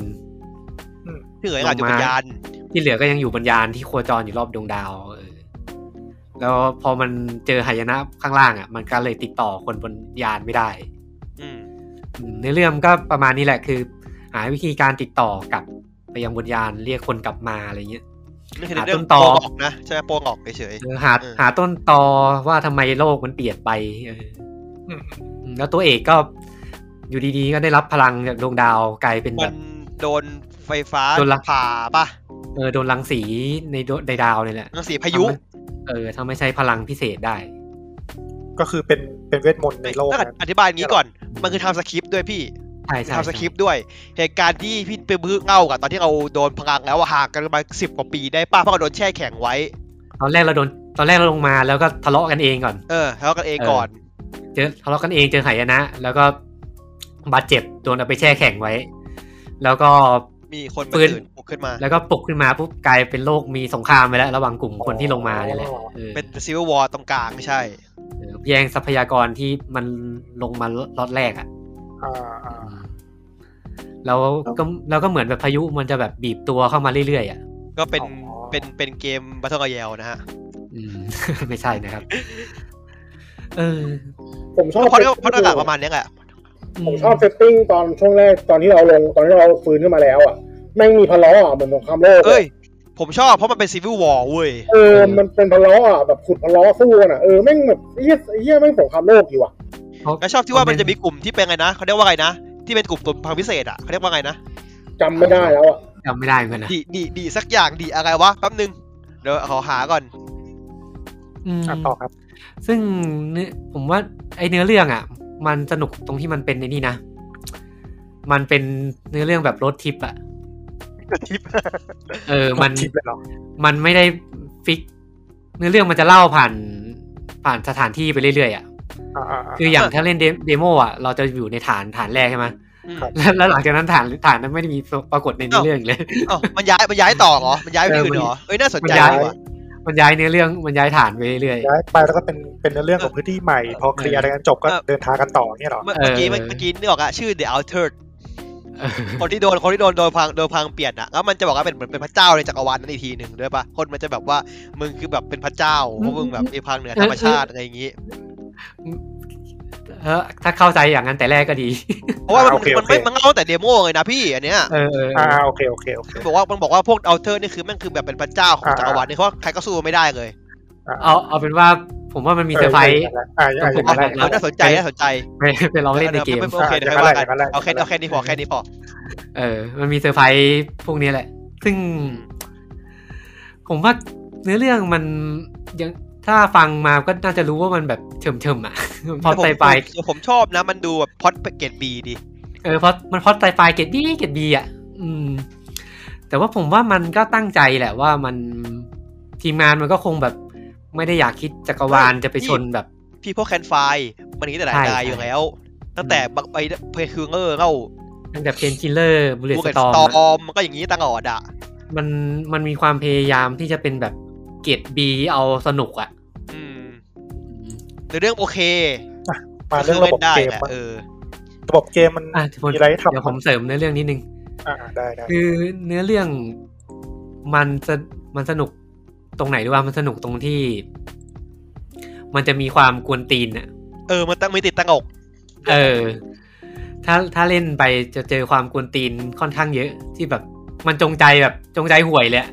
Speaker 2: พี่เอ๋ยอาจจะเป็นยาน
Speaker 1: ที่เหลือก็ยังอยู่บนยานที่โคจรอยู่รอบดวงดาวเออแล้วพอมันเจอหายนะข้างล่างอ่ะ มันก็เลยติดต่อคนบนยานไม่ได้
Speaker 6: อืม
Speaker 1: อืมในเรื่องก็ประมาณนี้แหละคือ หาวิธีการติดต่อกลับไปยังบนยานเรียกคนกลับมาอะไรเงี้ย
Speaker 2: นี่คือ
Speaker 1: หา
Speaker 2: ในเรื่อง
Speaker 1: ต้นตอ
Speaker 2: โปรงออกนะใช่ไหมโปรงออกเฉย
Speaker 1: เออหา
Speaker 2: เออ
Speaker 1: หาต้นตอว่าทำไมโลกมันเปลี่ยนไปเออ
Speaker 4: อืม
Speaker 1: อืมแล้วตัวเอกก็อยู่ดีๆ ก็ได้รับพลังจากดวงดาวกลายเป็น
Speaker 2: ๆ
Speaker 1: แบ
Speaker 2: มัน
Speaker 1: บ
Speaker 2: โดนไฟฟ้า
Speaker 1: โดนละ
Speaker 2: ผ่าป่ะ
Speaker 1: เออโดนรังสีในดวในดาวเนี่ยแหละ
Speaker 2: รังสีพายุ
Speaker 1: ทำให้เออทำให้ใช้พลังพิเศษได้
Speaker 4: ก็คือเป็นเป็นเวทมนต์ในโลก
Speaker 2: ถ้าเกิด
Speaker 4: นะ
Speaker 2: อธิบายอย่างนี้ก่อน มันคือทำสคริปต์ด้วยพี่
Speaker 1: ใช่ใช่
Speaker 2: ทำส
Speaker 1: ใช่
Speaker 2: คริปต์ด้วย เหตุการณ์ที่พี่ไปบื้อเง่ากับตอนที่เราโดนพลังแล้วอะห่างกันประมาณสิบกว่าปีได้ป่ะเพราะเราโดนแช่แข็งไว้
Speaker 1: ตอนแรกเราโดนตอนแรกเราลงมาแล้วก็ทะเลาะกันเองก่อน
Speaker 2: เออทะเลาะกันเองก่อน
Speaker 1: เจอทะเลาะกันเองเจอหายนะ แล้วก็บาดเจ็บโดนเอาไปแช่แข็งไว้ แล้วก็
Speaker 2: มีคนมา
Speaker 1: ฟื้น
Speaker 2: ตื่นปลุกขึ้นมา
Speaker 1: แล้วก็ปลุกขึ้นมาปุ๊บกลายเป็นโลกมีสงครามไปแล้ว ระหว่างกลุ่มคนที่ลงมาเนี่ยแหละเออ
Speaker 2: เป็นซีวิววอร์ตรงกลางไม่ใช่
Speaker 1: เออแย่งทรัพยากรที่มันลงมาล็อตแรกอ่ะ
Speaker 4: อ่าอ่า
Speaker 1: แล้วก็แล้วก็เหมือนแบบพายุมันจะแบบบีบตัวเข้ามาเรื่อยๆอ่ะ
Speaker 2: ก็เป็นเป็นเป็นเกมบัตเทิลรอยัลนะฮะ
Speaker 1: อืม [LAUGHS] ไม่ใช่นะครับ เออ
Speaker 3: ผมชอบ
Speaker 2: เพราะเพราะหน้ากากประมาณเนี้ยแหละ
Speaker 1: อืม
Speaker 3: ผมชอบเซตติ้งตอนช่วงแรกตอนที่เราลงตอนที่เราฟื้นขึ้นมาแล้วอ่ะแม่งมีพะล้ออ่ะเหมือนสงครามโลก
Speaker 2: เอ้ย ผมชอบเพราะมันเป็นซีวิววอร์เว้ย
Speaker 3: เออมันเป็นพะล้ออ่ะแบบขุดพะล้อสู้กันอ่ะเออแม่งแบบไอ้เหี้ยไอ้เหี้ยแม่งสงครามโลกอยู่ว่ะ
Speaker 2: แล้วชอบที่ว่ามันจะมีกลุ่มที่เป็นไงนะเขาเรียกว่าไงนะ ที่เป็นกลุ่มตัวพังพิเศษอ่ะเขาเรียกว่าไงนะ
Speaker 3: จำไม่ได้แล้วอ่ะ
Speaker 1: จำไม่ได้เหมือนกันนะ
Speaker 2: ดีดีดีสักอย่างดีอะไรวะแป๊บนึงเดี๋ยวขอหาก่อน
Speaker 1: อืม
Speaker 4: อ่ะต่อครับ
Speaker 1: ซึ่งเนื้อผมว่าไอเนื้อเรื่องอ่ะ มันสนุกตรงที่มันเป็นในนี่นะ มันเป็นเนื้อเรื่องแบบรถทิปอ่ะเออมัน
Speaker 4: ทิปเลยเหรอ
Speaker 1: มันไม่ได้ฟิก เนื้อเรื่องมันจะเล่าผ่านผ่านสถานที่ไปเรื่อยๆอ่ะ
Speaker 4: อ่าอ่าอ่า
Speaker 1: คืออย่างถ้าเล่นเดเดโมอ่ะเราจะอยู่ในฐานฐานแรกใช่ไหม [LAUGHS]
Speaker 2: อืม
Speaker 1: แล้วแล้วหลังจากนั้นฐานฐานนั้นไม่ได้มีปรากฏในเนื้อเรื่องอีกเลย
Speaker 2: อ๋อมันย้ายมันย้ายต่อเหรอมันย้ายไปที่อื่นเหรอเอ้ยน่าสน
Speaker 1: มัน
Speaker 2: ใจ
Speaker 1: ย้าย
Speaker 2: ว่ะ
Speaker 1: มันย้ายเนื้อเรื่องมันย้ายฐานไปเรื่อยๆ
Speaker 4: ย้ายไปแล้วก็เป็นเป็นเรื่องของพื้นที่ใหม่ พอเคลียร์อะไรกันจบก็เดินทางกันต่อเนี่ยเหรอ
Speaker 2: เมื่อเมื่อกี้
Speaker 1: เออ
Speaker 2: เมื่อกี้นึกออกอะชื่อ The Altered
Speaker 1: เออ
Speaker 2: คนที่โดนคนที่โดนโดนพังโดนพังเปลี่ยนอะแล้วมันจะบอกว่าเป็นเหมือนเป็นพระเจ้าในจักรวาลนั้นอีกทีหนึ่งด้วยปะคนมันจะแบบว่ามึงคือแบบเป็นพระเจ้าเพราะมึงแบบมีพลังเหนือธรรมชาติอะไรอย่างงี้
Speaker 1: เออถ้าเข้าใจอย่างนั้นแต่แรกก็ดี [LAUGHS]
Speaker 2: เพราะว่ามันมันไม่มันเล่าตั้งแต่เดโมเลยนะพี่อันเนี้ย
Speaker 1: เออเออเอ
Speaker 4: อ่า
Speaker 1: อ
Speaker 4: โอเคโอเคโอเค
Speaker 2: มันบอกว่ามันบอกว่าพวกเอาเทอร์นี่คือแม่งคือแบบเป็นพระเจ้าของ
Speaker 4: อ่า
Speaker 2: จักรวาลนี่เพราะใครก็สู้ไม่ได้เลย
Speaker 1: เอาเอาเป็นว่าผมว่ามันมีเซอร์ไพรส์
Speaker 4: อ่าอ่าอย่างนั้นแหละ
Speaker 1: เออ
Speaker 2: เอาน่าสนใจน่าสนใจ
Speaker 1: ไปไปลองเล่นในเกม
Speaker 2: ไม่โอเคเดี๋ยวค่อยว่ากันเอาแค่เอาแค่นี้พอแค่นี้พอ
Speaker 1: เออ มันมีเซอร์ไพรส์พวกนี้แหละ ซึ่ง ผมว่าเนื้อเรื่องมันยังถ้าฟังมาก็น่าจะรู้ว่ามันแบบเฉมๆอ่ะ [LAUGHS] พอตไตปลาย
Speaker 2: ผมผมชอบนะ มันดูแบบพล็อดเกตบีดี
Speaker 1: เออพอมันพอตไตปลายเกตบีเกตบีอ่ะ อืม แต่ว่าผมว่ามันก็ตั้งใจแหละว่ามันทีมงานมันก็คงแบบไม่ได้อยากคิดจักรวาล
Speaker 2: ใช่
Speaker 1: จะไปชนแบบ
Speaker 2: พี่พวกแคนไฟมันอย่างนี้แต่หลาย
Speaker 1: ใช่
Speaker 2: นายอยู่
Speaker 1: ใช่
Speaker 2: แล้ว ตั้งแต่บักไปเพลคือเงอร์เล่า
Speaker 1: ตั้งแต่เพนคิลเลอร์บูเลต
Speaker 2: บู
Speaker 1: ส
Speaker 2: เกต
Speaker 1: ต
Speaker 2: ส
Speaker 1: อม
Speaker 2: ตอมมันก็อย่างนี้ตลอดอ่ะ
Speaker 1: มันมันมีความพยายามที่จะเป็นแบบเกตบีเอาสนุกอ่ะ
Speaker 2: อืมในเรื่องโอเค
Speaker 4: มาเรื่องระบบเกม
Speaker 2: ล่นได้แหละ
Speaker 4: บ้าง
Speaker 2: เออ
Speaker 4: ระบบเกมมัน
Speaker 1: อ่ะเดี๋ยวผม
Speaker 4: มีอะไรให้ทำ
Speaker 1: เดี๋ยวผมเสริมในเรื่องนิดนึง
Speaker 4: อ่าได้ได้
Speaker 1: คือเนื้อเรื่องมันจะมันสนุกตรงไหนด้วยว่ามันสนุกตรงที่ มันจะมีความกวนตีนอ่ะ
Speaker 2: เออมันตั้งไม่ติดตั้งอก
Speaker 1: เออ ถ้าถ้าเล่นไปจะเจอความกวนตีนค่อนข้างเยอะ ที่แบบ มันจงใจแบบจงใจห่วยเลยอะ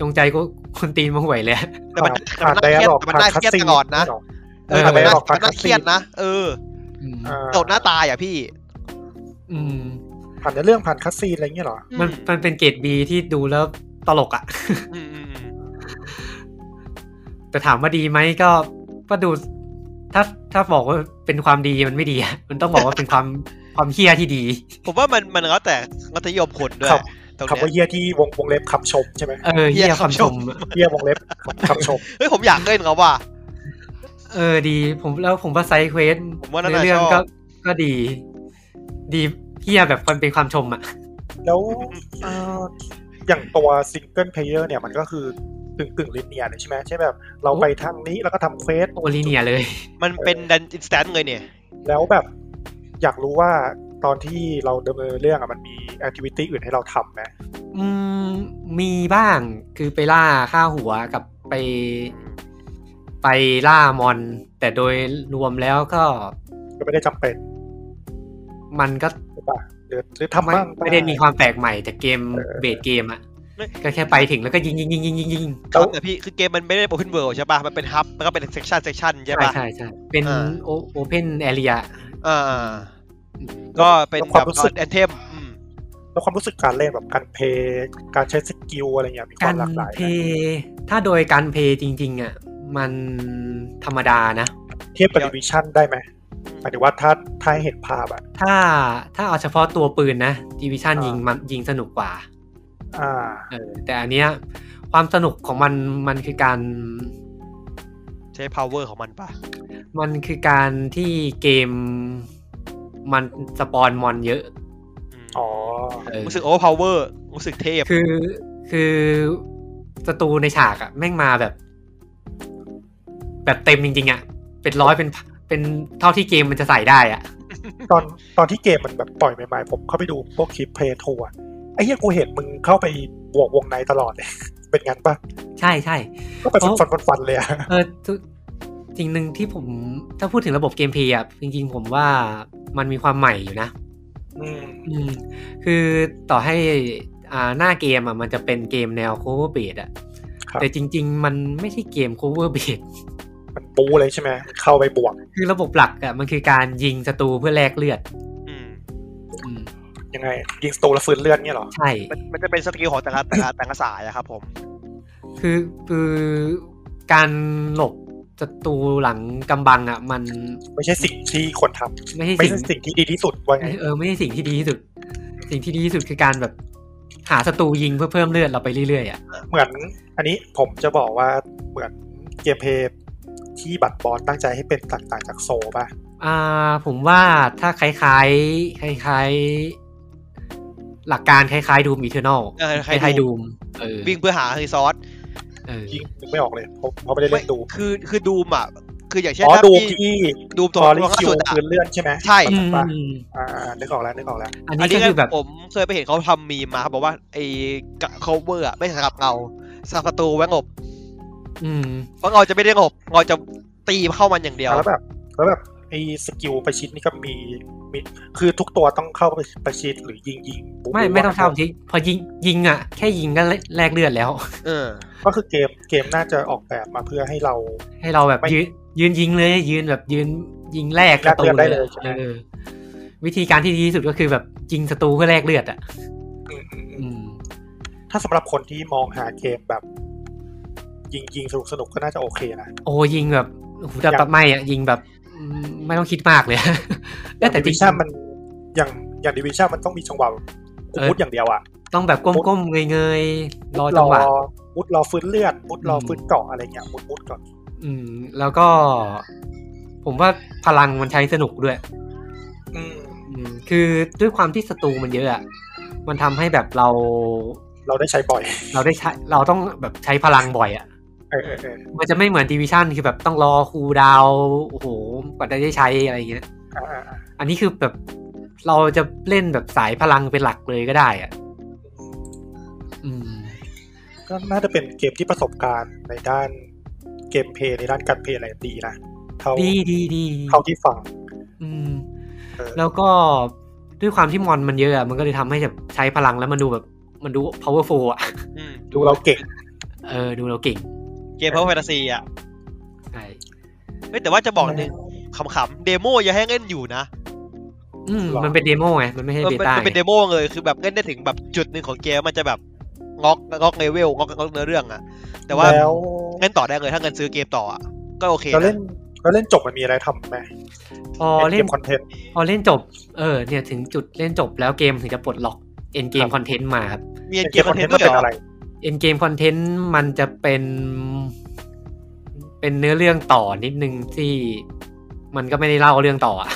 Speaker 1: จงใจก็กวนตีนมาห่วยเลยอะ
Speaker 2: แต่มันแต่
Speaker 4: ผ่า
Speaker 2: มัน น
Speaker 4: ได
Speaker 2: น่า
Speaker 4: อะ
Speaker 2: เครียด
Speaker 4: ล็อก
Speaker 2: แต่
Speaker 1: เออ
Speaker 2: มันน่าเครียดตลอดนะ เอ
Speaker 4: ผ่านคัสซีน
Speaker 2: อแต่มันน่า
Speaker 4: หรอกผ่าน
Speaker 2: มัน
Speaker 4: คั
Speaker 2: น่า
Speaker 4: ส
Speaker 2: เค
Speaker 4: ซี
Speaker 2: รีย
Speaker 4: น
Speaker 2: ดนะเออ
Speaker 1: อืม
Speaker 4: อ่า
Speaker 2: โดดหน้าตายอ่ะพี่
Speaker 1: อืม
Speaker 4: ผ่านในเรื่องผ่านคัสซีนอะไรเงี้ยเหรอ
Speaker 1: มัน
Speaker 2: อื
Speaker 1: มันเป็นเกรดบีที่ดูแล้วตลกอ่ะ
Speaker 2: อืมอืมอืม
Speaker 1: แต่ถามว่าดีไหมก็ก็ดู ถ้าถ้าบอกว่า เป็นความดีมันไม่ดีอะ [LAUGHS] มันต้องบอกว่าเป็นความ [LAUGHS] ความเฮี้ยที่ดี
Speaker 2: ผมว่ามันมันแล้วแต่มัธยมคนด้วย
Speaker 4: ครับ
Speaker 2: ตรง
Speaker 4: คำว่า
Speaker 2: เนี้ย
Speaker 4: เฮียที่วงวงเล็บคำชมใช่ไหม
Speaker 1: เออเฮี้ยความชม
Speaker 4: เฮียวงเล็บคำชม
Speaker 2: เฮ้ยผมอยากเล่นเขาว่ะ
Speaker 1: เออดี ผมแล้วผมว่าไซด์เควส
Speaker 2: ผมว่าน่า
Speaker 1: ในเรื่อง
Speaker 2: ชอบ
Speaker 1: ก็ก็ดี ดีเฮี้ยแบบมันเป็นความชมอ่ะ
Speaker 4: แล้วเอ่ออย่างตัวซิงเกิลเพลเยอร์เนี่ยมันก็คือกึ่งกึ่งลิเนียร์เลยใช่ไหมใช่แบบเราไปทางนี้แล้วก็ทำเควส
Speaker 1: โอลิเนียเลย
Speaker 2: มันเป็นดันอินสแตนเลยเนี่ย
Speaker 4: แล้วแบบอยากรู้ว่าตอนที่เราดำเนินเรื่องอะมันมีแอคทิวิตี้อื่นให้เราทำไหม
Speaker 1: อืมมีบ้างคือไปล่าฆ่าหัวกับไปไปล่ามอน แต่โดยรวมแล้วก็
Speaker 4: ก็ไม่ได้จำเป็น
Speaker 1: มันก็
Speaker 4: หรือเปล่าหรือหรือทำ
Speaker 1: ไม่
Speaker 4: บ้าง
Speaker 1: ไม่ได้มีความแปลกใหม่จากเกม
Speaker 4: เออ
Speaker 1: เบสเกมอะ
Speaker 2: ไม่
Speaker 1: ก็แค่ไปถึงแล้วก็ยิงยิงยิงยิงยิงยิง
Speaker 2: ครับแต่พี่คือเกมมันไม่ได้โอเพนเวิลด์ใช่ป่ะ มันเป็นฮับแล้วก็เป็นเซกชันเซกชันใช่
Speaker 1: ใช่
Speaker 2: ป่ะ
Speaker 1: ใช่ใช่เป็น
Speaker 2: อ่า
Speaker 1: โอโอเพนแอเรีย
Speaker 2: เอ่าก็เป็น
Speaker 4: แล้วค
Speaker 2: แบ
Speaker 4: วาม
Speaker 2: บ
Speaker 4: รู้สึก
Speaker 2: แอนเทม
Speaker 4: แล้วความรู้สึกการเล่นแบบการเพลย์การใช้สกิลอะไรเงี้ยมี
Speaker 1: กาว
Speaker 4: คาร มหลากหลาย
Speaker 1: เพ
Speaker 4: ไหม
Speaker 1: ลย์ถ้าโดยการเพลย์จริง ๆอะมันธรรมดานะ
Speaker 4: เทียบกับดิวิชั่นได้ไหมหมายถึงว่าถ้าถ้าให้เห็นภาพอะ
Speaker 1: ถ้าถ้าเอาเฉพาะตัวปืนนะดิวิชัน
Speaker 4: อ่ายิ
Speaker 1: ยิงมันยิงสนุกกว่า
Speaker 4: อ่า
Speaker 1: เออแต่อันเนี้ยความสนุกของมันมันคือการ
Speaker 2: ใช้ power ของมันป่ะ
Speaker 1: มันคือการที่เกมมันสปอนมอนเยอะ
Speaker 4: อ๋อ
Speaker 1: เออ
Speaker 2: รู้สึกโอ้พาวเวอร์รู้สึกเทพ
Speaker 1: คือคือศัตรูในฉากอะแม่งมาแบบ แบบเต็มจริงๆอะเป็นร้อยเป็นเป็นเท่าที่เกมมันจะใส่ได้อะ
Speaker 4: ตอนตอนที่เกมมันแบบปล่อยใหม่ๆ ผมเข้าไปดูพวกคลิปเพลย์ทัวร์ไอ้เหี้ยกูเห็นมึงเข้าไปบวกวงในตลอดเลย [LAUGHS] เป็นงั้นปะ
Speaker 1: ใช่ใช่
Speaker 4: ก็ไปฟัน
Speaker 1: โอ้
Speaker 4: ฟันฟันฟันเลยอะ
Speaker 1: เออทุสิ่งหนึ่งที่ผมถ้าพูดถึงระบบเกมเพลย์อะจริงๆผมว่ามันมีความใหม่อยู่นะ
Speaker 4: อืม
Speaker 1: อืมคือต่อให้อ่าหน้าเกมอ่ะมันจะเป็นเกมแนว cover beat อ่ะ
Speaker 4: ครับ
Speaker 1: แต่จริง ๆ มันไม่ใช่เกม cover beat
Speaker 4: มันปูเลยใช่ไหมมันเข้าไปบวก
Speaker 1: คือระบบหลักอ่ะมันคือการยิงศัตรูเพื่อแลกเลือด
Speaker 2: ม
Speaker 1: อืม
Speaker 4: ยังไงยิงสตูแล้วฟื้นเลือดเนี่ยเหรอ
Speaker 1: ใช่
Speaker 2: มันมันจะเป็นสกิลของแต่ละแต่ละแต่ละสายอะครับผม
Speaker 1: คือคือการหลบศัตรูหลังกำบังอ่ะมัน
Speaker 4: ไม่ใช่สิ่งที่ควรท
Speaker 1: ไม่ใช่
Speaker 4: ำไม่
Speaker 1: สิ่ง
Speaker 4: ใช่สิ่งที่ดีที่สุดว่าไง
Speaker 1: เออไม่ใช่สิ่งที่ดีที่สุด สิ่งที่ดีที่สุดคือการแบบหาศัตรูยิงเพื่อเพิ่มเลือดเราไปเรื่อยๆอ่ะ
Speaker 4: เหมือน อันนี้ผมจะบอกว่าเหมือนเกมเพลย์ที่บัตรบอลตั้งใจให้เป็นต่างๆจากโซลป่ะ
Speaker 1: อ่าผมว่าถ้าคล้ายๆคล้ายๆ หลักการคล้ายๆดูมอีเทอร์นอล
Speaker 2: เออค
Speaker 1: ไท
Speaker 2: ล้าย
Speaker 1: ย
Speaker 2: ๆ
Speaker 1: ดูมเออ
Speaker 2: วิ่งเพื่อหารีซอส
Speaker 1: เออ
Speaker 4: ยิงนึกไม่ออกเลยเพราะเพราะไม่ได้เล่นดู
Speaker 2: คือคือดูมอะคืออย่างเช่น
Speaker 4: อ๋อ
Speaker 2: ถ้า
Speaker 4: ดู
Speaker 2: พี่
Speaker 4: ที่
Speaker 2: ดูม
Speaker 4: ต
Speaker 2: ตั
Speaker 4: อ
Speaker 2: ว
Speaker 4: รี
Speaker 2: ล่า
Speaker 4: คิว
Speaker 2: สุดอะ
Speaker 4: ฟื้นเลือดใช่ไหม
Speaker 2: ใช่
Speaker 1: อืม
Speaker 4: ปะ อ่าอ่านึกออกแล้วนึกออกแล้ว
Speaker 1: อัน
Speaker 2: อัน
Speaker 1: นี้
Speaker 2: นี้
Speaker 1: ก็
Speaker 2: ก็
Speaker 1: คือแบบ
Speaker 2: ผมเคยไปเห็นเขาทำมีมมาเขาบอกว่าไอ้ cover อะไม่สำหรับเงาสำหรับศัตรูไว้งบ
Speaker 1: อืม
Speaker 2: เพราะเราจะไม่ได้งบเราจะตีเข้ามันอย่างเดียว
Speaker 4: แล้วแบบแล้วแบบไอ้สกิลประชิดนี่ก็มีมีคือทุกตัวต้องเข้าไปประชิดหรือยิงยิงปุ๊บ
Speaker 1: ไม่ไม่ต้องเท่าที่พอยิงยิงอ่ะ แค่ยิงก็แลกเลือดแล้ว
Speaker 2: เออ
Speaker 4: ก็คือเกมเกมน่าจะออกแบบมาเพื่อให้เรา
Speaker 1: ให้เราแบบ
Speaker 4: ไม่
Speaker 1: ยืนยืนยิงเลย ยืนแบบยืนยิงแลก
Speaker 4: แลกเลือดได้เลยใช่ไหม
Speaker 1: เออวิธีการที่ดีที่สุดก็คือแบบยิงศัตรูเพื่อแลกเลือดอ่ะ อืม
Speaker 4: ถ้าสำหรับคนที่มองหาเกมแบบ ยิงยิงสนุกสนุกก็น่าจะโอเคนะ
Speaker 1: โอ้ยิงแบบโอ้โหูดับ
Speaker 4: อย่าง
Speaker 1: ตับไม่อ่ะยิงแบบอืมไม่ต้องคิดมากเลย
Speaker 4: อย่าง
Speaker 1: แต่
Speaker 4: ดิ
Speaker 1: จริ
Speaker 4: วิ
Speaker 1: ง
Speaker 4: ชั่นมันอย่างอย่างดิวิชั่นมันต้องมีจังหวะมุดอย่างเดียวอะ
Speaker 1: ต้องแบบก้มๆเงยๆรอ
Speaker 4: มุด
Speaker 1: จังหวะ
Speaker 4: มุดรอฟื้นเลือดมุดรออ
Speaker 1: ม
Speaker 4: ฟื้นเกาะอะไรเงี้ยมุดมุดก่อน
Speaker 1: อืม แล้วก็ ผมว่าพลังมันใช้สนุกด้วย
Speaker 4: อืม
Speaker 1: อืมคือด้วยความที่ศัตรูมันเยอะอะ มันทำให้แบบเรา
Speaker 4: เราได้ใช้บ่อย
Speaker 1: เราได้ใช้เราต้องแบบใช้พลังบ่อยอะ
Speaker 4: เออเออเออ
Speaker 1: มันจะไม่เหมือนดีวิชั่นคือแบบต้องรอคูลดาวน์โอ้โหกว่าจะได้ใช้อะไรอย่างเงี้ย
Speaker 4: อ่าอ่าอ่า
Speaker 1: อันนี้คือแบบเราจะเล่นแบบสายพลังเป็นหลักเลยก็ได้อะอืม
Speaker 4: ก็น่าจะเป็นเกมที่ประสบการณ์ในด้านเกมเพลย์ในด้านการเพลย์อะไรดีนะเท่า
Speaker 1: ดีดีดี
Speaker 4: เท่าที่ฟัง
Speaker 1: อืม
Speaker 4: เออ
Speaker 1: แล้วก็ด้วยความที่มอนมันเยอะอะมันก็เลยทำให้แบบใช้พลังแล้วมันดูแบบมันดู powerful อะ
Speaker 2: อืม
Speaker 4: ดูเราเก่ง
Speaker 1: เออดูเราเก่ง
Speaker 2: เกมเพอร์แฟนตาซีอ่ะ
Speaker 1: ใช่
Speaker 2: ไม่แต่ว่าจะบอกหนึ่งขำๆ เดโมยังให้เล่นอยู่นะ
Speaker 1: อืม
Speaker 4: หรอ
Speaker 1: มันเป็นเดโมไงมันไม่
Speaker 2: เอ
Speaker 1: ใช่
Speaker 2: อ
Speaker 1: เบ
Speaker 2: มัน
Speaker 1: ต้า
Speaker 2: มันเป็น
Speaker 1: ไง
Speaker 2: เดโมเลยคือแบบเล่นได้ถึงแบบจุดหนึ่งของเกมมันจะแบบงอกงอกเลเวลงอกงอกเนื้อเรื่องอ่ะ แต่ว่า
Speaker 4: แล้ว
Speaker 2: เล่นต่อได้เลยถ้าเงินซื้อเกมต่ออะก็โอเค
Speaker 4: เราเล่น แล้วเล่นจบมันมีอะไรทำไหม
Speaker 1: พอเล่น
Speaker 4: คอนเทนต์
Speaker 1: พอเล่นจบ เออ เนี่ยถึงจุดเล่นจบแล้วเกมถึงจะปลดล็อกเอ็นเกมคอนเทนต์มาครับ
Speaker 2: มีเกมคอนเทนต์ด้วย
Speaker 4: เป็น
Speaker 2: เหร
Speaker 4: อะ
Speaker 2: อ
Speaker 4: ไร
Speaker 1: เอ็นเกมคอนเทนต์มันจะเป็น เป็นเนื้อเรื่องต่อนิดนึงที่มันก็ไม่ได้เล่าเรื่องต่ออะ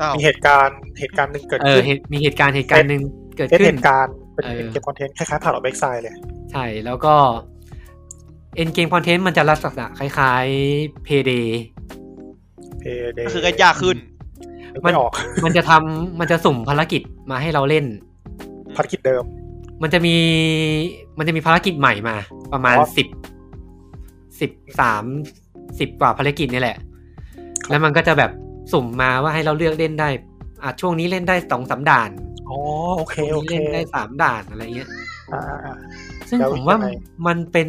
Speaker 2: อ้าว
Speaker 4: มีเหตุการณ์เหตุการณ์หนึ่งเกิด
Speaker 1: เออ
Speaker 4: ขึ้น
Speaker 1: เหตุมีเหตุการณ์เหตุการณ์หนึ่งเกิด
Speaker 4: เป็น
Speaker 1: ขึ้
Speaker 4: เห
Speaker 1: น
Speaker 4: ตุการณ์เป็น
Speaker 1: เออ
Speaker 4: เกมคอนเทนต์คล้ายๆผ่านออกเบ็กไซเลย
Speaker 1: ใช่แล้วก็เอ็นเกมคอนเทนต์มันจะลักษณะคล้ายๆเพเด
Speaker 4: เพย์เดย์
Speaker 2: ก็คือก็ยากขึ้น
Speaker 4: ไม่ออก
Speaker 1: มันจะทำมันจะสุ่มภารกิจมาให้เราเล่น
Speaker 4: ภารกิจเดิม
Speaker 1: มันจะมี มันจะมีภารกิจใหม่มา ประมาณ
Speaker 4: อ๋อ
Speaker 1: สิบสิบสามสิบกว่าภารกิจนี่แหละ
Speaker 4: ครับ
Speaker 1: แล้วมันก็จะแบบสุ่มมาว่าให้เราเลือกเล่นได้อาจช่วงนี้เล่นได้สองสามด่าน
Speaker 4: อ๋อโอเค
Speaker 1: ช่วง
Speaker 4: โอ
Speaker 1: นี้
Speaker 4: เค
Speaker 1: เล่นได้สามด่านอะไรเงี้ย
Speaker 4: อ่าอ่า
Speaker 1: ซึ่ง
Speaker 4: แล้ว
Speaker 1: ผมว่า
Speaker 4: ยังไง
Speaker 1: มันเป็น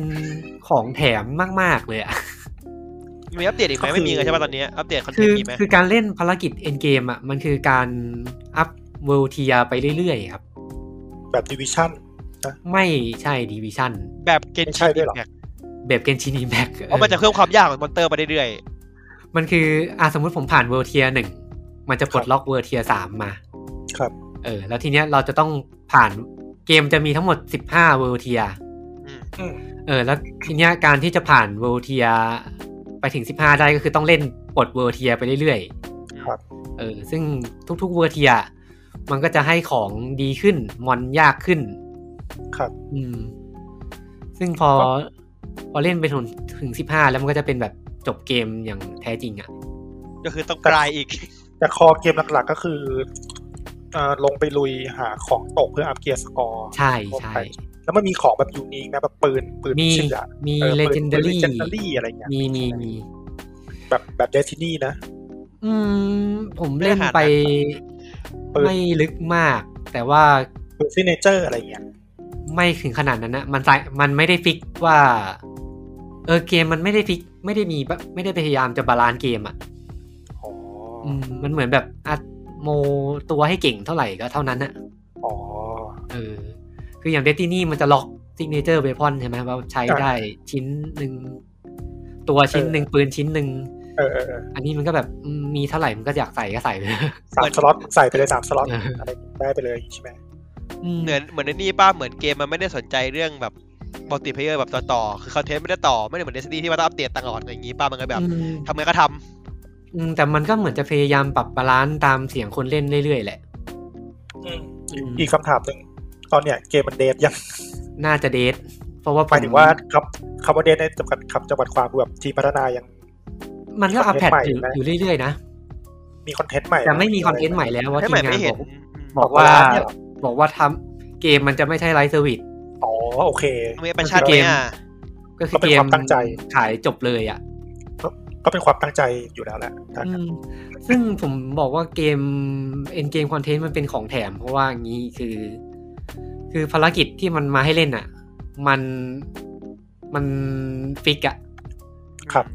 Speaker 1: ของแถมมาก ๆ เลยอะ
Speaker 2: มีอัปเดตอีกไหมไม่มีเลยใช่ป่ะตอนเนี้ยอัปเดตคอนเท
Speaker 1: คื
Speaker 2: น
Speaker 1: อ
Speaker 2: ต์มีไหม
Speaker 1: คือการเล่นภารกิจเอ็นเกมอะมันคือการอัพเวลทียไปเรื่อยๆครับ
Speaker 4: แบบดิวิชั่น
Speaker 1: ไม่ใช่ดีวิชั่น
Speaker 2: แบบเกน
Speaker 4: ไม่ใช่
Speaker 2: ชิน
Speaker 4: ด้วยเหรอ
Speaker 2: เนี่ย
Speaker 1: แบบเกนชินีแบ็ก
Speaker 2: เพราะมันจะเพิ่มความยากของมอนเตอร์ไปเรื่อย
Speaker 1: มันคืออ่ะสมมุติผมผ่านเวอร์เทียหนึ่ง มันจะปลด
Speaker 4: ครับ
Speaker 1: ล็อกเวอร์เทียสามมา
Speaker 4: ครับ
Speaker 1: เออ แล้วทีเนี้ยเราจะต้องผ่านเกมจะมีทั้งหมดสิบห้าเวอร์เทีย
Speaker 2: ๆอืม
Speaker 1: เออ แล้วทีเนี้ยการที่จะผ่านเวอร์เทียไปถึงสิบห้าได้ก็คือต้องเล่นปลดเวอร์เทียไปเรื่อย
Speaker 4: ครับ
Speaker 1: ๆ เออ ซึ่งทุกๆเวอร์เทียมันก็จะให้ของดีขึ้น มอนยากขึ้น
Speaker 4: ครับ
Speaker 1: อืม ซึ่งพอ พอเล่นไปถึงถึงสิบห้าแล้วมันก็จะเป็นแบบจบเกมอย่างแท้จริงอะ
Speaker 2: ก็คือต้องกลายอีก
Speaker 4: แต่คอเกมหลักๆก็คือเอ่อลงไปลุยหาของตกเพื่ออัพเกียร์สกอร์
Speaker 1: ใช่
Speaker 4: ทั่ว
Speaker 1: ใช่
Speaker 4: ไป แล้วมันมีของแบบยูนิคนะแบบปืนปืน
Speaker 1: มี
Speaker 4: ชื่ออะ
Speaker 1: มี
Speaker 4: ออปืน
Speaker 1: เล
Speaker 4: ปืน
Speaker 1: เจนดารี่
Speaker 4: legendary อะไรเงี้ย
Speaker 1: มีมีมี
Speaker 4: แบบแบบเดซินี่นะ
Speaker 1: อืม ผมเล่นไป
Speaker 4: เปิด
Speaker 1: ไม่ลึกมาก แต่ว่า
Speaker 4: ปืนซิเนเจอร์อะไรเงี้ย
Speaker 1: ไม่ถึงขนาดนั้นนะ มันใส่มันไม่ได้ฟิกว่า เออเกมมันไม่ได้ฟิก ไม่ได้มีแบบไม่ได้พยายามจะบาลานซ์เกมอ่ะ
Speaker 4: อ๋ออ
Speaker 1: มมันเหมือนแบบอัดโมตัวให้เก่งเท่าไหร่ก็เท่านั้นอะ
Speaker 4: อ๋อ
Speaker 1: เออ คืออย่างเดตินี่มันจะล็อกซิกเนเจอร์เวพอนใช่ไหมว่าใช้
Speaker 4: อ่า
Speaker 1: ได้ชิ้นหนึ่งตัวชิ้น
Speaker 4: เออ
Speaker 1: หนึ่งปืนชิ้นหนึ่ง
Speaker 4: เออเออเออ
Speaker 1: อันนี้มันก็แบบอืมมีเท่าไหร่มันก็อยากใส่ก็ใส่ไป
Speaker 4: สามสล็อตใส่ไปเลยสามสล็อต
Speaker 1: เอออ
Speaker 4: อะไรได้ไปเลยใช่ไหม
Speaker 2: เหมือนเหมือนไอ้นี่ป้าเหมือนเกมมันไม่ได้สนใจเรื่องแบบมัลติเพลเยอร์แบบต่อๆคือคอนเทนต์ไม่ได้ต่อไม่ได้เหมือนเดสตี้ที่ว่าต้องอัปเดตตลอดอะไรอย่างงี้ป้ามันก็แบบ
Speaker 1: อืม
Speaker 2: ทำไงก็ท
Speaker 1: อืมแต่มันก็เหมือนจะพยายามปรับบาลานซ์ตามเสียงคนเล่นเรื่อยๆแหละ
Speaker 4: อีกคำถามหนึ่งตอนเนี้ยเกมมันเดทยัง [LAUGHS]
Speaker 1: น่าจะเดทเพราะว่าผ
Speaker 4: หมายถึงว่าคำคำว่าเดทในจำกัดคำจำกัดความคือแบบทีมพัฒนายัง
Speaker 1: มันก็อัพแพด
Speaker 4: คอนเทนต์ใหม่
Speaker 1: อยู่อ
Speaker 4: นะ
Speaker 1: ยู่เรื่อยๆนะ
Speaker 4: มีคอนเทนต์ใหม่
Speaker 1: แต่ไม่มีคอนเทนต์ใหม่แล้ว
Speaker 2: ำ
Speaker 1: ว่า
Speaker 2: ให้
Speaker 1: ที
Speaker 2: ให
Speaker 1: ม
Speaker 2: ม่
Speaker 1: งาน
Speaker 2: ไม่
Speaker 1: บ
Speaker 2: เห็
Speaker 1: อน ก
Speaker 2: อืม
Speaker 1: บอกว่าบอกว่าทำเกมมันจะไม่ใช่ไลฟ์เซอร์วิส
Speaker 4: อ๋อโอเค
Speaker 2: มีประชาติไหมอ่ะ
Speaker 1: ก็คือ
Speaker 4: ก็เป็น
Speaker 1: เกม
Speaker 4: ความตั้งใจ
Speaker 1: ขายจบเลยอ่ะ
Speaker 4: ก็เป็นความตั้งใจอยู่แล้วแหละถ้า
Speaker 1: อืมซึ่งผมบอกว่าเกมเอ็นเกมคอนเทนต์มันเป็นของแถม เพราะว่างี้คือ คือภารกิจที่มันมาให้เล่นอ่ะ มันมันฟิกอ่ะ
Speaker 4: ครับ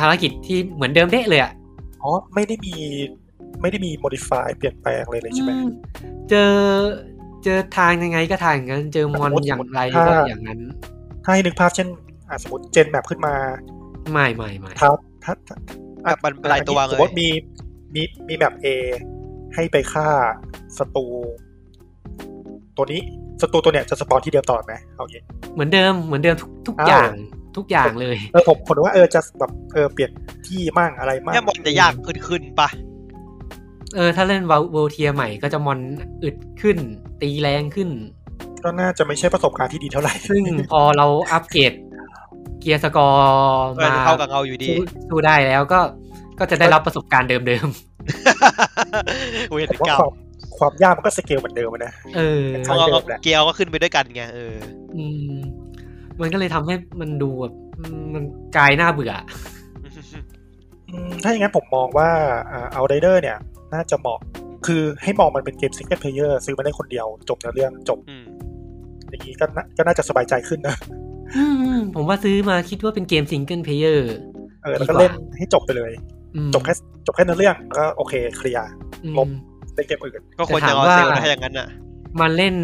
Speaker 1: ภารกิจที่เหมือนเดิมเด้เลยอะ
Speaker 4: อ๋อไม่ได้มีไม่ได้มี modify เปลี่ยนแปลงเลยเลยใช่ไหม
Speaker 1: อืมเจอเจอทางยังไงก็ทางอย่างนั้น เจอมอน
Speaker 4: สมมุติ
Speaker 1: อย่างไร
Speaker 4: สมมุ
Speaker 1: ก็
Speaker 4: ติถ้า
Speaker 1: อย่างนั้น
Speaker 4: ถ้าให้นึกภาพเช่นอ่ะสมมติเจนแบบขึ้นมา
Speaker 1: ไม่ไม่ไม่
Speaker 4: ท้าท้าท้า
Speaker 2: แบบมันหลายตัว
Speaker 4: อัน
Speaker 2: เล
Speaker 4: นี้ส
Speaker 2: ย
Speaker 4: มมติมีมีมีแบบ A ให้ไปฆ่าศัตรูตัวนี้ศัตรูตัวเนี้ยจะสปอนที่เดิมตลอดไหมเอาอย่างงี้
Speaker 1: เหมือนเดิมเหมือนเดิมทุกทุก
Speaker 4: อ้าว
Speaker 1: อย่างทุกอย่างเลย
Speaker 4: เออผมผมว่าเออจะแบบเออเปลี่ยนที่มั่งอะไรมั่ง
Speaker 2: เนี่ยบอลจะยากขึ้นขึ้นๆปะ
Speaker 1: เออ ถ้าเล่นเวลเทียใหม่ก็จะมอนอึดขึ้น ตีแรงขึ้น
Speaker 4: ก็น่าจะไม่ใช่ประสบการณ์ที่ดีเท่าไหร่
Speaker 1: ซึ่ง
Speaker 4: [LAUGHS]
Speaker 1: พอเราอัปเกรดเกียร์สกอร์
Speaker 2: เออ
Speaker 1: มา
Speaker 2: เข้ากับเงาอยู่ดี
Speaker 1: สู้สู้ได้แล้วก็ก็จะได้รับประสบการณ์เดิม
Speaker 2: เวท
Speaker 4: ผมว่า
Speaker 2: เก่า
Speaker 4: ความความยากมันก็สเกลเหมือนเดิมอะนะ
Speaker 1: ๆเออ
Speaker 4: ใช่
Speaker 2: เงากับเกลก็ขึ้นไปด้วยกันไงเอ [LAUGHS] อ
Speaker 1: อืม มันก็เลยทำให้มันดูแบบอืมมันกลายหน้าเบื่อ
Speaker 4: อืมถ้าอย่างนั้นผมมองว่าเอาไดเดอร์เนี่ย น่าจะเหมาะคือให้มองมันเป็นเกมซิงเกิลเพลเยอร์ซื้อมาได้คนเดียวจบเนื้อเรื่องจบ
Speaker 2: อืม
Speaker 4: อย่างนี้ก็น่าก็น่าจะสบายใจขึ้นนะ
Speaker 1: อืมผมว่าซื้อมาคิดว่าเป็นเกมซิงเกิลเพลเยอร์
Speaker 4: เออแล้วก็
Speaker 1: ดีกว่า
Speaker 4: เล่นให้จบไปเลย
Speaker 1: อืม
Speaker 4: จบแค่จบแค่เนื้อเรื่องก็โอเคเคลียร์
Speaker 1: อืม
Speaker 4: ลบ เล่นเกมอื่น
Speaker 2: ก็ควรจะเอา
Speaker 1: แต่ถามว่า
Speaker 2: เซลล์ถ้าอย่างนั้นอ่ะ
Speaker 1: มาเล่น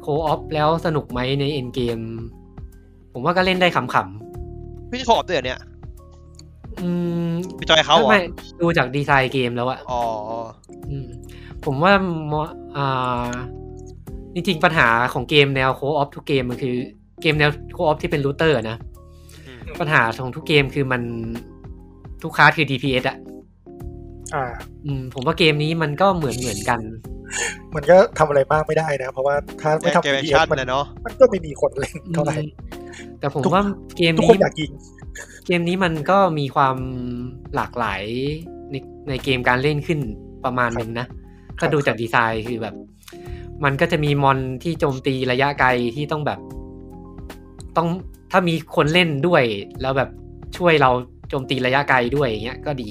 Speaker 1: โคออฟแล้วสนุกไหมในเอ็นเกม ผมว่าก็เล่นได้ขำ
Speaker 2: พี่จะขอบด้วยเหรอเนี่ย
Speaker 1: ๆ อืม
Speaker 2: ไปจอยเขาเหรอ
Speaker 1: ไม่ดูจากดีไซน์เกมแล้วอะ
Speaker 2: อ๋อ
Speaker 1: อืมผมว่ามออ่าจริงๆปัญหาของเกมแนวโคออฟทุกเกมมันคือเกมแนวโคออฟที่เป็นรูเตอร์นะ
Speaker 2: อืม
Speaker 1: ปัญหาของทุกเกมคือมันทุกคลาสคือ DPS อะ
Speaker 4: อ่า
Speaker 1: อืมผมว่าเกมนี้มันก็เหมือนเหมือนๆกัน
Speaker 4: มันก็ทำอะไรมากไม่ได้นะ เพราะว่าถ้าไม่
Speaker 2: แอค
Speaker 4: ทำ
Speaker 2: เกเว
Speaker 4: DPS
Speaker 2: ชั่น
Speaker 4: มัน
Speaker 2: นะเนาะ
Speaker 4: มันก็ไม่มีคนเล่นเท่าไหร่
Speaker 1: อืมแต่ผม
Speaker 4: ทุก
Speaker 1: ว่าเกม
Speaker 4: ทุกค
Speaker 1: นี้
Speaker 4: นอยากยิง
Speaker 1: เกมนี้มันก็มีความหลากหลายในในเกมการเล่นขึ้นประมาณหนึ่งนะ
Speaker 4: ครับ
Speaker 1: ถ้าดูจากดีไซน์คือแบบ มันก็จะมีมอนที่โจมตีระยะไกลที่ต้องแบบ ต้องถ้ามีคนเล่นด้วย แล้วแบบช่วยเราโจมตีระยะไกลด้วยอย่างเงี้ยก็ดี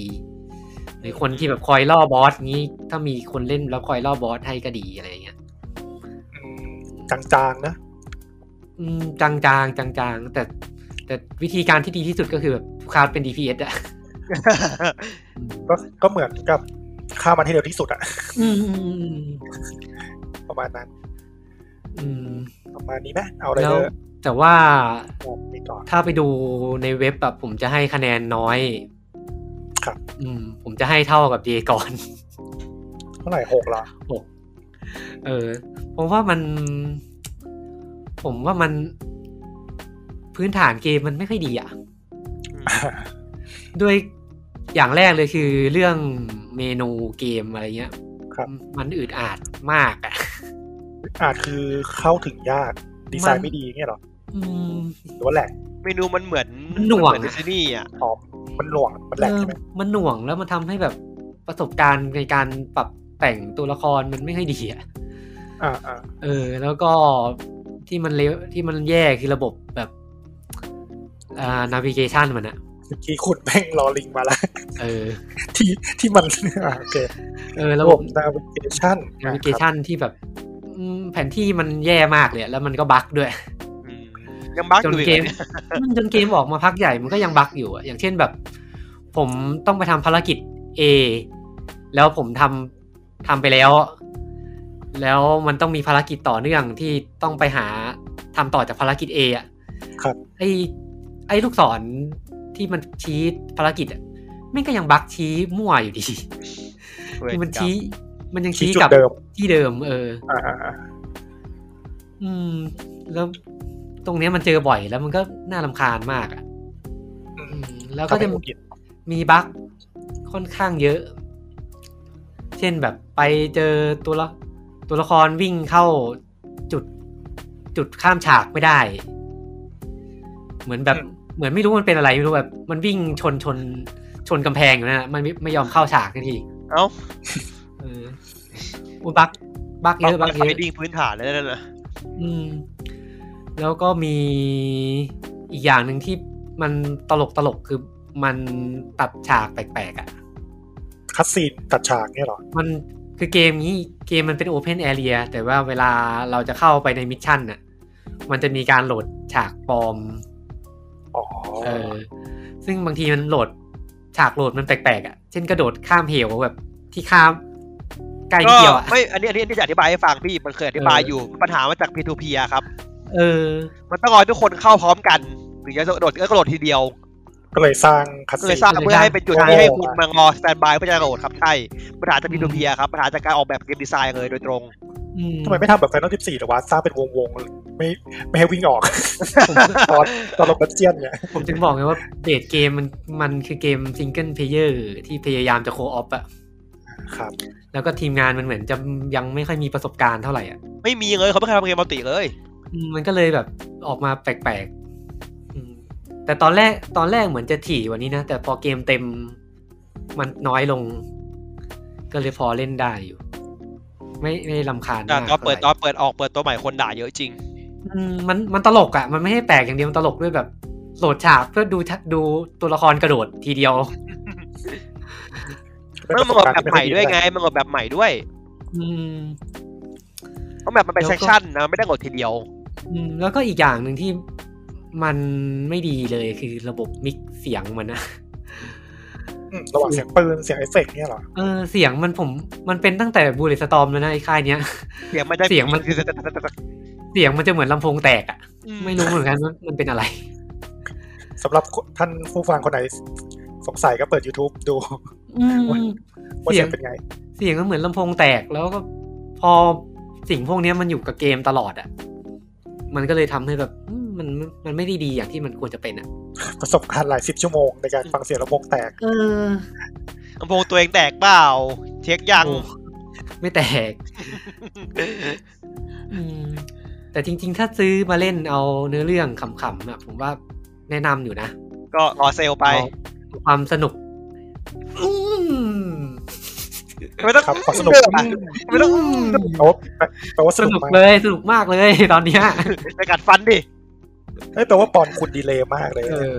Speaker 1: หรือคนที่แบบคอยล่อบอสงี้ ถ้ามีคนเล่นแล้วคอยล่อบอสให้ก็ดีอะไรอย่างเงี้ย
Speaker 4: อืมจางๆนะ
Speaker 1: อืมจางจางจางจางๆแต่แต่วิธีการที่ดีที่สุดก็คือแบบคาร์ดเป็น DPS อะ
Speaker 4: ก็ก็เหมือนกับฆ่ามันให้เร็วที่สุดอะ [LAUGHS]
Speaker 1: อืม
Speaker 4: ประมาณนั้น
Speaker 1: อืม
Speaker 4: ประมาณนี้ไหมเอาอะไร
Speaker 1: แล้ว
Speaker 4: เลิก
Speaker 1: แต่ว่า
Speaker 4: ไปก่อน
Speaker 1: ถ้าไปดูในเว็บแบบผมจะให้คะแนนน้อย
Speaker 4: ครับ
Speaker 1: อืม ผมจะให้เท่ากับเดก่อน [LAUGHS]
Speaker 4: เท่าไหร่หกเหรอ
Speaker 1: เออผมว่ามัน ผมว่ามัน พื้นฐานเกมมันไม่ค่อยดีอะ ด้วยอย่างแรกเลยคือเรื่องเมนูเกมอะไรเงี้ย
Speaker 4: ครับ
Speaker 1: มันอึดอัดมากอะ [LAUGHS]
Speaker 4: อาจคือเข้าถึงยากดีไซ
Speaker 1: มัน
Speaker 4: น์ไม่ดีเงี้ยเหรอ
Speaker 1: อืม
Speaker 4: หรือว่าแหลก
Speaker 2: เมนูมันเหมือน
Speaker 1: มันหน่วงอะ
Speaker 2: เมือดิสนีย์อ่ะ
Speaker 4: พร้อมมันหลวงมันแหลกใช่ไหม
Speaker 1: เออมันหน่วงแล้วมันทำให้แบบประสบการณ์ในการปรับแต่งตัวละครมันไม่ค่อยดีอะ
Speaker 4: อ่าอ่า
Speaker 1: เออ แล้วก็ที่มันเลวที่มันแย่คือระบบแบบอ่านาวิเกชันมันอะ
Speaker 4: เมื่อกี้คุณแม่งรอลิงมาละ
Speaker 1: เออ
Speaker 4: ที่ที่มัน [LAUGHS] อ่าโอเค
Speaker 1: เออ ระ
Speaker 4: ระ
Speaker 1: บบ บบ
Speaker 4: นาวิเกชัน
Speaker 1: นาวิเกชันที่แบบอืมแผนที่มันแย่มากเลยอะแล้วมันก็บั๊กด้วย
Speaker 2: ยังบั๊ก
Speaker 1: จ
Speaker 2: อน ยู่อีก
Speaker 1: เกม
Speaker 2: เหรอเนี่ย
Speaker 1: มันจนเกมออกมาพักใหญ่มันก็ยังบั๊กอยู่อะอย่างเช่นแบบ ผมต้องไปทำภารกิจ A แล้วผมทำทำไปแล้ว แล้วมันต้องมีภารกิจต่อเนื่องที่ต้องไปหาทำต่อจากภารกิจ A อะ
Speaker 4: ครับ
Speaker 1: ไอไอลูกศรที่มันชี้ภารกิจอะแม่งก็ยังบั๊กชี้มั่วอยู่ดีคือมันชี้ มันยัง
Speaker 4: ชี้
Speaker 1: ชี้
Speaker 4: จุ
Speaker 1: กลั
Speaker 4: ด
Speaker 1: บ
Speaker 4: เดิม
Speaker 1: ที่เดิม เออ
Speaker 4: อ่าอ่าอ่า
Speaker 1: อืม แล้วตรงเนี้ยมันเจอบ่อยแล้วมันก็น่าลำคาญมากอะ
Speaker 4: อื
Speaker 1: อื
Speaker 4: ม
Speaker 1: ม แล้วก็จะ
Speaker 4: ทำให้หงุดหงิด
Speaker 1: มีบั๊กค่อนข้างเยอะ เช่นแบบไปเจอตัวละตัวละครวิ่งเข้าจุดจุดข้ามฉากไม่ได้ เหมือนแบบเหมือนไม่รู้มันเป็นอะไรไม่รู้แบบ มันวิ่งชนชนชนกำแพงอยู่นนน่ะมันไม่ไม่ยอมเข้าฉากสักที
Speaker 2: เอ้า
Speaker 1: เอออุยบั๊กบั๊กเยอะบั๊กเย
Speaker 2: ไป
Speaker 1: อะ
Speaker 2: ดิ้งพื้นฐานเลยนั่นน่ะ
Speaker 1: อืม แล้วก็มีอีกอย่างหนึ่งที่มันตลกตลกๆคือมันตัดฉากแปลกๆอ่ะ
Speaker 4: คัดซีนตัดฉากเนี่ยเหรอ
Speaker 1: มันคือเกมนี้เกมมันเป็นโอเพนแอเรียแต่ว่าเวลาเราจะเข้าไปในมิชชั่นน่ะมันจะมีการโหลดฉากปลอม
Speaker 4: อ๋อ
Speaker 1: เออซึ่งบางทีมันโหลดฉากโหลดมันแปลกๆอ่ะเช่นกระโดดข้ามเหวแบบที่ข้ามใกล้นิ
Speaker 2: ก็
Speaker 1: ดเดียวอ่ะ
Speaker 2: ไม่อันนี้อันนี้อันนี้จะอธิบายให้ฟังพี่มันเคยอธิบาย
Speaker 1: เออ
Speaker 2: อ
Speaker 1: อ
Speaker 2: ยู่ปัญหามาจาก P2P อะครับ
Speaker 1: เออ
Speaker 2: มันต้องรอให้ทุกคนเข้าพร้อมกันถึงจะโดดก็กระโดดทีเดียว
Speaker 4: ก็เลยสร้างคัด
Speaker 2: ก็เล
Speaker 4: ซี
Speaker 2: ย
Speaker 4: น
Speaker 2: สร้างเพื่อให้เป็นจุด
Speaker 4: ใช่
Speaker 2: ที่ให้คุณมารอสแตนบายเพื่อจะกระโดดครับใช่ปัญหาจาก P2P อะครับปัญหาจากการออกแบบเกมดีไซน์เลยโดยตรง
Speaker 1: อืม
Speaker 4: ทำไมไม่ทำแบบแฟนตาซีหรอวะสร้างเป็นวงๆไม่ไม่ให้วิ่งออก [LAUGHS]
Speaker 1: ผม
Speaker 4: ตอนตอนลงดันเจียนเนี่ย
Speaker 1: ผมถึงบอกไงว่าเบสเกมมันมันคือเกมซิงเกิลเพลเยอร์ที่พยายามจะโคออฟอ่ะ
Speaker 4: ครับ
Speaker 1: แล้วก็ทีมงานมันเหมือนจะยังไม่ค่อยมีประสบการณ์เท่าไหร่อ่ะ
Speaker 2: ไม่มีเลยเขาไม่เคยทำเกมมัลติเลย
Speaker 1: อืมมันก็เลยแบบออกมาแปลกๆอืมแต่ตอนแรกตอนแรกเหมือนจะถี่กวันนี้นะ แต่พอเกมเต็มมันน้อยลง ก็เลยพอเล่นได้อยู่ ไม่ไม่ลำคาญ
Speaker 2: แต่
Speaker 1: มาก
Speaker 2: ตอนเปิดต
Speaker 1: ท่า
Speaker 2: อ
Speaker 1: ไหร่
Speaker 2: นเปิดออกเปิดตัวใหม่คนด่าเยอะจริง
Speaker 1: อืมมันมันตลกอะ่ะ มันไม่ให้แปลกอย่างเดียว มันตลกด้วยแบบโหลดฉากเพื่อดูทะดูตัวละครกระโดดทีเดียว
Speaker 2: มันมันออกแบบใหม่ด้วยไง มันออกแบบใหม่ด้วย
Speaker 1: อืม
Speaker 2: เพราะแบบมันเป็น
Speaker 1: แล้วก็
Speaker 2: เซกชันนะไม่ได้กดทีเดียว
Speaker 1: อืมแล้วก็อีกอย่างหนึ่งที่มันไม่ดีเลยคือระบบมิกซ์เสียงมันนะ [LAUGHS]
Speaker 4: อืมระหว่างเสียงปืนเสียงเอฟเฟกต์เนี่ยเหรอ
Speaker 1: เออเสียงมันผมมันเป็นตั้งแต่บูเลตสตอมแล้วนะไอ้ค่ายเนี้ [LAUGHS] ย
Speaker 2: เสียงมันจะ
Speaker 1: เสียงมัน เสียงมันจะเหมือนลำโพงแตกอะ
Speaker 2: อื
Speaker 1: ไม่รู้เหมือนกันว่ามันเป็นอะไร
Speaker 4: สำหรับท่านผู้ฟังคนไหน สงสัยก็เปิด YouTube ดู
Speaker 9: อืม
Speaker 4: ว่าเสียงเป็นไง
Speaker 1: [LAUGHS] เสียงก็เหมือนลำโพงแตกแล้วก็พอสิ่งพวกเนี้ยมันอยู่กับเกมตลอดอะ่ะ มันก็เลยทำให้แบบอืมมันมันไม่ได้ดีอย่างที่มันควรจะเป็นอะ่ะ
Speaker 4: ประสบการณ์หลายสิบชั่วโมงในการฟังเสียงลำโพงแตก
Speaker 1: เออ
Speaker 2: ลำโพงตัวเองแตกเปล่าเช็คยัง
Speaker 1: โอ้ ไม่แตก อืมแต่จริง ๆ ถ้าซื้อมาเล่นเอาเนื้อเรื่องขำๆอะผมว่าแนะนำอยู่นะ
Speaker 2: ก็รอเซลลไป
Speaker 1: เอาความสนุก อืม
Speaker 2: ไม่ต้อง
Speaker 4: ครับขอสนุก
Speaker 2: อ่ะไม่ต้อง
Speaker 4: โอ้แปลว่าส
Speaker 1: ส
Speaker 4: นุก
Speaker 1: นุก
Speaker 4: มาก
Speaker 1: เลยสนุกมากเลย [LAUGHS] ตอนเนี้ย
Speaker 2: ไปกัดฟันดิ
Speaker 4: เอ้ยแปลว่าปอนคุณดีเลย์มากเลย
Speaker 1: เออ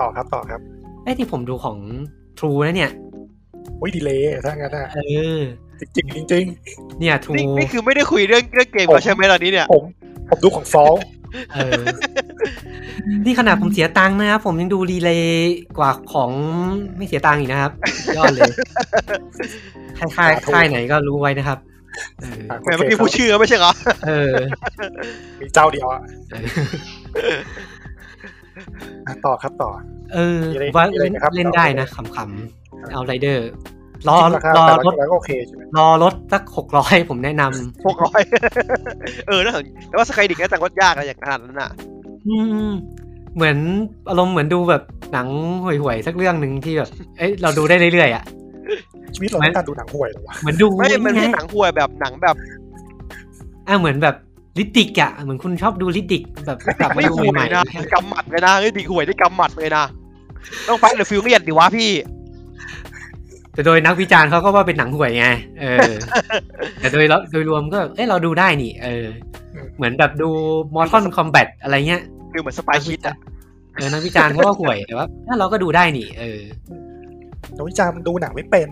Speaker 4: ต่อครับต่อครับ
Speaker 1: ไอ้ยที่ผมดูของทรูนะเนี่ย
Speaker 4: อุ้ยดีเลย์ถ้างั้นอ่ะ
Speaker 1: เออ
Speaker 4: จริงๆจริง
Speaker 1: เนี่ยทรู
Speaker 2: นี่นี่คือไม่ได้คุยเรื่องเรื่องเกม
Speaker 4: ผม
Speaker 2: เขาใช่ไหมตอนนี้เนี่ย
Speaker 4: ๆผมผมดูของฟอล
Speaker 1: เออ นี่ขนาดผมเสียตังค์นะครับ ผมยังดูรีเลย์กว่าของไม่เสียตังค์อีกนะครับ ยอดเลยค่ายค่ายค่ายไหนก็รู้ไว้นะครับ เออ
Speaker 2: แหมเมื่อกี้พูดชื่อไม่ใช่เหรอ
Speaker 1: เออ
Speaker 4: มีเจ้าเดียวอ่ะ
Speaker 1: เออ
Speaker 4: อ่ะต่อครับต่อ
Speaker 1: เออ
Speaker 4: รีเลย์
Speaker 1: ว่า
Speaker 4: รีเลย์นะครับ
Speaker 1: เล่นได้นะขำๆเอาไรเดอร์ รอ
Speaker 4: จงๆราคาร
Speaker 1: อ
Speaker 4: แต่ละ
Speaker 1: รถ
Speaker 4: แล้วก็โอเคใช่ไหม
Speaker 1: รอรถสักหกร้อยผมแนะน
Speaker 2: หกร้อย [LAUGHS] เออน่าสนแต่ว่าสกายดิกน่าจะงดยากอะไรอย่างขนาดนั้นน่ะ
Speaker 1: ำอืมเหมือนอารมณ์เหมือนดูแบบหนังห่วยๆสักเรื่องหนึ่งที่แบบเอ้ยเราดูได้เรื่อยๆอ่ะ
Speaker 4: ชีวิตเรา
Speaker 1: ไม่
Speaker 4: ไม่การดูหนังห่วยหรอวะ
Speaker 1: เหมือนดู
Speaker 2: ไม่มันไม่
Speaker 1: ง่า
Speaker 2: ใช่
Speaker 1: ยๆ
Speaker 2: หนังห่วยแบบหนังแบบ
Speaker 1: อ่ะเหมือนแบบลิติกอะเหมือนคุณชอบดูลิติกแบบกลับมา
Speaker 2: ไม่
Speaker 1: ดู
Speaker 2: ห่ว
Speaker 1: ใหม่
Speaker 2: ยนะกำหมัดเลยนะไม่ดีห่วยได้กำหมัดเลยนะ ต้องฟังเดอะฟิวเรียนดิวะพี่
Speaker 1: ๆแต่โดยนักวิจารณ์เขาก็ว่าเป็นหนังห่วยไงเออ แต่โดยแล้วโดยรวมก็เอ้ยเราดูได้นี่ เออ เหมือนแบบดูมอร์ทัลคอมแบทอะไรเงี้ย
Speaker 2: คือเหมือนสปายคิดอะ
Speaker 1: เออนักวิจารณ์เขาก็ห่วยแต่ว่าถ้าเราก็ดูได้นี่ เออ
Speaker 4: นักวิจารณ์มันดูหนังไม่เป็น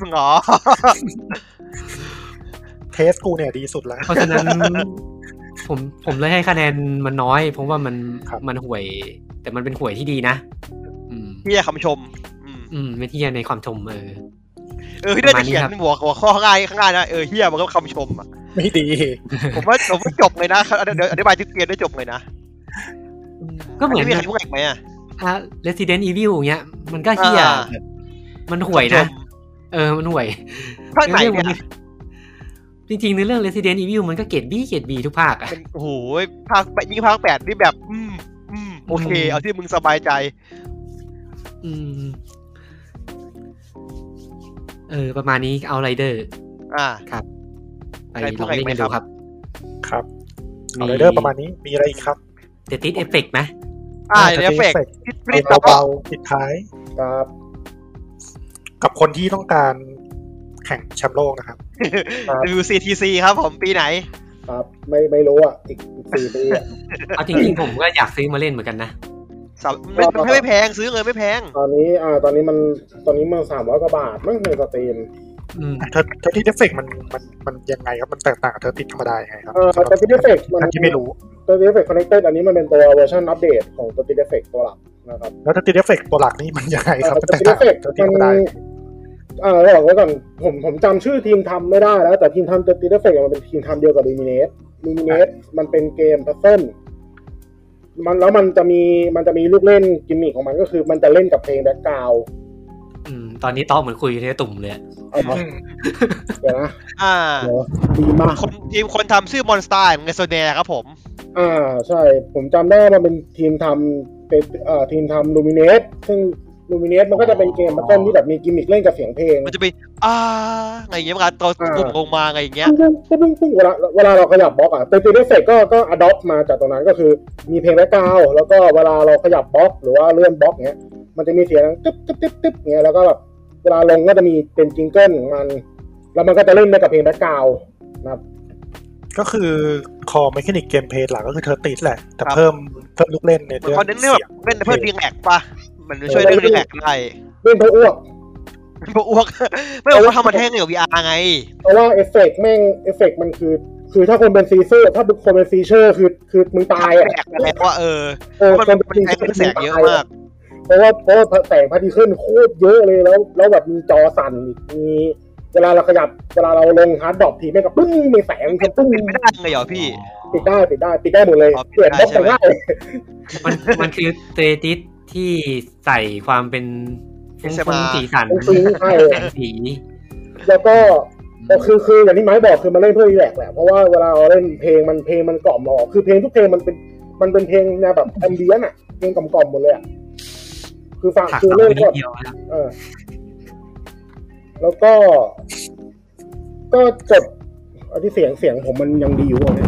Speaker 2: มึงเหรอ [LAUGHS]
Speaker 4: เทสกูเนี่ยดีสุดแล้ว
Speaker 1: เพราะฉะนั้น [LAUGHS] ผมผมเลยให้คะแนนมันน้อยเพราะว่ามัน
Speaker 4: ครับ
Speaker 1: มันห่วย แต่มันเป็นห่วยที่ดีนะ อืม
Speaker 2: พี่คำชม อืม
Speaker 1: อืมไม่ที่ในความชมเออ
Speaker 2: เออพี่ได้จะเขียน
Speaker 1: ประมาณนี้ครับ
Speaker 2: หัวหัวข้อข้างล่างข้างล่างนะเออเฮียมันก็คำชม [LAUGHS] อะ
Speaker 4: [LAUGHS] ไม่ดี
Speaker 2: ผมว่าผมว่าจบเลยนะเดี๋ยวอธิบายจุดเกลียนได้จบเลยนะ
Speaker 1: ก็เหมือน
Speaker 2: ไม่มีใครพูดอีกไหมอะ
Speaker 1: อ่ะ Resident Evil อย่างเงี้ยมันก็เฮีย
Speaker 2: อ่า
Speaker 1: แบบมันห่วยนะ เออ มันห่วย
Speaker 2: ภาคไหนเนี่ย
Speaker 1: จริงๆในเรื่อง Resident Evil มันก็เกรดบีเกรดบีทุกภาคอะ
Speaker 2: มันโอ้โหภาคแปดยิ่งภาคแปดนี่แบบ อืมอืมโอเค เอาที่มึงสบายใจ
Speaker 1: อืม เออ ประมาณนี้เอาไรเดอร์
Speaker 2: อ่า
Speaker 1: ไป
Speaker 2: ใครพู
Speaker 1: ล
Speaker 2: ด
Speaker 1: องเล่นกัน
Speaker 2: ใครไหมค
Speaker 1: ดูค
Speaker 2: รับ
Speaker 1: รับ
Speaker 4: ครับเอาไรเดอร์ประมาณนี้มีอะไรอีกครับ
Speaker 1: เดติดเอฟเฟกไหม
Speaker 2: อ่าเดี๋ยวเฟกพิดพิดแล้วก็
Speaker 4: เบาๆปิดท้าย
Speaker 5: ครับ
Speaker 4: กับคนที่ต้องการแข่งแชมป์โลกนะครับ
Speaker 5: ครับ
Speaker 2: รีวิว CTC ครับผมปีไหน
Speaker 5: ครับไม่ไม่รู้อ่ะอีกอีกสี่ปีอ่ะ
Speaker 1: เอาจริงๆ ผมก็อยากซื้อมาเล่นเหมือนกันนะ
Speaker 2: สามไม่
Speaker 5: ครับ
Speaker 2: ไม่ไม่แพงซื้อเลยไม่แพง
Speaker 5: ตอนนี้อ่าตอนนี้มันตอนนี้มันสามร้อยกว่าบาทมั้งในสตรีม
Speaker 1: อืม
Speaker 4: เทอร์เทอร์ที่เดฟเฟกมันมันมันยังไงครับ มันแตกต่างกับเทอร์ติดธรรมดายังไงครับ
Speaker 5: เอ่อแต่ติดเอฟเฟกมัน
Speaker 4: ท่านที่ไม่รู้
Speaker 5: ตัวติดเอฟเฟกคอนเนคเต็ดอันนี้มันเป็นตัวเวอร์ชันอัปเดตของตัวติดเอฟเฟกตัวหลักนะครับ
Speaker 4: แล้วเทอร์ติดเดฟเฟกตัวหลักนี่มันยังไงครับมันแตกต่างกับเทอร์ติดธรรมดายังไง
Speaker 5: เอ่อบอกไว้ก่อนผมผมจำชื่อทีมทำไม่ได้แล้ว แต่ทีมทำเดอะติเดเฟกมันเป็นทีมทำเดียวกับ l ิมิเนตลิมิเนตมันเป็นเกมพัซเซิลมันแล้วมันจะมีมันจะมีลูกเล่นกิมมิคของมันก็คือมันจะเล่นกับเพลงแบ็กกราวด์
Speaker 1: อืม ตอนนี้ต้องเหมือนคุยอยู่ในตุ่มเลยอะ
Speaker 5: เอาเหรอ
Speaker 4: อืม
Speaker 5: เดี๋ยวนะ
Speaker 2: อ่า
Speaker 5: เดี๋ยวดีมาก
Speaker 2: คนทีมคนทำชื่อมอนสเตอร์เงโซเดครับผม
Speaker 5: อ่าใช่ ผมจำได้ว่ามันเป็นทีมทำเป็นเอ่อทีมทำลูมิเนตซึ่งลูมิเนตมันก็จะเป็นเกมพัซเซิลที่แบบมีกิมมิคเล่นกับเสียงเพลง
Speaker 2: มันจะเป็นอ่าอะไรอย่างเงี้ยเหมือนกันตัว
Speaker 5: อ่า
Speaker 2: ปุ่มลงมาอะไรอย่างเงี้ย
Speaker 5: ก็เพิ่งพุ่งเวลาเวลาเราขยับบล็อกอ่ะเป็นตัวเลเสร็จก็ก็อดอปมาจากตรงนั้นก็คือมีเพลงแบ็กกราวด์แล้วก็เวลาเราขยับบล็อก หรือว่าเลื่อนบล็อกเนี้ยมันจะมีเสียงตึ๊บตึ๊บตึ๊บตึ๊บเงี้ยแล้วก็แบบเวลาลงก็จะมีเป็นจิงเกิลของมัน แล้วมันก็จะเล่นไปกับเพลงแบ็กกราวด์นะครับ
Speaker 4: ก็คือคอ m e ค h นิกเกมเพลย์หลักก็คือเทอร์ติดแหละ แต่
Speaker 2: ครับ
Speaker 4: เพิ่มเพิ่มลูกเล่นใน
Speaker 2: เหมือน
Speaker 4: เรื่อง
Speaker 2: เขาเน้นเรื่องแบบเล่นเพื่อรีแลกซ์ป่ะ มันช่วยเรื่องรีแลกซ์ได้
Speaker 5: เล่นเพราะอ้วก
Speaker 2: พวกอ้วก ไม่บอกว่าทำมาแท่งกับ VR ไง
Speaker 5: เพราะว่าเอฟเฟกต์แม่งเอฟเฟกต์มันคือ คือถ้าคนเป็นซีเซอร์ถ้าคนเป็นซีเชอร์คือคือมึงตาย
Speaker 2: แต
Speaker 5: อ่ะ
Speaker 2: กอะไรว่าเออ
Speaker 5: เออ
Speaker 2: มัน
Speaker 5: ค
Speaker 2: มัน น
Speaker 5: เป็น
Speaker 2: มัน
Speaker 5: ซี
Speaker 2: ใช้เป็นแสงเยอะ
Speaker 5: เชอร์
Speaker 2: มาก
Speaker 5: เพราะว่าเพราะว่าแสงพาร์ติเคิลโคตรเยอะเลยแล้วแล้วแบบมีจอสั่นอีกมีเวลาเราขยับเวลาเราลงฮาร์ดดรอปทีแม่งก็ปึ้งมีแสง
Speaker 2: เป็น
Speaker 5: ปึ้ง
Speaker 2: ไม่ได้เลยเหรอพี่
Speaker 5: ปิดได้ปิดได้ปิดได้หมดเลย
Speaker 2: อ๋อปิ
Speaker 5: เปลี่ย
Speaker 2: ด
Speaker 5: น
Speaker 2: ได้
Speaker 5: บล็อก
Speaker 2: ใช่ไหม
Speaker 5: ไปได้
Speaker 1: มันมันคือเตติส ที่ใส่ความเป็นฟุ้ง
Speaker 2: ASMR
Speaker 1: ๆสีสัน
Speaker 3: ฟุ้งๆใช่
Speaker 1: แสงสี
Speaker 3: แล้วก็แต่คือคืออย่างที่ไม้บอกคือมันเล่นเพื่อรีแลกซ์แหละเพราะว่าเวลาเราเล่นเพลงมันเพลงมันกล่อมเราออกคือเพลงทุกเพลงมันเป็นมันเป็นเพลงแนวแบบแอมเบียนอะเพลงกล่อมๆหมดเลยอะคือฟัง
Speaker 1: ถัก
Speaker 3: คือ
Speaker 1: สาม
Speaker 3: เล่น
Speaker 1: นิ
Speaker 3: ก็
Speaker 1: ดเดียวนะ
Speaker 3: เออ แล้วก็ ก็จบเอาที่เสียงเสียงผมมันยังดีอยู่อะเนี่ย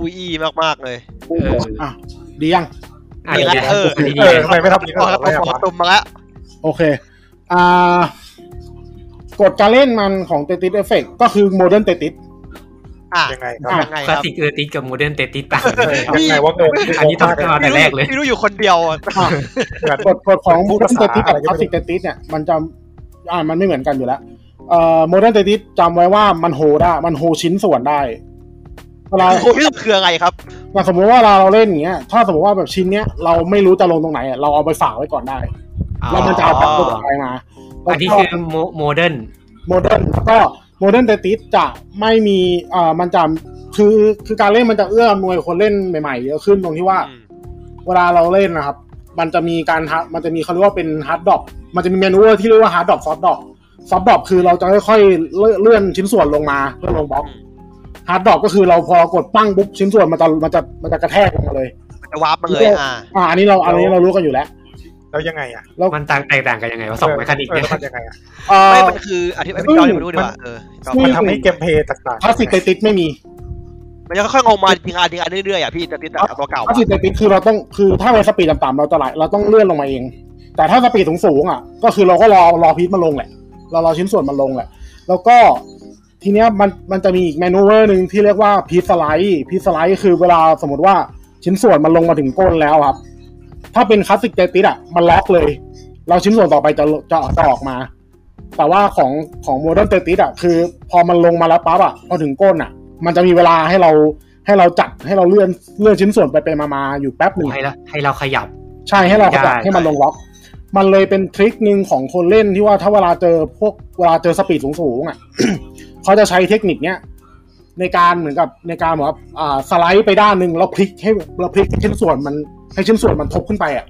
Speaker 2: อุ้ยอีมากๆเลย
Speaker 1: เออ
Speaker 5: อ่ะดียัง
Speaker 1: อ่ะเดี๋ยว
Speaker 2: เออ
Speaker 1: พูดดี
Speaker 4: เออ
Speaker 1: ๆ
Speaker 4: ทำไมไม่ทำนี้
Speaker 2: พ
Speaker 4: ก่อ
Speaker 2: อน แล้วพ
Speaker 4: ไม่ทำ
Speaker 2: อ
Speaker 4: วะ
Speaker 2: ตุ่มมาแล้ว
Speaker 5: โอเค อ่ากฎการเล่นมันของเตติสเอฟเฟกก็คือโมเดิร์นเตติส
Speaker 2: อ่ะ
Speaker 4: ยังไงครับ
Speaker 5: อ่ะ
Speaker 2: ยังไง
Speaker 1: ค
Speaker 2: ค
Speaker 1: ลาส
Speaker 2: รับ
Speaker 1: สิกเออร์ติสกับโมเดิร์นเตติสต่างกันเลย
Speaker 4: ยังไงว่างง
Speaker 1: อันนี้ต้องมาแต่แรกเลย
Speaker 2: พี่รู้อยู่คนเดียวอะ
Speaker 5: กฎกฎของโม
Speaker 4: พูด
Speaker 5: เดิ
Speaker 4: ภา
Speaker 5: ร์นเต
Speaker 4: ษา
Speaker 5: ติส
Speaker 4: อะ
Speaker 5: กับ
Speaker 4: ไร
Speaker 5: ค
Speaker 4: ก็
Speaker 5: ลาส
Speaker 4: ไม่
Speaker 5: สิ
Speaker 4: รู้
Speaker 5: กเตติสเนี่ย มันจะอ่ามันไม่เหมือนกันอยู่แล้วเอ่อโมเดิร์นเตติสจำไว้ว่ามันโฮได้ มันโฮชิ้นส่วนได้เวลา
Speaker 2: ชื่อคืออะไรครับ
Speaker 5: อย่างสมมติว่าเราเราเล่นอย่างเงี้ย ถ้าสมมติว่าแบบชิ้นเนี้ยเราไม่รู้จะลงตรงไหนอะเราเอาไปฝากไว้ก่อนได้ แล้วมันจะเอากลับตัวไปมา
Speaker 1: อันนี้คือโมโมเดิร์น
Speaker 5: โมเดิร์นก็โมเดิร์นเตติสจะไม่มีเอ่อมันจะคือคือการเล่นมันจะเอื้ออำนวยคนเล่นใหม่ๆเยอะขึ้นตรงที่ว่า
Speaker 2: อืม
Speaker 5: เวลาเราเล่นนะครับ มันจะมีการฮะมันจะมีเขาเรียกว่าเป็นฮาร์ดดอกมันจะมีเมนูที่เรียกว่าฮาร์ดดอกซอฟดอกซอฟดอกคือเราจะค่อยๆเลื่อนเลื่อนชิ้นส่วนลงมาเพื่อลงบล็อกฮาร์ดดอกก็คือเราพอเรากดปั้งปุ๊บชิ้นส่วนมันจะมันจะมันจะกระแทกลงมาเลย
Speaker 2: มันจะวาร์ปมาเลยอ่ะ
Speaker 5: อ่าอันนี้เราอันนี้เรารู้กันอยู่แล้ว
Speaker 4: แล้วยังไงอ่ะ
Speaker 1: มันต่างแตกต่างกันยังไงวะส
Speaker 5: [LAUGHS]
Speaker 1: องเมคานิก
Speaker 4: เออ
Speaker 1: เนี่ย
Speaker 4: แล้วมันยังไงอ่ะ
Speaker 5: เอ่อ
Speaker 2: ไม่มันคืออธิบายพี่จอยให้ผมดูดีกว่าเออจอย
Speaker 5: ซึ่ง
Speaker 4: มันทำให้เกมเพลย์ต่าง
Speaker 5: คลาสสิกเตติสไม่มี
Speaker 2: มันจะค่อยๆงงมาจริงๆอ่ะจริงๆอ่ะเรื่อยๆอ่ะพี่แต่ติดแต่ตัวเก่า
Speaker 5: คลา
Speaker 2: อ่ะ
Speaker 5: สสิกเตติสคือเราต้องคือถ้าเป็นสปีดต่ำๆเราจะไหลเราต้องเลื่อนลงมาเอง แต่ถ้าสปีดสูงๆอ่ะ ก็คือเราก็รอรอพีทมาลงแหละเรารอชิ้นส่วนมาลงแหละ แล้วก็ทีเนี้ยมันมันจะมีอีกเมนูเวอร์หนึ่งที่เรียกว่าพีทสไลด์พีทสไลด์คือเวลาสมมติว่าชิ้นส่วนมันลงมาถึงก้นแล้วครับ ถ้าเป็นคลาสสิกเตติสอ่ะมันล็อกเลย เราชิ้นส่วนต่อไปจะจะจะออกมา แต่ว่าของของโมเดิร์นเตติสอ่ะคือ พอมันลงมาแล้วปั๊บอ่ะพอถึงก้นอ่ะ มันจะมีเวลาให้เราให้เราจัดให้เราเลื่อนเลื่อนชิ้นส่วนไปไปมามาอยู่แป๊บหนึ่ง
Speaker 1: ให้เราให้เราขยับ
Speaker 5: ใช่ให้เราขยับ
Speaker 1: ได้
Speaker 5: ให้มันลงล็อก มันเลยเป็นทริคหนึ่งของคนเล่นที่ว่าถ้าเวลาเจอพวกเวลาเจอสปีดสูงๆอ่ะ [COUGHS] เขาจะใช้เทคนิคเนี้ยในการเหมือนกับในการแบบอ่าสไลด์ไปด้านหนึ่งแล้วพลิกให้แล้วพลิกให้ชิ้นส่วนมันให้ชิ้นส่วนมันทบขึ้นไปอ่ะ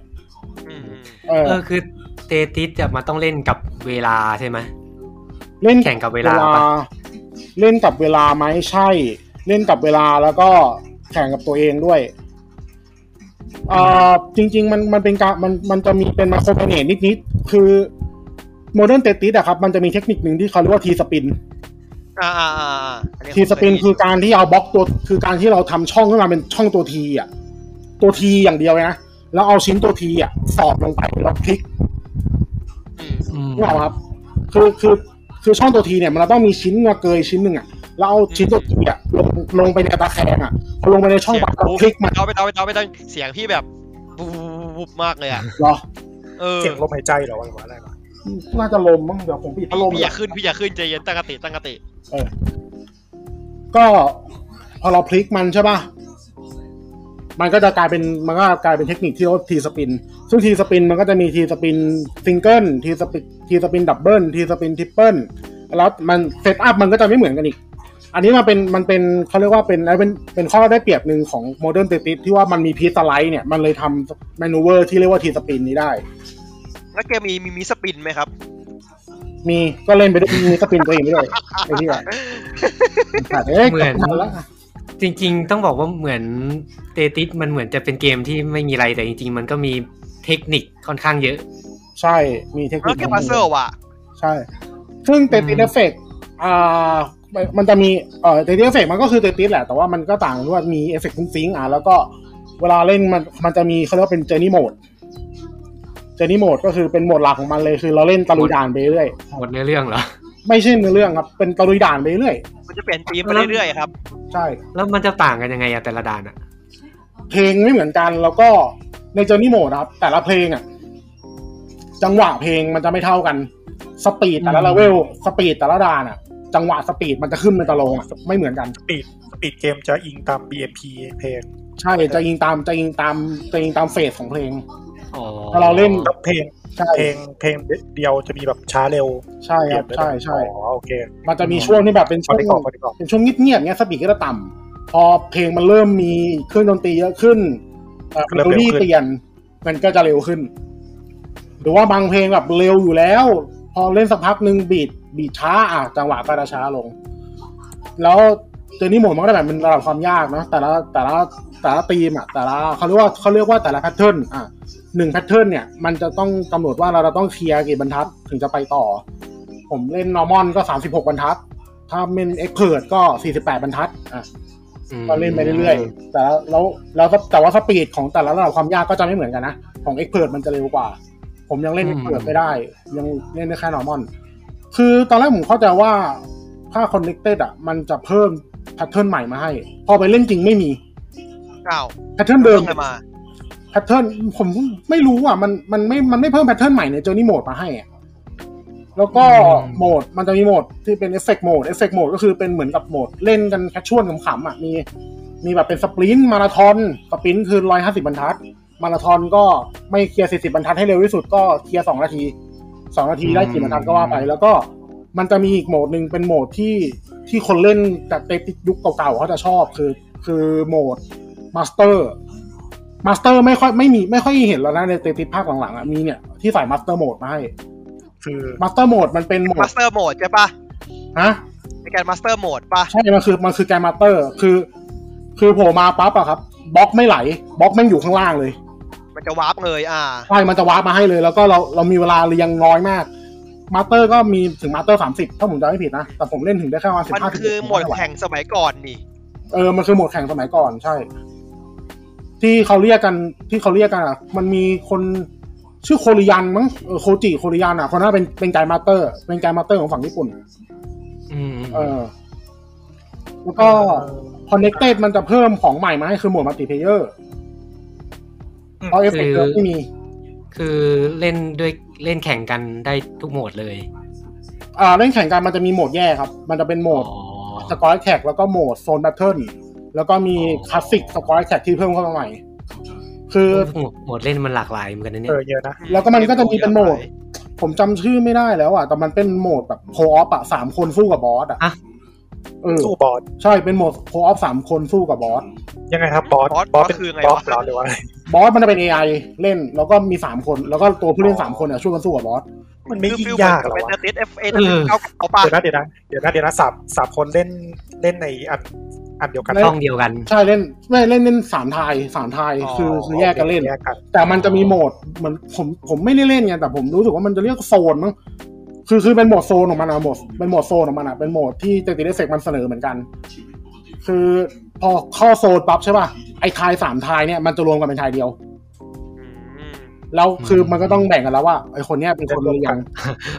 Speaker 2: อืม
Speaker 5: เออ
Speaker 1: เออคือเตติสจะมาต้องเล่นกับเวลาใช่ไหม
Speaker 5: เล่น
Speaker 1: แข่งกับเวลาปะ
Speaker 5: เล่นกับเวลาไหมใช่ เล่นกับเวลาแล้วก็แข่งกับตัวเองด้วยเอ่อจริง ๆ มันมันเป็นการมันมันจะมีเป็นมาโครเมเนตนิดๆคือโมเดิร์นเตติสอะครับ มันจะมีเทคนิคหนึ่งที่เขาเรียกว่าทีสปิน
Speaker 2: อ่าอ่าอ่าอ่าอันนี้ผม
Speaker 5: ทีสปิน
Speaker 2: เคยได้ยิ
Speaker 5: คือการที่เอาบล็อกตัวคือการที่เราทำช่องขึ้นมาเป็นช่องตัวทีอ่ะตัวทีอย่างเดียวเลยนะแล้วเอาชิ้นตัวทีอ่ะสอดลงไปแล้วพลิก
Speaker 2: อืม
Speaker 1: อืม
Speaker 5: นึกออกไหมครับคือคือคือช่องตัวทีเนี่ยมันต้องมีชิ้นมาเกยชิ้นหนึ่งอ่ะแล้วเอาชิ้นตัวทีอ่ะลงลงไปในตะแคงอ่ะพอลงไปในช่องปั๊บแล้วพลิกมัน
Speaker 2: เอาไปเอาไปเอาไปเอาเสียงพี่แบบบูบบูบมากเลยอ่ะ
Speaker 5: เหรอ
Speaker 2: เออ
Speaker 4: ๆเสียงลมหายใจเหรออะไรวะอะไรวะ
Speaker 5: น่าจะลมมั้งเดี๋ยวผมปิดพัดลม
Speaker 2: พี่
Speaker 5: ก่อย่
Speaker 2: อาน ขึ้นพี่อย่าขึ้นใจเย็นตั้งสติตั้งสติ
Speaker 5: ก็พอเราพลิกมันใช่ป่ะมันก็จะกลายเป็นมันก็กลายเป็นเทคนิคที่เรียกว่าทีสปิน ซึ่งทีสปินมันก็จะมีทีสปินซิงเกิลทีสปินทีสปินดับเบิลทีสปินทริปเปิลแล้วมันเซตอัพมันก็จะไม่เหมือนกันอีก อันนี้มันเป็นมันเป็นเขาเรียกว่าเป็นเป็นเป็นข้อได้เปรียบหนึ่งของโมเดิร์นเตติสที่ว่ามันมีพีสไลด์เนี่ย มันเลยทำแมนูเวอร์ที่เรียกว่าทีสปินนี้ได้
Speaker 2: แล้วเกมมีมีมีสปินไหมครับ
Speaker 5: มีก็เล่นไปด้วยมีสปินตัวเองไปด้วยไอ้
Speaker 1: [LAUGHS]
Speaker 5: ที่อะขาดเอ้ย
Speaker 1: เหมือน
Speaker 5: กลับมาแล้ว
Speaker 1: จริง ๆ ต้องบอกว่าเหมือนเตติสมันเหมือนจะเป็นเกมที่ไม่มีอะไรแต่จริง ๆ มันก็มีเทคนิคค่อนข้างเยอะ
Speaker 5: ใช่มีเทคนิ
Speaker 2: แล้ว
Speaker 5: ค
Speaker 2: เกมพัซเซิลว่ะ
Speaker 5: ใช่ ซึ่งเตติสเอฟเฟกอ่ามันมันจะมีเอ่อเตติสเอฟเฟกมันก็คือเตติสแหละ แต่ว่ามันก็ต่างด้วยมีเอฟเฟกต์ซิงค์อ่ะแล้วก็เวลาเล่นมันมันจะมีเขาเรียกว่าเป็นเจอร์นี่โหมดเจอร์นี่โหมดก็คือเป็นโหมดหลักของมันเลยคือเราเล่นตะลุยด่านไปเรื่อย
Speaker 1: หมดเนื้อเรื่องเหรอ
Speaker 5: ไม่ใช่เนื้อเรื่องครับเป็นตะลุยด่านไปเรื่อย
Speaker 2: มันจะเปลี่ยนธีมไปเรื่อยๆครับ
Speaker 5: ใช่
Speaker 1: แล้วมันจะต่างกันยังไงอะแต่ละด่านอะ
Speaker 5: เพลงไม่เหมือนกันแล้วก็ในเจอร์นี่โหมดนะครับแต่ละเพลงอ่ะ จังหวะเพลงมันจะไม่เท่ากัน สปีดแต่ละเลเวลสปีดแต่ละด่านอ่ะ จังหวะสปีดมันจะขึ้นมันจะลงอ่ะไม่เหมือนกัน
Speaker 4: สปีดสปีดเกมจะอิงตาม BMP เพลง
Speaker 5: ใช่จะยิงตามจะยิงตามจะยิงตามเฟสของเพลง
Speaker 1: อ๋อ
Speaker 5: ถ้าเราเล่น
Speaker 4: แล้วเพลง
Speaker 5: ใช่
Speaker 4: เพลงเพลงเดียวจะมีแบบช้าเร็ว
Speaker 5: ใช่
Speaker 4: เป
Speaker 5: ค
Speaker 4: ลี่ยน
Speaker 5: รับ
Speaker 4: ไป
Speaker 5: ใช่ใช่
Speaker 4: อ๋อโอเค
Speaker 5: มันจะมีช่วงที่แบบเป็น
Speaker 4: พอ
Speaker 5: ช่ว
Speaker 4: ได้กอง
Speaker 5: ง
Speaker 4: พอได้กอง
Speaker 5: เป็นช่วงเงียบๆเงี้ยสปีดก็จะต่ำพอเพลงมันเริ่มมีเครื่องดนตรีเยอะขึ้นเอ่อเมโลดี้เปลี่ยน มันก็จะเร็วขึ้น หรือว่าบางเพลงแบบเร็วอยู่แล้ว พอเล่นสักพักหนึ่งบีดบีดช้าอ่ะจังหวะก็จะช้าลง แล้วเจอนี่โหมดมันก็ได้แบบเป็นระดับความยากเนอะแต่ละแต่ละแต่ละธีมอ่ะแต่ละเขาเรียกว่าเขาเรียกว่าแต่ละแพทเทิร์นอ่ะหนึ่งแพทเทิร์นเนี่ย มันจะต้องกำหนดว่าเราจะต้องเคลียร์กี่บรรทัดถึงจะไปต่อ ผมเล่นนอร์มอนก็สามสิบหกบรรทัด ถ้าเป็นเอ็กเพิร์ดก็สี่สิบแปดบรรทัดอ่ะ ก็เล่นไปเรื่อยๆ แต่ละแล้วแล้วก็แต่ว่าสปีดของแต่ละระดับความยากก็จะไม่เหมือนกันนะ ของเอ็กเพิร์มันจะเร็วกว่า ผมยังเล่น
Speaker 8: อืม
Speaker 5: เอ็กเพิร์ไม่ได้ ยังเล่นได้แค่นอร์มอน คือตอนแรกผมเข้าใจว่าถ้าคอนเน c เต็ดอ่ะ มันจะเพิ่มแพทเทิร์นใหม่มาให้ พอไปเล่นจริงไม่มี
Speaker 2: อ้าว
Speaker 5: แพทเทิร์นเดิม
Speaker 2: พิ่งมา
Speaker 5: แพทเทิร์นผมไม่รู้อ่ะ มันมันไม่มันไม่เพิ่มแพทเทิร์นใหม่ในเจอร์นี่โหมดมาให้อะแล้วก็โหมดมันจะมีโหมดที่เป็นเอฟเฟกต์โหมดเอฟเฟกต์โหมดก็คือเป็นเหมือนกับโหมดเล่นกันแคชชวลขำๆอ่ะมี มีแบบเป็นสปรินต์มาราธอนสปรินต์คือร้อยห้าสิบบรรทัด มาราธอนก็ไม่เคลียร์สี่สิบบรรทัดให้เร็วที่สุดก็เคลียร์สองนาทีสองนาทีได้กี่บรรทัดก็ว่าไป แล้วก็มันจะมีอีกโหมดหนึ่งเป็นโหมดที่ที่คนเล่นจากเต็ยุคเก่าๆเขาจะชอบคือคือโหมดมาสเตอร์มาสเตอร์ไม่ค่อยไม่มีไม่ค่อยเห็นแล้วนะในเตติภาคหลังๆอ่ะมีเนี่ยที่ใส่มาสเตอร์โหมดมาให้
Speaker 4: คือ
Speaker 5: มาสเตอร์โหมดมันเป็นโหมด
Speaker 2: Master Mode ใช่ปะ
Speaker 5: ฮะ
Speaker 2: ในการ Master Mode ปะ
Speaker 5: ใช่ มันคือ มันคือแกมมาเตอร์ คือ คือโผล่มาปั๊บอะครับ บล็อกไม่ไหล บล็อกแม่งอยู่ข้างล่างเลย
Speaker 2: มันจะวาร์ปเลยอ่า
Speaker 5: ใช่ มันจะวาร์ปมาให้เลย แล้วก็เราเรามีเวลาเรียงน้อยมาก มาเตอร์ก็มีถึงมาเตอร์สามสิบถ้าผมจำไม่ผิดนะ แต่ผมเล่นถึงได้แค่วันสิบ
Speaker 2: มัน
Speaker 5: ห้า
Speaker 2: คือโหมดแข่งสมัยก่อนนี่
Speaker 5: เออ มันคือโหมดแข่งสมัยก่อน ใช่ ที่เขาเรียกกัน ที่เขาเรียกกันอะมันมีคนชื่อโคริยันมั้งเออโคจิโคริยันอะคนนั้นเป็น เป็นไกด์มาเตอร์ เป็นไกด์มาเตอร์ของฝั่งญี่ปุ่น เออ แล้วก็ Connected มันจะเพิ่มของใหม่มาให้คือหมวดมัลติเพเยอร์เพราะเอฟเฟกต์
Speaker 1: คือ
Speaker 5: ไม่มี
Speaker 1: คือเล่นด้วยเล่นแข่งกันได้ทุกโหมดเลย
Speaker 5: อ่าเล่นแข่งกันมันจะมีโหมดแยกครับ มันจะเป็นโหมด
Speaker 1: อ๋อ
Speaker 5: สกอร์แท็กแล้วก็โหมดโซนแบทเทิลแล้วก็มี
Speaker 1: อ๋อ
Speaker 5: คลาสสิกสกอร์แท็กที่เพิ่มเข้ามาใหม่ คือ
Speaker 1: โหมดโหมดเล่นมันหลากหลายเหมือนกันนะเนี่
Speaker 4: เอย อเยอะนะ
Speaker 5: แล้วก็มันก็จะมีเป็นโหมด ผมจำชื่อไม่ได้แล้วอ่ะ แต่มันเป็นโหมดแบบโคออฟอ่ะสามคนสู้กับบอสอ่ะ
Speaker 1: อ่ะ
Speaker 5: เออ
Speaker 4: สู้บอส
Speaker 5: ใช่เป็นโหมดโคออฟสามคนสู้กับบอส
Speaker 4: ยังไงครับบอส
Speaker 2: บอส
Speaker 4: บอสเป็น
Speaker 2: คือไง
Speaker 4: บอส
Speaker 2: วะ
Speaker 4: เหรอหรือว่าอะไร
Speaker 5: บอสมันจะเป็น AI เล่นแล้วก็มีสามคน แล้วก็ตัวผู้เล่นสามคนเนี่ยช่วยกันสู้กับบอส
Speaker 4: มันไม่
Speaker 2: คือ
Speaker 4: ยิ่
Speaker 2: ฟิล
Speaker 4: ง
Speaker 2: เหมือน
Speaker 4: ยากเหรอ
Speaker 2: เป็น
Speaker 4: วะ
Speaker 2: เนติสเอฟเอเนติสเก้าเก้าปะ
Speaker 4: เดี๋ยวนะเดี๋ยวนะเดี๋ยวนะเดี๋ยวนะสามสามคนเล่นเล่นในอันอันเดียวกัน
Speaker 5: เล่น
Speaker 1: ช่องเดียวกัน
Speaker 5: ใช่เล่นไม่เล่นเล่นสามทายสามทายคือคือแยกกันเล่น
Speaker 4: แยกกัน
Speaker 5: แต่มันจะมีโหมดเหมือนผมผมไม่ได้เล่นไงแต่ผมรู้สึกว่ามันจะเรียกโซนมั้งคือคือเป็นโหมดโซนของมันอะโหมดเป็นโหมดโซนของมันอะเป็นโหมดที่เตติเดเซกมันเสนอเหมือนกัน คือพอเข้าโซนปั๊บใช่ป่ะไอ้ทายสามทายเนี่ยมันจะรวมกันเป็นทายเดียว
Speaker 2: อืม
Speaker 5: แล้วคือมันก็ต้องแบ่งกันแล้วว่าไอ้คนเนี้ยเป็นคนเรียง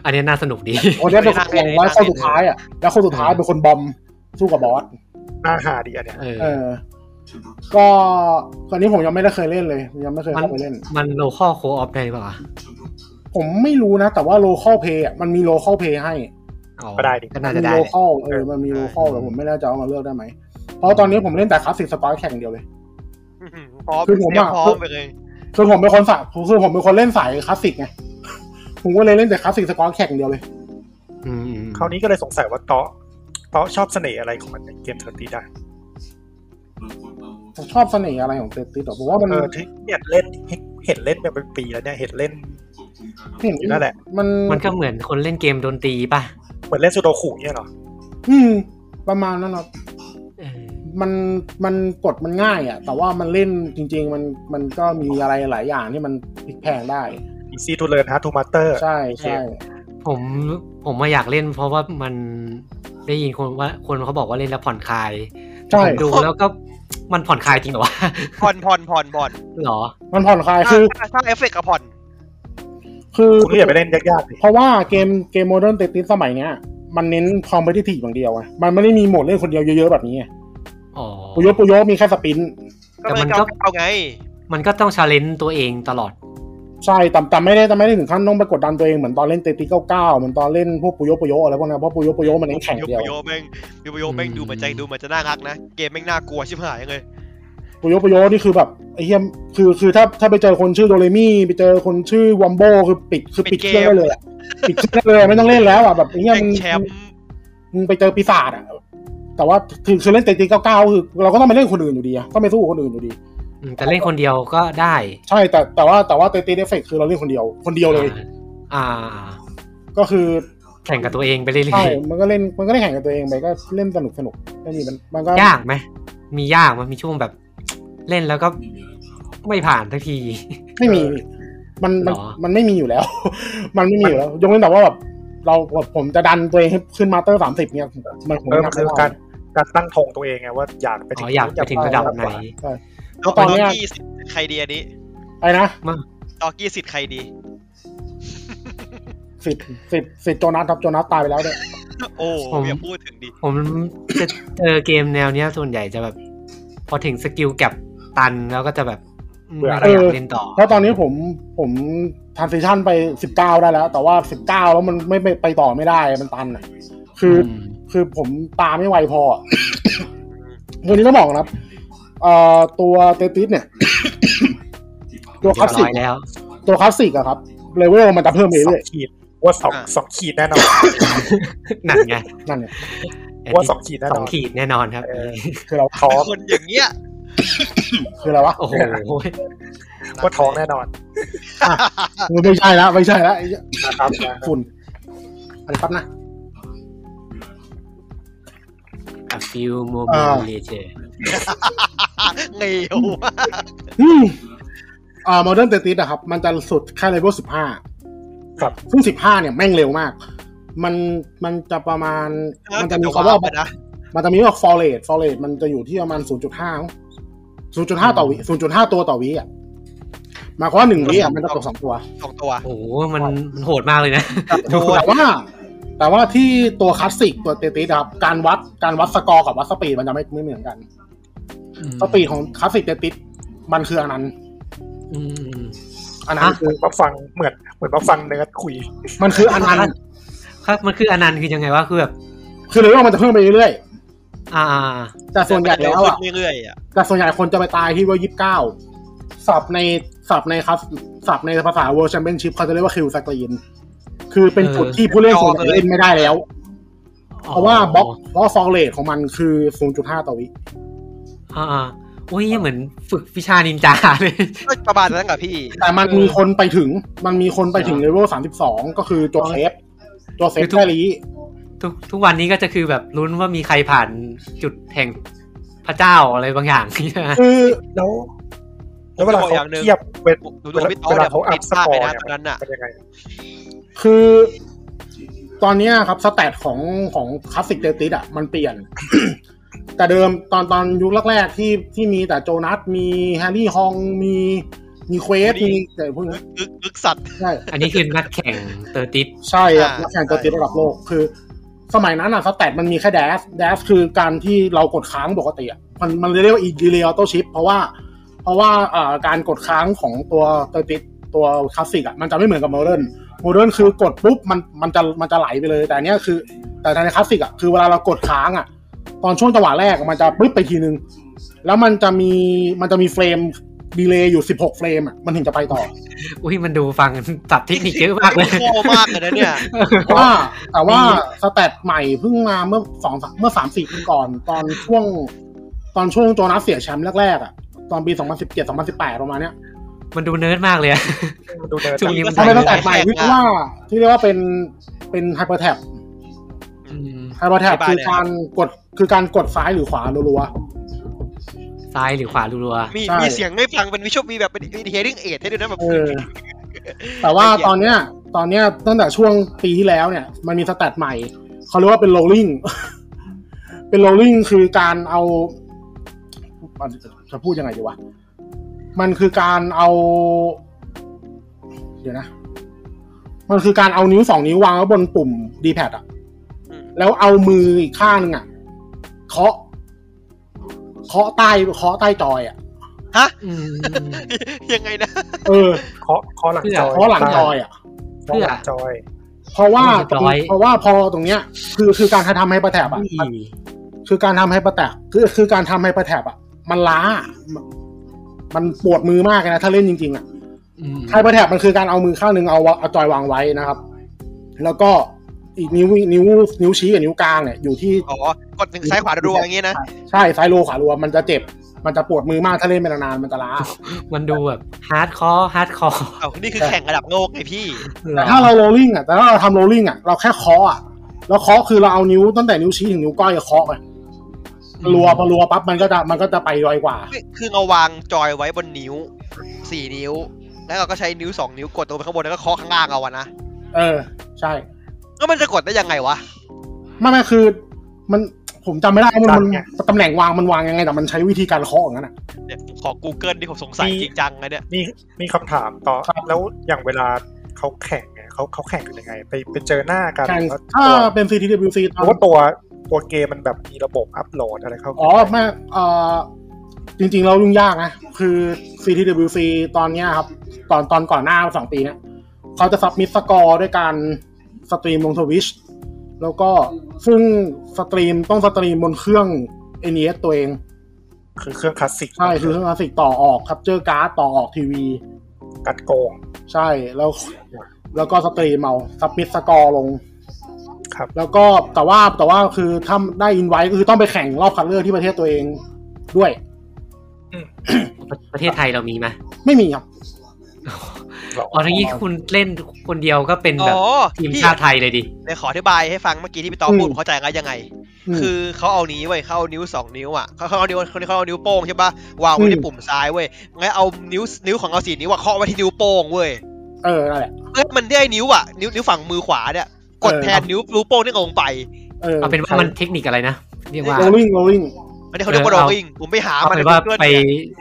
Speaker 1: อันนี้น่าสนุกดี
Speaker 5: คนเนี้ยเป็นคนเรียงไว้คนสุดท้ายอ่ะแล้วคนสุดท้ายเป็นคนบอมสู้กับบอส
Speaker 4: น่าหาดีอันเนี้ย
Speaker 1: เอ
Speaker 5: เอ
Speaker 1: อ
Speaker 5: อ ก็ตอนนี้ผมยังไม่ได้เคยเล่นเลย ยังไม่เคย
Speaker 1: มัน
Speaker 5: เข้าไปเล่น
Speaker 1: มันโลคอลโคออฟได้หรือเปล่าวะ
Speaker 5: ผมไม่รู้นะ แต่ว่าโลเคอลเพย์มันมีโลเคอลเพย์ให้
Speaker 1: อ๋อ
Speaker 4: ก็ได้ดิ
Speaker 1: ก็น่าจะได้
Speaker 5: โล
Speaker 1: แห
Speaker 5: เค
Speaker 1: ละ
Speaker 5: อลเออ มันมีโลเคอลแต่ผมไม่แน่ใจว่ามันเลือกได้ไหม เพราะตอนนี้ผมเล่นแต่คลาสสิกสปอยแข่งเดียวเลย
Speaker 2: อืมพร้อม
Speaker 5: คือผมอะ
Speaker 2: เตรียพร้อมไปเลย
Speaker 5: คือผมเป็นคนสายคือผมเป็นคนเล่นสายคลาสสิกไง [LAUGHS] ผมก็เลยเล่นแต่คลาสสิกสปอยแข่งเดียวเลย
Speaker 1: อืมอืม
Speaker 4: คราวนี้ก็เลยสงสัยว่าเตาะเตาะชอบเสน่ห์อะไรของมันในเกมเทอร์ตีได้
Speaker 5: ผมชอบเสน่ห์อะไรของเซตติดหรอผมว่ามัน
Speaker 4: เออที่เนี่ยเล่นเห็นเล่นมาเป็นปีแล้วเนี่ยเห็นเล่น
Speaker 5: เห็น
Speaker 4: อยู่นั่นแหละ
Speaker 5: มัน
Speaker 1: มันก็เหมือนคนเล่นเกมโดนตีป่ะ
Speaker 4: เหมือนเล่นซูโดคุเนี่ยเหรอ
Speaker 5: อืม ประมาณนั้นครับ
Speaker 1: เออ
Speaker 5: มันมันกดมันง่ายอะ่ะ แต่ว่ามันเล่นจริง ๆ มันมันก็มีอะไรหลายอย่างที่มันพลิกแพลงได้
Speaker 4: อีซีทูเลนฮาร์ทูมาเตอร์
Speaker 5: ใช่ใช่
Speaker 1: ผมผมมาอยากเล่น เพราะว่ามันได้ยินคนว่าคนเขาบอกว่าเล่นแล้วผ่อนคลาย
Speaker 5: ใช่
Speaker 1: ผมดูแล้วก็มันผ่อนคลายจริงเหรอว [LAUGHS] ะ
Speaker 2: ผ่อนผ่อนผ่อนผ่อน
Speaker 1: หรอ
Speaker 5: มันผ่อนคลายคือ
Speaker 2: ถ้าถ้าเอฟเฟกต์กับผ่อน
Speaker 5: คือ
Speaker 4: คุณก็อย่าไปเล่นยากๆดิ
Speaker 5: เพราะว่าเกมเกมโมเดิร์นเตติสสมัยเนี้ย มันเน้นคอมเพติทีฟอย่างเดียวอะมันไม่ได้มีโหมดเล่นคนเดียวเยอะๆแบบนี้ไง
Speaker 1: อ๋อ
Speaker 5: ปุยโยปุยโยมีแค่สปิน
Speaker 2: ก็
Speaker 1: แต่
Speaker 2: เล
Speaker 1: มั
Speaker 2: ย
Speaker 1: นก็
Speaker 2: เก้าเก้าไง
Speaker 1: มันก็ต้องชาเลนจ์ตัวเองตลอด
Speaker 5: ใช่แต่แต่ไม่ได้แต่ไม่ได้ถึงขั้นต้องไปกดดันตัวเองเหมือนตอนเล่นเตติสเก้าเหมือนตอนเล่นพวกปุยโยปุยโยอะไรพวกนั้นเพราะปุยโยปุยโยมันเน้นแข่ง
Speaker 2: ยก
Speaker 5: เดียว
Speaker 2: โยแม่งยกโยแม่ง
Speaker 1: อืม
Speaker 2: ดูเหมือนใจดูเหมือนจะน่ารักนะ เกมแม่งน่ากลัวชิบหายเลย
Speaker 5: ปุยโยปุยโยนี่คือแบบไอ้เหี้ยคือคือถ้าถ้าไปเจอคนชื่อโดเรมี่ไปเจอคนชื่อวัมโบคือปิดคือปิดเครื่องได้เลยอะปิดเครื่องได้เลยไม่ต้องเล่นแล้วอะแบบไอ้เหี้ย
Speaker 2: แม่ง
Speaker 5: มึง
Speaker 2: แชมป์
Speaker 5: มึงไปเจอปีศาจอะแต่ว่าคือคือเล่นเตะตีเก้าเก้าคือ เราก็ต้องไปเล่นคนอื่นอยู่ดีอะต้องไปสู้กับคนอื่นอยู่ดี
Speaker 1: อืมแต่เล่นคนเดียวก็ได้
Speaker 5: ใช่แต่แต่ว่าแต่ว่าเตตีเอฟเฟกคือเราเล่นคนเดียว คนเดียวเลย
Speaker 1: อ่า
Speaker 5: ก็
Speaker 1: [LAUGHS]
Speaker 5: คือ
Speaker 1: แข่งกับตัวเองไปเรื่
Speaker 5: ใช่
Speaker 1: อย
Speaker 5: มันก็เล่นมันก็ได้แข่งกับตัวเองไปก็เล่นสนุกสนุกไม่มีมันมันก็
Speaker 1: ๆยากไหมมียากไหมันมีช่วงแบบ เล่นแล้วก็ไม่ผ่านทักที
Speaker 5: ไม่มีมันมัน
Speaker 1: หรอ
Speaker 5: มันไม่มีอยู่แล้ว [LAUGHS] มันไม่มีอยู่แล้วยกเว้นแต่ว่าแบบเราผมจะดันตัวเองให้ขึ้นมาเตอร์สามสิบเนี่ยมันผม
Speaker 4: เออมั
Speaker 5: ทำ
Speaker 4: นคื
Speaker 5: ไม่
Speaker 4: อ
Speaker 5: ได้
Speaker 4: การการตั้งธงตัวเองไงว่าอยากไปถึ
Speaker 1: อ๋
Speaker 4: ง
Speaker 1: ออยากไปถึงระดับไหน
Speaker 5: ใช่
Speaker 2: ด
Speaker 5: แล้
Speaker 2: อ
Speaker 5: ว
Speaker 2: ก
Speaker 5: ตอนเนี้ย
Speaker 2: กี้สิทธิ์ใครดีอันนี้
Speaker 5: ไอ้นะ
Speaker 2: ดอกกี้สิทธิ์ใครดี
Speaker 5: สิทธิ์สิทธิ์สิทธิ์โจนัสครับโจนัสตายไปแล้วเนี่ย
Speaker 2: โอ้
Speaker 1: ผม
Speaker 2: อย่าพูดถึงดิ
Speaker 1: ผมจะเจอเกมแนวเนี้ยส่วนใหญ่จะแบบ พอถึงสกิลแก็บตันแล้วก็จะแบบไม่ค่อยอยากเล่นต่อ
Speaker 5: เพราะตอนนี้ผมผมทันซิชั่นไปสิบเก้าได้แล้ว แต่ว่าสิบเก้าแล้วมันไม่ไม่ไปต่อไม่ได้มันตันอะคืออ
Speaker 1: ม
Speaker 5: คือผมตามไม่ไวพอ
Speaker 1: [COUGHS]
Speaker 5: อะ วันนี้ต้องบอกนะครับเอ่อตัวเต
Speaker 1: [COUGHS]
Speaker 5: ติสเนี่ย ตัวคลาสสิก
Speaker 1: เรียบร้อยแล้ว
Speaker 5: ตัวคลาสสิกอะครับเลเวลมันจะเพิ่มไป
Speaker 4: สอ
Speaker 5: เรื่
Speaker 4: ง
Speaker 5: อย
Speaker 4: ขีดว่าสองสองขีดแน่นอน
Speaker 1: หนักไง
Speaker 5: นั่นเนี่ย
Speaker 4: ว่าสองขีดแน่
Speaker 1: ส
Speaker 4: น
Speaker 1: อ
Speaker 4: อง น
Speaker 1: ขีดแน่นอนครับ
Speaker 5: คือเรา
Speaker 4: ท้อ
Speaker 2: เป็น
Speaker 4: ง
Speaker 2: คนอย่างเงี้ย
Speaker 5: คืออะไรวะ [LAUGHS]
Speaker 1: โอ้โห
Speaker 4: ว่าท้องแน่นอน
Speaker 5: ไม่ใช่แล้วไม่ใช่แล้วไอ้
Speaker 4: นะครับ
Speaker 5: ฝุ่นอะไรครับนะ
Speaker 1: อะฟิลโมบิ
Speaker 5: อ่า
Speaker 1: ลเลเจอร์
Speaker 2: เงียว
Speaker 5: อืมอ่าโมเดิร์นเตติสอะครับ มันจะสุดแค่เลเวลสิบห้า
Speaker 4: ครับ
Speaker 5: ซึ่งสิบห้าเนี่ยแม่งเร็วมาก มันมันจะประมาณ มันจะมี
Speaker 2: เขา
Speaker 5: คำว่า
Speaker 2: นะ
Speaker 5: มันจะมีว่าฟอเรตฟอเรตมันจะอยู่ที่ประมาณ 0.5 0.5 ต่อวิ 0.5 ตัวต่อวิอ่ะหมายความว่าหนึ่งวิอ่ะมันจะตกสองตัว
Speaker 2: สองตัว
Speaker 1: โอ้โหมันมันโหดมากเลยนะ
Speaker 5: แต่ว่า แต่ว่าที่ตัวคลาสสิกตัวเตติสครับ การวัดการวัดสกอร์กับวัดสปีดมันจะไม่ไม่เหมือนกัน สปีดของคลาสสิกเตติสมันคืออันนั้น
Speaker 1: อืมอืม
Speaker 5: อันนั้น
Speaker 1: ฮะ
Speaker 5: คือ
Speaker 4: มาฟังเหมือนเหมือนมาฟังเนื้อคุย
Speaker 5: มันคืออันนั้น
Speaker 1: ครับมันคืออนันต์คือยังไงวะคือแบบ
Speaker 5: คือเลยว่ามันจะเพิ่มไปเรื่อย
Speaker 1: อ่า
Speaker 5: ๆแต่ส่วนใหญ่แล้วอ่ะ
Speaker 2: เรื่อยๆอ่ะ
Speaker 5: แต่ส่วนใหญ่คนจะไปตายที่ว่ายี่สิบเก้าศัพท์ในศัพท์ในครับศัพท์ในภาษา World Championship เขาจะเรียกว่าคิวสกรีนคือเป็นจุดที่ผู้เล่นส่วนใหญ่เล่นไม่ได้แล้ว เพราะว่าบล็อกบล็อกฟอลเลตของมันคือ 0.5 ต่อวิ
Speaker 1: อ่าอ่าโอ้ยเหมือนฝึกวิชานินจาเลย
Speaker 2: ก็ประมาณนั้นกับพี่
Speaker 5: แต่มันมีคนไปถึงมันมีคนไปถึงเลเวล 32 ก็คือโจเซฟโจเซฟแคลี
Speaker 1: ทุกทุกวันนี้ก็จะคือแบบลุ้นว่ามีใครผ่านจุดแห่งพระเจ้าอะไรบางอย่าง [LAUGHS] ใช่ไหม
Speaker 5: คือ
Speaker 4: แล้วแล้วเวลา
Speaker 2: ผมจะบอกอ
Speaker 4: เขา
Speaker 2: ย่างหนึ่ง
Speaker 4: เทียบเวล
Speaker 2: ดูดูพี่ต้อ
Speaker 4: เวลา
Speaker 2: เนี่ยผ
Speaker 4: เขา
Speaker 2: ม
Speaker 4: อั
Speaker 2: ติ
Speaker 4: พ
Speaker 2: ด
Speaker 4: ส
Speaker 2: ภาพ
Speaker 4: กอ
Speaker 2: ไป
Speaker 4: ร์
Speaker 2: นะ
Speaker 4: เนี่ย
Speaker 2: ตอนนั้นอ่ะ
Speaker 4: เป็นยังไง
Speaker 5: คือ ตอนเนี้ยครับ สแตทของของคลาสสิกเตติสอ่ะ มันเปลี่ยน [COUGHS] แต่เดิมตอนตอนยุคแรกๆที่ที่มีแต่โจนัส มีแฮร์รี่ฮองมีมีเควส
Speaker 2: Woody
Speaker 5: มีแต่พวกนี้
Speaker 2: ลึกลึกสัตว์
Speaker 5: ใช่
Speaker 1: อันนี้คือนักแข่งเตอร์ติส
Speaker 5: ใช่ครับ
Speaker 2: อ่า
Speaker 5: นักแข่งเตติสระดับโลกคือ สมัยนั้นอ่ะสแตทมันมีแค่แดสแดสคือการที่เรากดค้างปกติอ่ะมันมันเรียกว่าอีดีเลออโต้ชิปเพราะว่า เพราะว่าอ่าการกดค้างของตัวเตติสตัวคลาสสิกอ่ะมันจะไม่เหมือนกับโมเดิร์น โมเดิร์นคือกดปุ๊บมันมันจะมันจะไหลไปเลย แต่อันเนี้ยคือ แต่ในคลาสสิกอ่ะคือเวลาเรากดค้างอ่ะ ตอนช่วงจังหวะแรกอะมันจะปึ๊บไปทีนึง แล้วมันจะมีมันจะมีเฟรมดีเลย์อยู่ 16 เฟรมอ่ะมันถึงจะไปต่อ
Speaker 1: อุ้ยมันดูฟังตับเทคนิคเยอะมากเลย [LAUGHS]
Speaker 2: โง่มากเลยนะเนี่ย
Speaker 5: แต่ว่าแต่ว่าสแตทใหม่เพิ่งมาเมื่อสองเมื่อสามสี่ปีก่อน ตอนช่วง ตอนช่วงโจนัสเสียแชมป์แรกๆอ่ะตอนปี 2017 2018 ประมาณเนี้ย
Speaker 1: มันดูเนิร์ดมากเลยอะ
Speaker 4: ดูเนิร์ด
Speaker 1: ช่วงนี้มัน
Speaker 5: ทำไมสแตทใหม่ที่เรียกว่าที่เรียกว่าเป็นเป็นไฮเปอร์แท็บ
Speaker 1: อืม
Speaker 5: ไฮเปอร์แท็บ
Speaker 2: อธิบาย
Speaker 5: คือ
Speaker 2: เลย
Speaker 5: การกดคือการกดซ้ายหรือขวารัว
Speaker 1: ซ้ายหรือขวารัวๆ
Speaker 2: มี
Speaker 5: ใช่
Speaker 2: มีเสียงให้ฟังเป็นวิชวลมีแบบเป็นเฮดิ้งเอทให้ด้วยนะแบบ
Speaker 5: ๆเออ แต่ว่าตอนเนี้ย ตอนเนี้ยตั้งแต่ช่วงปีที่แล้วเนี่ย มันมีสแตทใหม่ เขาเรียกว่าเป็นโรลลิง [LAUGHS] เป็นโรลลิงคือการเอาจะพูดยังไงดีวะ มันคือการเอา เดี๋ยวนะ มันคือการเอานิ้วสองนิ้ววางไว้บนปุ่ม D-pad อะแล้วเอามืออีกข้างหนึงอะเคาะ เคาะใต้เคาะใต้จอยอะ
Speaker 1: อืม
Speaker 2: [LAUGHS] ยังไงนะ
Speaker 5: เออ
Speaker 4: เคาะเคาะหลังจอย
Speaker 5: เพราะหลังจอยอ่ะ
Speaker 4: เคาะหลังจอย
Speaker 5: เพราะว่า
Speaker 1: หลังจอย
Speaker 5: เพราะว่าพอตรงเนี้ย คือคือการทำไฮเปอร์แท็บอ่ะมันคือการทำไฮเปอร์แท็บคือคือการทำไฮเปอร์แท็บอ่ะ มันล้า มันมันปวดมือมากเลยนะ ถ้าเล่นจริงๆอ่ะ
Speaker 1: อืม
Speaker 5: ไฮเปอร์แท็บมันคือการเอามือข้างหนึ่งเอาเอาจอยวางไว้นะครับ แล้วก็อีกนิ้วนิ้วนิ้วชี้กับนิ้วกลางเนี่ยอยู่ที่
Speaker 2: อ๋อกดหนึ่งซ้ายขวารัวๆอย่างงี้นะ
Speaker 5: ใช่ซ้ายโลขวารัวมันจะเจ็บ มันจะปวดมือมากถ้าเล่นไปนานๆมันจะล้า
Speaker 1: มันดูแบบฮาร์ดคอร์ฮาร์ดคอร์
Speaker 2: เอานี่คือแข่งระดับโลกไงพี่
Speaker 5: แต่ถ้าเราโรลลิ่งอ่ะแต่ถ้าเราทำโรลลิ่งอ่ะเราแค่เคาะอ่ะเราเคาะคือเราเอานิ้วตั้งแต่นิ้วชี้ถึงนิ้วก้อยอะเคาะไปรัวพอรัวปั๊บมันก็จะมันก็จะไปลอยกว่า
Speaker 2: คือเราวางจอยไว้บนนิ้วสี่นิ้ว แล้วเราก็ใช้นิ้วสองนิ้วกดตรงไปข้างบนแล้วก็เคาะข้างล่างเอาอะนะ
Speaker 5: เออ ใช่
Speaker 2: แล้วมันจะกดได้ยังไงวะ
Speaker 5: ไม่ไม่คือ มันผมจำไม่ได้ว่ามันมัน
Speaker 4: จำไง
Speaker 5: ตำแหน่งวางมันวางยังไงแต่มันใช้วิธีการเคาะอย่างนั้นอ่ะ
Speaker 2: เนี่ยผมขอ Google ที่ผมสงสัย
Speaker 4: มี
Speaker 2: จริงจังเลยเนี่ย
Speaker 4: มีมีคำถามต่อแล้วอย่างเวลาเขาแข่งเนี่ยเขาเขาแข่งกันยังไง ไปไปเจอหน้ากัน
Speaker 5: แข่ง
Speaker 4: หรือว่า
Speaker 5: ถ้า
Speaker 4: ตัว
Speaker 5: เป็น CTWC
Speaker 4: หรือว่าตัวตัวเกมมันแบบมีระบบอัปโหลดอะไรเข้า
Speaker 5: อ๋อไม่เอ่อจริงๆเรายุ่งยากนะ คือ CTWC ตอนเนี้ยครับ ตอนตอนก่อนหน้าสองปีเนี้ยเขาจะซับมิสสกอร์ด้วยการสตรีมลงทวิชแล้วก็ซึ่งสตรีมต้องสตรีมบนเครื่อง NES ตัวเอง
Speaker 4: คือเครื่องคลาสสิก
Speaker 5: ใช่ คือเครื่องคลาสสิกต่อออกครับเจอการ์ดต่อออกทีวี
Speaker 4: กัดโกง
Speaker 5: ใช่แล้วแล้วก็สตรีมเอาซับมิสสกอร์ลง
Speaker 4: ครับ
Speaker 5: แล้วก็แต่ว่าแต่ว่าคือถ้าได้อินไว้ก็คือต้องไปแข่งรอบคัดเลือกที่ประเทศตัวเองด้วย
Speaker 1: ประเทศไทยเรามีไหม
Speaker 5: ไม่มีครับ
Speaker 1: อ๋อทั้งนี้คุณเล่นคนเดียวก็เป็น
Speaker 2: อ๋
Speaker 1: แบบ
Speaker 2: อ
Speaker 1: ทีม
Speaker 2: พี่
Speaker 1: ชาติไทยเลยดิ
Speaker 2: เลยขออธิบายให้ฟังเมื่อกี้ที่พี่ตอม
Speaker 5: อืม
Speaker 2: พูดผมเข้าใจกันยังไง
Speaker 5: อืม
Speaker 2: คือเขาเอานี้เว้ยเขาเอานิ้วสองนิ้วอ่ะเขาเขาเอานิ้วคนนี้เขาเอานิ้วโป้งใช่ปะวางไว้
Speaker 5: อืม
Speaker 2: ที่ปุ่มซ้ายเว้ยงั้นเอานิ้วนิ้วของเราสี่นิ้วอะเคาะไว้ที่นิ้วโป้งเว้ย
Speaker 5: เออนั่นแหละ
Speaker 2: เอ้ยมันได้นิ้วอ่ะนิ้วนิ้วฝั่งมือขวาเนี่ยกดแทนนิ้วนิ้วโป้งที่ลงไป
Speaker 5: เออ
Speaker 1: เอาเป็นว่ามันเทคนิคอะไรนะ เรียกว่า
Speaker 5: โรลลิ่งโรลลิ่ง
Speaker 2: อันนี้เขาเรียกว่า
Speaker 1: เอ
Speaker 2: โร
Speaker 1: อเอา
Speaker 2: ลลิ่งผมไปหา
Speaker 1: เอา
Speaker 2: มันใน
Speaker 1: เป็นว่า
Speaker 2: Google
Speaker 1: ไป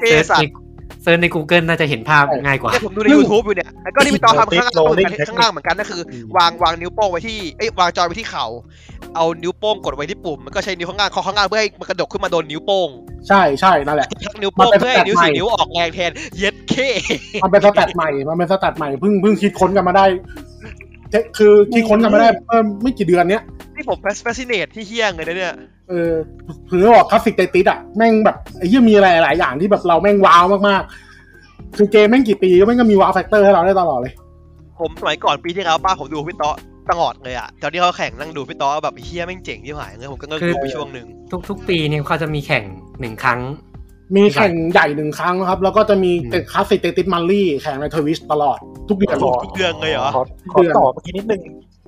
Speaker 2: เนี่ย
Speaker 1: เซิร์ช
Speaker 2: เท่สั
Speaker 1: ใน
Speaker 2: ตว์
Speaker 1: เซิร์ชใน Google น่าจะเห็นภาพง่ายกว่า
Speaker 2: เนี่ยผมดูใน YouTube อยู่เนี่ย แล้วก็ที่พี่ตอทำข้างล่างเหมือนกันข้างล่างเหมือนกันก็คือ วางวางนิ้วโป้งไว้ที่ เอ้ยวางจอยไว้ที่เข่า เอานิ้วโป้งกดไว้ที่ปุ่ม มันก็ใช้นิ้วข้างล่างเคอข้างล่างเพื่อให้มันกระดกขึ้นมาโดนนิ้วโป้ง
Speaker 5: ใช่ใช่นั่นแหละ
Speaker 2: ทักนิ้วโป้ง
Speaker 5: มันเป็น
Speaker 2: เพื่อให้นิ้วสี่
Speaker 5: แบบใหม่
Speaker 2: นิ้วออกแรงแทน เย็ดเค
Speaker 5: มันเป็นสแตทใหม่มันเป็นสแตทใหม่เพิ่งเพิ่งคิดค้นกันมาได้เทคคือคิดค้นกันมาได้เพิ่มไม่กี่เดือนเนี้ย
Speaker 2: ที่ผม f ฟสซิเนตที่เฮี้ยงเลยนะเนี่ย
Speaker 5: เออถือว่าคลาสสิกไตติสอ่ะแม่งแบบไอ้เหี้ยมีอะไรหลายอย่างที่แบบเราแม่งว้าวมากๆ คือเกมแม่งกี่ปีก็แม่งก็มีว้าวแฟกเตอร์ให้เราได้ตลอดเลย
Speaker 2: ผมสมัยก่อนปีที่แล้วป้าผมดูพี่ตอตลอดเลยอะตอนที่เขาแข่งนั่งดูพี่ตอแบบเฮี้ยแม่งเจ๋งที่หายเลยผมก็เลิกดูไปช่วงหนึ่ง
Speaker 1: ทุกทุกปีเนี่ยเขาจะมีแข่งหนึ่งครั้ง
Speaker 5: มีแข่งใหญ่หนึ่งครั้งนะครับ แล้วก็จะมี
Speaker 1: อืม
Speaker 5: เตะคลาสสิกเตติสมันลี่แข่งในทวิชตลอด ทุกเดือน
Speaker 4: อ๋อ
Speaker 2: ทุกเดือนเลยเหรอ
Speaker 4: ขอขอต่อเมื่อกี้นิดนึง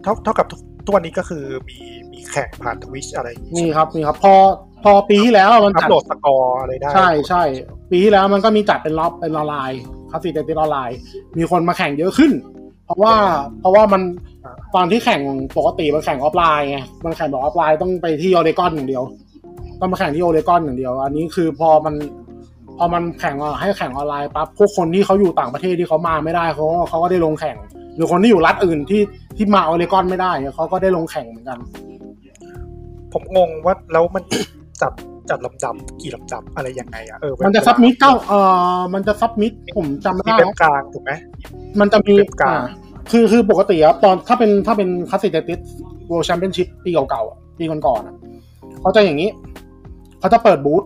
Speaker 4: เท่าเท่ากับทุกทุกวันนี้ก็คือมีมีแข่งผ่านทวิชอะไรอย่างงี้
Speaker 5: นี่ครับนี่ครับ พอพอปีที่แล้วมัน
Speaker 4: อัป
Speaker 5: จัด
Speaker 4: โหลดสกอร์อะไรได้
Speaker 5: ใช่ใช่ปีที่แล้วมันก็มีจัดเป็นรอบเป็นออนไลน์คลาสสิกเตติสออนไลน์ มีคนมาแข่งเยอะขึ้น เพราะว่าเพราะว่ามันตอนที่แข่งปกติมันแข่งออฟไลน์ไงมันแข่งแบบออฟไลน์ต้องไปที่โอเรกอนอย่างเดียว ต้องมาแข่งที่โอเรกอนอย่างเดียว อันนี้คือพอมันพอมันแข่งให้แข่งออนไลน์ปั๊บพวกคนที่เขาอยู่ต่างประเทศที่เขามาไม่ได้เขาก็เขาก็ได้ลงแข่ง หรือคนที่อยู่รัฐอื่นที่ที่มาโอเรกอนไม่ได้เขาก็ได้ลงแข่งเหมือนกัน
Speaker 4: ผมงงว่าแล้วมัน [COUGHS] จัดจัดลำดับกี่ลำดับอะไรยังไงอะเออ
Speaker 5: มันจะซับมิดเก้าเออมันจะซับมิดผมจำไม่
Speaker 4: มี
Speaker 5: ได้
Speaker 4: เว็บ
Speaker 5: นะ
Speaker 4: กลางถูกไหม
Speaker 5: มันจะมี
Speaker 4: เว็บกลาง
Speaker 5: อ่าคือคือปกติครับตอนถ้าเป็นถ้าเป็นคลาสสิกเตติสเวิลด์แชมเปี้ยนชิพปีเก่าๆอะปีก่อนๆอะเขาจะอย่างนี้ เขาจะเปิดบูธ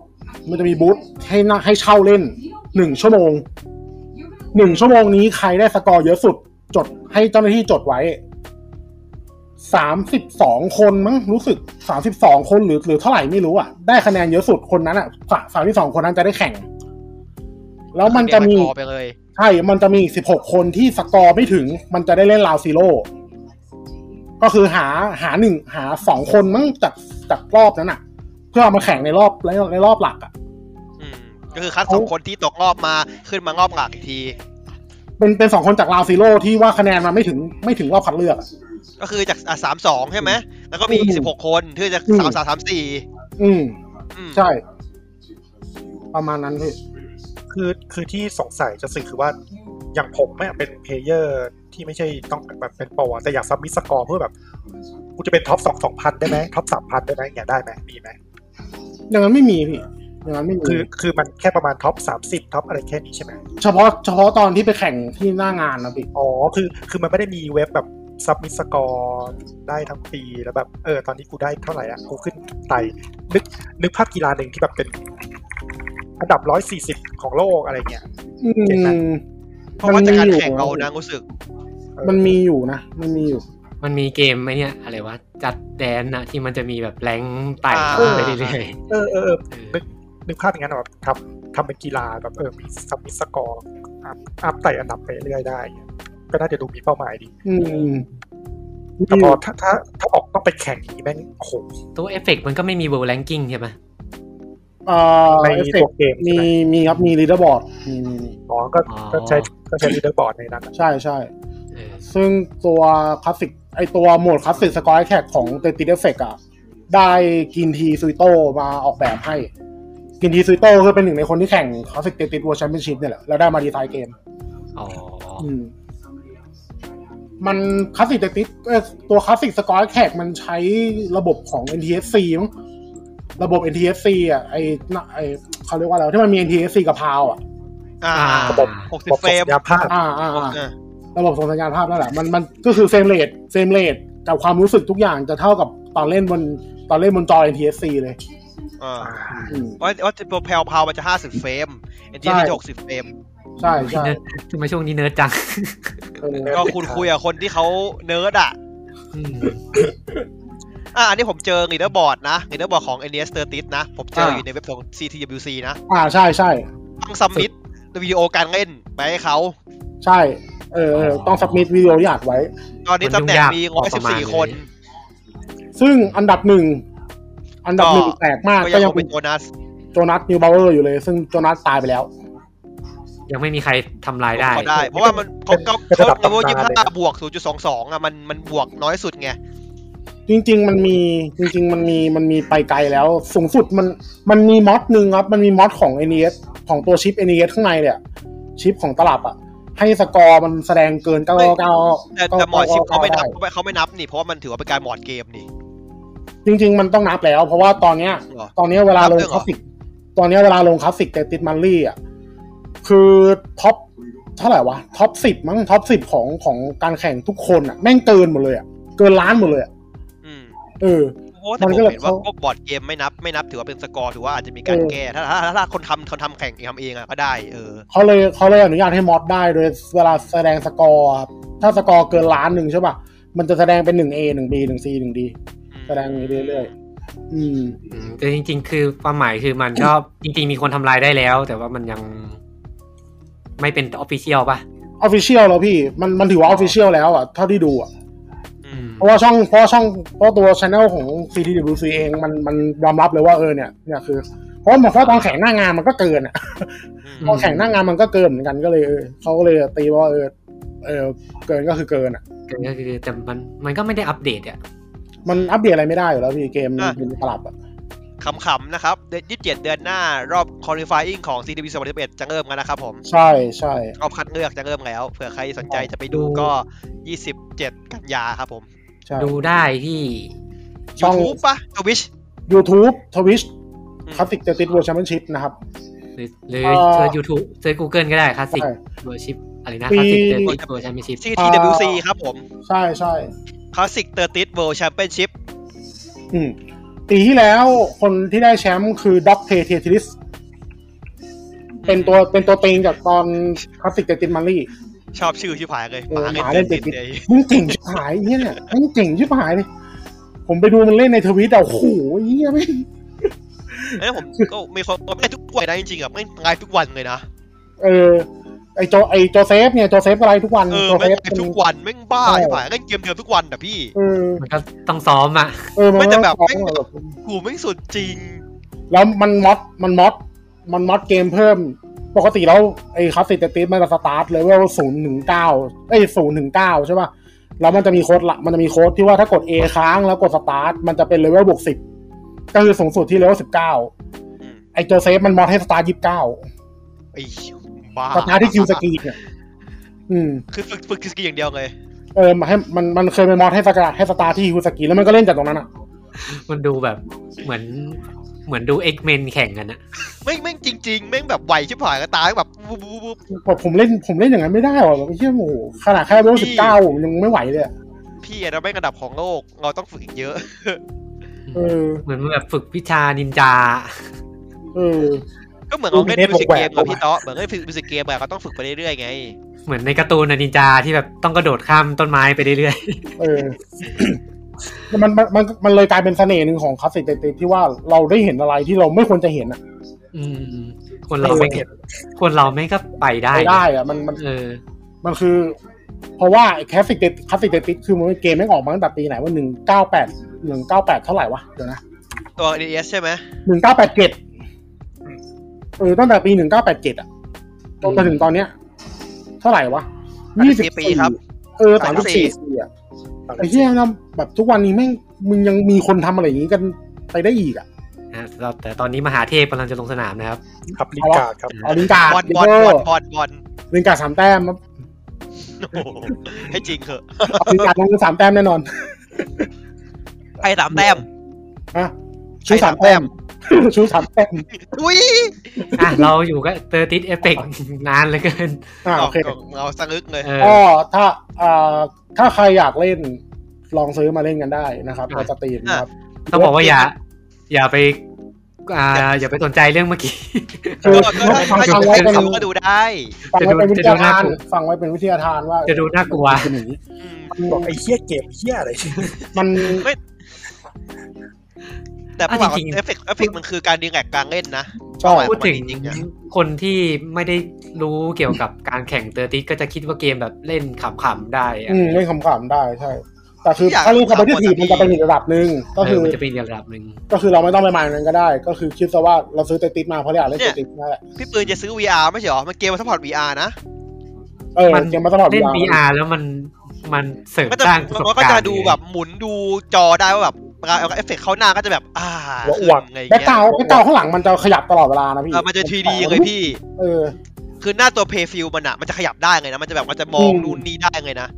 Speaker 5: มันจะมีบูธให้นั่งให้เช่าเล่นหนึ่งชั่วโมงหนึ่งชั่วโมงนี้ใครได้สกอร์เยอะสุด จดให้เจ้าหน้าที่จดไว้สามสิบสองคนมั้งรู้สึกสามสิบสองคนหรือหรือเท่าไหร่ไม่รู้อ่ะได้คะแนนเยอะสุดคนนั้นอ่ะสามสิบสองคนนั้นจะได้แข่ง แล้วมันจะมี
Speaker 2: เดี๋ยวคอไปเลย
Speaker 5: ใช่ มันจะมีอีก 16 คนที่สกอร์ไม่ถึง มันจะได้เล่นราวซีโร่ ก็คือหาหาหนึ่งหาสองคนมั้งจากจากรอบนั้นอะเพื่อเอามาแข่งในรอบในในรอบหลักอะ
Speaker 2: อืมก็คือคัดสอง
Speaker 5: เอา
Speaker 2: คนที่ตกรอบมาขึ้นมารอบหลักอีกที
Speaker 5: เป็นเป็นสองคนจากราวซีโร่ที่ว่าคะแนนมันไม่ถึงไม่ถึงรอบคัดเลือกอะ
Speaker 2: ก็คือจากสามสองใช่ไหม แล้วก็มี
Speaker 5: อืม
Speaker 2: สิบหกคนที่จะ
Speaker 5: อืม
Speaker 2: สามสามสามสี่
Speaker 5: อืม
Speaker 2: อืม
Speaker 5: ใช่ ประมาณนั้นพี่
Speaker 4: คือคือที่สงสัยจะสื่อคือว่าอย่างผมเนี่ยเป็นเพลเยอร์ที่ไม่ใช่ต้องแบบเป็นโปรอะแต่อยากซับมิดสกอร์เพื่อแบบกูจะเป็นท็อปสองสองพันได้ไหมท็อปสามพันได้ไหมอย่างเงี้ยได้ไหมมีไหม
Speaker 5: อย่างนั้นไม่มีพี่ อย่างนั้นไม่มี
Speaker 4: คือคือมันแค่ประมาณท็อปสามสิบท็อปอะไรแค่นี้ใช่ไหม
Speaker 5: เฉพาะเฉพาะตอนที่ไปแข่งที่หน้างานนะพี่
Speaker 4: อ๋อคือคือมันไม่ได้มีเว็บแบบซับมิดสกอร์ได้ทั้งปีแล้วแบบเออตอนนี้กูได้เท่าไหร่ละกูขึ้นไต่นึกนึกภาพกีฬาหนึ่งที่แบบเป็นอันดับร้อยสี่สิบของโลกอะไรเงี้ย
Speaker 5: อื
Speaker 4: เจ๋งนะ
Speaker 5: ม
Speaker 2: เพราะว่าจากการแข่งเรานะรู้สึก
Speaker 4: เออ
Speaker 5: มันมีอยู่นะ มันมีอยู่
Speaker 1: มันมีเกมไหมเนี่ยอะไรวะจัดแดนนะที่มันจะมีแบบแรงไต่
Speaker 2: อ่า
Speaker 1: ขึ้นไปเรื่อย
Speaker 4: เออเออเออ
Speaker 1: ๆ
Speaker 4: นึกภาพอย่างนั้นอะแบบทำ ทำเป็นกีฬาแบบเออมีซับมิสกอร์อัพอัพไต่อันดับไปเรื่อยได้ ก็น่าจะดูมีเป้าหมายดี
Speaker 5: อืม
Speaker 4: แต่พอถ้าถ้าถ้าออกต้องไปแข่งอย่างนี้แม่งโอ้โห
Speaker 1: ตัวเอฟเฟกมันก็ไม่มีเวิลด์แรงกิ้งใช่ไหม
Speaker 5: เอ่อ
Speaker 4: ใน
Speaker 5: เอฟเฟ
Speaker 4: ตั
Speaker 5: ก
Speaker 4: วเกม
Speaker 5: มี
Speaker 4: ใช่ไหม
Speaker 5: มีครับมีลีดเดอร์บอร์ดมีมีมี
Speaker 4: อ๋อก็ก็ใช้ก็ใช้ลีเดอร์บอร์ดในนั้นอะ
Speaker 5: ใช่ใช่
Speaker 1: เออ
Speaker 5: ซึ่งตัวคลาสสิกไอตัวโหมดคลาสสิกสกอยแขกของเตติเดฟเฟกอะได้กินทีซุยโตมาออกแบบให้ กินทีซุยโตคือเป็นหนึ่งในคนที่แข่งคลาสสิกเตติดวัวแชมเปี้ยนชิพเนี่ยแหละ แล้วได้มาดีไซน์เกม
Speaker 1: อ๋อ
Speaker 5: อืม มันคลาสสิกเตติดตัวคลาสสิกสกอยแขกมันใช้ระบบของ NTSC มั้งระบบ NTSC อ่ะไอน่ะไอเขาเรียกว่าอะไรที่มันมี NTSC กับพาวอ่ะ
Speaker 2: อ่า
Speaker 1: อ่า
Speaker 2: หกสิบ
Speaker 4: บอก
Speaker 2: เฟรม
Speaker 4: สัญญาภาพ
Speaker 5: อ่าอ่าอ่า
Speaker 2: อ่า
Speaker 5: ระบบส่งสัญญาณภาพนั่นแหละมันมันก็คือเฟรมเรทเฟรมเรทกับความรู้สึกทุกอย่างจะเท่ากับตอนเล่นบนตอนเล่นบนจอ NTSC เลย
Speaker 2: อ่า
Speaker 5: อืม
Speaker 2: ว่าว่าตัวแพลวพาวมันจะห้าสิบเฟรมเอ็นที
Speaker 5: ใช่
Speaker 2: มันจะหกสิบเฟรม
Speaker 5: ใช่ใช่
Speaker 1: ทำไมช่วงนี้เนิร์ดจัง
Speaker 5: เออ
Speaker 2: ก็คุณคุยกับคนที่เขาเนิร์ดอ่ะ
Speaker 1: อืม
Speaker 2: อ่ะอันนี้ผมเจอเ e เดอร์บอร์ดนะเ e เดอร์บอร์ดของ NES 30นะ ผมเจอ
Speaker 1: อ่า
Speaker 2: อยู่ในเว็บของ CTWC นะ
Speaker 5: อ่าใช่ใช่
Speaker 2: ต้องสัมมิตวิดีโอการเล่นไปให้เขา
Speaker 5: ใช่เออเออต้องสับมิดวิดีโอที่อัดไว้
Speaker 2: ตอนนี้
Speaker 1: มันยุ่ง
Speaker 2: ตำแหน่ง
Speaker 1: ยาก
Speaker 2: มี
Speaker 1: พอประมาณ
Speaker 2: 114 คน
Speaker 1: เลย
Speaker 5: ซึ่งอันดับหนึ่ง อันดับหนึ่งแปลกมาก
Speaker 2: ก็
Speaker 5: ก็
Speaker 2: ยั
Speaker 5: ยัง ง
Speaker 2: เป็
Speaker 5: เป็น
Speaker 2: นโบนัส
Speaker 5: โจนัสนิวบาวเวอร์อยู่เลย ซึ่งโจนัสตายไปแล้ว
Speaker 1: ยังไม่มีใครทำลายได้
Speaker 2: พอได้ เพราะว่ามันเขาเขา
Speaker 4: เป็นระดับ
Speaker 2: เขา
Speaker 4: ตำนานเลย
Speaker 2: ยี่
Speaker 4: นะ
Speaker 2: ห้าบวก 0.22 อ่ะ มันมันบวกน้อยสุดไง
Speaker 5: จริง ๆ มันมีจริง ๆ มันมีมันมีไปไกลแล้ว สูงสุดมันมันมีม็อดหนึ่งครับ มันมีม็อดของ NES ของตัวชิป NES ข้างในเนี่ยชิปของตลับอ่ะ ให้สกอร์มันแสดงเกิน 9 9
Speaker 2: แต่แต่หมอดชิปเขาไม่นับ
Speaker 5: 9
Speaker 2: เขาไม่เขาไม่นับนี่ เพราะว่ามันถือว่าเป็นการหมอดเกมนี่
Speaker 5: 9จริง ๆ มันต้องนับแล้ว เพราะว่าตอนเนี้ย
Speaker 2: เหรอ
Speaker 5: ตอนเนี้ยเวลาลงคลาสสิก ตอนเนี้ยเวลาลงคลาสสิกเตติดมันลี่อ่ะ คือท็อปเท่าไหร่วะ ท็อปสิบมั้ง ท็อปสิบของของการแข่งทุกคนอ่ะ แม่งเกินหมดเลยอ่ะ เกินล้านหมดเลยอ่ะ
Speaker 2: อืม
Speaker 5: เออ
Speaker 2: เพราะว่าแต่ผ
Speaker 5: มัน
Speaker 2: ม
Speaker 5: ก็เลย
Speaker 2: เห็นว่า
Speaker 5: เขา
Speaker 2: พวกบอร์ดเกมไม่นับไม่นับถือว่าเป็นสกอร์ถือว่าอาจจะมีการ
Speaker 5: เออ
Speaker 2: แก้ถ้าถ้าถ้าถ้าคนทำคนทำแข่งเองทำเองอ่ะก็ได้เออ
Speaker 5: เขาเลยเขาเลยอนุญาตให้มอดได้โดยเวลาแสดงสกอร์ครับถ้าสกอร์เกินล้านหนึ่งใช่ป่ะ มันจะแสดงเป็นหนึ่ง A หนึ่ง B หนึ่ง C หนึ่ง D แสดงอย่างนี้เรื่อยๆ อืม
Speaker 1: อืมแต่จริง ๆ คือความหมายคือมันก็ จริง ๆ มีคนทำลายได้แล้ว แต่ว่ามันยังไม่เป็นออฟฟิเชียลป่ะ
Speaker 5: ออฟฟิเชียลแล้วพี่ มันมันถือว่าออฟฟิเชียลแล้วอ่ะ เท่าที่ดูอ่ะ
Speaker 2: อืม
Speaker 5: เพราะว่าช่องเพราะว่าช่องเพราะตัวช anel ของ CTWC เองมันมันยอมรับเลยว่าเออเนี่ยเนี่ยคือ เพราะว่าเหมือนเพราะตอนแข่งหน้างานมันก็เกินอ่ะ ตอนแข่งหน้างานมันก็เกินเหมือนกันก็เลยเออเขาก็เลยตีว่าเออเออเกินก็คือเกินอ่ะ
Speaker 1: ก็คือแต่มันมันก็ไม่ได้อัปเดตอ่ะ
Speaker 5: มันอัปเดตอะไรไม่ได้อยู่แล้วพี่เกมมันเป็นตลับอ่ะ
Speaker 2: ขำๆนะครับเดือน27 เดือนหน้ารอบ qualifying ของ CTV 2011จะเริ่มกันนะครับผม
Speaker 5: ใช่ใช่
Speaker 2: รอบคัดเลือกจะเริ่มแล้วเผื่อใครสนใจจะไปดูก็ 27 กันยาครับผม
Speaker 5: ใช่
Speaker 1: ดูได้ที่
Speaker 5: ช่อง
Speaker 2: YouTube ปะ Twitch
Speaker 5: YouTube Twitch
Speaker 2: อืม
Speaker 5: คลาสสิกเตติดวัวแชมเปี้ยนชิพนะครับ
Speaker 1: หรือหรือ
Speaker 5: เอ่อ
Speaker 1: เซิร์ชยูทูบเซิร์ชกูเกิลก็ได้คลาสสิก
Speaker 5: ใช่
Speaker 1: เวอร์ชิปอะไรนะ
Speaker 5: ปี
Speaker 1: คลาสสิกเวอร์ชิปเวอร์ชันไม่ชิป
Speaker 2: CTWC ครับผม
Speaker 5: ใช่ใช่
Speaker 2: Classic 30 World Championship
Speaker 5: อืมปีที่แล้วคนที่ได้แชมป์คือด็อกเทเททิลิสเป็นตัวเป็นตัวเต็งจากตอนคลาสสิกเตติดมันลี่
Speaker 2: ชอบชื่อชิบหายเลย
Speaker 5: เออ
Speaker 2: หมา
Speaker 5: หมาเล่
Speaker 2: เล่
Speaker 5: น
Speaker 2: น
Speaker 5: ติ
Speaker 2: ติ
Speaker 5: ด
Speaker 2: ด
Speaker 5: ติด
Speaker 2: เลย
Speaker 5: มันเก่งชิบหายเนี่ยมันเก่งชิบหายเลยผมไปดูมันเล่นในทวิตอะโอ้โหเหี้ยไม่ง
Speaker 2: แล้วผมก็มีคนไม่ได้ทุกวันนะจริงๆอ่ะไม่ไลฟ์ทุกวันเลยนะ
Speaker 5: เออไอโจไอโจเซฟเนี่ยโจเซฟอะไรทุกวัน
Speaker 2: เออ
Speaker 5: โจเซ
Speaker 2: แม่ง
Speaker 5: ฟ
Speaker 2: ไลฟ์ทุกวันแม่งบ้าชิบหายเล่นเกมเดิมทุกวันอ่ะพี่
Speaker 5: เออ
Speaker 1: มันก็ต้องซ้อมอ่ะ [LAUGHS]
Speaker 5: เออมัน
Speaker 2: ไม่แต่แบบ
Speaker 5: ต้องซ้อมอะ
Speaker 2: กูไม่สุดจริง
Speaker 5: แล้วมันมอดมันมอดมันมอดเกมเพิ่ม ปกติแล้วไอ้คลาสสิกเตติสมันจะสตาร์ทเลเวลศูนย์ถึงเก้าเอ้ยศูนย์ถึงเก้าใช่ป่ะ แล้วมันจะมีโค้ดละมันจะมีโค้ดที่ว่าถ้ากด A ค้างแล้วกดสตาร์ทมันจะเป็นเลเวลบวกสิบก็คือสูงสุดที่เลเวลสิบเก้าไอ้โจเซฟมันมอดให้สตาร์ทยี่สิบเก้า
Speaker 2: ไอ้บ้า
Speaker 5: สตาร์ทที่คิวสกีเนี่ยอืม
Speaker 2: คือฝึกฝึกคิวสกีอย่างเดียวเลย
Speaker 5: เออมาให้มันมันเคยไปมอดให้สตาร์ทให้สตาร์ทที่คิวสกีแล้วมันก็เล่นจากตรงนั้นอ่ะ
Speaker 1: มันดูแบบเหมือนเหมือนดูเอ็กเมนแข่งกันอ่ะ
Speaker 2: แม่งแม่งจริงๆแม่งแบบไหวชิบหายก็ตายแบบวูบวูบวูบ
Speaker 5: ผมผมเล่นผมเล่นอย่างนั้นไม่ได้หรอกแบบเฮียโอ้โหขนาดแค่เลเวลสิบเก้าผมยังไม่ไหวเลยอะ
Speaker 2: พี่เราแม่งระดับของโลก เราต้องฝึกอีกเยอะ
Speaker 5: เออ
Speaker 1: เหมือนแบบฝึกวิชานินจา
Speaker 5: เออ
Speaker 2: ก็เหมือนเราเล่นมิวสิกเกม
Speaker 4: ว
Speaker 2: กั
Speaker 4: ง
Speaker 2: บ
Speaker 4: แหวน
Speaker 2: พี่เต๋อเหมือนเล่นมิวสิกเกมแบบก็ต้องฝึกไปเรื่อยๆไง
Speaker 1: เหมือนในการ์ตูนอะนินจาที่แบบต้องกระโดดข้ามต้นไม้ไปเรื่อย
Speaker 5: เออ [COUGHS] มันมันมันมันเลยกลายเป็นเสน่ห์หนึ่งของคลาสสิกเตติที่ว่าเราได้เห็นอะไรที่เราไม่ควรจะเห็นอ่ะ
Speaker 1: ๆ [LAUGHS] อืมอืมคนเราไม่งคนเราไม่งก็ไปได้
Speaker 5: ไปได้อะมันมัน
Speaker 1: เออ
Speaker 5: มันคือ เพราะว่าคลาสสิกเดคลาสสิกเดติสคือมันเป็นเกมไม่งออกมาตั้งแต่ปีไหนว่าหนึ่งเก้าแปดหนึ่งเก้าแปดเท่าไหร่วะเดี๋ยวนะ
Speaker 2: ตัว NES ใช่ไหม
Speaker 5: หนึ่งเก้าแปดเจ็ดเออตั้งแต่ปีหนึ่งเก้าแปดเจ็ดอะจนมาถึงตอนเนี้ย เท่าไหร่วะยี่สิบ
Speaker 2: ปีครับ
Speaker 5: เออสามสิบสี่ปีอะไอ้ที่นะแบบทุกวันนี้แม่งมึงยังมีคนทำอะไรอย่างนี้กันไปได้อีกอะ
Speaker 1: นะแต่แต่ตอนนี้มหาเทพกำลังจะลงสนามนะครับ
Speaker 4: ครับลิงการ์ดครับ
Speaker 5: เอาลิงการ์ด
Speaker 2: บอลบอลบอลบอลบอล
Speaker 5: ลิงการ์ดสามแต้มครับ
Speaker 2: โอ้โหให้จริงเถอะ
Speaker 5: เอาลิงการ์ดลงเป็นสามแต้มแน่นอน
Speaker 2: ใครสามแต้ม
Speaker 5: ฮะชูสามแต้มชูสามแต้ม
Speaker 2: อุ้ย
Speaker 1: อ่ะ เราอยู่กับเตอร์ติสเอฟเฟกนานเหลือเกิน
Speaker 5: อ่า
Speaker 2: เอา
Speaker 5: โอเค
Speaker 2: เอาสังึกเลย
Speaker 1: เออ
Speaker 5: ก็ถ้าเอ่อถ้าใครอยากเล่นลองซื้อมาเล่นกันได้นะครับ
Speaker 1: อ่ะ
Speaker 5: ในสตรีมนะครับ
Speaker 1: ต้องบอกว่าอย่า อย่าไป อ่า อย่าไปสนใจเรื่องเมื่อกี้
Speaker 5: [LAUGHS] คือ
Speaker 2: ก็ก็ถ้าถ้าจะดู
Speaker 5: ฟังไว้เป็น
Speaker 2: ก็ดูได้
Speaker 5: ฟังไว้เป็นวิทยาทาน
Speaker 1: จะดูน่ากลัว
Speaker 5: ฟังไว้เป็นวิทยาทานว่า
Speaker 1: จะดูน่ากลัว
Speaker 5: เป็นอย่างนี้
Speaker 2: อืม
Speaker 4: บอกไอ้เหี้ยเกมเหี้ยอะไร [LAUGHS]
Speaker 5: มัน
Speaker 2: แต่ประวัติ
Speaker 1: อ่ะจริงๆ
Speaker 2: เอฟเฟกต์เอฟเฟกต์มันคือการดีแลกกลางเล่นนะ
Speaker 5: ชอบ
Speaker 2: ไม่
Speaker 1: พูดถึง
Speaker 2: จริงๆอะ
Speaker 1: คนที่ไม่ได้รู้เกี่ยวกับการแข่งเตอร์ติสก็จะคิดว่าเกมแบบเล่นขำๆได้อะ
Speaker 5: อืมเล่นขำๆได้ใช่ แต่คือ
Speaker 2: อยาก
Speaker 5: ถ้าเล่นคอมเพล
Speaker 2: ขำๆ
Speaker 5: ทีฟ
Speaker 2: กว่านี้
Speaker 5: มันจะเป็นอีกระดับหนึ่งก็
Speaker 1: เอ
Speaker 5: คือ อ
Speaker 1: มันจะเป็นอีกระดับหนึ่ง
Speaker 5: ก็คือเราไม่ต้องไปมายนั้นก็ได้ ก็คือคิดซะว่าเราซื้อเตติสมาเพราะเราอยากเล่น
Speaker 2: เนี่ย
Speaker 5: เตติสนั่นแหละ
Speaker 2: พี่ปืนจะซื้อ VR ไม่ใช่หรอ มันเกมมันสปอร์ต VR นะ
Speaker 5: เออเกมมาตลอดเว
Speaker 1: เล่น
Speaker 5: ลา
Speaker 1: VR แล้วมันมันเสริม
Speaker 2: ก็จะ
Speaker 1: สร้างประสบ
Speaker 2: มันก็
Speaker 1: การ
Speaker 2: จะ
Speaker 1: ณ์
Speaker 2: ดูแบบหมุนดูจอได้ว่าแบบเอาเอฟเฟกต์เข้าหน้าก็จะแบบ อ่าขึ้
Speaker 4: หวัง
Speaker 2: นอะไรอย่าง
Speaker 5: แบ็ค
Speaker 2: เงี้
Speaker 5: กราวย ด์แบ็คกราวด์ข้างหลังมันจะขยับตลอดเวลานะพี่
Speaker 2: เออมันจะ 3D เลยพี่
Speaker 5: เออ
Speaker 2: คือหน้าตัวเพย์ฟิลมันอะมันจะขยับได้ไงนะ มันจะแบบมันจะมอง
Speaker 5: อืม
Speaker 2: นู่นนี่ได้ไงนะ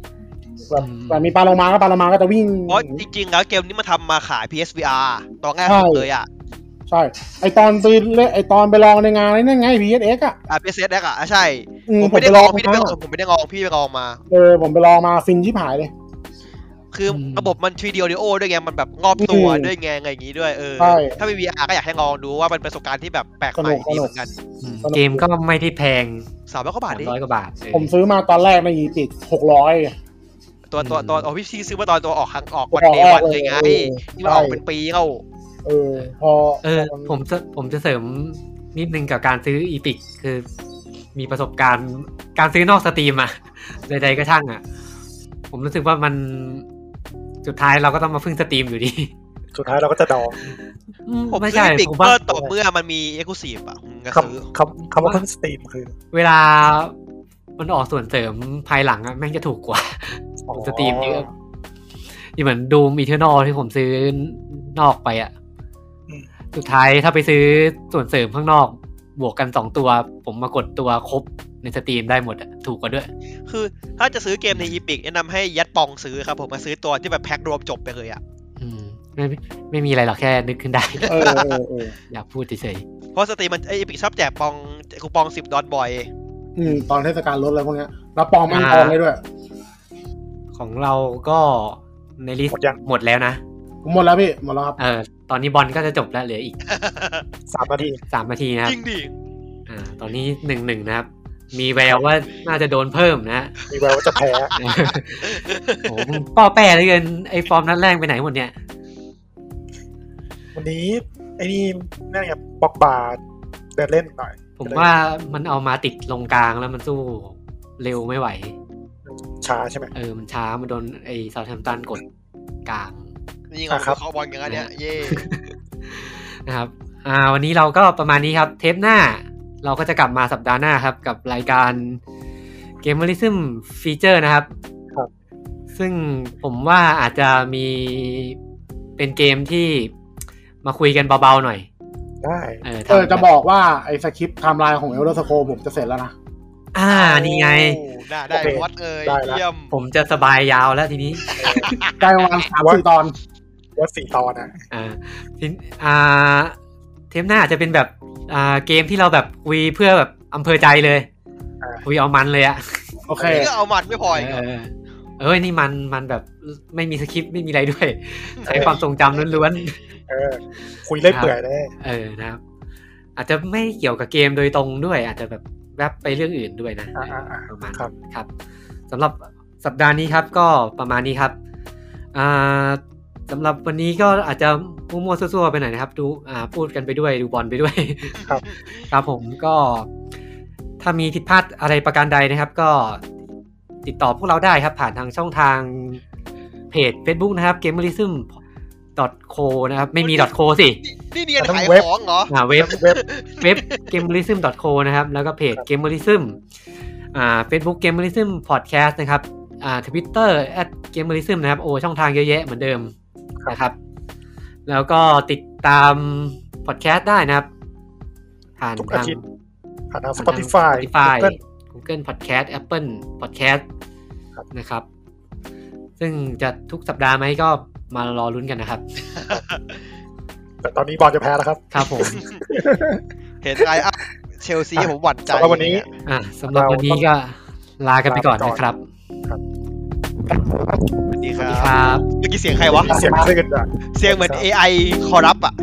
Speaker 5: แบบแบบมีปลาโลมาก็ปลาโลมาก็จะวิ่ง
Speaker 2: เพราะจริงๆ แล้วเกมนี้มันทำมาขาย PSVR ตอนแรก
Speaker 5: ใช่
Speaker 2: เลยอะ
Speaker 5: ใช่ ไอตอนไปเล่นไอตอนไปลองในงานนั่นไง VSX อ่ะ
Speaker 2: อ่ะ PSS แรกอะอ่ะใช่
Speaker 5: อื
Speaker 2: ผมไม่ได้ลองพี่ได้ไปล
Speaker 5: มา
Speaker 2: องผมไม่ได้ลองพี่ไปลองมา
Speaker 5: เออผมไปลองมาฟินชิบหายเลย
Speaker 2: คือระบบมัน 3D audio ด้วยไง มันแบบงอบตัวด้วยไงอะไรอย่างงี้ด้วยเออ
Speaker 5: ใช่
Speaker 2: ถ้ามี VR ก็อยากให้ลองดูว่ามันเป็นประสบการณ์ที่แบบแปลกใหม่
Speaker 5: ส
Speaker 2: ดี
Speaker 5: นุกสนุก
Speaker 2: เหมือนกัน
Speaker 1: อืมเกมก็ไม่ได้แพง
Speaker 2: สามร้อยกว่าบาท
Speaker 1: สาม
Speaker 2: ดิ
Speaker 1: ร้อยกว่าบาทเออ
Speaker 5: ผมซื้อมาตอนแรกในอีติดหกร้อย
Speaker 2: ตัวตัวตัวอ๋อพี่ซีซื้อมาตอนตัวออกครั้งออกวัน
Speaker 5: ออก
Speaker 2: เดย์
Speaker 5: แร
Speaker 2: วั
Speaker 5: ก
Speaker 2: น
Speaker 5: เล
Speaker 2: เลย ยไง
Speaker 5: เออ
Speaker 2: ที่มันออกเป็นปีเอ้า
Speaker 5: เออ พอ
Speaker 1: เออผมจะผมจะเสริมนิดนึงกับการซื้ออีพิกคือมีประสบการณ์ การซื้อนอกสตรีมอะ ใดๆก็ช่างอะผมรู้สึกว่ามันสุดท้ายเราก็ต้องมาพึ่งสตรีมอยู่ดี
Speaker 4: สุดท้ายเราก็จะดอง
Speaker 1: อืม
Speaker 2: ผม
Speaker 1: ไม่
Speaker 2: ซื้
Speaker 1: ใช่
Speaker 2: อปิก
Speaker 1: ผม
Speaker 2: เกอ
Speaker 1: ว่า
Speaker 2: ร์ต่อเมื่อมันมีเอ็กซ์คลูซีฟอะผมก็ซื้อ
Speaker 4: คำคำคำว่าทั้งสตรีมคือ
Speaker 1: เวลามันออกส่วนเสริมภายหลังอะแม่งจะถูกกว่าผมสตรีมเยอะนี่เหมือนดูมอีเทอร์นอลที่ผมซื้อนอกไปอะสุดท้ายถ้าไปซื้อส่วนเสริมข้างนอก บวกกันสองตัว ผมมากดตัวครบในสตรีมได้หมดอะถูกกว่าด้วย
Speaker 2: คือถ้าจะซื้อเกมในอีพิกแนะนำให้ยัดปองซื้อครับผมมาซื้อตัวที่แบบแพ็ครวมจบไปเลยอะ
Speaker 1: อืมไม่ไม่มีอะไรหรอกแค่นึกขึ้นได้ [LAUGHS]
Speaker 5: เออเออเออ
Speaker 1: อยากพูดเฉย
Speaker 2: เพราะสตรีมมันไออีพิกชอบแจกปองคูปองสิบดอลบ่อย
Speaker 5: อืมตอนเทศกาลลดอะไรพวกเนี้ยแล้วปองมันปองได้ด้วย
Speaker 1: ๆ ของเราก็ในลิส
Speaker 4: หมด
Speaker 1: ต์
Speaker 4: ยัง
Speaker 1: หมดแล้วนะ
Speaker 5: ผมหมดแล้วพี่หมดแล้วครับ
Speaker 1: เออ ตอนนี้บอลก็จะจบแล้วเหลืออีก
Speaker 4: สามนาที
Speaker 1: สามนาทีนะครั
Speaker 2: จ
Speaker 1: บ
Speaker 2: ริงดิ [LAUGHS]
Speaker 1: อ่า ตอนนี้หนึ่งหนึ่งนะครับ มีแววว่าน่าจะโดนเพิ่มนะ
Speaker 4: [LAUGHS] มีแววว่าจะแพ้
Speaker 1: โอ้โหมึงป้อแป้เหลยเกินไอ้ฟอร์มนัดแรกไปไหนหมดเนี่ย
Speaker 4: วันนี้ ไอ้นี่นั่นไงบอกบาร์เดินเล่นหน่อย
Speaker 1: ผมว่ามันเอามาติดลงกลางแล้วมันสู้เร็วไม่ไหว
Speaker 4: ช้าใช่ไหม
Speaker 1: เออ มันช้า มันโดนไอ้ซาวแทมป์ตันกดกลาง
Speaker 2: นี่
Speaker 4: อ่ะ
Speaker 2: เรา
Speaker 4: ครับ
Speaker 2: เขาบอลกันแล้วเนี่ย เย่
Speaker 1: นะครับ อ่า วันนี้เราก็ประมาณนี้ครับ เทปหน้า เราก็จะกลับมาสัปดาห์หน้าครับ กับรายการ Gamerism Feature นะครับ
Speaker 4: ครับ
Speaker 1: ซึ่งผมว่าอาจจะมีเป็นเกมที่มาคุยกันเบาๆหน่อย
Speaker 4: ได้
Speaker 1: เออ
Speaker 5: เออ
Speaker 1: ทำ
Speaker 5: จะบอกว่าไอสคริปต์ไทม์ไลน์ของเอลเดอร์สโคผมจะเสร็จแล้วนะ
Speaker 1: อ่า นี่ไง
Speaker 2: โอ้ได้ได้
Speaker 4: โอเค
Speaker 2: วัดเอ่ย
Speaker 4: ได้ละ
Speaker 2: เยี่ยม
Speaker 1: ผมจะสบายยาวแล้วทีนี้
Speaker 5: ได้ประมาณสามสี่ตอน
Speaker 4: ว่าสี่ตอนนะ
Speaker 1: อ่าทีนอ่า เทปหน้าอาจจะเป็นแบบ อ่า เกมที่เราแบบคุยเพื่อแบบอำเภอใจเลย คุยเอามันเลยอะ
Speaker 5: โอเค
Speaker 2: นี่ก็เอาหมัดไม่พออีกเหร
Speaker 1: เอ
Speaker 2: อ
Speaker 1: อเอ้ยนี่มันมันแบบไม่มีสคริปต์ไม่มีอะไรด้วย ใช้ความทรงจำล้วน
Speaker 4: เออ คุยเล่นเปื่อยแน่
Speaker 1: ๆ เออนะครับ อาจจะไม่เกี่ยวกับเกมโดยตรงด้วย อาจจะแบบแวบไปเรื่องอื่นด้วยนะ
Speaker 4: อ่าอ่าอ่า
Speaker 1: ประมาณ
Speaker 4: ครับ
Speaker 1: ครับสำหรับสัปดาห์นี้ครับก็ประมาณนี้ครับอ่า สำหรับวันนี้ก็อาจจะมั่วๆซั่วๆไปหน่อยนะครับ ดูอ่าพูดกันไปด้วยดูบอลไปด้วย
Speaker 4: ครับ
Speaker 1: [LAUGHS] ครับผมก็ถ้ามีผิดพลาดอะไรประการใดนะครับ ก็ติดต่อพวกเราได้ครับ ผ่านทางช่องทางเพจ Facebook นะครับ gamerism co นะครับ ไม่มี .co สิ
Speaker 2: นี่เนียน
Speaker 4: ต้อง
Speaker 2: ขาย
Speaker 4: เว็บ
Speaker 2: ของเหรอ
Speaker 1: อ่าเว็บ
Speaker 4: เว็บ
Speaker 1: เว็บ gamerism co นะครับ แล้วก็เพจ gamerism อ่า Facebook gamerism podcast นะครับ อ่า Twitter at gamerism นะครับ โอช่องทางเยอะแยะเหมือนเดิม
Speaker 4: ครับ
Speaker 1: นะครับ แล้วก็ติดตาม podcast ได้นะครับ ผ่าน
Speaker 4: ทุกอา
Speaker 1: ทาง
Speaker 4: ทิตย์ผ่านทาง
Speaker 1: ผ่านทาง
Speaker 4: Spotify
Speaker 1: Spotify
Speaker 4: Google
Speaker 1: Google Podcast Apple Podcast
Speaker 4: ครับ
Speaker 1: นะครับ ซึ่งจะทุกสัปดาห์ไหมก็มารอลุ้นกันนะครับ
Speaker 4: แต่ตอนนี้บอลจะแพ้แล้วครับ
Speaker 1: ครับผม
Speaker 4: [LAUGHS]
Speaker 2: เห็นไลน์อัพเชลซีผมหวั่นใจ
Speaker 4: สำหรับวันนี้
Speaker 1: อ่ะสำหรับวันนี้ก็ลากันไปก่อนนะครับ
Speaker 2: สวัสดีค
Speaker 1: สวัส
Speaker 2: รั
Speaker 1: ดี
Speaker 2: บ
Speaker 1: ครับ
Speaker 2: เมื่อกี้เสียงใครวะ
Speaker 4: เสียงคลื่นอะ
Speaker 2: เสียงเหมือน AI คอรัปอะ